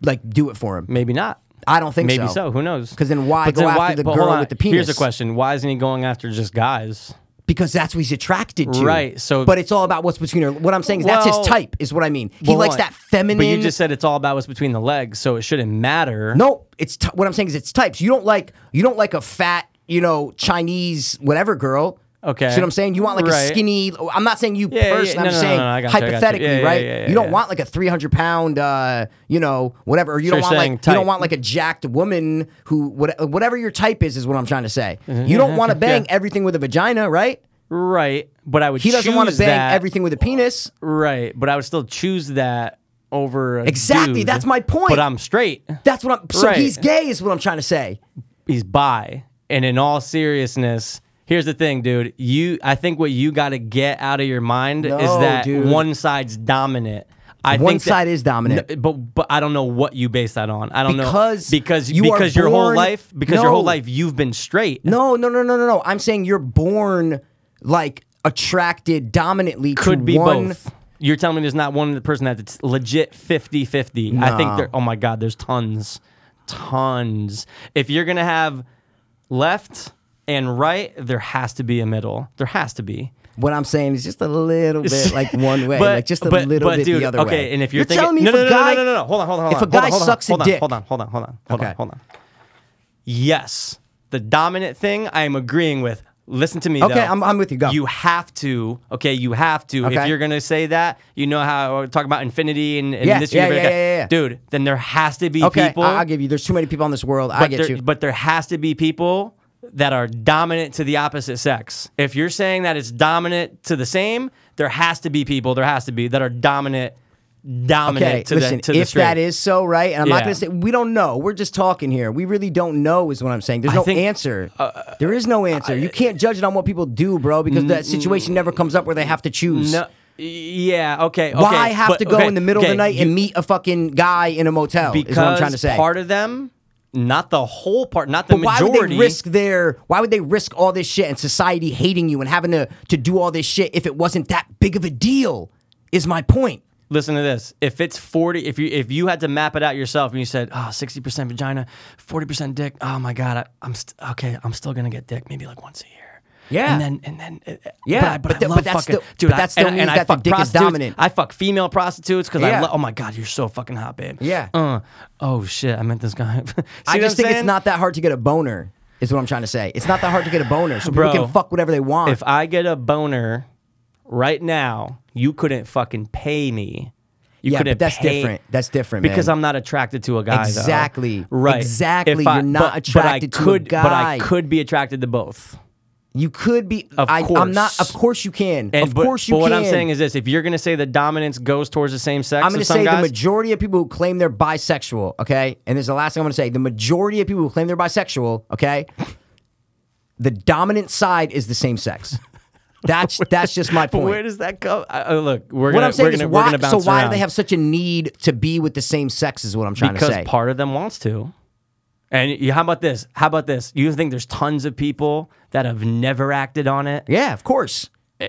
S1: like do it for him.
S2: Maybe not.
S1: I don't think
S2: Maybe
S1: so.
S2: so. Who knows?
S1: 'Cause then why go after the
S2: but
S1: girl
S2: hold on.
S1: with the penis?
S2: Here's a question: Why isn't he going after just guys?
S1: because that's what he's attracted to.
S2: Right, so-
S1: but it's all about what's between her. What I'm saying is that's
S2: Well-
S1: his type. Is what I mean. He
S2: Well,
S1: likes
S2: hold on.
S1: that feminine.
S2: But you just said it's all about what's between the legs, so it shouldn't matter.
S1: no. It's t- what I'm saying is it's types. You don't like you don't like a fat you know Chinese whatever girl.
S2: Okay.
S1: See what I'm saying? You want like a
S2: Right.
S1: skinny. I'm not saying you
S2: Yeah, yeah,
S1: person.
S2: no,
S1: I'm
S2: no, no,
S1: saying
S2: no, I got you, I got you.
S1: hypothetically,
S2: Yeah, yeah,
S1: right?
S2: yeah, yeah,
S1: you don't
S2: yeah.
S1: want like a 300 pound, uh, you know, whatever. Or you
S2: So
S1: don't
S2: you're
S1: want like
S2: saying
S1: you
S2: type.
S1: don't want like a jacked woman who what, uh, whatever your type is is what I'm trying to say.
S2: Mm-hmm,
S1: You don't want to bang everything with a vagina, right?
S2: Right. But I would.
S1: He doesn't want to
S2: choose
S1: bang
S2: that-
S1: everything with a penis.
S2: Right. But I would still choose that over. a
S1: Exactly,
S2: dude.
S1: that's my point.
S2: But I'm straight.
S1: That's what I'm. So
S2: Right.
S1: he's gay, is what I'm trying to say.
S2: He's bi. And in all seriousness. Here's the thing, dude. You, I think what you got to get out of your mind is
S1: No,
S2: that
S1: dude.
S2: one side's dominant. I
S1: One
S2: think that-
S1: side is dominant.
S2: N- but but I don't know what you base that on. I don't
S1: Because
S2: know because
S1: you are
S2: because your whole
S1: born-
S2: life because your whole
S1: No.
S2: life you've been straight.
S1: No, no, no, no, no, no. I'm saying you're born like attracted dominantly. to
S2: could be
S1: one.
S2: both. You're telling me there's not one person that's legit 50 50. I think there, oh my God, there's tons. Tons. If you're going to have left and right, there has to be a middle. There has to be.
S1: What I'm saying is just a little bit like one way, like just a
S2: but-
S1: little
S2: but
S1: bit
S2: dude,
S1: the other
S2: okay,
S1: way.
S2: and if you're, thinking,
S1: telling me
S2: no,
S1: if
S2: no,
S1: a
S2: no,
S1: guy,
S2: no, no, no, no, hold on, hold on, hold
S1: if
S2: on,
S1: a guy
S2: hold on,
S1: sucks a
S2: hold on,
S1: dick-
S2: hold on, hold on, hold on, hold
S1: Okay.
S2: on, hold on. Yes, the dominant thing I am agreeing with. Listen to me.
S1: Okay,
S2: though.
S1: I'm- I'm with you. Go.
S2: You have to. Okay, you have to.
S1: Okay.
S2: If you're gonna say that, you know how I talk about infinity and, and
S1: Yeah,
S2: this.
S1: yeah,
S2: universe,
S1: yeah,
S2: okay.
S1: yeah, yeah.
S2: Dude, then there has to be
S1: okay,
S2: people.
S1: I, will give you. There's too many people in this world. I
S2: But
S1: get
S2: there,
S1: you.
S2: But there has to be people that are dominant to the opposite sex. If you're saying that it's dominant to the same, there has to be people. There has to be that are dominant, dominant
S1: Okay,
S2: to
S1: listen.
S2: the to the
S1: if
S2: straight.
S1: that is so, right? And I'm not
S2: Yeah.
S1: gonna say we don't know. We're just talking here. We really don't know, is what I'm saying. There's
S2: I
S1: no
S2: think- uh,
S1: answer. there is no answer. you can't judge it on what people do, bro, because that situation never comes up where they have to choose.
S2: no, yeah, okay, okay.
S1: Why have
S2: but-
S1: to go
S2: okay,
S1: in the middle of
S2: okay,
S1: the night
S2: you-
S1: and meet a fucking guy in a motel?
S2: Because
S1: is what I'm trying to say.
S2: part of them, not the whole part, not the
S1: but why
S2: majority.
S1: would they risk their? Why would they risk all this shit and society hating you and having to to do all this shit if it wasn't that big of a deal? Is my point.
S2: Listen to this. If it's 40, if you if you had to map it out yourself and you said, oh, 60% vagina, 40% dick, oh my God, I, I'm st- okay, I'm still gonna get dick maybe like once a year.
S1: Yeah.
S2: And then, and then, uh,
S1: Yeah,
S2: But I, but
S1: but
S2: I
S1: th-
S2: love
S1: but that's
S2: fucking,
S1: still-
S2: dude,
S1: but that
S2: I,
S1: still
S2: and,
S1: means
S2: and I
S1: that the
S2: fuck
S1: dick is
S2: prostitutes.
S1: dominant.
S2: I fuck female prostitutes because I
S1: Yeah.
S2: love, oh my God, you're so fucking hot, babe.
S1: Yeah.
S2: Uh, oh shit, I meant this guy.
S1: I
S2: See what
S1: Um, just
S2: I'm
S1: think it's
S2: saying?
S1: not that hard to get a boner. Is what I'm trying to say. It's not that hard to get a boner, so
S2: Bro,
S1: people can fuck whatever they want.
S2: If I get a boner right now, you couldn't fucking pay me. You
S1: yeah,
S2: couldn't
S1: but that's
S2: pay-
S1: different. That's different
S2: because
S1: man.
S2: I'm not attracted to a guy. though.
S1: Exactly.
S2: Right.
S1: Exactly.
S2: If I-
S1: You're not
S2: but- but I
S1: attracted to a
S2: could- But I
S1: guy.
S2: could be attracted to both.
S1: you could be.
S2: Of
S1: I, I'm not.
S2: course.
S1: Of course you can.
S2: And-
S1: of
S2: but,
S1: course you
S2: But
S1: can.
S2: what I'm saying is this: if you're going to say the dominance goes towards the same sex,
S1: I'm
S2: going to
S1: say the
S2: guys,
S1: majority of people who claim they're bisexual, okay? And this is the last thing I'm going to say. The majority of people who claim they're bisexual, okay? The dominant side is the same sex. That's that's just my
S2: But
S1: point.
S2: where does that go? Uh, look, we're
S1: what
S2: gonna,
S1: I'm saying
S2: we're gonna,
S1: is
S2: we're
S1: why
S2: gonna
S1: so
S2: bounce
S1: why
S2: around.
S1: do they have such a need to be with the same sex is what I'm trying
S2: because
S1: to say.
S2: part of them wants to. And you, how about this? How about this? You think there's tons of people that have never acted on it?
S1: yeah, of course. 100%.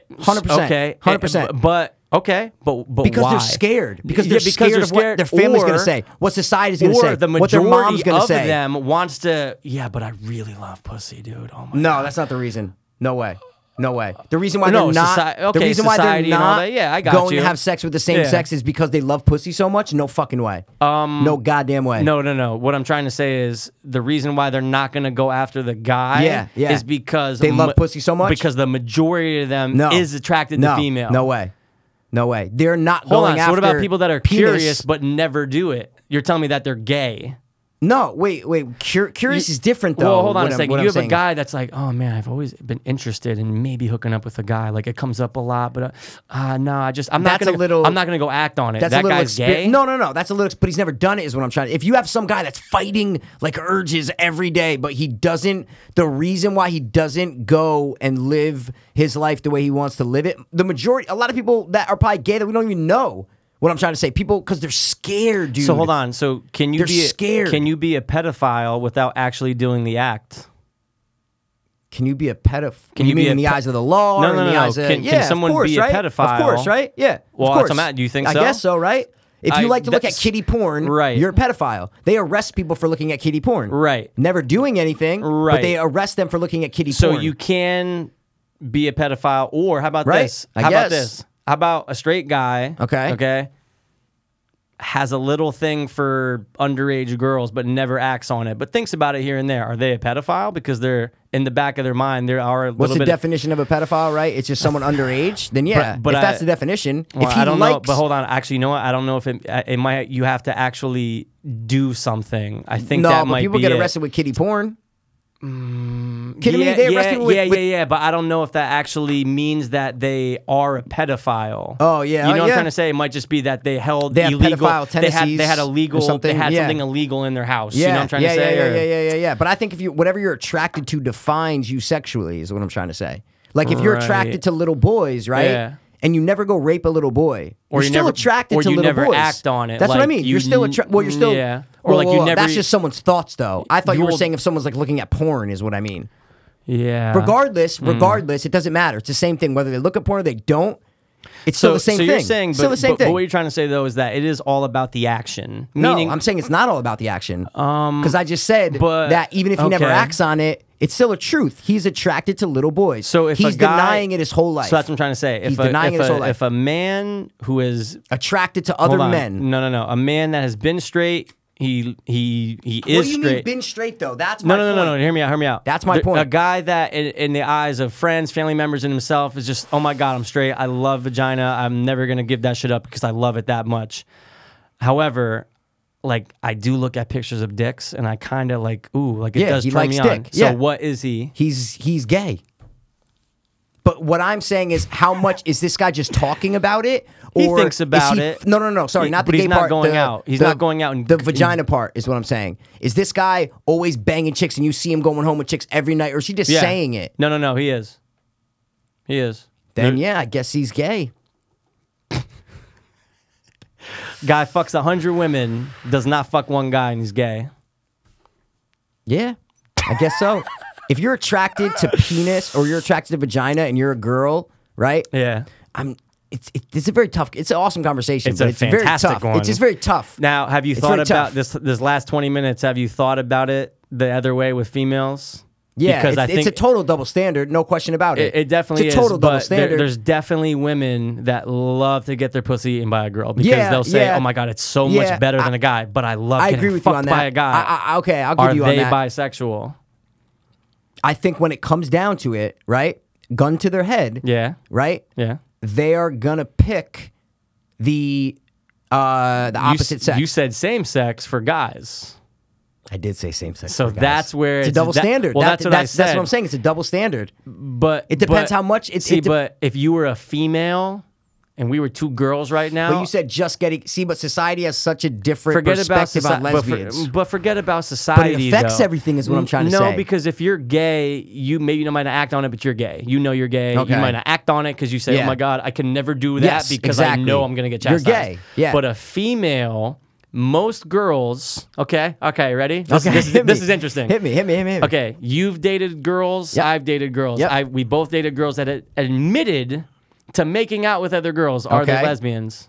S2: Eh, Okay.
S1: 100%.
S2: And- But okay. But but
S1: because
S2: why?
S1: they're scared. Because
S2: Yeah,
S1: they're scared of what their family's going
S2: or-
S1: to say, what society's going to
S2: or
S1: say,
S2: the majority
S1: what their mom's going to
S2: of
S1: say.
S2: them wants to. Yeah, but I really love pussy, dude. Oh my.
S1: No, that's not the reason. No way. No way. The reason why
S2: No,
S1: they're not
S2: soci- okay,
S1: the reason why they're
S2: society and all
S1: not
S2: that. Yeah, I got
S1: going
S2: you.
S1: to have sex with the same
S2: Yeah.
S1: sex is because they love pussy so much. No fucking way. Um, no goddamn way.
S2: No, no, no. What I'm trying to say is the reason why they're not going to go after the guy
S1: Yeah, yeah.
S2: is because
S1: They love
S2: ma-
S1: pussy so much?
S2: Because the majority of them
S1: no,
S2: is attracted
S1: no,
S2: to female.
S1: No way. No way. They're not
S2: Hold
S1: going
S2: on.
S1: after.
S2: So what about people that are
S1: penis.
S2: curious but never do it? You're telling me that they're gay.
S1: No, wait, wait. Cur- curious is different though.
S2: Well, hold on
S1: what
S2: a
S1: I'm-
S2: second.
S1: what I'm
S2: you have
S1: saying.
S2: a guy that's like, oh man, I've always been interested in maybe hooking up with a guy. Like it comes up a lot, but uh, uh, no, I just I'm
S1: That's a
S2: not gonna
S1: little-
S2: I'm not gonna go act on it.
S1: That's
S2: that
S1: a little
S2: guy's
S1: exper-
S2: gay.
S1: No, no, no. That's a little. ex- But he's never done it. Is what I'm trying. to... If you have some guy that's fighting like urges every day, but he doesn't. The reason why he doesn't go and live his life the way he wants to live it. The majority, a lot of people that are probably gay that we don't even know. What I'm trying to say, people, because they're scared, dude.
S2: So hold on. So can you
S1: They're
S2: be a-
S1: scared.
S2: Can you be a pedophile without actually doing the act?
S1: Can you be a pedophile? Can you,
S2: you
S1: mean
S2: be a
S1: in the
S2: pe-
S1: eyes of the law?
S2: No,
S1: or
S2: no,
S1: in the
S2: no.
S1: Eyes of,
S2: Can- can
S1: yeah, of
S2: someone
S1: course,
S2: be a
S1: right?
S2: pedophile?
S1: Of course, right? Yeah.
S2: Well,
S1: of
S2: that's
S1: course.
S2: what I'm at. Do you think
S1: I
S2: so?
S1: guess so, right? If you
S2: I-
S1: like to look at
S2: that's-
S1: kitty porn,
S2: Right.
S1: you're a pedophile. They arrest people for looking at kitty porn.
S2: Right.
S1: Never doing anything, but
S2: Right.
S1: they arrest them for looking at kitty
S2: So
S1: porn.
S2: you can be a pedophile, or how about
S1: Right,
S2: this?
S1: I
S2: how
S1: guess.
S2: about this? How about a straight guy?
S1: Okay.
S2: Okay. Has a little thing for underage girls, but never acts on it. But thinks about it here and there. Are they a pedophile? Because they're in the back of their mind, there are a
S1: What's
S2: little
S1: the
S2: bit.
S1: definition of a pedophile, right? It's just someone underage? Then yeah.
S2: But- but
S1: if that's
S2: I-
S1: the definition,
S2: Well,
S1: if he
S2: I don't know.
S1: likes
S2: But hold on. Actually, you know what? I don't know if it. I- It might. You have to actually do something. I think
S1: No,
S2: that
S1: but
S2: might
S1: people
S2: be
S1: get
S2: it. Mm,
S1: arrested with kitty porn. Kidding
S2: yeah,
S1: me? They
S2: yeah,
S1: arrest people with,
S2: yeah,
S1: with-
S2: yeah, yeah. But I don't know if that actually means that they are a pedophile.
S1: Oh, yeah,
S2: you know
S1: oh,
S2: what I'm
S1: yeah.
S2: trying to say? It might just be that they held
S1: They have
S2: illegal.
S1: pedophile
S2: they had they
S1: tendencies
S2: had
S1: or
S2: illegal.
S1: something,
S2: They had
S1: yeah.
S2: something illegal in their house. you know what I'm trying
S1: yeah,
S2: to say?
S1: Yeah,
S2: Or-
S1: yeah, yeah, yeah, yeah. But I think if you whatever you're attracted to defines you sexually is what I'm trying to say. Like if you're attracted
S2: Right.
S1: to little boys, right?
S2: Yeah.
S1: And you never go rape a little boy,
S2: Or
S1: you're
S2: you
S1: still
S2: never-
S1: attracted
S2: or
S1: to
S2: you
S1: little
S2: never
S1: boys.
S2: act on it,
S1: That's what I
S2: like,
S1: mean.
S2: you
S1: You're still
S2: n-
S1: attracted. Well, you're still
S2: yeah. Or,
S1: Whoa,
S2: like,
S1: whoa,
S2: you
S1: whoa.
S2: never-
S1: That's just someone's thoughts, though. I thought you were
S2: You'll-
S1: saying if someone's like looking at porn is what I mean.
S2: Yeah.
S1: Regardless,
S2: Hmm.
S1: regardless, it doesn't matter. It's the same thing whether they look at porn or they don't. It's still the same
S2: so
S1: thing.
S2: you're saying, but,
S1: still the same
S2: but,
S1: thing.
S2: but what you're trying to say though is that it is all about the action.
S1: No,
S2: Meaning, Um,
S1: I'm saying it's not all about the action. Because I just said
S2: but-
S1: that even if he never
S2: okay.
S1: acts on it, it's still a truth. He's attracted to little boys.
S2: So if a
S1: he's
S2: guy-
S1: denying it his whole life.
S2: So that's what I'm trying to say. If
S1: He's
S2: a,
S1: denying
S2: if
S1: it his
S2: a,
S1: whole life.
S2: If a man who is
S1: attracted to other
S2: hold on. Mm,
S1: men.
S2: no, no, no, a man that has been straight, he he he is
S1: what do you
S2: straight.
S1: mean been straight though? That's
S2: No,
S1: my
S2: no, no,
S1: point.
S2: no, no. Hear me out. Hear me out.
S1: That's my
S2: The-
S1: point.
S2: A guy that, in, in the eyes of friends, family members, and himself, is just, oh my god, I'm straight. I love vagina. I'm never gonna give that shit up because I love it that much. However, like I do look at pictures of dicks, and I kind of like, ooh, like it
S1: Yeah,
S2: does
S1: he
S2: turn
S1: likes
S2: me on.
S1: dick.
S2: So
S1: Yeah.
S2: what is he?
S1: He's he's gay. But what I'm saying is, how much is this guy just talking about it? Or
S2: He thinks
S1: is
S2: about
S1: he-
S2: it.
S1: No, no, no. Sorry,
S2: He-
S1: not the
S2: but he's
S1: gay
S2: not
S1: part.
S2: going
S1: the-
S2: out. He's
S1: the-
S2: not going out and-
S1: the vagina part is what I'm saying. Is this guy always banging chicks, and you see him going home with chicks every night, or is he just
S2: Yeah.
S1: saying it?
S2: No, no, no. He is. He is.
S1: Then yeah, I guess he's gay.
S2: Guy fucks a hundred women, does not fuck one guy, and he's gay.
S1: Yeah, I guess so. if you're attracted to penis or you're attracted to vagina and you're a girl, right?
S2: Yeah.
S1: I'm. It's it, it's a very tough. It's an awesome conversation.
S2: It's
S1: but
S2: a
S1: it's
S2: fantastic
S1: very tough.
S2: one.
S1: It's just very tough.
S2: Now, have you
S1: It's
S2: thought
S1: very
S2: about
S1: tough.
S2: this? This last twenty minutes, have you thought about it the other way with females?
S1: yeah,
S2: because
S1: it's,
S2: I think
S1: it's a total double standard. No question about it.
S2: it, it definitely
S1: it's a total
S2: is.
S1: double
S2: but there-
S1: standard.
S2: there's definitely women that love to get their pussy eaten by a girl because
S1: Yeah,
S2: they'll say,
S1: yeah.
S2: "Oh my god, it's so
S1: Yeah,
S2: much better
S1: I-
S2: than a guy," but I love
S1: I
S2: getting
S1: agree with you
S2: fucked
S1: on that.
S2: by a guy.
S1: I, I, okay, I'll give
S2: Are
S1: you on
S2: they
S1: that.
S2: bisexual?
S1: I think when it comes down to it, right? Gun to their head,
S2: Yeah,
S1: right?
S2: yeah.
S1: They are gonna pick the uh the
S2: You s-
S1: opposite sex.
S2: You said same sex for guys.
S1: I did say same sex.
S2: So
S1: for guys.
S2: that's where
S1: it's a
S2: it's-
S1: double
S2: that-
S1: standard.
S2: well,
S1: That-
S2: that's what I
S1: that's, that's
S2: said.
S1: what I'm saying. It's a double standard.
S2: But
S1: It depends
S2: but-
S1: how much- it-
S2: see,
S1: it de-
S2: but if you were a female and we were two girls right now,
S1: But you said just getting see, but society has such a different
S2: forget about
S1: perspective
S2: society,
S1: on lesbians.
S2: But, for- mm, but forget about society.
S1: affects
S2: though.
S1: everything is what I'm trying to
S2: no,
S1: say.
S2: No, because if you're gay, you maybe might not act on it, but you're gay. You know you're gay.
S1: Okay.
S2: You might not act on it because you say,
S1: Yeah.
S2: "Oh my god, I can never do that
S1: Yes,
S2: because
S1: exactly.
S2: I know I'm going to get
S1: You're
S2: chastised."
S1: gay, yeah.
S2: But a female, most girls. Okay. Okay. Ready? This,
S1: Okay,
S2: This, is-
S1: hit
S2: this
S1: me.
S2: is interesting.
S1: Hit me, hit me, hit me. Hit me.
S2: Okay, you've dated girls.
S1: Yep.
S2: I've dated girls.
S1: Yep.
S2: I we both dated girls that had admitted to making out with other girls. Are
S1: Okay.
S2: they lesbians?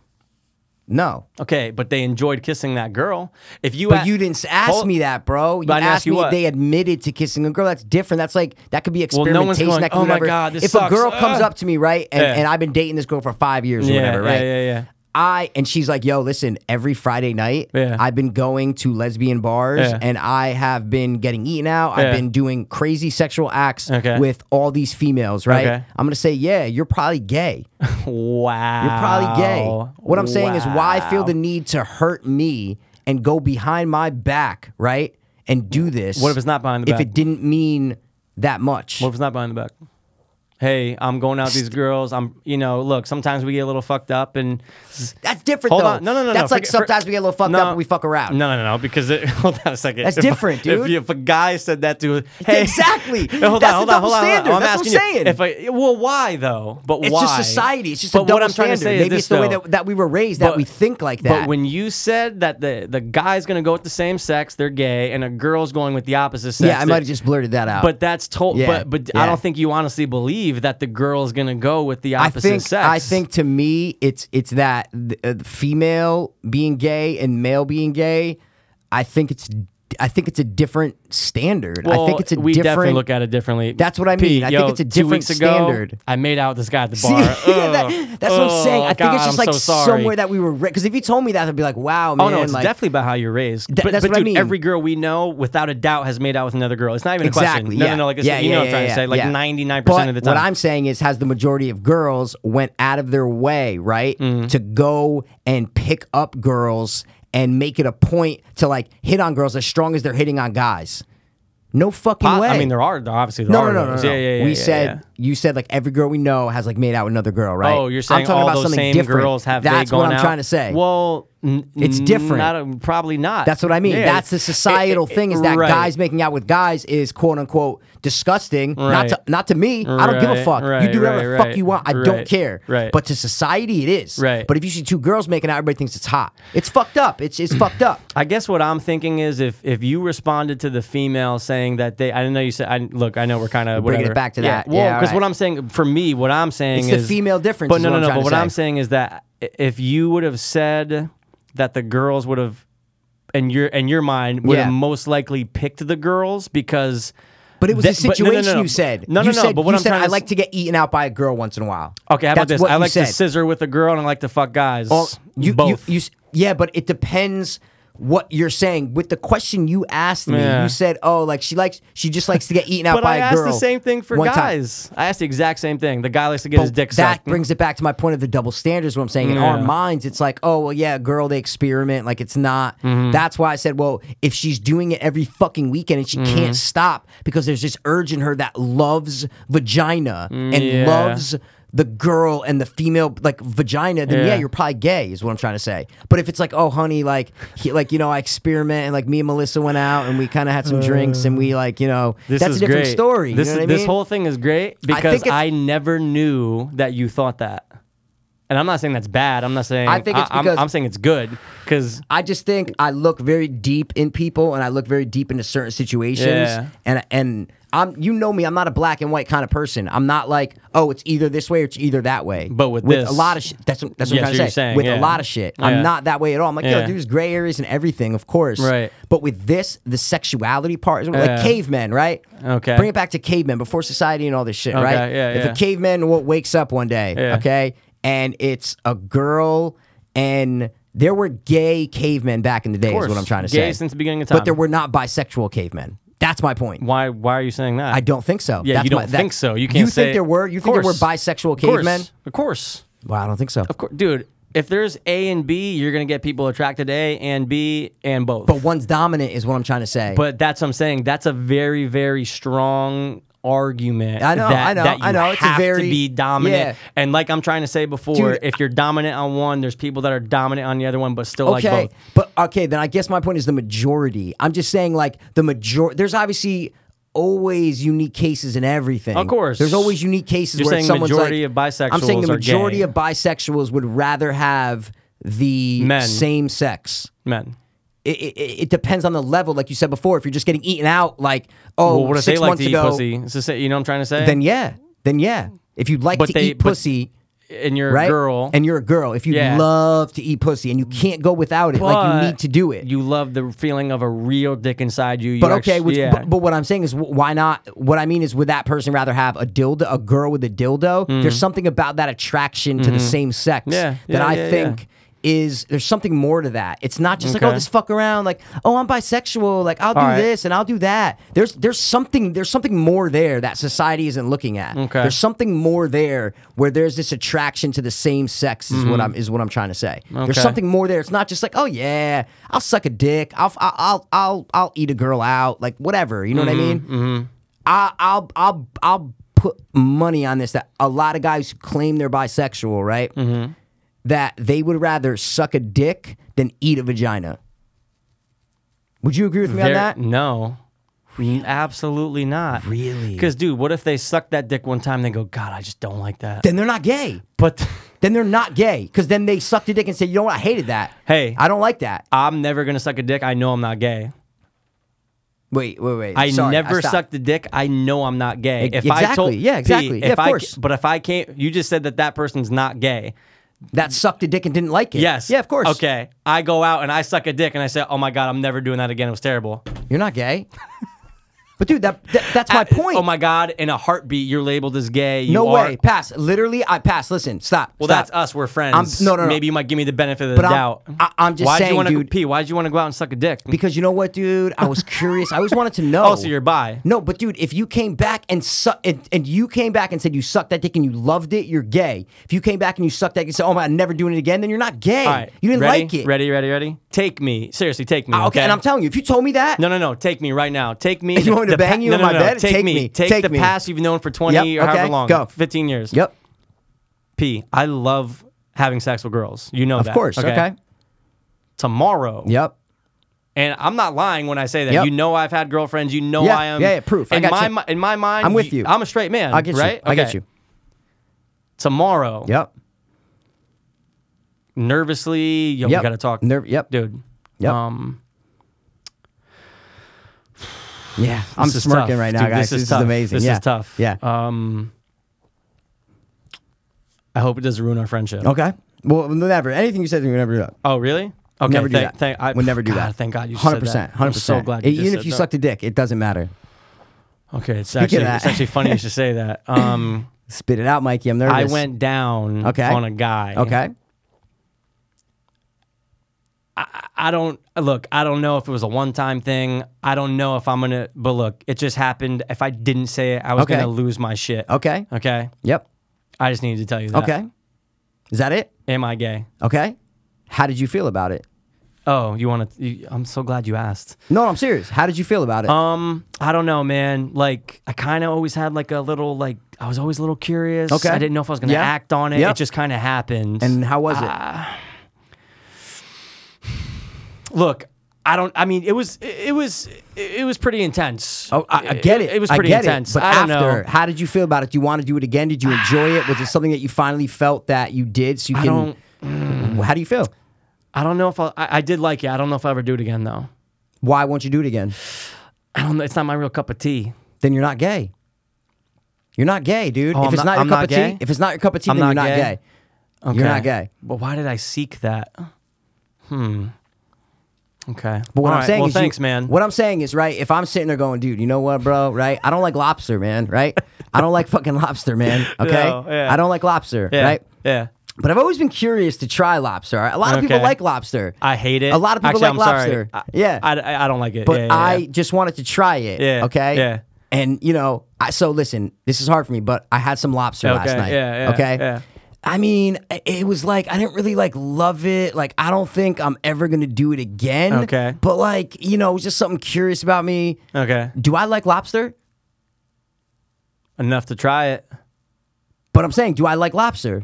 S1: No,
S2: Okay, but they enjoyed kissing that girl. If you
S1: but
S2: a-
S1: you didn't s- ask
S2: Hold-
S1: me that, bro. You
S2: But I didn't
S1: asked
S2: ask you
S1: me
S2: what?
S1: they admitted to kissing a girl. That's different. That's like that could be
S2: Well,
S1: experimentation.
S2: no one's going,
S1: that could be
S2: "Oh my
S1: whatever.
S2: God, this
S1: if
S2: sucks.
S1: a girl comes
S2: Ugh."
S1: up to me, right, and,
S2: Yeah.
S1: and I've been dating this girl for five years or
S2: Yeah,
S1: whatever,
S2: yeah,
S1: right?
S2: yeah, yeah.
S1: I and she's like, yo, listen, every Friday night,
S2: Yeah.
S1: I've been going to lesbian bars
S2: Yeah.
S1: and I have been getting eaten out.
S2: Yeah.
S1: I've been doing crazy sexual acts
S2: Okay.
S1: with all these females, right?
S2: Okay.
S1: I'm gonna say, yeah, you're probably gay.
S2: Wow.
S1: You're probably gay. What I'm saying is, why feel the
S2: Wow.
S1: need to hurt me and go behind my back, right? And do this.
S2: What if it's not behind the
S1: If
S2: back?
S1: it didn't mean that much.
S2: What if it's not behind the back? Hey, I'm going out with these girls. I'm, you know, look. Sometimes we get a little fucked up, and
S1: That's different
S2: hold
S1: though.
S2: on, no, no, no.
S1: That's
S2: no.
S1: like
S2: Forget- for-
S1: sometimes we get a little fucked
S2: no.
S1: up and we fuck around.
S2: No, no, no, no, because it, hold on a second.
S1: That's
S2: If-
S1: different, dude.
S2: If, you- if a guy said that to, hey,
S1: Exactly.
S2: Hey, hold
S1: That's
S2: on, hold
S1: the
S2: on,
S1: double
S2: hold on. hold on.
S1: standard.
S2: I'm
S1: That's what
S2: asking
S1: I'm
S2: you,
S1: saying.
S2: If I, well, why though? But
S1: It's
S2: why?
S1: just society. It's just
S2: but
S1: a double
S2: what I'm
S1: standard.
S2: Trying to say is
S1: Maybe
S2: this,
S1: it's the way
S2: though.
S1: that, that we were raised that
S2: But-
S1: we think like that.
S2: But when you said that the the guy's gonna go with the same sex, they're gay, and a girl's going with the opposite sex.
S1: yeah, I
S2: that-
S1: might have just blurted that out.
S2: But that's told.
S1: Yeah,
S2: But but I
S1: yeah.
S2: don't think you honestly believe that the girl's gonna go with the
S1: I
S2: opposite
S1: think
S2: sex.
S1: I think to me it's it's that th- uh, female being gay and male being gay. I think it's I think it's a different standard.
S2: Well,
S1: I think it's a
S2: we definitely
S1: different
S2: look at it differently.
S1: That's what I
S2: Pete,
S1: mean. I think
S2: yo,
S1: it's a
S2: two
S1: different
S2: weeks ago,
S1: standard.
S2: I made out with this guy at the
S1: See,
S2: bar.
S1: yeah, that-
S2: Ugh.
S1: that's what I'm saying.
S2: Oh,
S1: I think
S2: God,
S1: it's just
S2: I'm
S1: like
S2: so sorry.
S1: somewhere that we were because if you told me that, I'd be like, wow, man.
S2: Oh no, it's
S1: like,
S2: definitely about how you're raised.
S1: Th-
S2: but
S1: that's
S2: but
S1: what I
S2: dude,
S1: mean.
S2: every girl we know, without a doubt, has made out with another girl. It's not even a
S1: Exactly.
S2: question. No,
S1: yeah.
S2: no, no. Like I said,
S1: yeah,
S2: you
S1: yeah,
S2: know what
S1: yeah,
S2: I'm trying
S1: yeah,
S2: to say. Like
S1: yeah.
S2: 99% of the
S1: But
S2: time.
S1: What I'm saying is, has the majority of girls went out of their way, right,
S2: Mm-hmm.
S1: to go and pick up girls and make it a point to like hit on girls as strong as they're hitting on guys. No fucking
S2: Po-
S1: way.
S2: I mean, there are there obviously there
S1: No,
S2: are
S1: no, no, no,
S2: those.
S1: no.
S2: Yeah, yeah, yeah.
S1: we
S2: yeah,
S1: said
S2: yeah.
S1: you said like every girl we know has like made out with another girl, right?
S2: Oh, you're saying
S1: I'm talking
S2: all
S1: about
S2: those
S1: something
S2: same
S1: different.
S2: girls have
S1: That's
S2: they
S1: what
S2: gone
S1: I'm
S2: out?
S1: trying to say.
S2: Well, n-
S1: It's
S2: n-
S1: different.
S2: Not a- probably not.
S1: That's what I mean.
S2: Yeah,
S1: That's the
S2: it- it-
S1: societal
S2: it-
S1: thing is that
S2: right.
S1: guys making out with guys is quote unquote disgusting. Not
S2: Right.
S1: to not to me. I don't give a
S2: Right,
S1: fuck. you
S2: right,
S1: do whatever
S2: right,
S1: the fuck
S2: right,
S1: you want. I don't
S2: right,
S1: care.
S2: right.
S1: But to society, it is.
S2: Right.
S1: But if you see two girls making out, everybody thinks it's hot. It's fucked up. It's it's fucked up.
S2: I guess what I'm thinking is if if you responded to the female saying that they I didn't know you said I look I know we're kind of
S1: bringing
S2: whatever
S1: it back to that.
S2: well
S1: Yeah,
S2: because
S1: alright.
S2: what I'm saying for me what I'm saying
S1: It's the
S2: is
S1: female difference
S2: But
S1: is
S2: no
S1: what
S2: no
S1: I'm
S2: no
S1: trying
S2: but
S1: to
S2: what
S1: say.
S2: I'm saying is that i- if you would have said that the girls would have in your in your mind would
S1: Yeah.
S2: have most likely picked the girls because
S1: But it was
S2: That-
S1: a
S2: but no, no, no,
S1: situation
S2: no.
S1: you said.
S2: No, no,
S1: you
S2: no,
S1: Said,
S2: but what
S1: you
S2: I'm
S1: said,
S2: trying
S1: I
S2: to
S1: like
S2: s-
S1: to get eaten out by a girl once in a while.
S2: okay how
S1: That's
S2: about this
S1: what
S2: I
S1: you
S2: like
S1: said.
S2: to scissor with a girl and I like to fuck guys
S1: Well, you, you,
S2: both
S1: you, s- yeah, but it depends what you're saying. With the question you asked me,
S2: Yeah.
S1: you said, "Oh, like she likes, she just likes to get eaten out
S2: but
S1: by
S2: I
S1: a
S2: asked
S1: girl."
S2: the same thing for
S1: one time.
S2: guys I asked the exact same thing the guy likes to get his
S1: But
S2: dick
S1: that
S2: sucked
S1: brings it back to my point of the double standards. What I'm saying in our
S2: Yeah.
S1: minds, it's like, oh well, yeah, girl, they experiment. Like it's not.
S2: Mm-hmm.
S1: That's why I said, well, if she's doing it every fucking weekend and she
S2: Mm-hmm.
S1: can't stop because there's this urge in her that loves vagina and
S2: yeah.
S1: loves the girl and the female like vagina, then yeah.
S2: Yeah.
S1: you're probably gay, is what I'm trying to say. But if it's like, oh honey, like he, like you know, I experiment and like me and Melissa went out and we kind of had some drinks and we like you know,
S2: Uh, This
S1: that's
S2: is
S1: a different
S2: great.
S1: story. you
S2: This
S1: know what I
S2: this
S1: mean?
S2: whole thing is great because
S1: it's-
S2: I, never knew that you thought that. And I'm not saying that's bad. I'm not saying
S1: I think it's
S2: I'm-
S1: because-
S2: I'm saying it's good because
S1: I just think I look very deep in people and I look very deep into certain situations.
S2: Yeah.
S1: And and I'm you know me, I'm not a black and white kind of person. I'm not like, oh, it's either this way or it's either that way.
S2: But with
S1: with
S2: this-
S1: a lot of shit, that's what- that's what
S2: Yes,
S1: I'm
S2: what
S1: trying
S2: you're
S1: to say.
S2: saying,
S1: with a
S2: yeah.
S1: lot of shit, I'm
S2: Yeah.
S1: not that way at all. I'm like, yo,
S2: Yeah.
S1: there's gray areas and everything, of course.
S2: Right.
S1: But with this, the sexuality part is like
S2: Yeah.
S1: cavemen, right?
S2: Okay.
S1: Bring it back to cavemen before society and all this shit,
S2: Okay,
S1: right?
S2: yeah,
S1: if
S2: yeah.
S1: a caveman w- wakes up one day,
S2: Yeah.
S1: okay, and it's a girl, and there were gay cavemen back in the day, is what
S2: course.
S1: I'm trying to say.
S2: Gay since the beginning of
S1: But there
S2: time.
S1: were not bisexual cavemen. That's my point.
S2: why why are you saying that?
S1: I don't think so.
S2: Yeah,
S1: That's
S2: you
S1: my-
S2: don't
S1: that-
S2: think so. You can't
S1: You
S2: say
S1: think there were? You
S2: Of
S1: think there were
S2: course.
S1: bisexual
S2: Of course.
S1: cavemen?
S2: Of course.
S1: Well, I don't think so.
S2: Of course. Dude, if there's A and B, you're gonna get people attracted to A and B and both.
S1: But one's dominant is what I'm trying to say.
S2: But that's what I'm saying. That's a very, very strong argument.
S1: I know,
S2: that,
S1: I know,
S2: that you
S1: I know. It's a
S2: have
S1: very-
S2: to be dominant.
S1: yeah.
S2: And like I'm trying to say before,
S1: Dude,
S2: if you're dominant on one, there's people that are dominant on the other one, but still
S1: okay,
S2: like both.
S1: but okay, then I guess my point is the majority. I'm just saying, like the major. There's obviously always unique cases in everything.
S2: Of course.
S1: there's always unique cases
S2: You're
S1: where
S2: saying
S1: someone's
S2: majority
S1: like,
S2: of bisexuals
S1: I'm saying the
S2: are
S1: majority
S2: gay.
S1: of bisexuals would rather have the
S2: Men.
S1: same sex.
S2: Men.
S1: It, it, it it depends on the level, like you said before. If you're just getting eaten out, like oh,
S2: Well, what if
S1: six
S2: they like
S1: months
S2: to eat
S1: ago,
S2: pussy? It's the sa- you know what I'm trying to say?
S1: then yeah, then yeah. If you like
S2: But
S1: to
S2: they-
S1: eat
S2: but-
S1: pussy,
S2: and you're
S1: right?
S2: a girl.
S1: and you're a girl. If you
S2: Yeah.
S1: love to eat pussy and you can't go without it, like
S2: but
S1: you need to do it.
S2: You love the feeling of a real dick inside you. You
S1: But
S2: are-
S1: okay, which,
S2: yeah.
S1: but, but what I'm saying is, wh- why not? What I mean is, would that person rather have a dildo, a girl with a dildo? There's something about that attraction to the same sex
S2: Mm. Mm-hmm. Yeah,
S1: that
S2: yeah,
S1: I
S2: yeah, yeah.
S1: think is there's something more to that. It's not just like oh
S2: Okay.
S1: just fuck around like oh I'm bisexual like I'll do
S2: right.
S1: this and I'll do that. There's there's something there's something more there that society isn't looking at.
S2: Okay.
S1: There's something more there where there's this attraction to the same sex is what I'm is what I'm trying to say. There's
S2: Mm-hmm. Okay.
S1: something more there. It's not just like oh yeah I'll suck a dick I'll I'll I'll I'll, I'll eat a girl out like whatever you know what I mean.
S2: Mm-hmm.
S1: I, I'll I'll I'll put money on this that a lot of guys who claim they're bisexual, right?
S2: Mm-hmm.
S1: That they would rather suck a dick than eat a vagina. Would you agree with me on
S2: There-
S1: that?
S2: No. Absolutely not.
S1: Really?
S2: Because, dude, what if they suck that dick one time and they go, God, I just don't like that?
S1: Then they're not gay.
S2: But
S1: Then they're not gay because then they sucked a dick and said, "You know what? I hated that.
S2: Hey.
S1: I don't like that."
S2: I'm never going to suck a dick. I know I'm not gay.
S1: Wait, wait, wait.
S2: I
S1: Sorry,
S2: never
S1: stopped.
S2: sucked a dick. I know I'm not gay.
S1: E- exactly. Yeah,
S2: Pete,
S1: exactly. Yeah,
S2: if
S1: of
S2: I ca-
S1: course.
S2: but if I can't, you just said that that person's not gay.
S1: that sucked a dick and didn't like it.
S2: Yes.
S1: Yeah, of course.
S2: Okay. I go out and I suck a dick and I say, oh my God, I'm never doing that again. It was terrible.
S1: You're not gay. but dude, that, that that's my
S2: Uh,
S1: point.
S2: Oh my God, in a heartbeat, you're labeled as gay. You
S1: no
S2: are-
S1: way. Pass. Literally, I pass. Listen, stop.
S2: Well,
S1: stop.
S2: that's us. We're friends.
S1: no, no, no.
S2: Maybe you might give me the benefit of the
S1: But I'm-
S2: doubt.
S1: I- I'm just
S2: why'd
S1: saying,
S2: you wanna,
S1: dude.
S2: P, why'd you want to go out and suck a dick?
S1: Because you know what, dude? I was curious. I always wanted to know.
S2: Oh, so you're bi.
S1: No, but dude, if you came back and su- and, and you came back and said you sucked that dick and you loved it, you're gay. If you came back and you sucked that and said, "Oh my, I'm never doing it again," then you're not gay.
S2: All right.
S1: You didn't
S2: ready?
S1: like it.
S2: Ready, ready, ready? Take me. Seriously, take me.
S1: Ah, okay, and I'm telling you, if you told me that,
S2: No, no, no. Take me right now. Take me.
S1: You want me to
S2: pa-
S1: bang you
S2: no,
S1: in
S2: no,
S1: my
S2: no,
S1: bed?
S2: Take,
S1: Take
S2: me.
S1: me.
S2: Take,
S1: Take
S2: the
S1: me.
S2: past you've known for 20
S1: Yep,
S2: or however
S1: okay,
S2: long.
S1: go.
S2: 15 years.
S1: yep,
S2: P, I love having sex with girls. You know
S1: of
S2: that.
S1: course, okay.
S2: Tomorrow.
S1: yep.
S2: And I'm not lying when I say that.
S1: Yep.
S2: You know I've had girlfriends. You know
S1: Yeah,
S2: I am.
S1: yeah, yeah, proof. I
S2: In
S1: got
S2: my,
S1: you.
S2: mi- in my mind,
S1: I'm with you.
S2: I'm a straight man.
S1: I get
S2: right?
S1: you. I get
S2: Okay.
S1: you.
S2: Tomorrow.
S1: Yep,
S2: nervously. Yo,
S1: Yep.
S2: we gotta talk.
S1: Nerv- yep.
S2: dude.
S1: Yep.
S2: Um,
S1: yeah. I'm
S2: this is
S1: smirking
S2: tough.
S1: right now,
S2: Dude,
S1: guys. This, is,
S2: tough.
S1: amazing.
S2: This
S1: yeah.
S2: is tough.
S1: Yeah.
S2: Um, I hope it doesn't ruin our friendship.
S1: okay. Well, never. Anything you said to me, we never do that.
S2: Oh, really? Okay.
S1: never do
S2: thank,
S1: that.
S2: Thank, I,
S1: would never do
S2: God,
S1: that.
S2: Thank God you just
S1: Hundred
S2: said that.
S1: percent. Hundred percent. E-
S2: I'm so glad. You just
S1: Even
S2: said
S1: if you
S2: that.
S1: sucked a dick, it doesn't matter.
S2: Okay, it's
S1: of
S2: actually
S1: that.
S2: it's actually funny you should say that. Um,
S1: Spit it out, Mikey. I'm nervous.
S2: I went down.
S1: Okay.
S2: On a guy.
S1: Okay.
S2: I don't look. I don't know if it was a one-time thing. I don't know if I'm gonna. But look, it just happened. If I didn't say it, I was
S1: Okay.
S2: gonna lose my shit.
S1: Okay.
S2: Okay.
S1: Yep.
S2: I just needed to tell you that.
S1: Okay. Is that it?
S2: Am I gay?
S1: Okay. How did you feel about it?
S2: Oh, you want to? I'm so glad you asked.
S1: No, I'm serious. How did you feel about it?
S2: Um, I don't know, man. Like, I kind of always had like a little like I was always a little curious.
S1: Okay.
S2: I didn't know if I was gonna
S1: Yeah.
S2: act on it.
S1: Yep.
S2: It just kind of happened.
S1: and how was it?
S2: look, I don't. I mean, it was it was it was pretty intense.
S1: oh, I, I get it.
S2: It, was pretty
S1: I get
S2: intense.
S1: It, but
S2: I don't
S1: after,
S2: know.
S1: how did you feel about it? Do you want to do it again? Did you enjoy it? Was it something that you finally felt that you did? So you
S2: I
S1: can.
S2: don't.
S1: How do you feel?
S2: I don't know if I'll, I. I did like it. I don't know if I will ever do it again though.
S1: Why won't you do it again?
S2: I don't. know. It's not my real cup of tea.
S1: Then you're not gay. You're not gay, dude.
S2: Oh,
S1: if
S2: I'm
S1: it's
S2: not-
S1: not, your
S2: I'm
S1: cup
S2: not
S1: of
S2: gay?
S1: tea, if it's not your cup of tea,
S2: I'm
S1: then
S2: not
S1: you're not
S2: gay?
S1: gay. You're not gay.
S2: But why did I seek that? Hmm. Okay.
S1: But what
S2: All
S1: I'm
S2: right.
S1: saying
S2: well,
S1: is, you-
S2: thanks, man.
S1: What I'm saying is, right? If I'm sitting there going, dude, you know what, bro? Right? I don't like lobster, man. Right? I don't like fucking lobster, man. Okay?
S2: No, yeah.
S1: I don't like lobster,
S2: yeah.
S1: right?
S2: Yeah.
S1: But I've always been curious to try lobster. all right? A lot of people
S2: Okay.
S1: like lobster.
S2: I hate it.
S1: A lot of people
S2: Actually,
S1: like
S2: I'm
S1: lobster.
S2: Sorry. I-
S1: yeah,
S2: I, I, I don't like it.
S1: but
S2: Yeah, yeah, yeah.
S1: I just wanted to try it.
S2: Yeah,
S1: Okay.
S2: yeah.
S1: And you know, I, so listen, this is hard for me, but I had some lobster last
S2: Okay,
S1: night.
S2: yeah, yeah,
S1: okay.
S2: yeah.
S1: I mean, i- it was like I didn't really like love it. Like I don't think I'm ever gonna do it again.
S2: Okay.
S1: But like you know, it was just something curious about me.
S2: okay.
S1: Do I like lobster?
S2: Enough to try it.
S1: But I'm saying, do I like lobster?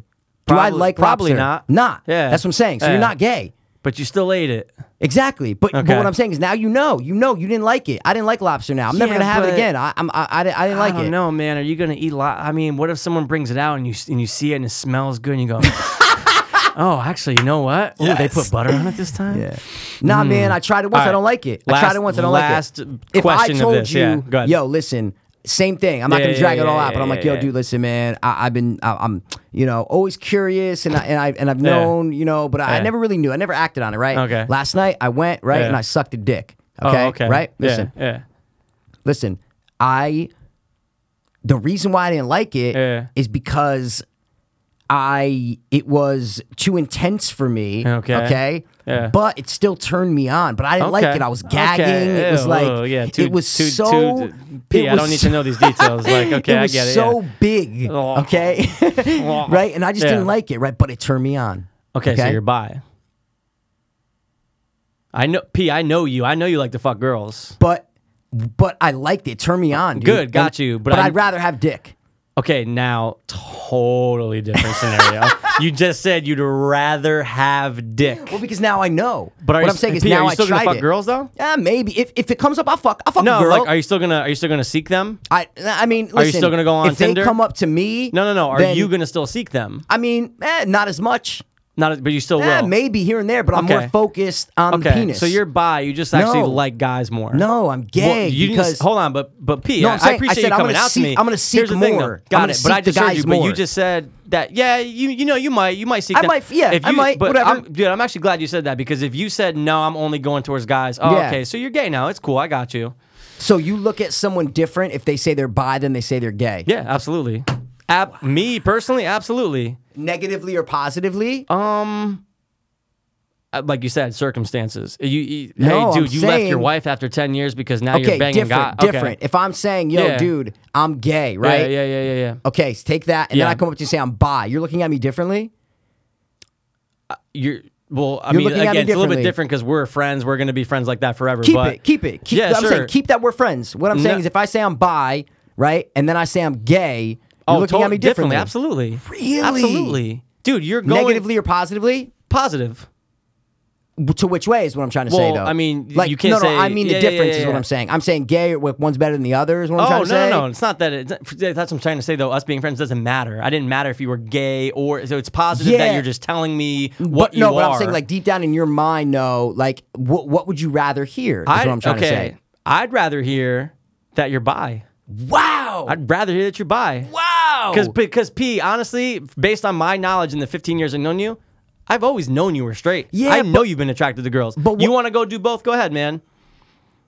S1: Do I
S2: Probably-
S1: like
S2: probably
S1: lobster?
S2: not.
S1: Not.
S2: Yeah.
S1: That's what I'm saying. So
S2: Yeah.
S1: you're not gay.
S2: But you still ate it.
S1: Exactly, but, but
S2: Okay.
S1: what I'm saying is now you know, you know, you didn't like it. I didn't like lobster. Now I'm never
S2: Yeah,
S1: gonna have it
S2: but-
S1: again. I, I'm, I, I, didn't- I didn't like
S2: I don't
S1: it.
S2: know, man. Are you gonna eat? Lo- I mean, what if someone brings it out and you s- and you see it and it smells good and you go, oh, actually, you know what? Oh, they put butter on it this time.
S1: Yeah. Nah, man, I tried it once.
S2: Hmm. All
S1: I don't
S2: right.
S1: like it. I
S2: Last-
S1: tried it once. I don't
S2: last
S1: like it. If I
S2: question of
S1: told
S2: this,
S1: you,
S2: yeah, go ahead.
S1: yo, listen, same thing. I'm not
S2: Yeah,
S1: gonna
S2: yeah,
S1: drag it all
S2: yeah,
S1: out, but I'm
S2: yeah,
S1: like, yo,
S2: yeah.
S1: dude, listen, man, I, I've been, I, I'm, you know, always curious, and I, and I, and I've known, you know, but I, I
S2: Yeah.
S1: never really knew. I never acted on it, right?
S2: Okay.
S1: Last night I went right
S2: Yeah.
S1: and I sucked a dick.
S2: Oh,
S1: Okay.
S2: okay.
S1: Right.
S2: Yeah,
S1: Listen.
S2: Yeah.
S1: listen, I the reason why I didn't like it is
S2: Yeah.
S1: because I it was too intense for me.
S2: Okay.
S1: Okay.
S2: Yeah.
S1: But it still turned me on. But I didn't like
S2: Okay.
S1: it. I was
S2: Okay.
S1: gagging. It was
S2: Ew.
S1: like
S2: Whoa, yeah, too-
S1: it was
S2: too-
S1: so.
S2: too- P,
S1: it
S2: I don't
S1: was
S2: need to know these details. Like, okay,
S1: it
S2: I
S1: was
S2: get it,
S1: So
S2: yeah.
S1: big.
S2: Oh.
S1: Okay. right. And I just
S2: Yeah.
S1: didn't like it. Right. But it turned me on.
S2: Okay, so you're bi. I know P. I know you. I know you like to fuck girls.
S1: But but I liked it. it turned me on. Dude.
S2: Good,
S1: And-
S2: got you, but
S1: But
S2: I-
S1: I'd rather have dick.
S2: Okay, now totally different scenario. you just said you'd rather have dick.
S1: Well, because now I know.
S2: But are
S1: what
S2: you,
S1: I'm saying is
S2: P,
S1: now
S2: are you
S1: I
S2: still
S1: tried
S2: gonna fuck
S1: it.
S2: girls though?
S1: Yeah, maybe if, if it comes up, I'll fuck. I'll fuck
S2: No,
S1: a girl.
S2: like, are you still gonna are you still gonna seek them?
S1: I I mean, listen.
S2: Are you still gonna go on
S1: if
S2: Tinder?
S1: they come up to me,
S2: No, no, no. Are
S1: then-
S2: you gonna still seek them?
S1: I mean, eh, not as much.
S2: Not, but you still
S1: Eh,
S2: will.
S1: maybe here and there, but I'm
S2: Okay.
S1: more focused on
S2: okay,
S1: the penis.
S2: so you're bi. You just actually
S1: No.
S2: like guys more.
S1: no, I'm gay
S2: Well, you didn't-
S1: because
S2: hold on, but but P,
S1: No,
S2: I-
S1: I'm saying-
S2: I
S1: I
S2: appreciate
S1: said
S2: you
S1: I'm
S2: coming
S1: gonna
S2: out
S1: seek-
S2: to me.
S1: I'm gonna
S2: Here's
S1: seek
S2: the thing, though.
S1: more. I'm
S2: Got
S1: gonna
S2: it. But I
S1: seek the
S2: just heard you.
S1: guys
S2: But you
S1: more.
S2: just said that. Yeah, you you know you might you might seek.
S1: I
S2: them.
S1: might- yeah,
S2: If
S1: I
S2: you-
S1: might,
S2: But
S1: whatever.
S2: I'm, dude, I'm actually glad you said that because if you said no, I'm only going towards guys. Oh,
S1: Yeah.
S2: okay, so you're gay now. It's cool. I got you.
S1: so you look at someone different if they say they're bi than they say they're gay,
S2: Yeah, absolutely. Ab- me personally, absolutely.
S1: negatively or positively.
S2: Oh, Uh, Like you said, circumstances. You, you
S1: No,
S2: hey, dude,
S1: I'm
S2: you left your
S1: saying-
S2: wife after ten years because now
S1: okay,
S2: you're banging
S1: different,
S2: guys.
S1: different. If I'm saying, yo,
S2: Yeah.
S1: dude, I'm gay, right?
S2: Yeah, yeah, yeah, yeah, yeah.
S1: Okay, so take that, and
S2: Yeah.
S1: then I come up to you and say I'm bi. You're looking at me differently.
S2: You're well. I
S1: You're
S2: mean,
S1: looking at
S2: again,
S1: me
S2: it's a little
S1: differently.
S2: bit different because we're friends. We're gonna be friends like that forever.
S1: Keep
S2: but-
S1: it, keep it. Keep,
S2: yeah,
S1: I'm
S2: sure.
S1: saying keep that we're friends. What I'm saying
S2: No.
S1: is if I say I'm bi, right, and then I say I'm gay,
S2: Oh,
S1: you're looking
S2: tot-
S1: at me differently.
S2: differently. Absolutely.
S1: Really?
S2: Absolutely. Dude, you're going
S1: Negatively or positively?
S2: positive.
S1: To which way is what I'm trying to say
S2: Well,
S1: though.
S2: I mean, y-
S1: like
S2: you can't
S1: no, no.
S2: say-
S1: I mean
S2: yeah,
S1: the
S2: yeah,
S1: difference
S2: yeah,
S1: is what
S2: yeah.
S1: I'm saying. I'm saying gay or like, one's better than the other is what I'm
S2: Oh
S1: trying
S2: no,
S1: to say.
S2: no, no! It's not that. It's, that's what I'm trying to say, though. Us being friends doesn't matter. I didn't matter if you were gay or so. It's positive that
S1: Yeah.
S2: you're just telling me what
S1: But
S2: you
S1: no,
S2: are.
S1: but I'm saying like deep down in your mind, no. Like what what would you rather hear? Is
S2: I,
S1: what I'm trying to
S2: okay,
S1: say.
S2: I'd rather hear that you're bi.
S1: Wow.
S2: I'd rather hear that you're bi.
S1: wow.
S2: Because because P, honestly, based on my knowledge in the 15 years I've known you, I've always known you were straight.
S1: Yeah,
S2: I know you've been attracted to girls. But
S1: but
S2: you
S1: what-
S2: want to go do both? Go ahead, man.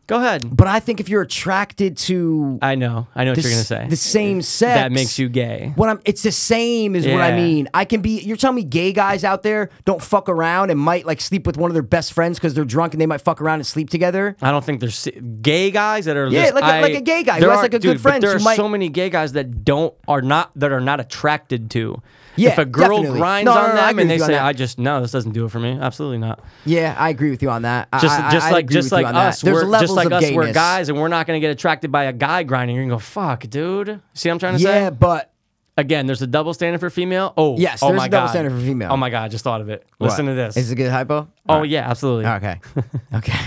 S2: Go ahead.
S1: but I think if you're attracted to
S2: I know. I know what
S1: the,
S2: you're gonna
S1: s-
S2: say.
S1: the same sex
S2: that makes you gay.
S1: What I'm, it's the same is what I
S2: Yeah.
S1: mean. I can be. You're telling me gay guys out there don't fuck around and might like sleep with one of their best friends because they're drunk and they might fuck around and sleep together.
S2: I don't think there's si- gay guys that are
S1: Yeah,
S2: just-
S1: like a-
S2: I-
S1: like a gay guy who
S2: there
S1: has,
S2: are-
S1: like, a good
S2: dude, but
S1: friend
S2: There
S1: who
S2: are
S1: might-
S2: so many gay guys that don't are not that are not attracted to.
S1: Yeah,
S2: if a girl
S1: definitely.
S2: grinds
S1: No, no,
S2: on
S1: no, I agree
S2: them and
S1: with
S2: they
S1: you on
S2: say,
S1: that.
S2: "I just no, this doesn't do it for me," absolutely not.
S1: Yeah, I agree with you on that. I-
S2: Just
S1: I,
S2: just
S1: I
S2: like
S1: agree
S2: just
S1: with you
S2: like
S1: on that.
S2: us,
S1: There's
S2: we're
S1: levels
S2: just like
S1: of
S2: us, we're
S1: gayness.
S2: guys, and we're not going to get attracted by a guy grinding. You're going to go, "Fuck, dude." See, what I'm trying to
S1: Yeah,
S2: say
S1: but
S2: again. There's a double standard for female. Oh,
S1: Yes,
S2: oh
S1: there's
S2: my
S1: a double
S2: God.
S1: standard for female.
S2: Oh my god, I just thought of it. Listen
S1: What?
S2: to this.
S1: Is it a good hypo?
S2: oh yeah, absolutely.
S1: Okay, okay,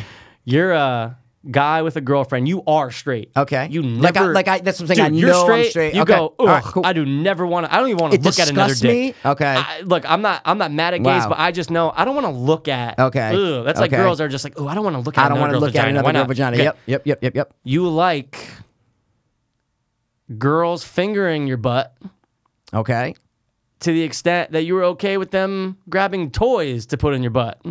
S2: You're a guy with a girlfriend. You are straight.
S1: Okay.
S2: You never
S1: Like I- like I- that's what I'm saying. I
S2: Dude, you're
S1: know I'm
S2: straight.
S1: straight.
S2: You
S1: Okay.
S2: go. Ugh,
S1: All right, cool.
S2: I do never want to. I don't even want to
S1: It
S2: look at another
S1: disgusts me?
S2: dick.
S1: Okay.
S2: I, look, I'm not. I'm not mad at gays,
S1: Wow.
S2: but I just know I don't want to look at.
S1: Okay.
S2: Ugh, that's like
S1: Okay.
S2: girls are just like, oh, I don't want to look at.
S1: I don't
S2: want to
S1: look at another girl vagina. Yep, yep, yep, yep, yep.
S2: You like girls fingering your butt
S1: Okay,
S2: to the extent that you were okay with them grabbing toys to put in your butt.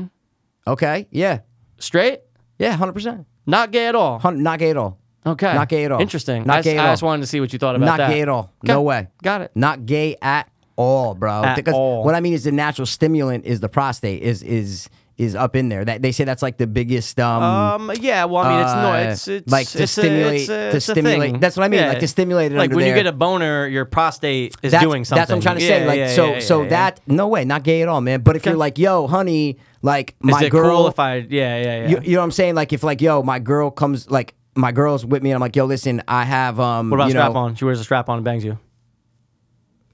S1: okay, yeah,
S2: Straight?
S1: yeah, hundred percent,
S2: Not gay at all.
S1: not gay at all,
S2: Okay.
S1: Not gay at all.
S2: Interesting.
S1: Not
S2: I, s-
S1: gay at
S2: I
S1: all.
S2: just wanted to see what you thought about
S1: not
S2: that.
S1: gay at all, no
S2: Okay.
S1: way,
S2: Got it.
S1: not gay at all, bro.
S2: At
S1: because
S2: all.
S1: what I mean is the natural stimulant is the prostate is is is up in there. That they say that's like the biggest um.
S2: Um. Yeah. Well, I mean, it's
S1: uh,
S2: no. It's, it's
S1: like to
S2: it's a-
S1: stimulate-
S2: it's a-
S1: to
S2: it's a
S1: stimulate-
S2: thing.
S1: that's what I mean, like to stimulate it
S2: Like
S1: under
S2: when you
S1: there.
S2: get a boner, your prostate is
S1: that's,
S2: doing something.
S1: That's what I'm trying to
S2: Yeah,
S1: say. Like
S2: yeah,
S1: so,
S2: yeah,
S1: so
S2: yeah,
S1: that no way, not gay at all, man. But if you're like, yo, honey, like
S2: yeah.
S1: my
S2: is it
S1: girl,
S2: Cool if I, yeah, yeah, yeah.
S1: you, you know what I'm saying? Like if like, yo, my girl comes like my girl's with me, and I'm like, yo, listen, I have um.
S2: what about
S1: you know,
S2: strap on? She wears a strap on and bangs you.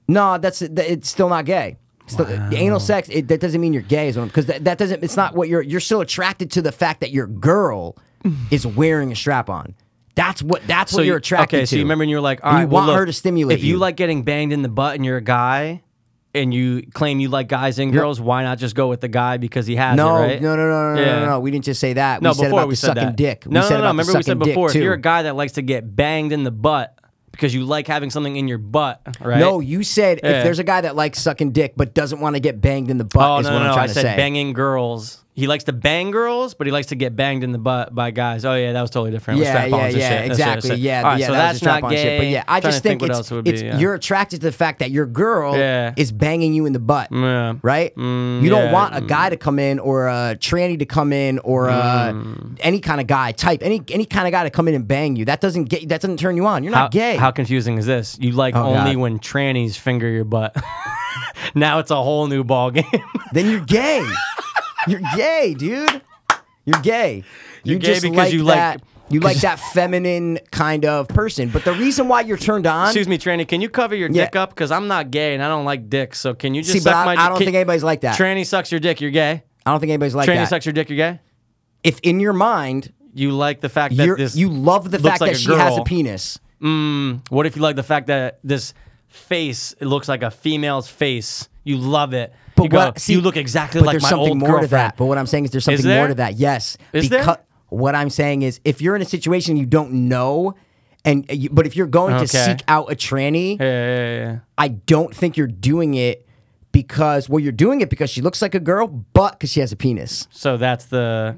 S1: No, that's that, it's still not gay. It's Still, Anal sex it, that doesn't mean you're gay, because that, that doesn't. It's not what you're. You're still attracted to the fact that your girl is wearing a strap on. That's what. That's what
S2: you-
S1: you're attracted
S2: okay,
S1: to.
S2: So you remember, and you're like, all
S1: And
S2: right,
S1: you
S2: well,
S1: want her
S2: look,
S1: to stimulate
S2: If you
S1: you.
S2: like getting banged in the butt, and you're a guy, and you claim you like guys and girls, why not just go with the guy because he has
S1: No,
S2: it, right?
S1: no, no, no, no, no,
S2: Yeah.
S1: no, no. We didn't just say that.
S2: No,
S1: we said
S2: before
S1: about
S2: we
S1: the
S2: said
S1: sucking
S2: that.
S1: dick.
S2: No,
S1: we
S2: no,
S1: said
S2: no,
S1: about the
S2: Remember we said
S1: sucking dick,
S2: before, if
S1: too.
S2: you're a guy that likes to get banged in the butt because you like having something in your butt, right?
S1: No, you said
S2: Yeah.
S1: if there's a guy that likes sucking dick but doesn't want to get banged in the butt
S2: Oh
S1: is
S2: no,
S1: what
S2: no,
S1: I'm
S2: no!
S1: trying
S2: I
S1: to
S2: said
S1: say.
S2: banging girls He likes to bang girls, but he likes to get banged in the butt by guys. Oh yeah, that was totally different. With
S1: Yeah, yeah,
S2: strap-ons and
S1: yeah,
S2: shit. That's what I
S1: exactly.
S2: said.
S1: Yeah,
S2: All right,
S1: yeah.
S2: so
S1: that was
S2: that's
S1: a
S2: not
S1: strap-on shit,
S2: gay.
S1: But yeah, I
S2: Trying
S1: just
S2: to
S1: think,
S2: think, what
S1: it's,
S2: else it would
S1: it's
S2: be. yeah.
S1: you're attracted to the fact that your girl
S2: Yeah.
S1: is banging you in the butt,
S2: Yeah.
S1: right? you don't
S2: yeah, Mm.
S1: want a guy to come in or a tranny to come in or uh
S2: Mm.
S1: any kind of guy type, any any kind of guy to come in and bang you. That doesn't get that doesn't turn you on. You're
S2: How,
S1: not gay.
S2: how confusing is this? You like
S1: Oh,
S2: only
S1: God.
S2: when trannies finger your butt. now it's a whole new ball game.
S1: then you're gay. you're gay, dude. You're gay. You're you
S2: gay
S1: just
S2: because
S1: like
S2: you like-
S1: that. you like that feminine kind of person. But the reason why you're turned on
S2: Excuse me, tranny. Can you cover your
S1: Yeah.
S2: dick up? Because I'm not gay and I don't like dicks. So can you just
S1: See,
S2: suck
S1: but I,
S2: my?
S1: I don't
S2: can-
S1: think anybody's like that.
S2: Tranny sucks your dick. You're gay.
S1: I don't think anybody's like
S2: Tranny
S1: that.
S2: sucks your dick. You're gay.
S1: if in your mind
S2: You like the fact that
S1: you're,
S2: this.
S1: you love the
S2: looks
S1: fact
S2: like
S1: that
S2: a
S1: she has a
S2: girl.
S1: penis,
S2: What if you like the fact that this face it looks like a female's face? You love it.
S1: but
S2: you go,
S1: what see,
S2: you look exactly
S1: but
S2: like
S1: there's
S2: my
S1: something
S2: old
S1: more
S2: girlfriend.
S1: to that. But what I'm saying is there's something more
S2: there?
S1: to that. Yes,
S2: Is there?
S1: what I'm saying is if you're in a situation you don't know. And you, but if you're going to
S2: Okay.
S1: seek out a tranny,
S2: yeah, yeah, yeah, yeah.
S1: I don't think you're doing it because well, you're doing it because she looks like a girl, but because she has a penis.
S2: So that's the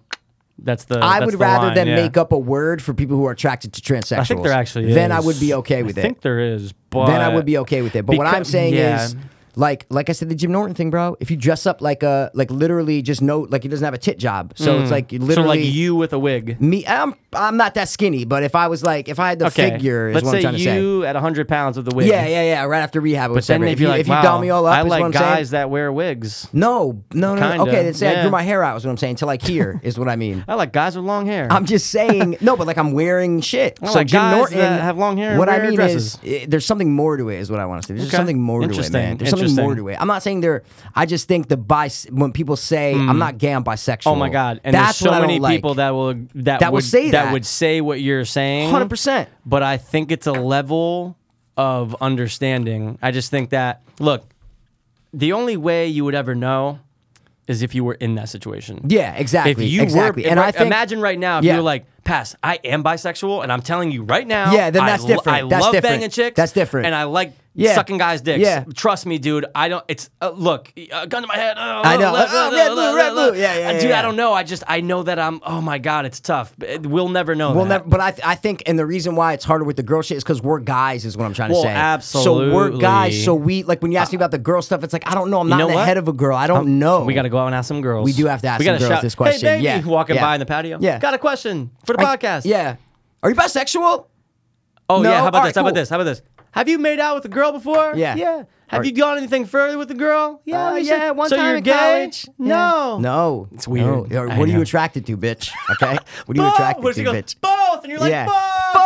S2: that's the.
S1: I
S2: that's
S1: would
S2: the
S1: rather
S2: line,
S1: than
S2: yeah.
S1: make up a word for people who are attracted to transsexuals.
S2: I think there actually is.
S1: Then I would be okay with
S2: I
S1: it.
S2: think there is, but
S1: then I would be okay with it. But what
S2: Because-
S1: I'm saying
S2: yeah.
S1: is, like, like I said, the Jim Norton thing, bro. If you dress up like a, like literally, just know, like he doesn't have a tit job, so it's like you
S2: Mm. So like
S1: literally
S2: you with a wig.
S1: me. I'm, I'm not that skinny, but if I was like, if I had the
S2: Okay.
S1: figure, is
S2: Let's
S1: what
S2: say
S1: I'm trying to say.
S2: you at 100 pounds with a wig.
S1: Yeah, yeah, yeah. Right after rehab, it
S2: But
S1: was
S2: then
S1: separate.
S2: if
S1: you
S2: you're like,
S1: if you
S2: wow,
S1: doll me all up,
S2: I
S1: is what
S2: like
S1: I'm saying.
S2: guys that wear wigs.
S1: No, no, no. no.
S2: Kinda,
S1: Okay, then say I
S2: yeah.
S1: grew my hair out. Is what I'm saying. Until like here is what I mean.
S2: I like guys with long hair.
S1: I'm just saying no, but like I'm wearing shit. so
S2: like
S1: Jim
S2: Oh, guys
S1: Norton
S2: that have long hair and
S1: What I
S2: wear
S1: mean
S2: dresses.
S1: is, eh, there's something more to it. Is what I want to say. There's
S2: Okay.
S1: something more to it,
S2: Interesting,
S1: man. There's something more to
S2: interesting.
S1: it. I'm not saying they're. I just think the bis when people say I'm not gay, I'm bisexual.
S2: Hmm. Oh my god! And
S1: that's
S2: there's so
S1: what
S2: many
S1: I don't
S2: people
S1: like.
S2: that will that,
S1: That will
S2: would
S1: say that.
S2: would say what you're saying.
S1: 100%.
S2: But I think it's a level of understanding. I just think that look, the only way you would ever know is if you were in that situation.
S1: Yeah, exactly.
S2: If you
S1: exactly.
S2: were,
S1: and
S2: if-
S1: I think,
S2: imagine right now if
S1: Yeah.
S2: you were like, "Pass, I am bisexual," and I'm telling you right now,
S1: Yeah, then
S2: I
S1: that's
S2: lo-
S1: different.
S2: I
S1: That's
S2: love
S1: different.
S2: banging chicks.
S1: That's different.
S2: And I like
S1: Yeah.
S2: sucking guys' dicks.
S1: Yeah.
S2: trust me, dude. I don't. It's uh, look, uh, gun to my head. uh,
S1: I know.
S2: uh,
S1: Uh,
S2: uh,
S1: red,
S2: uh,
S1: blue,
S2: uh,
S1: red,
S2: uh,
S1: blue. Yeah, yeah,
S2: Dude,
S1: yeah.
S2: I don't know. I just I know that I'm. Oh my god, it's tough. But it- We'll never know.
S1: Well,
S2: that.
S1: never, but I, th- I think, and the reason why it's harder with the girl shit is because we're guys, is what I'm trying to
S2: Well,
S1: say. So we're guys.
S2: absolutely.
S1: So we like when you ask me about the girl stuff, it's like I don't know. I'm not
S2: know
S1: in the
S2: what?
S1: head of a girl. I don't know.
S2: We got to go out and ask some girls.
S1: We do have to ask
S2: we
S1: some
S2: gotta
S1: girls
S2: shout,
S1: this question.
S2: Hey, baby,
S1: Yeah,
S2: walking
S1: yeah.
S2: by in the patio.
S1: Yeah.
S2: got a question for the
S1: I-
S2: podcast.
S1: Yeah. Are you bisexual?
S2: Oh
S1: No?
S2: yeah. How about
S1: All right,
S2: this? How
S1: cool.
S2: about this? How about this? Have you made out with a girl before?
S1: Yeah.
S2: Yeah. Have
S1: Or-
S2: you gone anything further with a girl? Yeah.
S1: Uh,
S2: we
S1: yeah,
S2: should-
S1: one
S2: so
S1: time
S2: you're
S1: in
S2: gay?
S1: college.
S2: No.
S1: No. It's
S2: weird. I
S1: What are you
S2: know.
S1: attracted to, bitch? Okay. What are you
S2: Both.
S1: attracted
S2: What if
S1: to,
S2: he goes,
S1: bitch?
S2: Both. And you're like,
S1: yeah.
S2: fuck.
S1: Fuck!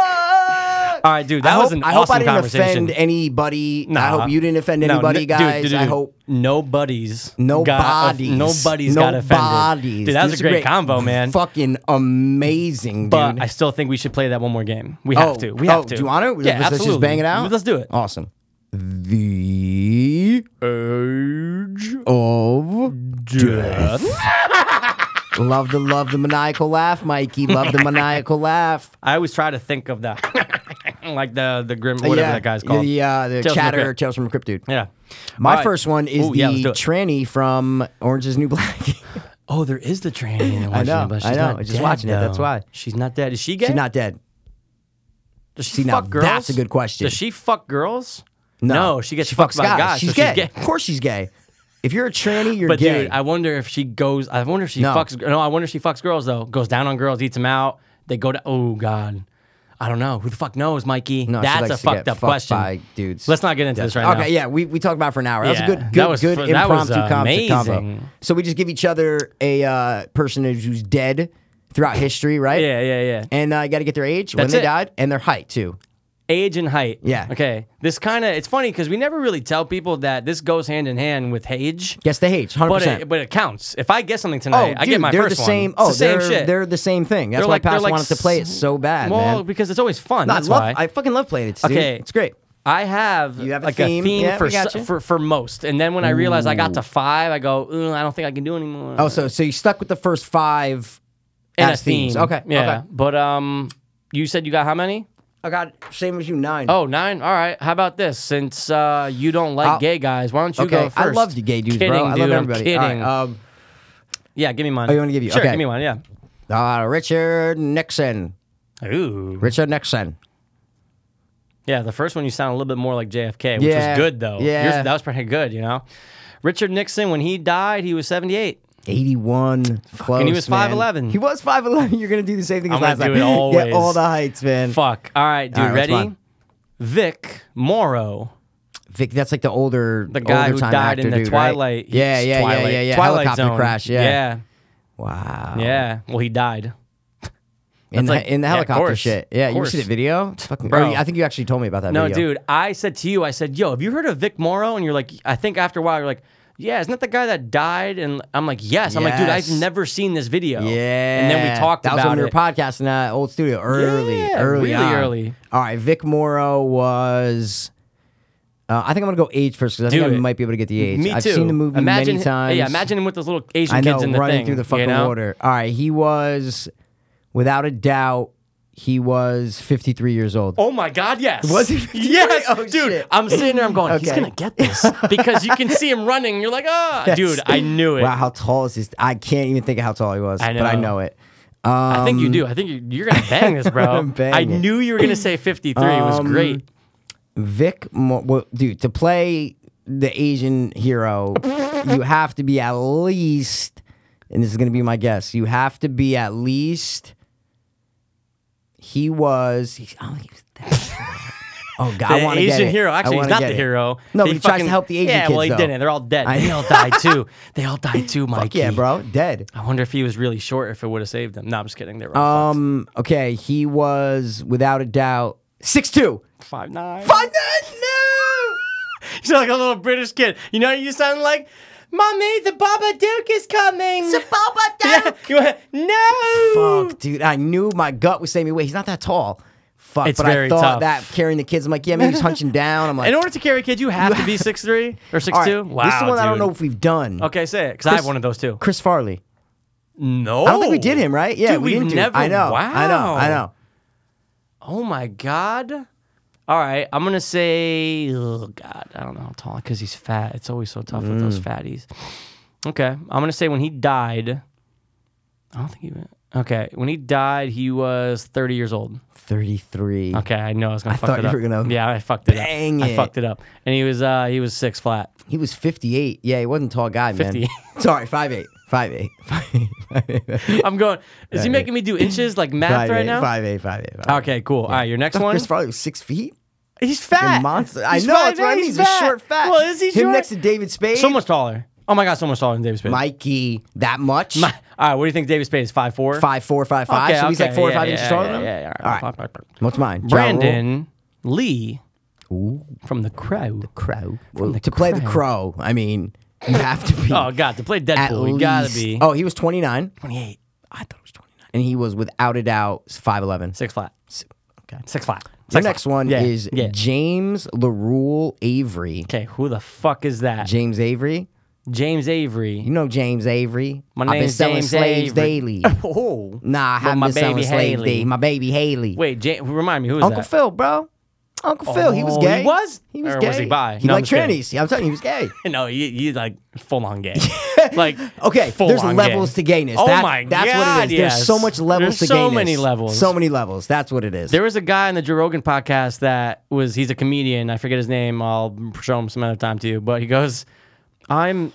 S2: All right, dude. That
S1: I
S2: was
S1: hope,
S2: an
S1: I hope
S2: awesome
S1: I didn't
S2: conversation.
S1: offend anybody. I
S2: Nah.
S1: hope you didn't offend
S2: No,
S1: anybody,
S2: n- dude,
S1: guys.
S2: dude, dude,
S1: I
S2: dude.
S1: hope.
S2: nobody's
S1: Nobody's.
S2: got, off- nobody's got offended.
S1: Nobody's.
S2: Dude, that was
S1: This
S2: a
S1: is
S2: great, combo, man.
S1: Fucking amazing,
S2: but
S1: dude.
S2: I still think we should play that one more game. We have
S1: oh,
S2: to. We
S1: oh,
S2: have to.
S1: Do you want to?
S2: Yeah,
S1: let's, let's
S2: absolutely.
S1: just bang it out.
S2: Let's do it.
S1: Awesome. The
S2: Age
S1: of
S2: death.
S1: love the love the maniacal laugh, Mikey. Love the maniacal laugh.
S2: I always try to think of the like the the grim whatever
S1: yeah,
S2: that guy's called.
S1: The, uh, the
S2: Tales from the
S1: chatter
S2: Crypt.
S1: tales from the crypt, dude.
S2: Yeah.
S1: My
S2: All right.
S1: first one is
S2: Ooh,
S1: the
S2: yeah, let's do it.
S1: tranny from Orange Is the New Black.
S2: Oh, there is the tranny in the
S1: I know,
S2: but
S1: I
S2: she's
S1: know.
S2: not
S1: I was just
S2: dead,
S1: watching it,
S2: though.
S1: that's why.
S2: She's not dead. Is she gay?
S1: She's not dead.
S2: Does she
S1: See, now
S2: fuck girls?
S1: that's a good question.
S2: Does she fuck girls? she gets
S1: fucks
S2: fucked by
S1: guys.
S2: guys.
S1: She's,
S2: so
S1: gay.
S2: She's
S1: Of course, she's gay. If you're a tranny, you're
S2: But
S1: gay.
S2: dude, I wonder if she goes. I wonder if she
S1: No.
S2: fucks. No, I wonder if she fucks girls though. Goes down on girls, eats them out. They go to. Oh God, I don't know. Who the fuck knows, Mikey?
S1: No, she
S2: That's
S1: likes
S2: a
S1: to get
S2: fucked up
S1: fucked
S2: question.
S1: by dudes.
S2: Let's not get into this right now.
S1: okay, yeah, we, we talked about it for an hour. That was
S2: Yeah,
S1: a good,
S2: that
S1: good,
S2: was
S1: good
S2: fun- that was
S1: impromptu com- combo.
S2: amazing.
S1: So we just give each other a uh, personage who's dead throughout history, right?
S2: Yeah, yeah, yeah.
S1: And uh, you got to get their age, when
S2: That's
S1: they
S2: it.
S1: died, and their height too.
S2: age and height.
S1: Yeah.
S2: Okay. This kind of it's funny because we never really tell people that this goes hand in hand with age.
S1: Guess the age, hundred
S2: But
S1: percent.
S2: it, but it counts. If I get something tonight, I get my
S1: Oh, they're
S2: first
S1: the same.
S2: one.
S1: Oh,
S2: it's the same
S1: they're,
S2: shit.
S1: They're the same thing. That's
S2: They're
S1: why
S2: like-
S1: Pass
S2: they're like
S1: wanted to play it
S2: s-
S1: so bad,
S2: well,
S1: man.
S2: because it's always fun.
S1: No, I
S2: that's
S1: love-
S2: why.
S1: I fucking love playing it. Dude.
S2: okay,
S1: It's great.
S2: I have,
S1: You have a
S2: like
S1: theme?
S2: a theme
S1: Yeah,
S2: for,
S1: we got
S2: s-
S1: you.
S2: for for most, and then when I realize I got to five, I go, "Ugh, I don't think I can do anymore.
S1: Oh, so so you stuck with the first five
S2: and
S1: as
S2: a theme.
S1: themes. Okay.
S2: yeah.
S1: Okay.
S2: But um, you said you got how many?
S1: I got same as you nine.
S2: Oh, nine. All right. How about this? Since uh, you don't like
S1: I'll-
S2: gay guys, why don't you
S1: okay.
S2: go first?
S1: I love you, gay dudes,
S2: Kidding,
S1: bro. I
S2: dude,
S1: love
S2: I'm
S1: everybody. All uh,
S2: Kidding.
S1: right, um,
S2: Yeah, give me mine.
S1: Oh, you wanna give you-
S2: Sure,
S1: okay.
S2: give me one. Yeah.
S1: Uh, Richard Nixon.
S2: Ooh.
S1: Richard Nixon.
S2: Yeah, the first one you sound a little bit more like JFK, which
S1: Yeah.
S2: was good though.
S1: Yeah.
S2: Yours- that was pretty good, you know. Richard Nixon, when he died, he was 78.
S1: 81 close.
S2: he was
S1: man.
S2: 5'11".
S1: He was 5'11. You're going to do the same thing as
S2: I'm gonna
S1: last time.
S2: do it always.
S1: Yeah, all the heights, man.
S2: Fuck. All right, dude.
S1: All right, what's
S2: ready?
S1: mine?
S2: Vic Morrow.
S1: Vic, that's like the older
S2: the guy
S1: older
S2: who
S1: time
S2: died
S1: actor
S2: in the
S1: dude, right?
S2: Twilight. he-
S1: Yeah, yeah,
S2: Twilight-
S1: yeah, yeah, yeah.
S2: Twilight
S1: Helicopter
S2: Zone.
S1: crash. Yeah.
S2: yeah,
S1: Wow.
S2: yeah. Well, he died.
S1: In
S2: That's
S1: the,
S2: like-
S1: in the
S2: yeah, of
S1: helicopter
S2: course,
S1: shit. Yeah.
S2: of
S1: You ever see the
S2: course.
S1: video? It's fucking.
S2: Bro.
S1: or I think you actually told me about that.
S2: No,
S1: video.
S2: dude. I said to you, I said, "Yo, have you heard of Vic Morrow?" And you're like, I think after a while, you're like, "Yeah, isn't that the guy that died?" And I'm like, "Yes." I'm like, "Dude, I've
S1: Yes.
S2: never seen this video."
S1: Yeah.
S2: And then we talked
S1: that
S2: about
S1: was when we were
S2: it.
S1: podcasting that old studio early,
S2: Yeah,
S1: early,
S2: really
S1: on.
S2: early.
S1: All right. Vic Morrow was. Uh, I think I'm gonna go age first because I think
S2: Do
S1: I
S2: it.
S1: might be able to get the age.
S2: Me
S1: I've
S2: too.
S1: seen the movie
S2: imagine,
S1: many times.
S2: Yeah, imagine him with those little Asian
S1: I know,
S2: kids in the
S1: running
S2: thing,
S1: through the fucking
S2: you know?
S1: water. All right, he was, without a doubt, he was 53 years old.
S2: Oh my God! Yes.
S1: Was he 53?
S2: Yes,
S1: Oh,
S2: dude.
S1: shit.
S2: I'm sitting there. I'm going. He's
S1: Okay.
S2: gonna get this because you can see him running. You're like, ah, dude. I knew it.
S1: Wow, how tall is this? I can't even think of how tall he was,
S2: I
S1: but I
S2: know.
S1: know it.
S2: I think you do. I think you're, you're gonna bang this, bro.
S1: Bang
S2: I
S1: it. Um,
S2: knew you were gonna say 53. it was great.
S1: Vic, Mo- well, dude, to play the Asian hero, you have to be at least, and this is going to be my guess, you have to be at least. He was. He, I don't think he was that- Oh God! I
S2: The
S1: want to
S2: Asian
S1: get it.
S2: hero.
S1: I
S2: Actually, he's
S1: wanna
S2: not
S1: get
S2: the
S1: it.
S2: hero.
S1: No, but he tries to
S2: fucking-
S1: help the Asian
S2: Yeah, well,
S1: kids,
S2: he
S1: though.
S2: didn't. They're all dead.
S1: I-
S2: they all died too. They all died too, Mikey.
S1: Fuck yeah, bro, dead.
S2: I wonder if he was really short. If it would have saved them. No, I'm just kidding. They were all
S1: Um. Okay, he was without a doubt six two.
S2: five nine.
S1: Five nine. No.
S2: You sound like a little British kid. You know what you sound like? Mommy, the Baba Duke is coming. The Baba Duke. You went, no.
S1: Fuck, dude. I knew my gut was saying me. Wait, he's not that tall. Fuck.
S2: It's
S1: but I
S2: very
S1: thought
S2: tough.
S1: that carrying the kids. I'm like, yeah, maybe he's hunching down. I'm like,
S2: In order to carry a kid, you have to be 6'3 or 6'2.
S1: all right,
S2: Wow.
S1: This is one I don't
S2: dude.
S1: know if we've done.
S2: Okay, say it. Because I have
S1: Chris-
S2: one of those too.
S1: Chris Farley.
S2: No.
S1: I don't think we did him, right? Yeah,
S2: Dude,
S1: we
S2: we've
S1: didn't do-
S2: never.
S1: I know.
S2: Wow.
S1: I know. I know.
S2: Oh my God. All right. I'm going to say, oh God, I don't know how tall, because he's fat. It's always so tough with
S1: Mm.
S2: those fatties. Okay. I'm going to say when he died, I don't think he went. Okay. When he died, he was 30 years old.
S1: 33.
S2: Okay. I know I was going
S1: I
S2: to fuck
S1: thought
S2: it
S1: you
S2: up.
S1: were gonna
S2: yeah, I fucked it
S1: bang
S2: up.
S1: it.
S2: I fucked it up. And he was, uh, he was six flat.
S1: He was 58. Yeah, he wasn't a tall guy, man.
S2: 58.
S1: Sorry, 5'8. 5'8. 5'8. 5'8.
S2: I'm going, is he making me do inches like math right now?
S1: 5'8. 5'8.
S2: Okay, cool. All right. Your next one.
S1: Chris Farley was six feet.
S2: He's fat.
S1: A monster. I
S2: He's
S1: know. That's what I
S2: 5'8",,
S1: mean. He's, a short fat.
S2: Well, is he
S1: Him
S2: short?
S1: next to David Spade.
S2: So much taller. Oh my god, so much taller than David Spade.
S1: Mikey, that much?
S2: All right, what do you think David Spade is? Five four.
S1: five four, five five. so he's like four or five inches taller
S2: yeah,
S1: than him.
S2: Yeah, yeah.
S1: All right. What's mine? Ja Rule?
S2: Brandon Lee from The Crow.
S1: Crow. Well, to play the crow, I mean, you have to be.
S2: Oh god, to play Deadpool,
S1: at
S2: you gotta
S1: least-
S2: be
S1: Oh, he was 29,
S2: twenty eight. I thought it was twenty nine.
S1: and he was without a doubt 5'11.
S2: Six flat.
S1: Okay.
S2: Six flat.
S1: The
S2: Six
S1: next
S2: flat.
S1: one
S2: Yeah,
S1: is
S2: yeah.
S1: James LaRule Avery.
S2: Okay, who the fuck is that?
S1: James Avery.
S2: James Avery.
S1: You know James Avery.
S2: My
S1: I've been
S2: name's
S1: selling
S2: James
S1: slaves
S2: Avery.
S1: daily.
S2: Oh.
S1: Nah, I
S2: But
S1: haven't
S2: my
S1: been selling
S2: baby
S1: slaves
S2: Haley.
S1: daily. My baby Haley.
S2: Wait, Ja- remind me who is
S1: Uncle
S2: that?
S1: Phil, bro. Uncle Phil, he was
S2: Oh,
S1: gay.
S2: he was?
S1: He was
S2: Or
S1: gay.
S2: was he bi?
S1: He
S2: No, I'm
S1: liked
S2: just kidding.
S1: trannies. Yeah, I'm telling you, he was gay.
S2: No, you, you like full on gay. like
S1: Okay,
S2: full
S1: there's
S2: on
S1: levels
S2: gay.
S1: to gayness.
S2: Oh
S1: That-
S2: my
S1: that's
S2: god!
S1: what it is.
S2: Yes.
S1: There's so much levels
S2: There's
S1: to
S2: so
S1: gayness.
S2: many levels.
S1: So many levels. That's what it is.
S2: There was a guy on the Joe Rogan podcast that was he's a comedian. I forget his name. I'll show him some other time to you. But he goes, I'm.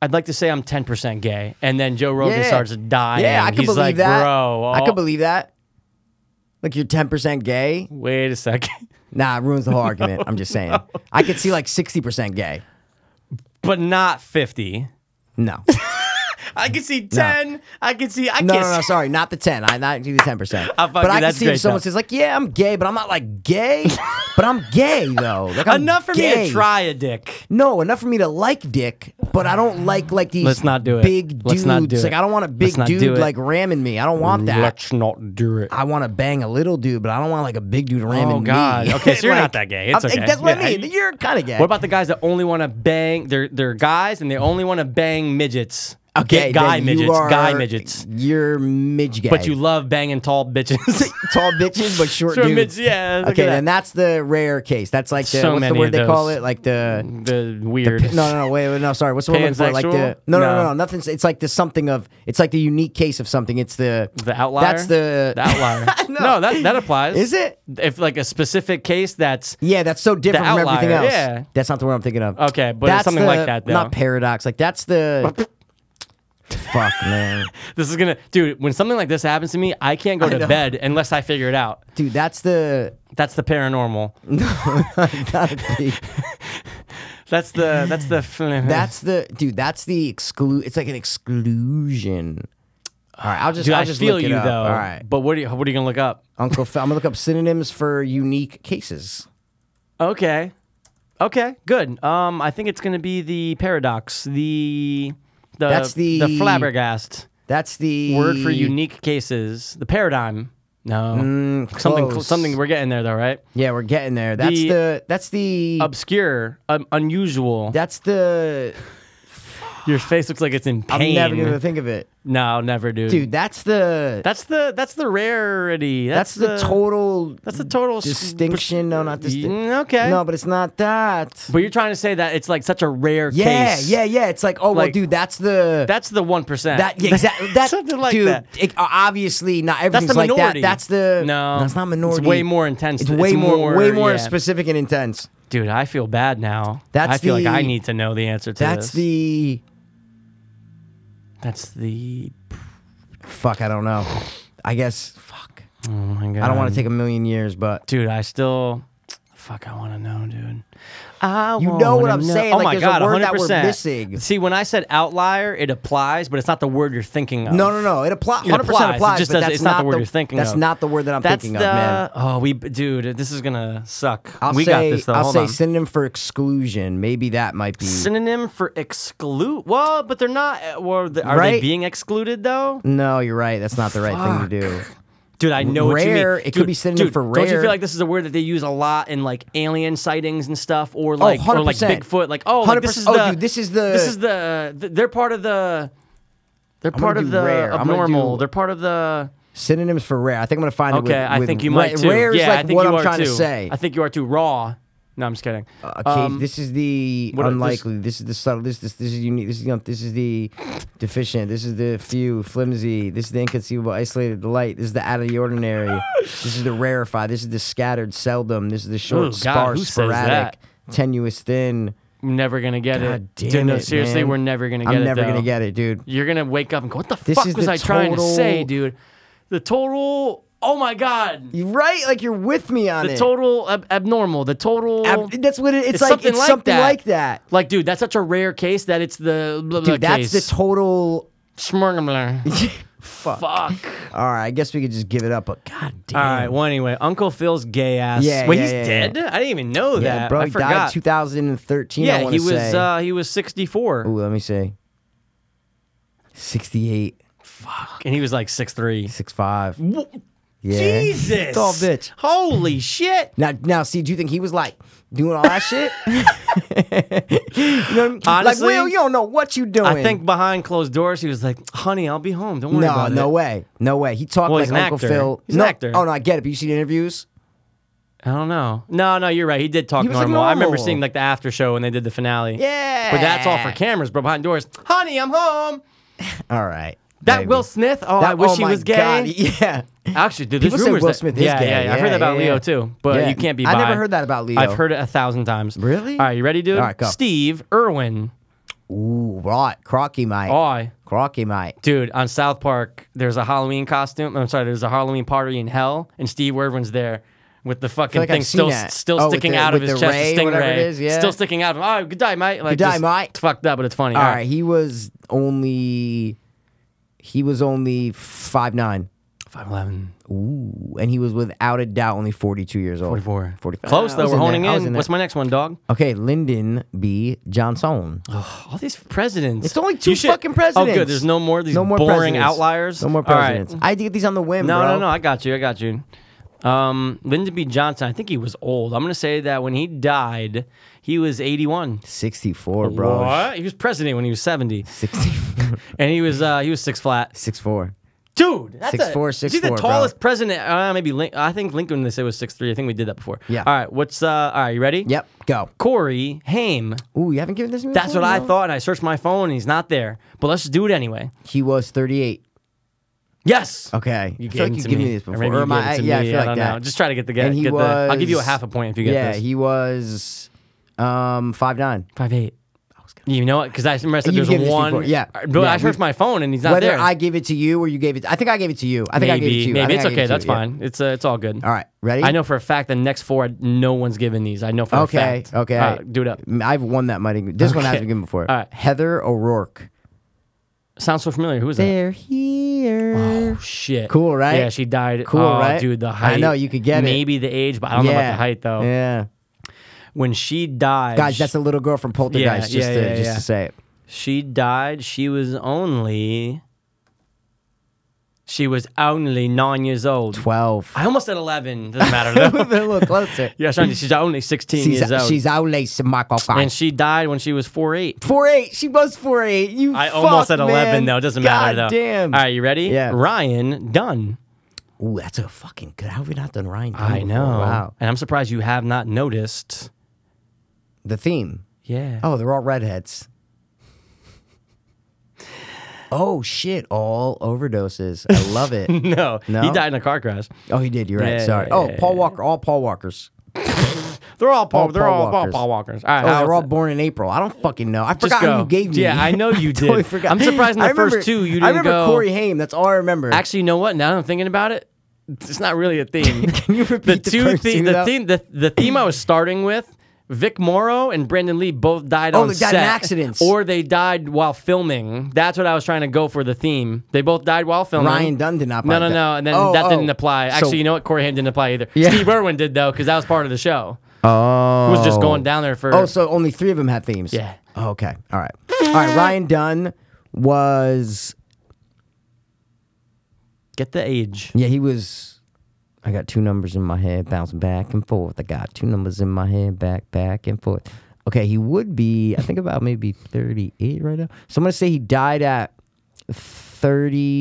S2: I'd like to say I'm 10% gay, and then Joe Rogan starts dying.
S1: Yeah, I can
S2: He's
S1: believe
S2: like,
S1: that.
S2: Bro,
S1: I
S2: oh,
S1: can believe that. Like you're 10% gay?
S2: Wait a second,
S1: Nah, it ruins the whole argument. I'm just saying. I could see like 60% gay.
S2: but not 50.
S1: No.
S2: I can see 10. I can see. I
S1: No,
S2: can
S1: no, no,
S2: see.
S1: sorry, not the 10. I not do the 10%.
S2: I'll fuck
S1: but
S2: you,
S1: I can
S2: that's
S1: see if
S2: great,
S1: someone
S2: though.
S1: says like, "Yeah, I'm gay, but I'm not like gay, but I'm gay though." Like I'm
S2: Enough for me
S1: gay.
S2: to try a dick.
S1: No, enough for me to like dick, but I don't like like these
S2: Let's not do it.
S1: big dudes.
S2: Let's not do
S1: like
S2: it.
S1: I don't want a big
S2: Let's not do
S1: dude
S2: it.
S1: like ramming me. I don't want that.
S2: not do it.
S1: I want to bang a little dude, but I don't want like a big dude ramming
S2: Oh, God.
S1: me.
S2: Okay, so you're not that gay. It's
S1: I'm-
S2: okay.
S1: That's what I
S2: Yeah.
S1: mean. You're kind of gay.
S2: What about the guys that only want to bang? They're they're guys and they only want to bang midgets.
S1: Okay,
S2: Get guy
S1: then
S2: midgets,
S1: You are,
S2: guy midgets.
S1: You're midge guy.
S2: But you love banging tall bitches.
S1: tall bitches, but short,
S2: Short
S1: dudes.
S2: mids, yeah, look
S1: Okay,
S2: at that.
S1: then that's the rare case. That's like the,
S2: So
S1: what's the
S2: many
S1: word
S2: of
S1: they call
S2: those.
S1: it? Like the
S2: the weird.
S1: no, no, no, wait, wait, no, sorry. What's the word for? Like
S2: Pansexual?
S1: the no, no, no,
S2: No.
S1: no, nothing's. It's like the something of. It's like the unique case of something. It's the
S2: The outlier.
S1: That's the
S2: The outlier. no. that that applies.
S1: Is it?
S2: If like a specific case that's
S1: Yeah, that's so different from everything
S2: outlier,
S1: else.
S2: yeah.
S1: that's not the word I'm thinking of.
S2: Okay, but it's
S1: That's
S2: something like
S1: the-
S2: that, though.
S1: Not paradox. Like that's the. Fuck man,
S2: this is gonna, dude. When something like this happens to me, I can't go to
S1: know.
S2: bed unless I figure it out.
S1: dude, that's the.
S2: That's the paranormal.
S1: gotta be-
S2: That's the that's the
S1: That's the dude. That's the exclude. It's like an exclusion. All right, I'll just.
S2: Dude,
S1: I'll
S2: I
S1: just
S2: feel
S1: look it
S2: you
S1: up.
S2: though.
S1: All right,
S2: But what are you what are you gonna look up?
S1: Uncle Phil. I'm gonna look up synonyms for unique cases.
S2: Okay. Okay, good. Um I think it's gonna be the paradox. The the
S1: That's the-
S2: the flabbergast
S1: That's the
S2: word for unique cases. The paradigm. No. something
S1: Mm, close.
S2: something we're getting there though, right?
S1: Yeah, we're getting there. That's
S2: The-
S1: the, that's the
S2: Obscure, um, unusual.
S1: that's the
S2: Your face looks like it's in
S1: I'm
S2: pain.
S1: never gonna think of it.
S2: no, never do.
S1: Dude, that's the
S2: That's the that's the rarity.
S1: that's,
S2: That's,
S1: the, total
S2: that's the total s-
S1: distinction. No, not distinction.
S2: Mm, okay.
S1: No, but it's not that.
S2: But you're trying to say that it's like such a rare
S1: Yeah,
S2: case.
S1: yeah, yeah. It's like, oh well,
S2: Like-
S1: dude, that's the
S2: That's the one percent.
S1: That yeah, exactly. That
S2: something like
S1: dude,
S2: that.
S1: it- uh, obviously, not
S2: That's
S1: everything's
S2: the
S1: like
S2: minority.
S1: that. That's the
S2: no.
S1: That's not minority.
S2: It's way more intense.
S1: It's way more, way more
S2: yeah.
S1: specific and intense.
S2: Dude, I feel bad now.
S1: That's
S2: I feel like I
S1: the-
S2: need to know the answer to
S1: That's
S2: this.
S1: the
S2: That's the.
S1: fuck. I don't know. I guess fuck. Um,
S2: Oh my god.
S1: I don't want to take a million years, but
S2: Dude, I still. Fuck, I want to know, dude. I
S1: You know what
S2: wanna
S1: I'm
S2: know.
S1: saying,
S2: Oh
S1: like,
S2: my
S1: there's a
S2: god,
S1: word that we're
S2: 100%.
S1: missing.
S2: See, when I said outlier, it applies, but it's not the word you're thinking of.
S1: no, no, no. It, apply,
S2: It
S1: 100% applies.
S2: It just
S1: but
S2: doesn't-
S1: that's
S2: it's not, the word you're thinking
S1: That's
S2: of.
S1: not the word that I'm
S2: That's
S1: thinking
S2: the,
S1: of, man.
S2: Oh, we, dude, this is gonna suck.
S1: I'll
S2: we
S1: say,
S2: got this though.
S1: I'll
S2: Hold
S1: say
S2: on.
S1: synonym for exclusion. Maybe that might be.
S2: Synonym for exclude? Well, but they're not. Well, th- are they
S1: Right?
S2: being excluded though?
S1: no, you're right. That's not the right thing to do.
S2: Dude, I know what you mean.
S1: Rare, it could
S2: Dude,
S1: be synonym
S2: dude,
S1: for
S2: Don't you
S1: rare.
S2: feel like this is a word that they use a lot in like alien sightings and stuff, or
S1: Oh,
S2: like or like
S1: 100%.
S2: Bigfoot? Like, oh, like, this is
S1: 100%
S2: the
S1: oh, dude, this is the-
S2: this is the th- they're part of the they're
S1: I'm
S2: part
S1: gonna
S2: of
S1: do
S2: the
S1: rare. I'm gonna
S2: abnormal.
S1: do-
S2: They're part of the
S1: Synonyms for rare. I think I'm gonna find
S2: okay.
S1: it. with-
S2: I
S1: with
S2: think you
S1: ra-
S2: might too.
S1: Rare is
S2: yeah, I
S1: like
S2: think
S1: what
S2: you
S1: I'm
S2: are
S1: trying
S2: too.
S1: to say. Uh,
S2: I think you are too raw. No, I'm just kidding.
S1: Okay, this is the
S2: Um, what are- this-
S1: unlikely. This, is the subtle. This this this is unique. This is you know, this is the deficient. This is the few, flimsy. This is the inconceivable, isolated, delight. This is the out of the ordinary. this is the rarefied. This is the scattered, seldom. This is the short,
S2: Ooh, God,
S1: sparse,
S2: who says
S1: sporadic, tenuous, thin.
S2: I'm never gonna get
S1: God
S2: it.
S1: damn
S2: dude, no,
S1: it,
S2: seriously,
S1: man.
S2: we're never gonna get it.
S1: I'm never
S2: though.
S1: gonna get it, dude.
S2: You're gonna wake up and go, "What the
S1: This
S2: fuck
S1: is
S2: was
S1: the
S2: I trying to say,
S1: total-
S2: dude?" The total. Oh my god.
S1: You're right. Like you're with me on
S2: the
S1: it.
S2: total ab- abnormal. The total.
S1: Ab- that's what it, it's,
S2: It's
S1: like.
S2: something
S1: it's
S2: like
S1: something
S2: that.
S1: like that.
S2: like, dude, that's such a rare case that it's the blah, blah
S1: Dude, that's the
S2: case.
S1: total.
S2: Smurgamler.
S1: Fuck.
S2: Fuck.
S1: All right, I guess we could just give it up. But Uh, god damn.
S2: All right. Well, anyway, Uncle Phil's gay ass.
S1: Yeah,
S2: Wait,
S1: yeah,
S2: he's
S1: yeah,
S2: dead. I didn't even know
S1: Yeah,
S2: that.
S1: bro,
S2: I
S1: he
S2: forgot.
S1: died 2013. I
S2: yeah,
S1: wanna
S2: he was.
S1: say.
S2: Uh, he was 64,
S1: Ooh, let me see. 68,
S2: and he was like 6'3".
S1: 65. Yeah.
S2: Jesus.
S1: Tall bitch.
S2: Holy shit.
S1: Now, now, see, do you think he was like doing all that shit? you know what I mean?
S2: Honestly,
S1: like, Will, you don't know what you doing.
S2: I think behind closed doors, he was like, "Honey, I'll be home. Don't worry
S1: No,
S2: about it."
S1: no way. No way. He talked
S2: Well,
S1: like
S2: he's an
S1: Uncle
S2: actor.
S1: Phil.
S2: He's an
S1: no,
S2: actor.
S1: Oh, no, I get it. But you see the interviews?
S2: I don't know. No, no, you're right. He did talk
S1: He was, like,
S2: normal. I remember
S1: normal.
S2: seeing like the after show when they did the finale.
S1: Yeah.
S2: But that's all for cameras, bro. Behind doors, honey, I'm home.
S1: All right.
S2: That
S1: maybe.
S2: Will Smith. Oh, I
S1: That-
S2: wish
S1: oh
S2: he
S1: my
S2: was gay.
S1: God, Yeah.
S2: Actually, dude, there's
S1: People say
S2: rumors
S1: Will
S2: that-
S1: Smith is
S2: yeah,
S1: gay.
S2: Yeah, yeah, I've heard
S1: Yeah,
S2: that about
S1: yeah,
S2: Leo
S1: yeah.
S2: too, but
S1: Yeah.
S2: you can't be.
S1: I never
S2: bi.
S1: heard that about Leo.
S2: I've heard it a thousand times.
S1: Really?
S2: All right, you ready, dude?
S1: All right, go.
S2: Steve Irwin.
S1: Ooh, right. Crocky Mike.
S2: Oh,
S1: Crocky Mike.
S2: dude, on South Park, there's a Halloween costume. I'm sorry, there's a Halloween party in hell, and Steve Irwin's there with the fucking
S1: like I've
S2: thing still
S1: seen that.
S2: still
S1: Oh, with
S2: sticking
S1: the-
S2: out of
S1: with
S2: his
S1: the
S2: chest,
S1: ray,
S2: the
S1: whatever it
S2: stingray,
S1: is, yeah.
S2: still sticking out of him. Oh, good day, mate. Like,
S1: Good day,
S2: just
S1: mate.
S2: It's fucked up, but it's funny.
S1: All right, he was only he was only five nine.
S2: five eleven.
S1: Ooh, and he was without a doubt only forty two years old.
S2: 44.
S1: 45.
S2: Close,
S1: I
S2: though.
S1: was
S2: We're
S1: in
S2: honing
S1: there. I was
S2: in.
S1: in
S2: What's
S1: there.
S2: my next one, dog?
S1: Okay, Lyndon B. Johnson.
S2: All these presidents.
S1: It's only two
S2: You should-
S1: fucking presidents.
S2: Oh, good. There's no more of these
S1: no more
S2: boring
S1: presidents.
S2: outliers.
S1: No more
S2: All right.
S1: presidents. I had to get these on the whim,
S2: No,
S1: bro.
S2: no, no. I got you. I got you. Um, Lyndon B. Johnson, I think he was old. I'm gonna say that when he died, he was 81.
S1: 64, bro.
S2: What? He was president when he was 70,
S1: 64.
S2: and he was uh, he was six flat.
S1: 64.
S2: Dude, that's
S1: Six
S2: a-
S1: four,
S2: is
S1: six
S2: he the
S1: four, bro.
S2: tallest president. Uh, maybe Link, I think Lincoln. They say was six three. I think we did that before.
S1: Yeah.
S2: All right. What's uh? All right. You ready?
S1: Yep, go.
S2: Corey Haim.
S1: Ooh, you haven't given this to me
S2: That's
S1: before,
S2: what I
S1: bro?
S2: thought, and I searched my phone, and he's not there. But let's just do it anyway.
S1: He was 38.
S2: Yes.
S1: Okay. I feel
S2: You gave
S1: like
S2: it
S1: you
S2: to
S1: give
S2: me.
S1: me this
S2: Or
S1: before.
S2: maybe
S1: Or
S2: you
S1: am
S2: gave it
S1: I-
S2: to
S1: yeah, I
S2: me,
S1: feel
S2: don't
S1: like that.
S2: know. Just try to get the get.
S1: and he
S2: get
S1: was.
S2: the, I'll give you a half a point if you get
S1: yeah,
S2: this.
S1: he was um, 5'9.
S2: Five eight. You know what? Because I remember I said
S1: You
S2: there's
S1: gave this
S2: one.
S1: before, yeah.
S2: But
S1: Yeah,
S2: I searched
S1: we-
S2: my phone and he's not
S1: Whether
S2: there.
S1: I gave it to you or you gave it, I think I gave it to you. I think
S2: maybe
S1: I gave it to you. I
S2: maybe
S1: think
S2: it's
S1: I gave
S2: okay.
S1: it to
S2: That's
S1: you, yeah.
S2: fine. It's uh, it's all good.
S1: All right, ready?
S2: I know for a fact the next four no one's given these. I know for
S1: Okay,
S2: a fact.
S1: okay.
S2: All right, do it up.
S1: I've won that money. This one
S2: Okay.
S1: hasn't been given before.
S2: All right.
S1: Heather O'Rourke.
S2: Sounds so familiar. Who is that?
S1: They're here.
S2: Oh shit.
S1: Cool, right?
S2: Yeah, she died.
S1: Cool,
S2: Oh,
S1: right?
S2: Dude, the height.
S1: I know, you could get it.
S2: Maybe the age, but I don't know about the height though.
S1: Yeah.
S2: When she died,
S1: Guys, that's a little girl from Poltergeist,
S2: Yeah,
S1: just,
S2: yeah,
S1: to,
S2: yeah,
S1: just
S2: yeah.
S1: to say it.
S2: she died. She was only. She was only nine years old.
S1: 12.
S2: I almost said eleven. Doesn't matter though.
S1: They're a little closer.
S2: yeah, Shanti, she's only sixteen
S1: She's,
S2: years old.
S1: she's only Michael
S2: and she died when she was four eight.
S1: Four eight. She was four eight. You.
S2: I almost
S1: fuck,
S2: said
S1: man.
S2: eleven though. Doesn't matter
S1: God
S2: though.
S1: Damn.
S2: All right, you ready?
S1: Yeah.
S2: Ryan Dunn.
S1: Ooh, that's a fucking good. How have we not done Ryan? Dunn
S2: I
S1: before?
S2: know.
S1: Wow.
S2: And I'm surprised you have not noticed.
S1: The theme.
S2: Yeah.
S1: Oh, they're all redheads. Oh shit! All overdoses. I love it.
S2: no. He
S1: No?
S2: died in a car crash.
S1: Oh, he did. You're right.
S2: Yeah,
S1: Sorry.
S2: yeah,
S1: oh,
S2: yeah,
S1: Paul
S2: yeah.
S1: Walker. All Paul Walkers.
S2: They're all Paul.
S1: All
S2: they're
S1: Paul
S2: all Paul,
S1: Walkers.
S2: Paul Walkers. All right.
S1: Oh,
S2: how
S1: they're all
S2: else-
S1: born in April. I don't fucking know. I forgot
S2: go.
S1: who you gave me.
S2: Yeah, I know you
S1: I Totally
S2: did.
S1: forgot.
S2: I'm surprised in the
S1: I remember-
S2: first two you
S1: I
S2: didn't
S1: remember
S2: go-
S1: Corey Haim. That's all I remember.
S2: Actually, you know what? Now that I'm thinking about it, it's not really a theme. Can
S1: you repeat the first
S2: the,
S1: two,
S2: the
S1: though?
S2: theme the, the theme I was starting with. Vic Morrow and Brandon Lee both died
S1: Oh,
S2: on
S1: they died in
S2: set,
S1: accidents.
S2: or they died while filming. That's what I was trying to go for the theme. They both died while filming.
S1: Ryan Dunn did not
S2: No,
S1: buy
S2: no,
S1: that.
S2: no. And then
S1: Oh,
S2: that
S1: oh.
S2: didn't apply.
S1: So-
S2: Actually, you know what? Corey Haim didn't apply either.
S1: Yeah.
S2: Steve Irwin did though, because that was part of the show.
S1: Oh.
S2: Was just going down there for.
S1: Oh, so only three of them had themes.
S2: Yeah.
S1: Oh, okay. All right. All right. Ryan Dunn was.
S2: get the age.
S1: Yeah, he was. I got two numbers in my head, bouncing back and forth. I got two numbers in my head, back, back and forth. Okay, he would be. I think about maybe thirty-eight right now. So I'm gonna say he died at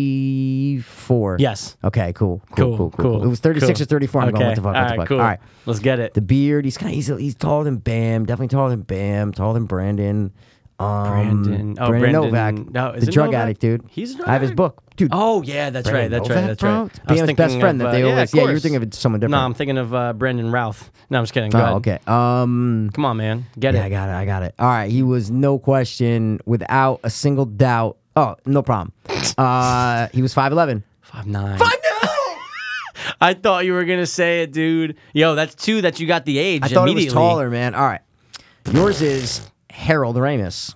S1: thirty-four.
S2: Yes.
S1: Okay. Cool. Cool. Cool. Cool. cool. It was thirty-six
S2: cool.
S1: or thirty-four. I'm
S2: okay.
S1: going. What the fuck?
S2: All
S1: what the
S2: right,
S1: fuck?
S2: Cool.
S1: All right.
S2: Let's get it.
S1: The beard. He's kind of. He's, he's taller than Bam. Definitely taller than Bam. Taller than Brandon. Um,
S2: Brandon- oh,
S1: Brandon,
S2: Brandon-
S1: Novak.
S2: no, is
S1: the
S2: it
S1: drug
S2: Novak?
S1: addict, dude.
S2: He's a drug
S1: I have his
S2: addict?
S1: book, dude.
S2: Oh yeah, that's right,
S1: Brandon
S2: that's right,
S1: Novak,
S2: that's
S1: bro?
S2: right.
S1: It's
S2: I was
S1: Bam's best
S2: thinking
S1: friend
S2: of,
S1: that they
S2: uh,
S1: always-
S2: yeah,
S1: yeah,
S2: of
S1: you're
S2: course.
S1: thinking of someone different.
S2: No, I'm thinking of uh, Brendan Routh. No, I'm just kidding. Go ahead.
S1: Oh, okay. Um,
S2: Come on, man, get
S1: yeah, I
S2: it.
S1: got it. I got it. All right. He was no question, without a single doubt. Oh, no problem. Uh, he was five eleven.
S2: Five nine. Five nine. I thought you were gonna say it, dude. Yo, that's two that you got the age.
S1: I thought he
S2: immediately.
S1: was taller, man. All right. Yours is Harold Ramis.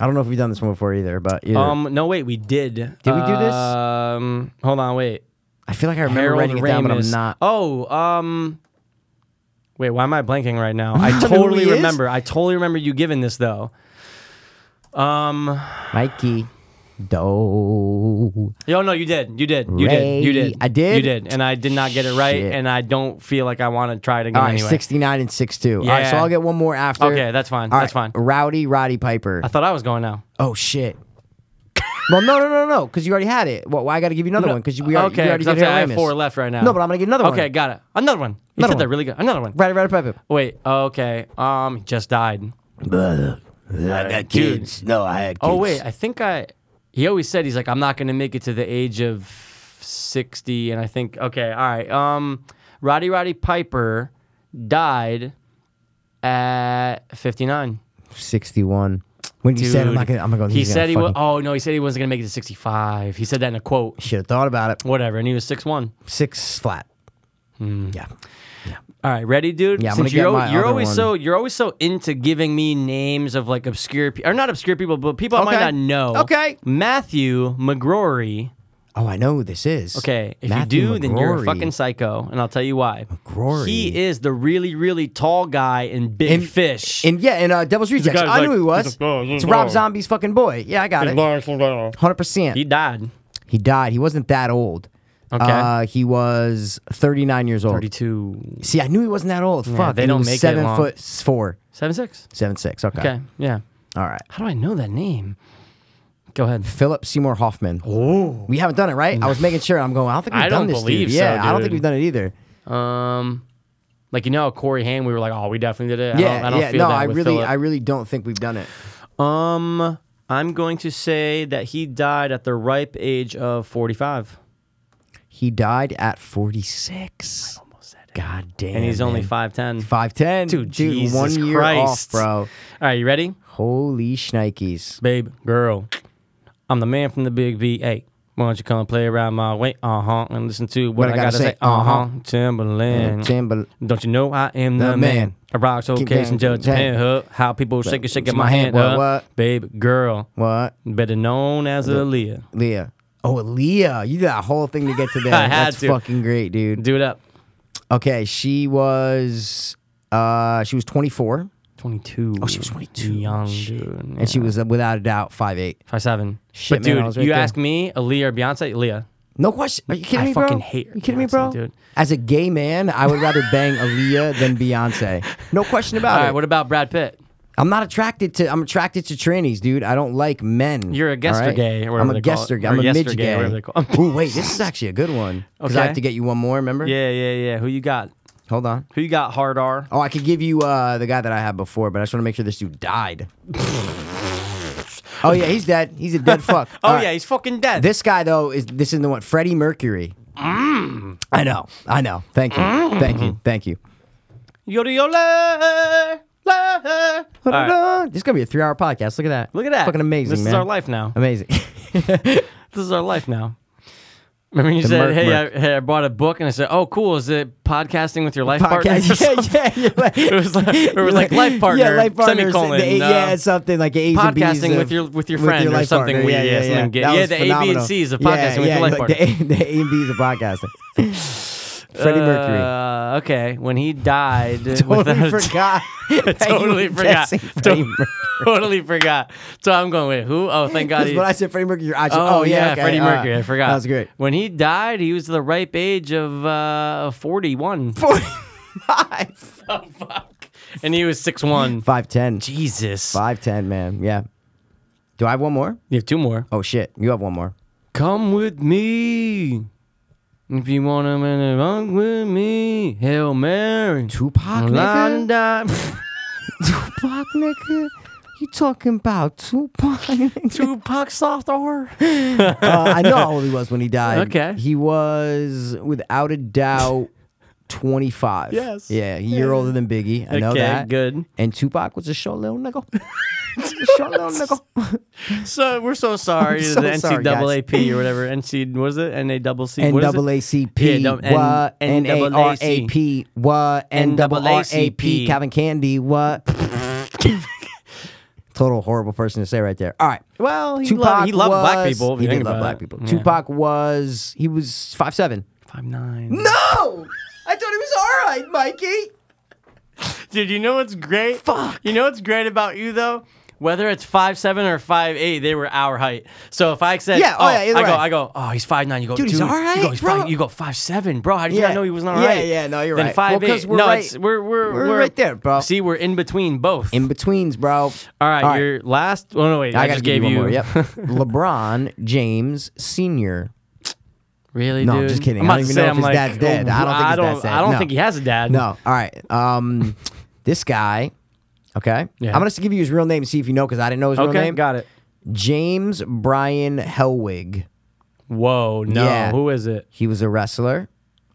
S1: I don't know if we've done this one before either, but either.
S2: Um, no, wait, we did. Did
S1: we do this?
S2: Um, hold on, wait.
S1: I feel like I remember
S2: Harold
S1: writing it down, but I'm
S2: Ramis.
S1: not.
S2: Oh, um, wait, why am I blanking right now? I
S1: don't know who
S2: totally
S1: he is.
S2: remember. I totally remember you giving this though.
S1: Mikey Doe.
S2: Yo, Oh, no, you did. You did. You
S1: Ray-
S2: did. You did.
S1: I did?
S2: You did. And I did not get it right.
S1: Shit.
S2: And I don't feel like I want to try it again
S1: All right,
S2: anyway.
S1: 69 and 62. All right, so
S2: Yeah.
S1: I'll get one more after.
S2: Okay, that's fine.
S1: All
S2: That's
S1: right,
S2: fine.
S1: Rowdy Roddy Piper.
S2: I thought I was going now.
S1: Oh shit. well, no, no, no, no, because you already had it. Well, why I got to give you another one? Because we already,
S2: okay,
S1: you already
S2: 'cause I'm
S1: did
S2: saying I have
S1: Harold Ramis.
S2: four left right now.
S1: No, but I'm gonna get another one.
S2: Okay, got it. Another one. You
S1: Another
S2: said that
S1: one.
S2: really good. Another one.
S1: Right, right, right.
S2: Wait. Okay. Um, he just died.
S1: I got
S2: kids.
S1: No, I had kids.
S2: Oh wait, I think I. He always said he's like I'm not gonna make it to the age of sixty, and I think okay, all right. Um, Roddy Roddy Piper died at fifty nine.
S1: 61. When you said I'm not gonna, I'm gonna go.
S2: He
S1: he's
S2: said
S1: gonna
S2: he was.
S1: fucking-
S2: Oh no, he said he wasn't gonna make it to sixty five. He said that in a quote.
S1: Should have thought about it.
S2: Whatever, and he was six one.
S1: Six flat.
S2: Hmm.
S1: Yeah.
S2: All right, ready, dude.
S1: Yeah, I'm gonna
S2: Since
S1: get
S2: you're al-
S1: my
S2: you're
S1: other
S2: always
S1: one.
S2: so you're always so into giving me names of like obscure pe- or not obscure people, but people I might
S1: Okay.
S2: not know.
S1: Okay.
S2: Matthew McGrory.
S1: Oh, I know who this is.
S2: Okay, if
S1: Matthew
S2: you do, then you're a
S1: McGrory.
S2: fucking psycho, and I'll tell you why.
S1: McGrory.
S2: He is the really, really tall guy in Big
S1: In-
S2: Fish.
S1: And yeah, and uh, Devil's Rejects.
S2: guy's
S1: I knew
S2: like-
S1: he was.
S2: he's a- oh, he's
S1: It's
S2: a-
S1: Rob
S2: oh.
S1: Zombie's fucking boy. Yeah, I got it. Hundred
S2: he
S1: percent.
S2: died.
S1: He died. He wasn't that old.
S2: Okay.
S1: Uh, he was 39 years old.
S2: 32,
S1: See, I knew he wasn't that old. Fuck. and
S2: they
S1: he
S2: don't
S1: was
S2: make it
S1: seven
S2: long.
S1: foot s- four,
S2: 7 6.
S1: seven six. Okay.
S2: Okay. Yeah.
S1: All right.
S2: How do I know that name? Go ahead.
S1: Philip Seymour Hoffman. Oh, we haven't done it, right? I was making sure. I'm going. I don't think we've
S2: I
S1: done
S2: don't
S1: this.
S2: believe
S1: dude.
S2: so,
S1: Yeah, I don't think
S2: dude.
S1: we've done it either.
S2: Um, like you know, how Corey Haim, we were like, oh, we definitely did it. I
S1: yeah,
S2: don't, I don't
S1: yeah.
S2: feel
S1: no,
S2: that
S1: I
S2: with
S1: really,
S2: Phillip.
S1: I really don't think we've done it.
S2: Um, I'm going to say that he died at the ripe age of 45,
S1: He died at 46. God damn.
S2: and he's only
S1: man.
S2: 5'10.
S1: Five ten,
S2: Dude, Jesus
S1: one year off,
S2: Christ.
S1: bro.
S2: All right, you ready?
S1: Holy shnikes!
S2: Babe, girl, I'm the man from the big VA. Why don't you come play around my way? Uh huh. And listen to what, I, gotta, say. Uh huh. Timberland.
S1: Timberland.
S2: Don't you know I am the,
S1: The
S2: man?
S1: man.
S2: I rock so
S1: Keep
S2: case and
S1: going.
S2: judge Japan hook. How people shake it, shaking
S1: it's
S2: my,
S1: my hand.
S2: hand,
S1: What,
S2: up.
S1: what?
S2: Babe, girl,
S1: What?
S2: better known as Aaliyah.
S1: Leah. Oh, Leah. You did that whole thing to get to there.
S2: I had
S1: That's
S2: to.
S1: fucking great, dude.
S2: Do it up.
S1: Okay, she was uh she was 24
S2: 22. Oh, she was 22. Young dude.
S1: and she was uh, without a doubt 5'8.
S2: Five seven.
S1: Shit,
S2: but
S1: man,
S2: dude,
S1: I was right
S2: you
S1: there.
S2: ask me, Aaliyah or Beyonce? Aaliyah.
S1: No question. Are you kidding
S2: I
S1: me, bro?
S2: fucking hate her,
S1: You kidding me,
S2: Beyonce,
S1: bro?
S2: dude.
S1: As a gay man, I would rather bang Aaliyah than Beyonce. No question
S2: All
S1: about
S2: right,
S1: it.
S2: what about Brad Pitt?
S1: I'm not attracted to. I'm attracted to trannies, dude. I don't like men.
S2: You're a gester
S1: alright?
S2: gay, or whatever
S1: I'm
S2: they
S1: a
S2: call
S1: gester
S2: it,
S1: gay.
S2: or
S1: I'm a
S2: yester
S1: midge
S2: gay,
S1: gay.
S2: whatever they call it.
S1: Ooh, wait, this is actually a good one because I
S2: Okay.
S1: have to get you one more. Remember?
S2: Yeah, yeah, yeah. Who you got?
S1: Hold on.
S2: Who you got? Hard R.
S1: Oh, I could give you uh, the guy that I had before, but I just want to make sure this dude died. oh yeah, he's dead. He's a dead fuck.
S2: Oh
S1: All right.
S2: yeah, he's fucking dead.
S1: This guy though is this is the one Freddie Mercury.
S2: Mm.
S1: I know. I know. Thank you. Thank you. Thank you.
S2: yoda yola. la. All right.
S1: This is gonna be a three hour podcast. Look at that.
S2: Look at that.
S1: Fucking amazing,
S2: This
S1: man.
S2: is our life now.
S1: Amazing.
S2: This is our life now. Remember you
S1: The
S2: said,
S1: murk,
S2: hey,
S1: murk.
S2: I, hey, I bought a book, and I said, oh, cool. Is it podcasting with your life partner? or
S1: Podcast.
S2: something?
S1: yeah, yeah. You're like,
S2: It was like- it was like life
S1: Yeah,
S2: partner,
S1: life partner.
S2: semicolon,
S1: the A-
S2: uh,
S1: yeah, it's something like A's and B's
S2: podcasting
S1: of-
S2: with your- with your friend or
S1: life
S2: something
S1: partner.
S2: weird, yeah, something gay.
S1: That
S2: Yeah,
S1: was
S2: the A, B, and
S1: phenomenal.
S2: C's of
S1: Yeah,
S2: podcasting with
S1: yeah,
S2: your life
S1: like the A- The A and B's of podcasting. Freddie Mercury.
S2: Uh, okay, when he died,
S1: Totally
S2: without-
S1: forgot. that you
S2: totally
S1: were
S2: forgot.
S1: guessing Freddie
S2: To- totally forgot. So I'm going, wait, who? Oh, thank God.
S1: Because
S2: He,
S1: when I said Freddie Mercury, I just,
S2: oh, yeah,
S1: okay,
S2: Freddie
S1: all right.
S2: Mercury. I forgot.
S1: That was great.
S2: When he died, he was the ripe age of uh, 41.
S1: Forty-five,
S2: Oh, fuck. And he was 6'1.
S1: five ten,
S2: Jesus.
S1: five ten, man. Yeah. Do I have one more?
S2: You have two more.
S1: Oh shit, you have one more.
S2: Come with me. If you want to run with me, Hail Mary.
S1: Tupac,
S2: La-
S1: nigga.
S2: da-
S1: Tupac, nigga. You talking about Tupac? nigga?
S2: Tupac soft R.
S1: uh, I know how old he was when he died.
S2: Okay.
S1: He was, without a doubt, 25.
S2: Yes.
S1: Yeah, a year older than Biggie. I know
S2: Okay,
S1: that.
S2: good.
S1: And Tupac was a short little nigga. short little nigga.
S2: So we're so sorry
S1: I'm
S2: to
S1: so
S2: the
S1: sorry, guys.
S2: NCAAP or whatever. NC what is it? NAAC.
S1: And
S2: What is it?
S1: double ACP.
S2: Yeah, no,
S1: what? N
S2: N-
S1: A R A P. What? N double R A P. Calvin Candy. What? Total horrible person to say right there. All right.
S2: Well, he,
S1: Tupac
S2: loved, he loved
S1: was,
S2: black people. If
S1: He
S2: you
S1: did
S2: think
S1: love
S2: about
S1: black
S2: it.
S1: people.
S2: Yeah.
S1: Tupac was he was five seven.
S2: five nine.
S1: No, I thought he was all right, Mikey.
S2: Dude, you know what's great? Fuck. You know what's great about you though? Whether it's five seven or five eight, they were our height. So if I said,
S1: Yeah, oh,
S2: oh,
S1: yeah, either
S2: I go,
S1: way.
S2: I go, oh, he's five nine. You go,
S1: Dude, he's all
S2: You
S1: right,
S2: go, he's
S1: bro."
S2: Five, you go five seven, bro. How did you
S1: Yeah.
S2: not know he was not
S1: Yeah,
S2: right?
S1: yeah, no, you're
S2: then
S1: right. Well,
S2: Five
S1: 'cause
S2: eight.
S1: we're
S2: no,
S1: right-
S2: it's, we're, we're
S1: we're right there, bro.
S2: See, we're in between both.
S1: In betweens, bro.
S2: all right, your last. Oh no, wait. I,
S1: I, gotta
S2: just
S1: give
S2: gave
S1: you. One more. Yep. LeBron James Senior.
S2: Really,
S1: No,
S2: dude?
S1: I'm just kidding.
S2: about
S1: I don't
S2: to
S1: even
S2: say,
S1: know if
S2: I'm
S1: his
S2: like,
S1: dad's dead. I don't think
S2: I
S1: his
S2: don't,
S1: dad's dead.
S2: I don't
S1: No.
S2: think he has a dad.
S1: No. All right. Um, this guy. Okay.
S2: Yeah.
S1: I'm gonna just give you his real name and see if you know because I didn't know his
S2: Okay,
S1: real name.
S2: got it.
S1: James Brian Helwig.
S2: Whoa, no.
S1: Yeah.
S2: Who is it?
S1: He was a wrestler.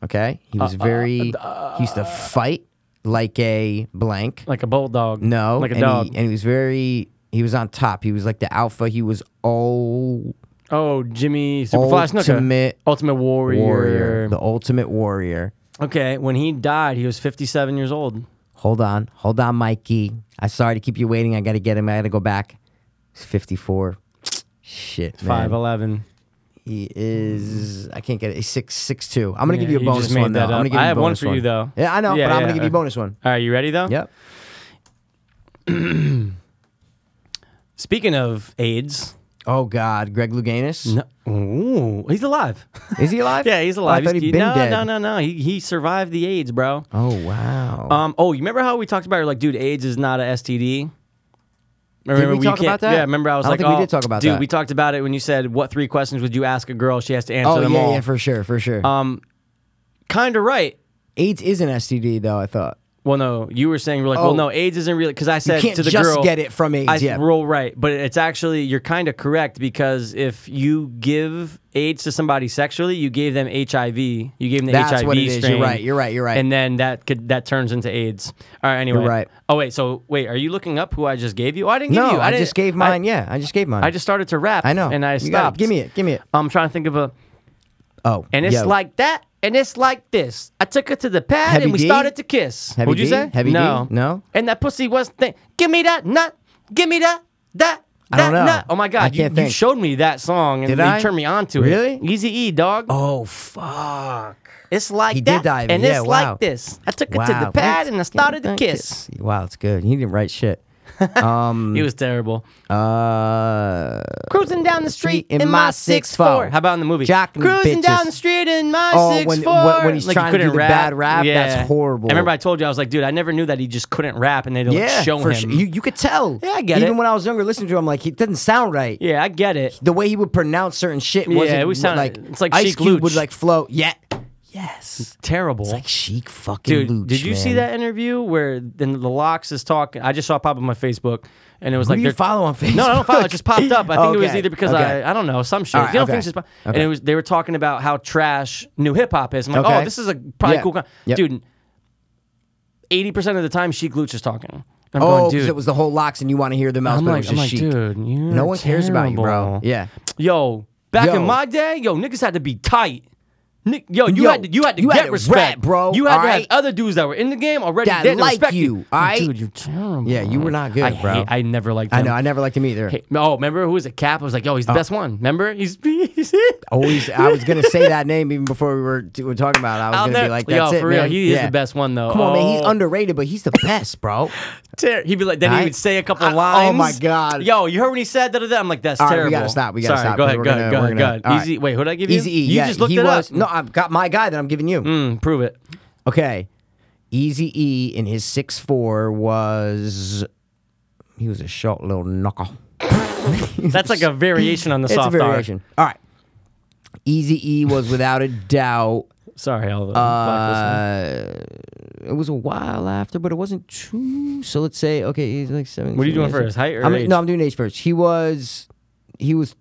S1: Okay. He
S2: Uh,
S1: was very. he used to fight like a blank.
S2: Like a bulldog?
S1: No.
S2: Like a
S1: and
S2: dog?
S1: He, and he was very. He was on top. He was like the alpha. He was all
S2: oh, Jimmy Superfly Snooker.
S1: Ultimate
S2: Ultimate Warrior.
S1: warrior, the ultimate warrior.
S2: Okay, when he died, he was 57 years old.
S1: Hold on, hold on, Mikey. I'm sorry to keep you waiting. I gotta get him. I gotta go back. He's 54. Shit, man.
S2: 5'11.
S1: He is. I can't get it. He's six six two. I'm gonna
S2: Yeah,
S1: give you a
S2: you
S1: bonus
S2: just made
S1: one though.
S2: that
S1: I'm gonna
S2: up.
S1: give you
S2: I
S1: a
S2: have one
S1: bonus
S2: for you, though.
S1: Yeah, I know,
S2: Yeah,
S1: but I'm
S2: yeah,
S1: gonna give you
S2: uh,
S1: a bonus one.
S2: All right, you ready though?
S1: Yep.
S2: Speaking of AIDS,
S1: Oh God, Greg Louganis.
S2: No. Ooh, he's alive.
S1: Is he alive?
S2: yeah, he's
S1: Oh,
S2: alive.
S1: I thought
S2: He's-
S1: he'd been
S2: no,
S1: dead.
S2: no, no, no. He he survived the AIDS, bro.
S1: Oh wow.
S2: Um. Oh, you remember how we talked about? it? Like, dude, AIDS is not a STD. Remember
S1: we talk
S2: can't-
S1: about that?
S2: Yeah, remember I was
S1: I don't
S2: like,
S1: think we
S2: oh,
S1: did talk about
S2: dude,
S1: that.
S2: we talked about it when you said, "What three questions would you ask a girl? She has to answer
S1: oh
S2: them
S1: yeah,
S2: all."
S1: yeah, for sure, for sure.
S2: um, kind of right.
S1: AIDS is an STD though. I thought.
S2: Well, no, you were saying we're like, well,
S1: Oh.
S2: no, AIDS isn't really because I said
S1: can't
S2: to the
S1: just
S2: girl,
S1: get it from AIDS,
S2: I,
S1: yeah.
S2: roll right, but it's actually you're kind of correct because if you give AIDS to somebody sexually, you gave them HIV. You gave them the
S1: That's
S2: HIV
S1: what it is. You're
S2: strain,
S1: right, you're right, you're right.
S2: And then that could that turns into AIDS. All right. Anyway.
S1: right.
S2: Oh wait. So wait, are you looking up who I just gave you? Oh, I didn't give
S1: No,
S2: you.
S1: I,
S2: didn't-
S1: just gave mine. yeah, I just gave mine.
S2: I, I just started to rap.
S1: I know.
S2: And I
S1: You got it.
S2: stopped.
S1: Give me it. Give me it.
S2: I'm trying to think of a.
S1: Oh,
S2: And it's
S1: yo.
S2: like that. And it's like this. I took her to the pad
S1: Heavy
S2: and we
S1: D?
S2: started to kiss.
S1: Heavy
S2: What'd you
S1: D?
S2: say?
S1: Heavy D?
S2: no.
S1: No?
S2: And that pussy was think. Give me that nut. Give me that that.
S1: I don't
S2: that
S1: know.
S2: nut." Oh my
S1: I
S2: god! You,
S1: can't
S2: you
S1: think.
S2: showed me that song and
S1: Did
S2: you
S1: I?
S2: turned me on to
S1: Really?
S2: it. Easy E dog.
S1: Oh fuck.
S2: It's like
S1: He
S2: that
S1: did dive in.
S2: and
S1: Yeah,
S2: it's
S1: wow.
S2: like this. I took her to the pad and I started to kiss.
S1: Wow, it's good. He didn't write shit. Mm.
S2: It was terrible.
S1: Uh,
S2: Cruising down the street in, my six four. How about in the movie?
S1: Jocking
S2: Cruising
S1: bitches.
S2: down the street in my
S1: Oh,
S2: six
S1: when-
S2: four.
S1: when- when he's trying to do the bad rap,
S2: yeah.
S1: that's horrible.
S2: I remember I told you I was like, dude, I never knew that he just couldn't rap, and they didn't like,
S1: yeah,
S2: show
S1: for
S2: him.
S1: sure. You, you could tell.
S2: Yeah, I get
S1: Even
S2: it.
S1: when I was younger, listening to him, like it doesn't sound right.
S2: yeah, I get it.
S1: The way he would pronounce certain shit
S2: Yeah,
S1: wasn't
S2: it was sound-
S1: like
S2: it's like
S1: Ice
S2: Chic
S1: Cube would
S2: Luch.
S1: like flow. Yeah, yes,
S2: Terrible.
S1: like chic fucking.
S2: Dude,
S1: Luch,
S2: did you see
S1: man.
S2: that interview where then the locks is talking? I just saw it pop up on my Facebook, and it was
S1: Who
S2: like
S1: do you
S2: they're
S1: follow on Facebook?
S2: No, I don't follow. It just popped up. I think it was
S1: Okay,
S2: either because
S1: okay.
S2: I, I don't know, some shit.
S1: All right,
S2: you know,
S1: okay,
S2: things just pop- And
S1: okay.
S2: it was they were talking about how trash new hip hop is. I'm like,
S1: Okay.
S2: oh, this is a probably
S1: Yeah.
S2: cool. Con-.
S1: Yep.
S2: Dude, eighty percent of the time, Sheik Luch is talking. I'm
S1: Oh,
S2: going,
S1: because
S2: dude.
S1: it was the whole locks, and you want to hear the mouth,
S2: I'm
S1: but it
S2: like,
S1: was
S2: I'm
S1: just
S2: like,
S1: chic.
S2: dude, you're
S1: no one cares about you, bro.
S2: terrible.
S1: Yeah.
S2: Yo, back
S1: Yo.
S2: in my day, yo, niggas had to be tight. Ni- Yo, you
S1: Yo,
S2: had to you had to
S1: you had
S2: get
S1: to
S2: respect,
S1: rap, bro,
S2: You had to
S1: alright?
S2: have other dudes that were in the game already
S1: That
S2: they had to
S1: like
S2: respect
S1: you, alright?
S2: Dude, you're terrible.
S1: Yeah, you were not good,
S2: I
S1: bro.
S2: hate- I never liked.
S1: I
S2: them.
S1: know. I Uh, never liked him either.
S2: Hey, oh, remember who was a cap? I was like, yo, he's the best one. Remember? He's. he's
S1: Always, I was gonna say that name even before we were, we were talking about. it. I was
S2: I'll
S1: gonna
S2: never-
S1: be like,
S2: yo,
S1: "That's it,
S2: for real,
S1: man."
S2: he is
S1: Yeah.
S2: the best one though.
S1: Come on, man. He's
S2: Oh,
S1: underrated, but he's the best, bro.
S2: ter- He'd be like, then he
S1: Alright.
S2: would say a couple
S1: I- oh
S2: lines.
S1: my God.
S2: Yo, you heard when he said that? I'm like, that's
S1: All right, we
S2: terrible.
S1: gotta stop, we gotta
S2: Sorry,
S1: stop,
S2: Go
S1: 'cause
S2: ahead,
S1: we're
S2: go ahead, go
S1: gonna-
S2: ahead,
S1: we're
S2: go
S1: gonna-
S2: ahead.
S1: alright.
S2: Easy. Wait, who'd I give you?
S1: Easy E.
S2: You
S1: yeah,
S2: just looked
S1: he
S2: it
S1: was,
S2: up.
S1: No, I've got my guy that I'm giving you.
S2: Mm, prove it.
S1: Okay, Easy E in his six four was he was a short little knocker.
S2: That's like a variation on the
S1: It's a
S2: soft
S1: variation. All right, Easy E was without a doubt.
S2: R. Sorry, I'll uh, block
S1: Uh, it was a while after, but it wasn't too. So let's say okay, he's like seven.
S2: What are you doing first, height or
S1: I'm,
S2: age?
S1: No, I'm doing age first. He was, he was,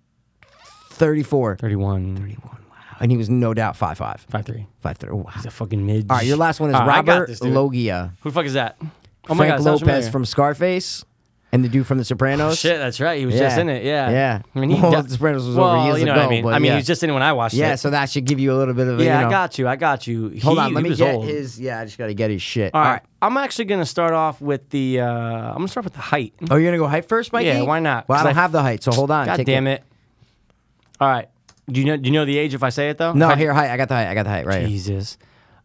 S1: thirty four,
S2: this one. 31, 31,
S1: and he was no doubt five five,
S2: 53.
S1: five three. Wow.
S2: He's a fucking midge.
S1: All right, your last one is
S2: All right, I got
S1: Robert
S2: this, dude.
S1: Logia,
S2: Who the fuck is that? Oh my
S1: Frank
S2: God, sounds
S1: Lopez
S2: familiar. Oh,
S1: from Scarface, and the dude from The Sopranos.
S2: Shit, that's right. He was just
S1: Yeah.
S2: in it. Yeah.
S1: Yeah.
S2: I mean, he
S1: Well,
S2: di-
S1: The Sopranos was over
S2: well,
S1: years
S2: you know
S1: ago,
S2: what I mean.
S1: but
S2: I mean,
S1: yeah.
S2: he was just in it when I watched
S1: Yeah,
S2: it.
S1: so that should give you a little bit of a.
S2: yeah,
S1: you know,
S2: I got you. I got you.
S1: Hold
S2: He-
S1: on, let
S2: he
S1: me
S2: was
S1: get
S2: old.
S1: his. Yeah, I just gotta get his shit.
S2: All right. I'm actually gonna start off with the. Uh, I'm gonna start with the height.
S1: Oh, you're gonna go height first, Mikey?
S2: Yeah, why not?
S1: Well, I
S2: 'Cause
S1: don't
S2: I-
S1: have the height, so hold on.
S2: God
S1: Take
S2: damn it. All right. Do you know? Do you know the age if I say it though?
S1: No,
S2: If I-
S1: here, height. I got the height. I got the height right. here.
S2: Jesus.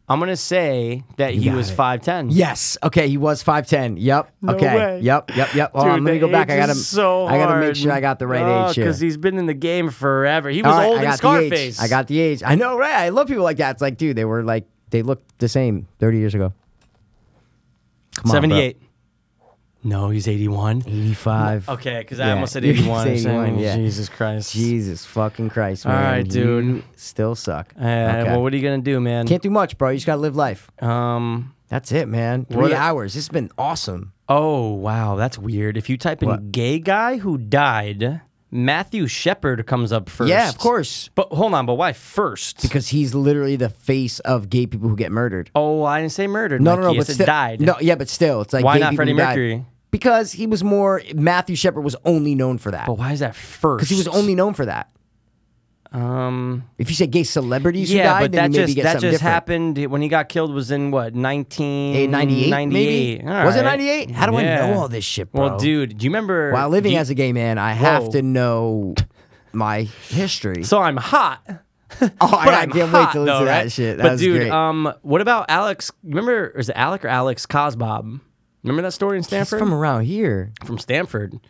S2: I'm gonna say that he
S1: got
S2: was
S1: it.
S2: five ten.
S1: Yes. Okay. He was five ten. Yep. okay.
S2: way.
S1: Yep. Yep. Yep. Hold
S2: Dude,
S1: on. Let me
S2: the
S1: go back. I
S2: age
S1: gotta.
S2: is So
S1: I gotta make
S2: hard.
S1: sure I got the right age here.
S2: because he's been in the game forever. He was
S1: All right,
S2: old
S1: I
S2: in
S1: got The age.
S2: Scarface.
S1: I got the age. I know, right? I love people like that. It's like, dude, they were like, they looked the same thirty years ago. Come on, bro.
S2: seventy-eight. No, he's eighty-one.
S1: 85.
S2: Okay, because I
S1: Yeah,
S2: almost said
S1: you said
S2: eighty-one.
S1: 81,
S2: saying,
S1: yeah.
S2: Jesus Christ.
S1: Jesus fucking Christ,
S2: All
S1: man.
S2: right, dude.
S1: You still suck.
S2: Uh, Well, what are you gonna do, man?
S1: Can't do much, bro. You just gotta live life.
S2: um.
S1: That's it, man. Three
S2: What a-
S1: hours. This has been awesome.
S2: Oh wow, that's weird. If you type in
S1: What?
S2: "gay guy who died," Matthew Shepard comes up first.
S1: Yeah, of course.
S2: But hold on, but why first?
S1: Because he's literally the face of gay people who get murdered.
S2: oh, I didn't say murdered.
S1: No,
S2: Mikey.
S1: no, no.
S2: I
S1: But
S2: said
S1: still,
S2: died.
S1: No, yeah, but still, it's like
S2: Why
S1: gay
S2: not
S1: people
S2: Freddie
S1: who died.
S2: Mercury?
S1: Because he was more. Matthew Shepard was only known for that.
S2: But why is that first?
S1: Because he was only known for that.
S2: um.
S1: If you say gay celebrities who
S2: Yeah,
S1: died,
S2: but
S1: then
S2: that
S1: you maybe
S2: just
S1: get
S2: that just
S1: something different.
S2: happened when he got killed was in what 1998?
S1: Eh, 98, maybe? Was it 98? How do I
S2: Yeah.
S1: know all this shit, bro?
S2: Well, dude, do you remember
S1: While living
S2: do you-
S1: as a gay man, I have
S2: Whoa.
S1: to know my history.
S2: so I'm hot.
S1: oh,
S2: But
S1: I,
S2: I'm
S1: can't
S2: hot,
S1: wait to listen
S2: though,
S1: to
S2: right?
S1: that shit. That
S2: but
S1: was
S2: dude,
S1: great.
S2: um, what about Alex? Remember, is it Alec or Alex Cosbob? Remember that story in
S1: He's
S2: Stanford?
S1: from around here.
S2: From Stanford.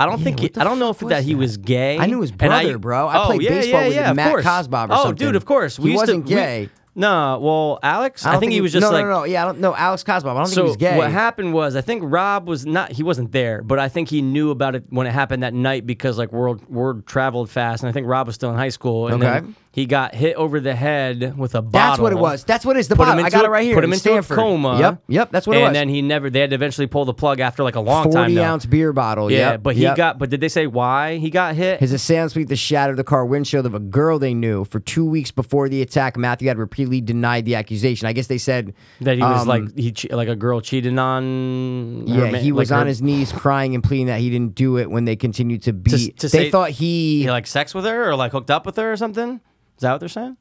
S2: I don't think
S1: what
S2: he,
S1: the
S2: I don't know if
S1: fuck
S2: that,
S1: was
S2: he was gay.
S1: I knew his
S2: and
S1: brother, bro. I
S2: oh,
S1: played
S2: yeah,
S1: baseball
S2: yeah,
S1: with
S2: yeah, of
S1: Matt
S2: course.
S1: Kosbob or
S2: oh,
S1: something.
S2: dude, of course. We
S1: He
S2: used to-
S1: wasn't
S2: we-
S1: gay.
S2: no, well, Alex, I,
S1: don't
S2: think, he was just
S1: no,
S2: like
S1: no, no, yeah, I don't, no, Alex Cosmo. I don't think
S2: so
S1: he was gay.
S2: what happened was I think Rob was not he wasn't there, but I think he knew about it when it happened that night because like world word traveled fast, and I think Rob was still in high school, and
S1: Okay.
S2: then he got hit over the head with a bottle.
S1: That's what it was. That's what it is. The
S2: Put him
S1: bottle. I
S2: into
S1: got
S2: a-
S1: it right here.
S2: Put him
S1: in
S2: into
S1: Stanford.
S2: a coma.
S1: Yep, yep. That's what it
S2: and
S1: was.
S2: And then he never. They had to eventually pull the plug after like a long time.
S1: forty
S2: though.
S1: ounce beer bottle.
S2: Yeah,
S1: yep,
S2: but he
S1: yep.
S2: got. But did they say why he got hit?
S1: His assailant sweep the shattered the car windshield of a girl they knew for two weeks before the attack. Matthew had repeatedly denied the accusation. I guess they said
S2: that he was
S1: um,
S2: like he che- like a girl cheated on. her
S1: Yeah,
S2: ma-
S1: he
S2: like
S1: was
S2: her-
S1: on his knees crying and pleading that he didn't do it when they continued to beat.
S2: s- to
S1: they
S2: say-
S1: thought he,
S2: He like sex with her or like hooked up with her or something. Is that what they're saying?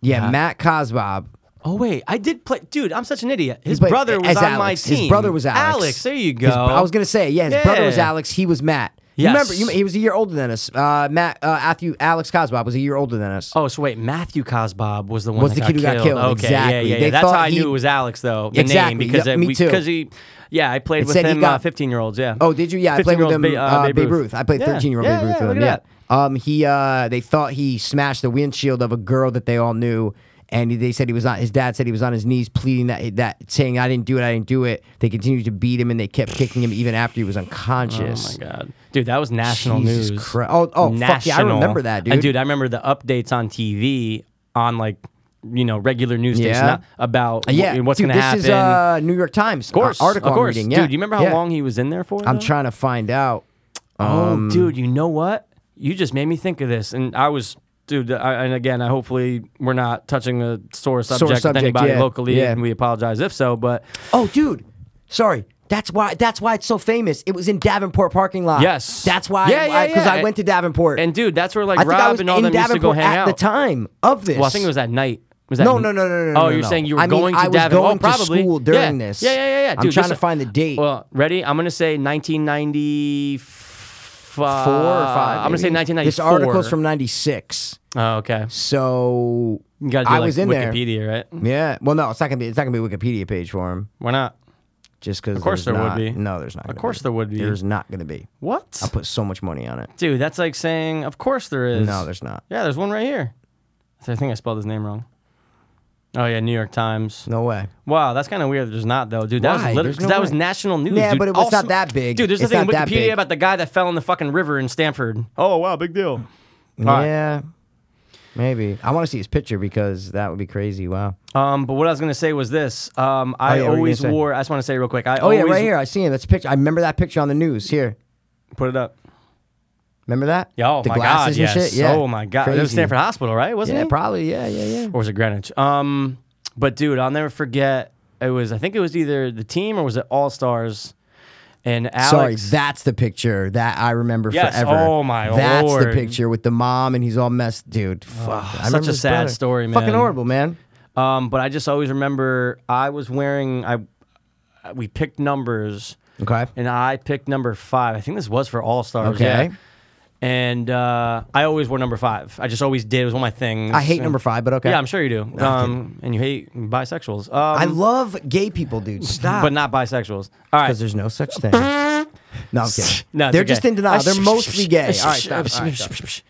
S1: yeah, Matt Cosbob.
S2: Oh wait, I did play, dude. I'm such an idiot. His
S1: But
S2: brother was
S1: as
S2: on
S1: Alex.
S2: my team.
S1: His brother was Alex.
S2: Alex, there you go.
S1: His- I was gonna say, yeah, his brother was
S2: Yeah.
S1: Alex. He was Matt. You
S2: Yes.
S1: remember, you, he was a year older than us. Uh, Matt, uh, Matthew, Alex Cosbob was a year older than us.
S2: Oh, so wait, Matthew Cosbob was the one
S1: Was
S2: that
S1: the kid who got killed,
S2: Okay,
S1: exactly.
S2: yeah, yeah.
S1: They
S2: yeah. That's
S1: thought
S2: how I
S1: he-
S2: knew it was Alex, though. The
S1: Exactly,
S2: name because
S1: yeah,
S2: it-
S1: me
S2: we-
S1: too.
S2: Because he, yeah, I played
S1: It
S2: with
S1: said he
S2: him.
S1: got-
S2: Fifteen year olds, yeah.
S1: Oh, did you? Yeah, I played with
S2: 15-year-olds
S1: him.
S2: Ba-
S1: uh, Babe, Ruth. I played
S2: Yeah,
S1: 13 year old
S2: yeah,
S1: Babe Ruth
S2: yeah,
S1: with
S2: look
S1: him.
S2: at
S1: Yeah.
S2: that.
S1: Um, he uh, they thought he smashed the windshield of a girl that they all knew, and they said he was on. His dad said he was on his knees pleading that that saying, "I didn't do it. I didn't do it." They continued to beat him, and they kept kicking him even after he was unconscious.
S2: Oh my god, dude, that was national
S1: Jesus
S2: news.
S1: Christ. Oh, oh, fuck yeah, I remember that, dude.
S2: And dude, I remember the updates on TV on like you know regular news station
S1: Yeah.
S2: about wh-
S1: Yeah,
S2: what's
S1: dude,
S2: going to
S1: this
S2: happen.
S1: is uh, New York Times
S2: of course,
S1: uh, article
S2: of course,
S1: I'm reading. Yeah,
S2: dude. You remember how
S1: yeah.
S2: long he was in there for?
S1: I'm um,
S2: though?
S1: trying to find out.
S2: Oh, dude, you know what? You just made me think of this, and I was, dude. I, and again, I hopefully we're not touching the sore subject, with
S1: subject,
S2: anybody
S1: yeah,
S2: locally,
S1: yeah.
S2: and we apologize if so. But
S1: Oh, dude. Sorry. That's why. That's why it's so famous. It was in Davenport parking lot.
S2: Yes.
S1: That's why.
S2: Yeah, yeah,
S1: Because
S2: yeah.
S1: I went to Davenport.
S2: and dude, that's where like
S1: I think I
S2: Rob
S1: was
S2: and all
S1: in
S2: them used to
S1: Davenport
S2: go hang
S1: at
S2: out
S1: the time of this.
S2: Well, I think it was at night. Was that
S1: No, no, no, no, no,
S2: Oh,
S1: no,
S2: you're
S1: no.
S2: saying you were
S1: I mean,
S2: going to
S1: I was
S2: Davenport?
S1: going to
S2: oh, probably.
S1: school during
S2: yeah.
S1: this.
S2: Yeah, yeah, yeah, yeah.
S1: I'm
S2: Dude,
S1: trying
S2: this-
S1: to find the date.
S2: Well, ready? I'm gonna say 1994
S1: four or five.
S2: I'm gonna say
S1: maybe.
S2: 1994.
S1: This article's from '96.
S2: Oh, okay.
S1: So
S2: You gotta do
S1: I
S2: like,
S1: was in
S2: Wikipedia, right?
S1: there. Yeah. Well, no, it's not gonna be. It's not gonna be a Wikipedia page for him.
S2: Why not?
S1: Just because. Of
S2: course there would be.
S1: No, there's not. Of
S2: course there would be.
S1: There's not gonna be.
S2: What?
S1: I put so much money on it.
S2: Dude, that's like saying, of course there is.
S1: No, there's not.
S2: Yeah, there's one right here. I think I spelled his name wrong. Oh yeah, New York Times.
S1: No way.
S2: Wow, that's kind of weird. that There's not though, dude. That
S1: Why?
S2: was literally
S1: There's
S2: because
S1: no
S2: that was
S1: way.
S2: national news.
S1: Yeah,
S2: dude.
S1: but it was
S2: Also-
S1: not that big.
S2: Dude, there's
S1: It's
S2: nothing in
S1: not that big.
S2: Wikipedia about the guy that fell in the fucking river in Stanford. Oh wow, big deal. All right.
S1: Yeah. Maybe. I want to see his picture because that would be crazy. Wow.
S2: Um, but what I was gonna say was this. Um, I
S1: Oh, yeah, what were you
S2: always
S1: gonna say?
S2: wore. I just want to say real quick. I
S1: Oh,
S2: always
S1: yeah, right here. I see him. That's a picture. I remember that picture on the news. Here.
S2: Put it up.
S1: Remember that?
S2: Yeah, oh
S1: the
S2: my god,
S1: glasses
S2: yes.
S1: and shit. Yeah.
S2: Oh my god, it was
S1: Crazy.
S2: Stanford Hospital, right? Wasn't
S1: Yeah,
S2: it?
S1: probably. Yeah, yeah, yeah.
S2: or was it Greenwich? Um, but dude, I'll never forget. It was. I think it was either the team or was it All Stars. And Alex,
S1: Sorry, that's the picture that I remember
S2: Yes,
S1: forever.
S2: oh my
S1: That's the
S2: lord. Oh,
S1: picture with the mom and he's all messed, dude. Fuck. I
S2: such
S1: remember
S2: a
S1: his
S2: sad
S1: brother.
S2: story, man.
S1: Fucking horrible, man.
S2: Um, but I just always remember I was wearing I we picked numbers
S1: Okay.
S2: and I picked number five. I think this was for All Stars.
S1: Okay.
S2: yeah. And uh, I always wore number five. I just always did. It was one of my things.
S1: I hate
S2: And-
S1: number five, but okay.
S2: Yeah, I'm sure you do. Um, and you hate bisexuals. Um,
S1: I love gay people, dude. Stop.
S2: but not bisexuals. All right.
S1: Because there's no such thing. No, I'm kidding.
S2: No, it's
S1: they're
S2: okay. Ah,
S1: just in denial. They're mostly gay. All right, stop. All right, stop.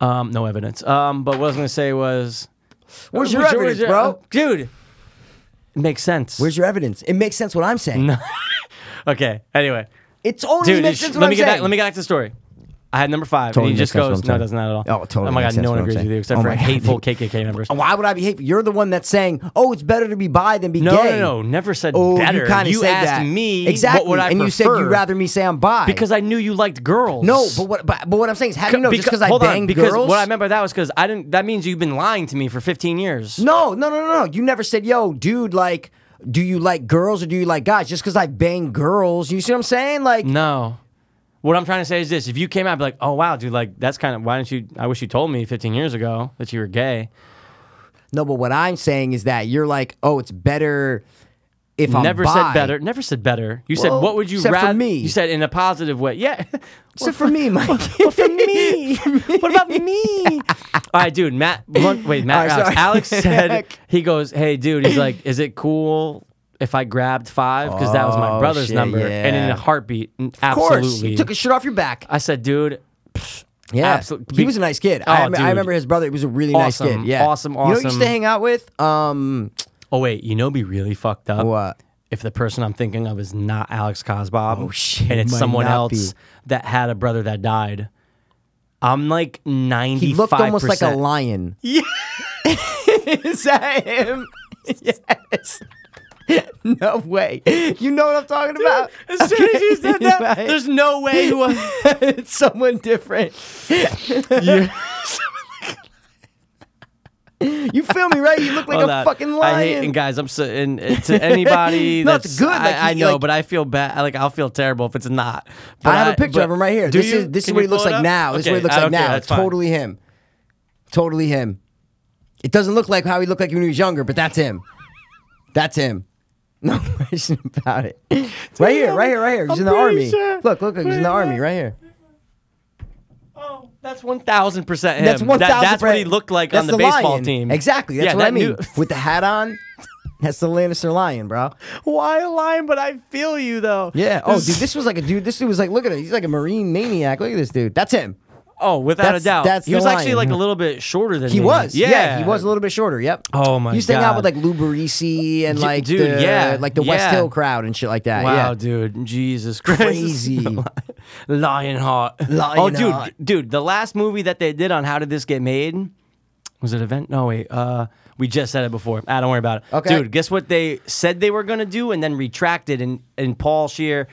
S2: Um, no evidence. Um, but what I was gonna say was,
S1: Where's your
S2: where's
S1: evidence,
S2: where's
S1: bro?
S2: Dude, it makes sense.
S1: Where's your evidence? It makes sense what I'm saying.
S2: okay. Anyway,
S1: It's only
S2: dude.
S1: makes
S2: it's-
S1: sense what
S2: let
S1: I'm
S2: me get
S1: saying.
S2: back. Let me get back to the story. I had number five,
S1: Totally makes
S2: and he just
S1: sense what
S2: goes,
S1: I'm
S2: "No,
S1: saying.
S2: it does not at all."
S1: Oh, totally
S2: Oh my
S1: makes
S2: god,
S1: sense
S2: no
S1: what
S2: one
S1: I'm
S2: agrees
S1: saying.
S2: with you except
S1: Oh
S2: for
S1: my God, Oh,
S2: hateful
S1: dude.
S2: KKK members.
S1: Why would I be hateful? You're the one that's saying, "Oh, it's better to be bi than be
S2: No,
S1: gay."
S2: no, no, never said
S1: Oh,
S2: better.
S1: you kind of said
S2: asked
S1: that.
S2: me
S1: exactly,
S2: what would I
S1: and you said
S2: prefer
S1: you'd rather me say I'm bi
S2: because I knew you liked girls.
S1: no, but what? But, but what I'm saying is, how do you know? Just because I
S2: hold
S1: banged
S2: on, because
S1: girls?
S2: what I meant by that was because I didn't. That means you've been lying to me for 15 years.
S1: no, no, no, no, no. You never said, "Yo, dude, like, do you like girls or do you like guys?" Just because I bang girls, you see what I'm saying? Like,
S2: No. What I'm trying to say is this: If you came out, I'd be like, "Oh wow, dude, like that's kind of why didn't you? I wish you told me 15 years ago that you were gay."
S1: no. But what I'm saying is that you're like, "Oh, it's better if I'm
S2: never
S1: bi."
S2: said better. Never said better. You
S1: Well,
S2: said what would you
S1: except for
S2: rather?
S1: me.
S2: You said in a positive way. Yeah.
S1: Except for me, Mike.
S2: But for me, what about me? All right, dude. Matt, Blunt, wait, Matt.
S1: All right,
S2: Alex, Alex
S1: sorry.
S2: said he goes, "Hey, dude." He's like, "Is it cool if I grabbed five because that was my
S1: Oh,
S2: brother's
S1: shit,
S2: number, and in
S1: yeah.
S2: a heartbeat, n-
S1: Of course,
S2: absolutely.
S1: you took his shirt off your back.
S2: I said, dude, pfft,
S1: Yeah,
S2: absolutely.
S1: he was a nice kid. I,
S2: Oh,
S1: rem- I
S2: dude.
S1: remember his brother. He was a really nice
S2: Awesome,
S1: kid. Yeah,
S2: awesome,
S1: You know, who you used
S2: awesome.
S1: to hang out with. Um,
S2: Oh wait, you know, be really fucked up.
S1: What?
S2: If the person I'm thinking of is not Alex Cosbob, oh
S1: shit,
S2: and it's
S1: might
S2: someone
S1: not be.
S2: else that had a brother that died, I'm like ninety.
S1: he looked almost like a lion. Yeah, is that him? Yes. No way. You know what I'm talking about?
S2: As soon as you said that,
S1: Right.
S2: there's no way who I,
S1: it's someone different. you feel me, right? You look like
S2: Hold
S1: a
S2: on.
S1: fucking lion.
S2: I hate, and guys, I'm so and uh, to anybody
S1: No,
S2: that's
S1: it's good,
S2: I,
S1: like,
S2: I
S1: he-
S2: know,
S1: like-
S2: but I feel bad. Like I'll feel terrible if it's not. But
S1: I have a picture of him right here.
S2: Do
S1: This
S2: you?
S1: is this is
S2: Can
S1: what
S2: you
S1: he looks
S2: pull it
S1: like
S2: up?
S1: now. This is what he
S2: Okay,
S1: looks
S2: I
S1: like
S2: don't care,
S1: now.
S2: that's
S1: It's
S2: fine.
S1: totally him. Totally him. It doesn't look like how he looked like when he was younger, but that's him. That's him. No question about it. Right here, right here, right here. He's
S2: I'm
S1: in the
S2: pretty
S1: army.
S2: sure.
S1: Look, look, look, he's in the army right here.
S2: Oh, that's one thousand percent him.
S1: That's one
S2: That-
S1: thousand.
S2: That's what he looked like on the, baseball team.
S1: Exactly. That's
S2: Yeah,
S1: what I
S2: that
S1: mean.
S2: new-
S1: With the hat on, that's the Lannister lion, bro.
S2: Why a lion? But I feel you though.
S1: Yeah. Oh, dude, this was like a dude. This dude was like, look at him. He's like a marine maniac. Look at this dude. That's him.
S2: Oh, without
S1: That's-
S2: a doubt.
S1: that's
S2: he
S1: the
S2: was actually
S1: lion.
S2: like a little bit shorter than
S1: He
S2: me.
S1: was, yeah.
S2: Yeah.
S1: He was a little bit shorter. Yep.
S2: Oh, my
S1: He used to hang out with
S2: God.
S1: like Lou Barisi and
S2: Ju-
S1: like
S2: dude,
S1: the,
S2: yeah,
S1: like the West
S2: yeah.
S1: Hill crowd and shit like that.
S2: Wow,
S1: yeah.
S2: dude. Jesus Christ.
S1: Crazy.
S2: Lionheart. Oh,
S1: Lionheart.
S2: dude, dude, the last movie that they did on How Did This Get Made was it event? No, wait. Uh, we just said it before. I don't worry about it.
S1: Okay.
S2: Dude, guess what they said they were gonna do and then retracted and and Paul Shear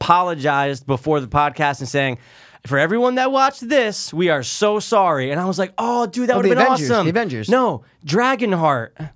S2: apologized before the podcast and saying. For everyone that watched this, we are so sorry. And I was like, "Oh, dude, that
S1: Oh,
S2: would
S1: the
S2: have been
S1: Avengers, the
S2: awesome."
S1: Avengers.
S2: No, Dragonheart.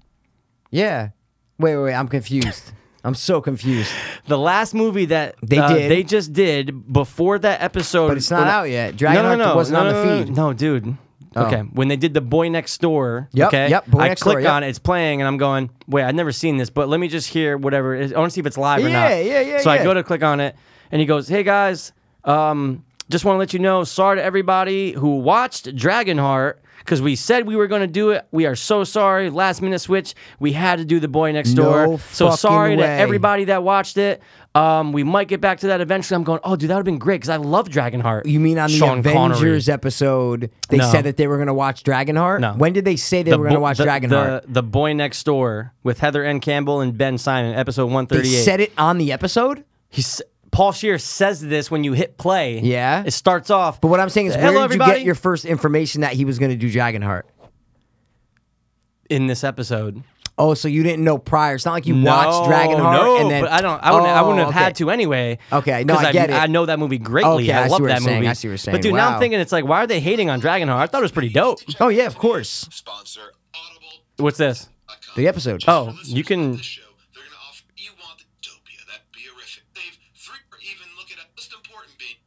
S1: Yeah. Wait, wait, wait. I'm confused. I'm so confused.
S2: The last movie that
S1: They
S2: uh,
S1: did.
S2: they just did before that episode,
S1: But it's not
S2: when-
S1: out yet. Dragonheart wasn't on the
S2: no,
S1: feed. Oh.
S2: No, dude. Okay, when they did the Boy Next Door,
S1: Yep,
S2: okay,
S1: yep, Boy
S2: I
S1: Next Door,
S2: click
S1: yep.
S2: on it, it's playing, and I'm going, wait, I've never seen this, but let me just hear whatever. It is. I want to see if it's live or
S1: Yeah,
S2: not.
S1: yeah, yeah,
S2: So
S1: yeah.
S2: I go to click on it, and he goes, hey guys, um, just want to let you know, sorry to everybody who watched Dragonheart. Because we said we were going to do it. We are so sorry. Last minute switch. We had to do the boy next door.
S1: No
S2: so
S1: fucking
S2: sorry to
S1: way.
S2: everybody everybody that watched it. Um, we might get back to that eventually. I'm going, oh, dude, that would have been great because I love Dragonheart.
S1: You mean on the
S2: Sean Connery.
S1: Avengers episode, they
S2: No.
S1: said that they were going to watch Dragonheart?
S2: No.
S1: When did they say they
S2: The
S1: were going to
S2: bo-
S1: watch
S2: the,
S1: Dragonheart?
S2: The, the Boy Next Door with Heather N. Campbell and Ben Simon, episode
S1: they
S2: 138.
S1: said it on the episode?
S2: He's, Paul Shear says this when you hit play.
S1: Yeah.
S2: It starts off.
S1: But what I'm saying is,
S2: Hello,
S1: where did you
S2: everybody.
S1: get your first information that he was going to do Dragonheart?
S2: In this episode.
S1: Oh, so you didn't know prior. It's not like you watched
S2: no,
S1: Dragonheart
S2: no,
S1: and then.
S2: but I don't. I wouldn't. I
S1: Oh,
S2: wouldn't have
S1: okay.
S2: had to anyway.
S1: Okay, no,
S2: 'cause
S1: I get it.
S2: I know that movie greatly.
S1: Okay, I
S2: I
S1: see
S2: love
S1: what
S2: that
S1: you're saying,
S2: movie.
S1: I see what you're
S2: But dude,
S1: saying,
S2: now
S1: wow.
S2: I'm thinking it's like, why are they hating on Dragonheart? I thought it was pretty dope.
S1: Oh, yeah, of course.
S5: sponsor Audible.
S2: What's this?
S1: The episode.
S2: Oh,
S5: Listeners
S2: you
S5: of
S2: can.
S5: this show, they're gonna offer you want the dopia, that beerific. Save three or even look at a most important being.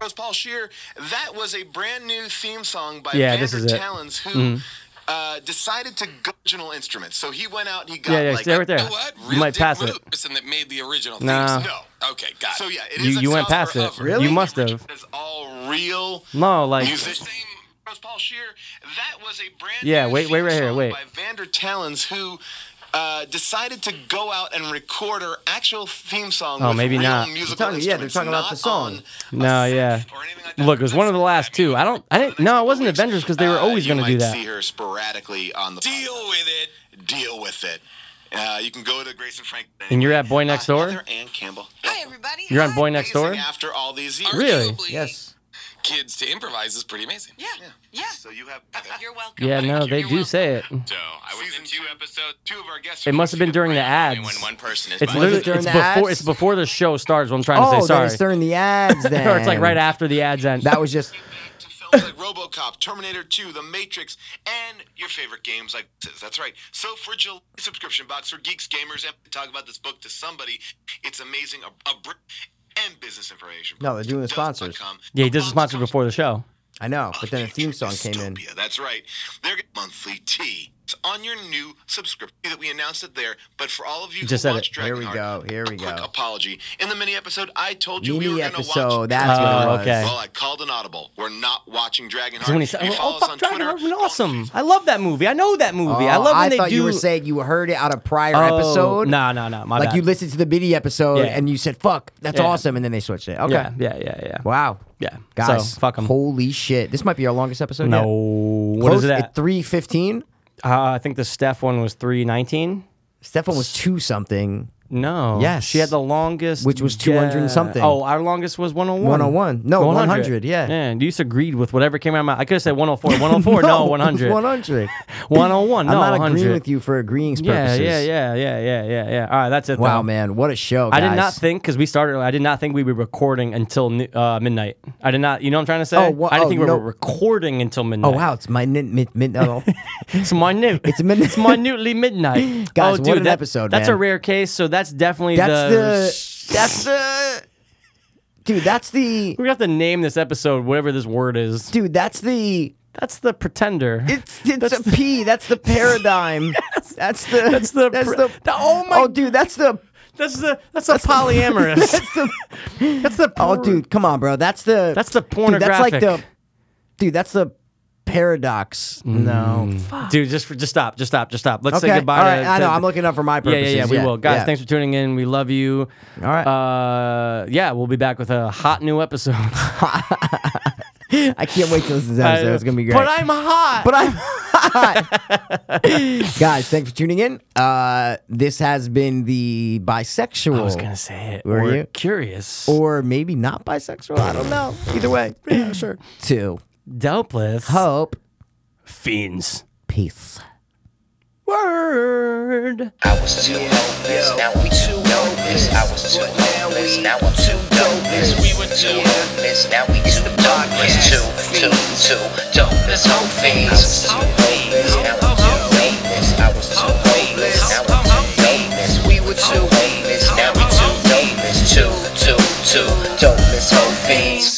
S5: was Paul Shear. That was a brand new theme song by
S2: Yeah,
S5: yeah,
S2: this
S5: Vander
S2: is it. Mm-hmm.
S5: Talens, who uh, decided to go original instruments. So he went out and he got
S2: Yeah, yeah,
S5: like
S2: stay right there.
S6: know what?
S2: You
S6: Real
S2: might
S6: Dick
S2: pass it.
S6: Moon Person that made the original
S2: Nah.
S6: theme. No. Okay, got it.
S5: So yeah, it is
S2: You,
S5: a
S2: you went
S5: cover
S2: past it.
S5: of-
S2: You must have. Mm-hmm.
S5: It's all real.
S2: No, like
S5: The same as Paul Shear. That was a brand
S2: Yeah,
S5: new
S2: wait, wait
S5: theme
S2: right here,
S5: song
S2: wait.
S5: by Vander Talens who uh, decided to go out and record her actual theme song.
S2: Oh,
S5: with
S2: maybe
S5: real
S2: not.
S5: musical
S1: They're talking- yeah, they're
S5: instruments,
S1: talking about the
S5: not
S1: song.
S5: on
S2: No,
S5: a
S2: yeah.
S5: synth or anything like that.
S2: Look, it was one of the last
S5: That's- I mean,
S2: two. I don't. I didn't.
S5: the next
S2: No, it
S5: couple
S2: wasn't
S5: weeks,
S2: Avengers because they were
S5: uh,
S2: always
S5: you
S2: going to do
S5: might
S2: that.
S5: See her sporadically on the
S6: Deal with it.
S5: deal with it. Uh, you can go to Grace and Frank.
S2: And you're at Boy Next
S5: Uh,
S2: Door?
S5: And Campbell.
S7: Hi, everybody.
S2: You're on
S7: Hi.
S2: Boy Next Door.
S5: Amazing After all these years.
S2: Really?
S6: Arguably,
S1: Yes.
S6: Kids to improvise is pretty amazing.
S7: Yeah. Yeah.
S5: So you have
S7: You're welcome.
S2: Yeah, no, they do say it.
S6: So I was in two episodes.
S5: two of our guests.
S2: It must have been during the ads.
S6: When one person is
S2: It's
S6: by
S1: Was it
S2: literally.
S1: during
S2: It's
S1: the ads?
S2: before. It's before the show starts. What I'm trying to
S1: Oh,
S2: say.
S1: then
S2: Sorry.
S1: it's during the ads then.
S2: Or it's like right after the ads end.
S1: That was just.
S5: to films like RoboCop, Terminator 2, The Matrix, and your favorite games like this. That's right. So for July subscription box for geeks, gamers, and talk about this book to somebody. It's amazing. A, a br- and business information.
S1: No, they're doing the sponsors.
S5: Dust.com.
S2: yeah, he does a sponsor before the show.
S1: I know, but then a theme song came in.
S5: Dystopia, That's right. They're getting monthly tea. on your new subscription that we announced it there. But for all of you
S2: just
S5: who
S2: said
S5: watched
S2: it.
S1: Here
S5: Dragon
S1: we
S5: Heart,
S1: go. Here we
S5: quick
S1: go.
S5: apology. In the mini episode, I told you we
S1: Mini
S5: were going to watch.
S1: episode. That's what it
S2: Oh,
S1: was.
S2: okay.
S5: Well, I called an audible. We're not watching Dragon
S2: So when
S5: Heart.
S2: he said,
S5: You follow
S2: "Oh
S5: us
S2: fuck,
S5: on
S2: Dragon
S5: Twitter.
S2: Heart was awesome. I love that movie. I know that movie. I
S1: Oh,
S2: love when they
S1: thought
S2: do."
S1: you were saying you heard it out of prior
S2: Oh,
S1: episode.
S2: No, no, no. My
S1: like
S2: bad.
S1: you listened to the mini episode
S2: Yeah.
S1: and you said, "Fuck, that's
S2: Yeah.
S1: awesome," and then they switched it. Okay.
S2: Yeah, yeah, yeah, yeah.
S1: Wow.
S2: Yeah.
S1: Guys,
S2: So, fuck 'em.
S1: Holy shit! This might be our longest episode.
S2: No.
S1: Yet.
S2: What
S1: Close
S2: is it at?
S1: Three fifteen.
S2: Uh, I think the Steph one was three nineteen.
S1: Stefan was two something.
S2: No.
S1: Yes.
S2: She had the longest,
S1: Which was 200 and
S2: yeah.
S1: something.
S2: Oh, our longest was 101.
S1: 101. No, 100, yeah.
S2: Yeah, you just agreed with whatever came out of my I could have said 104. 104, no, 100.
S1: One hundred.
S2: 101, no,
S1: I'm not
S2: 100.
S1: agreeing with you for agreeing
S2: yeah,
S1: purposes.
S2: yeah, yeah, yeah, yeah, yeah, yeah. All right, that's it.
S1: Wow,
S2: though.
S1: man, what a show!
S2: I
S1: guys.
S2: did not think because we started. early, I did not think we'd be recording until nu- uh, midnight. I did not. You know what I'm trying to say?
S1: Oh, wha-
S2: I didn't
S1: oh,
S2: think we
S1: no.
S2: were recording until midnight.
S1: Oh wow, it's my min- min- min- oh.
S2: It's minute.
S1: It's minute-
S2: it's minutely midnight.
S1: Guys,
S2: oh,
S1: what
S2: dude,
S1: an
S2: that-
S1: episode,
S2: That's
S1: man.
S2: a rare case. So that's definitely
S1: That's
S2: the. That's the.
S1: dude, that's the
S2: We have to name this episode whatever this word is.
S1: dude, that's the
S2: That's the pretender.
S1: it's it's a P. That's the paradigm. That's the
S2: That's the
S1: that's
S2: pr-
S1: the,
S2: the- oh my-
S1: oh dude, that's the
S2: that's the that's the polyamorous.
S1: that's the
S2: that's the
S1: oh
S2: por-
S1: dude, come on, bro, that's the
S2: That's the
S1: dude, that's like the
S2: pornographic. Mm.
S1: dude, that's the paradox. No,
S2: dude. Just for, just stop. Just stop. Just stop. Let's
S1: okay,
S2: say goodbye.
S1: all
S2: to-
S1: right, I
S2: to-
S1: know I'm looking up for my
S2: Yeah,
S1: purposes.
S2: yeah, yeah. We will, guys.
S1: yeah.
S2: Thanks for tuning in. We love you.
S1: All right.
S2: Uh, yeah, we'll be back with a hot new episode.
S1: I can't wait to listen to this episode. it's gonna be great.
S2: But I'm hot.
S1: but I'm hot. Guys, thanks for tuning in. Uh, this has been the bisexual.
S2: I was gonna say it.
S1: Were
S2: or
S1: you? Oh.
S2: curious?
S1: Or maybe not bisexual. I don't know. Either way. Yeah, sure. Two.
S2: Doubtless.
S1: Hope.
S2: Fiends.
S1: Peace.
S2: Word.
S3: I was too hopeless, now we too hopeless. I was too hopeless, now I'm too dopeless. We were too hopeless, now we too darkness. Two, two, two, dopeless hope fiends. I was too hopeless, now I'm too hopeless. I was too hopeless, now I'm too hopeless. We were too hopeless, now we too dopeless. Two, two, two, dopeless hope fiends.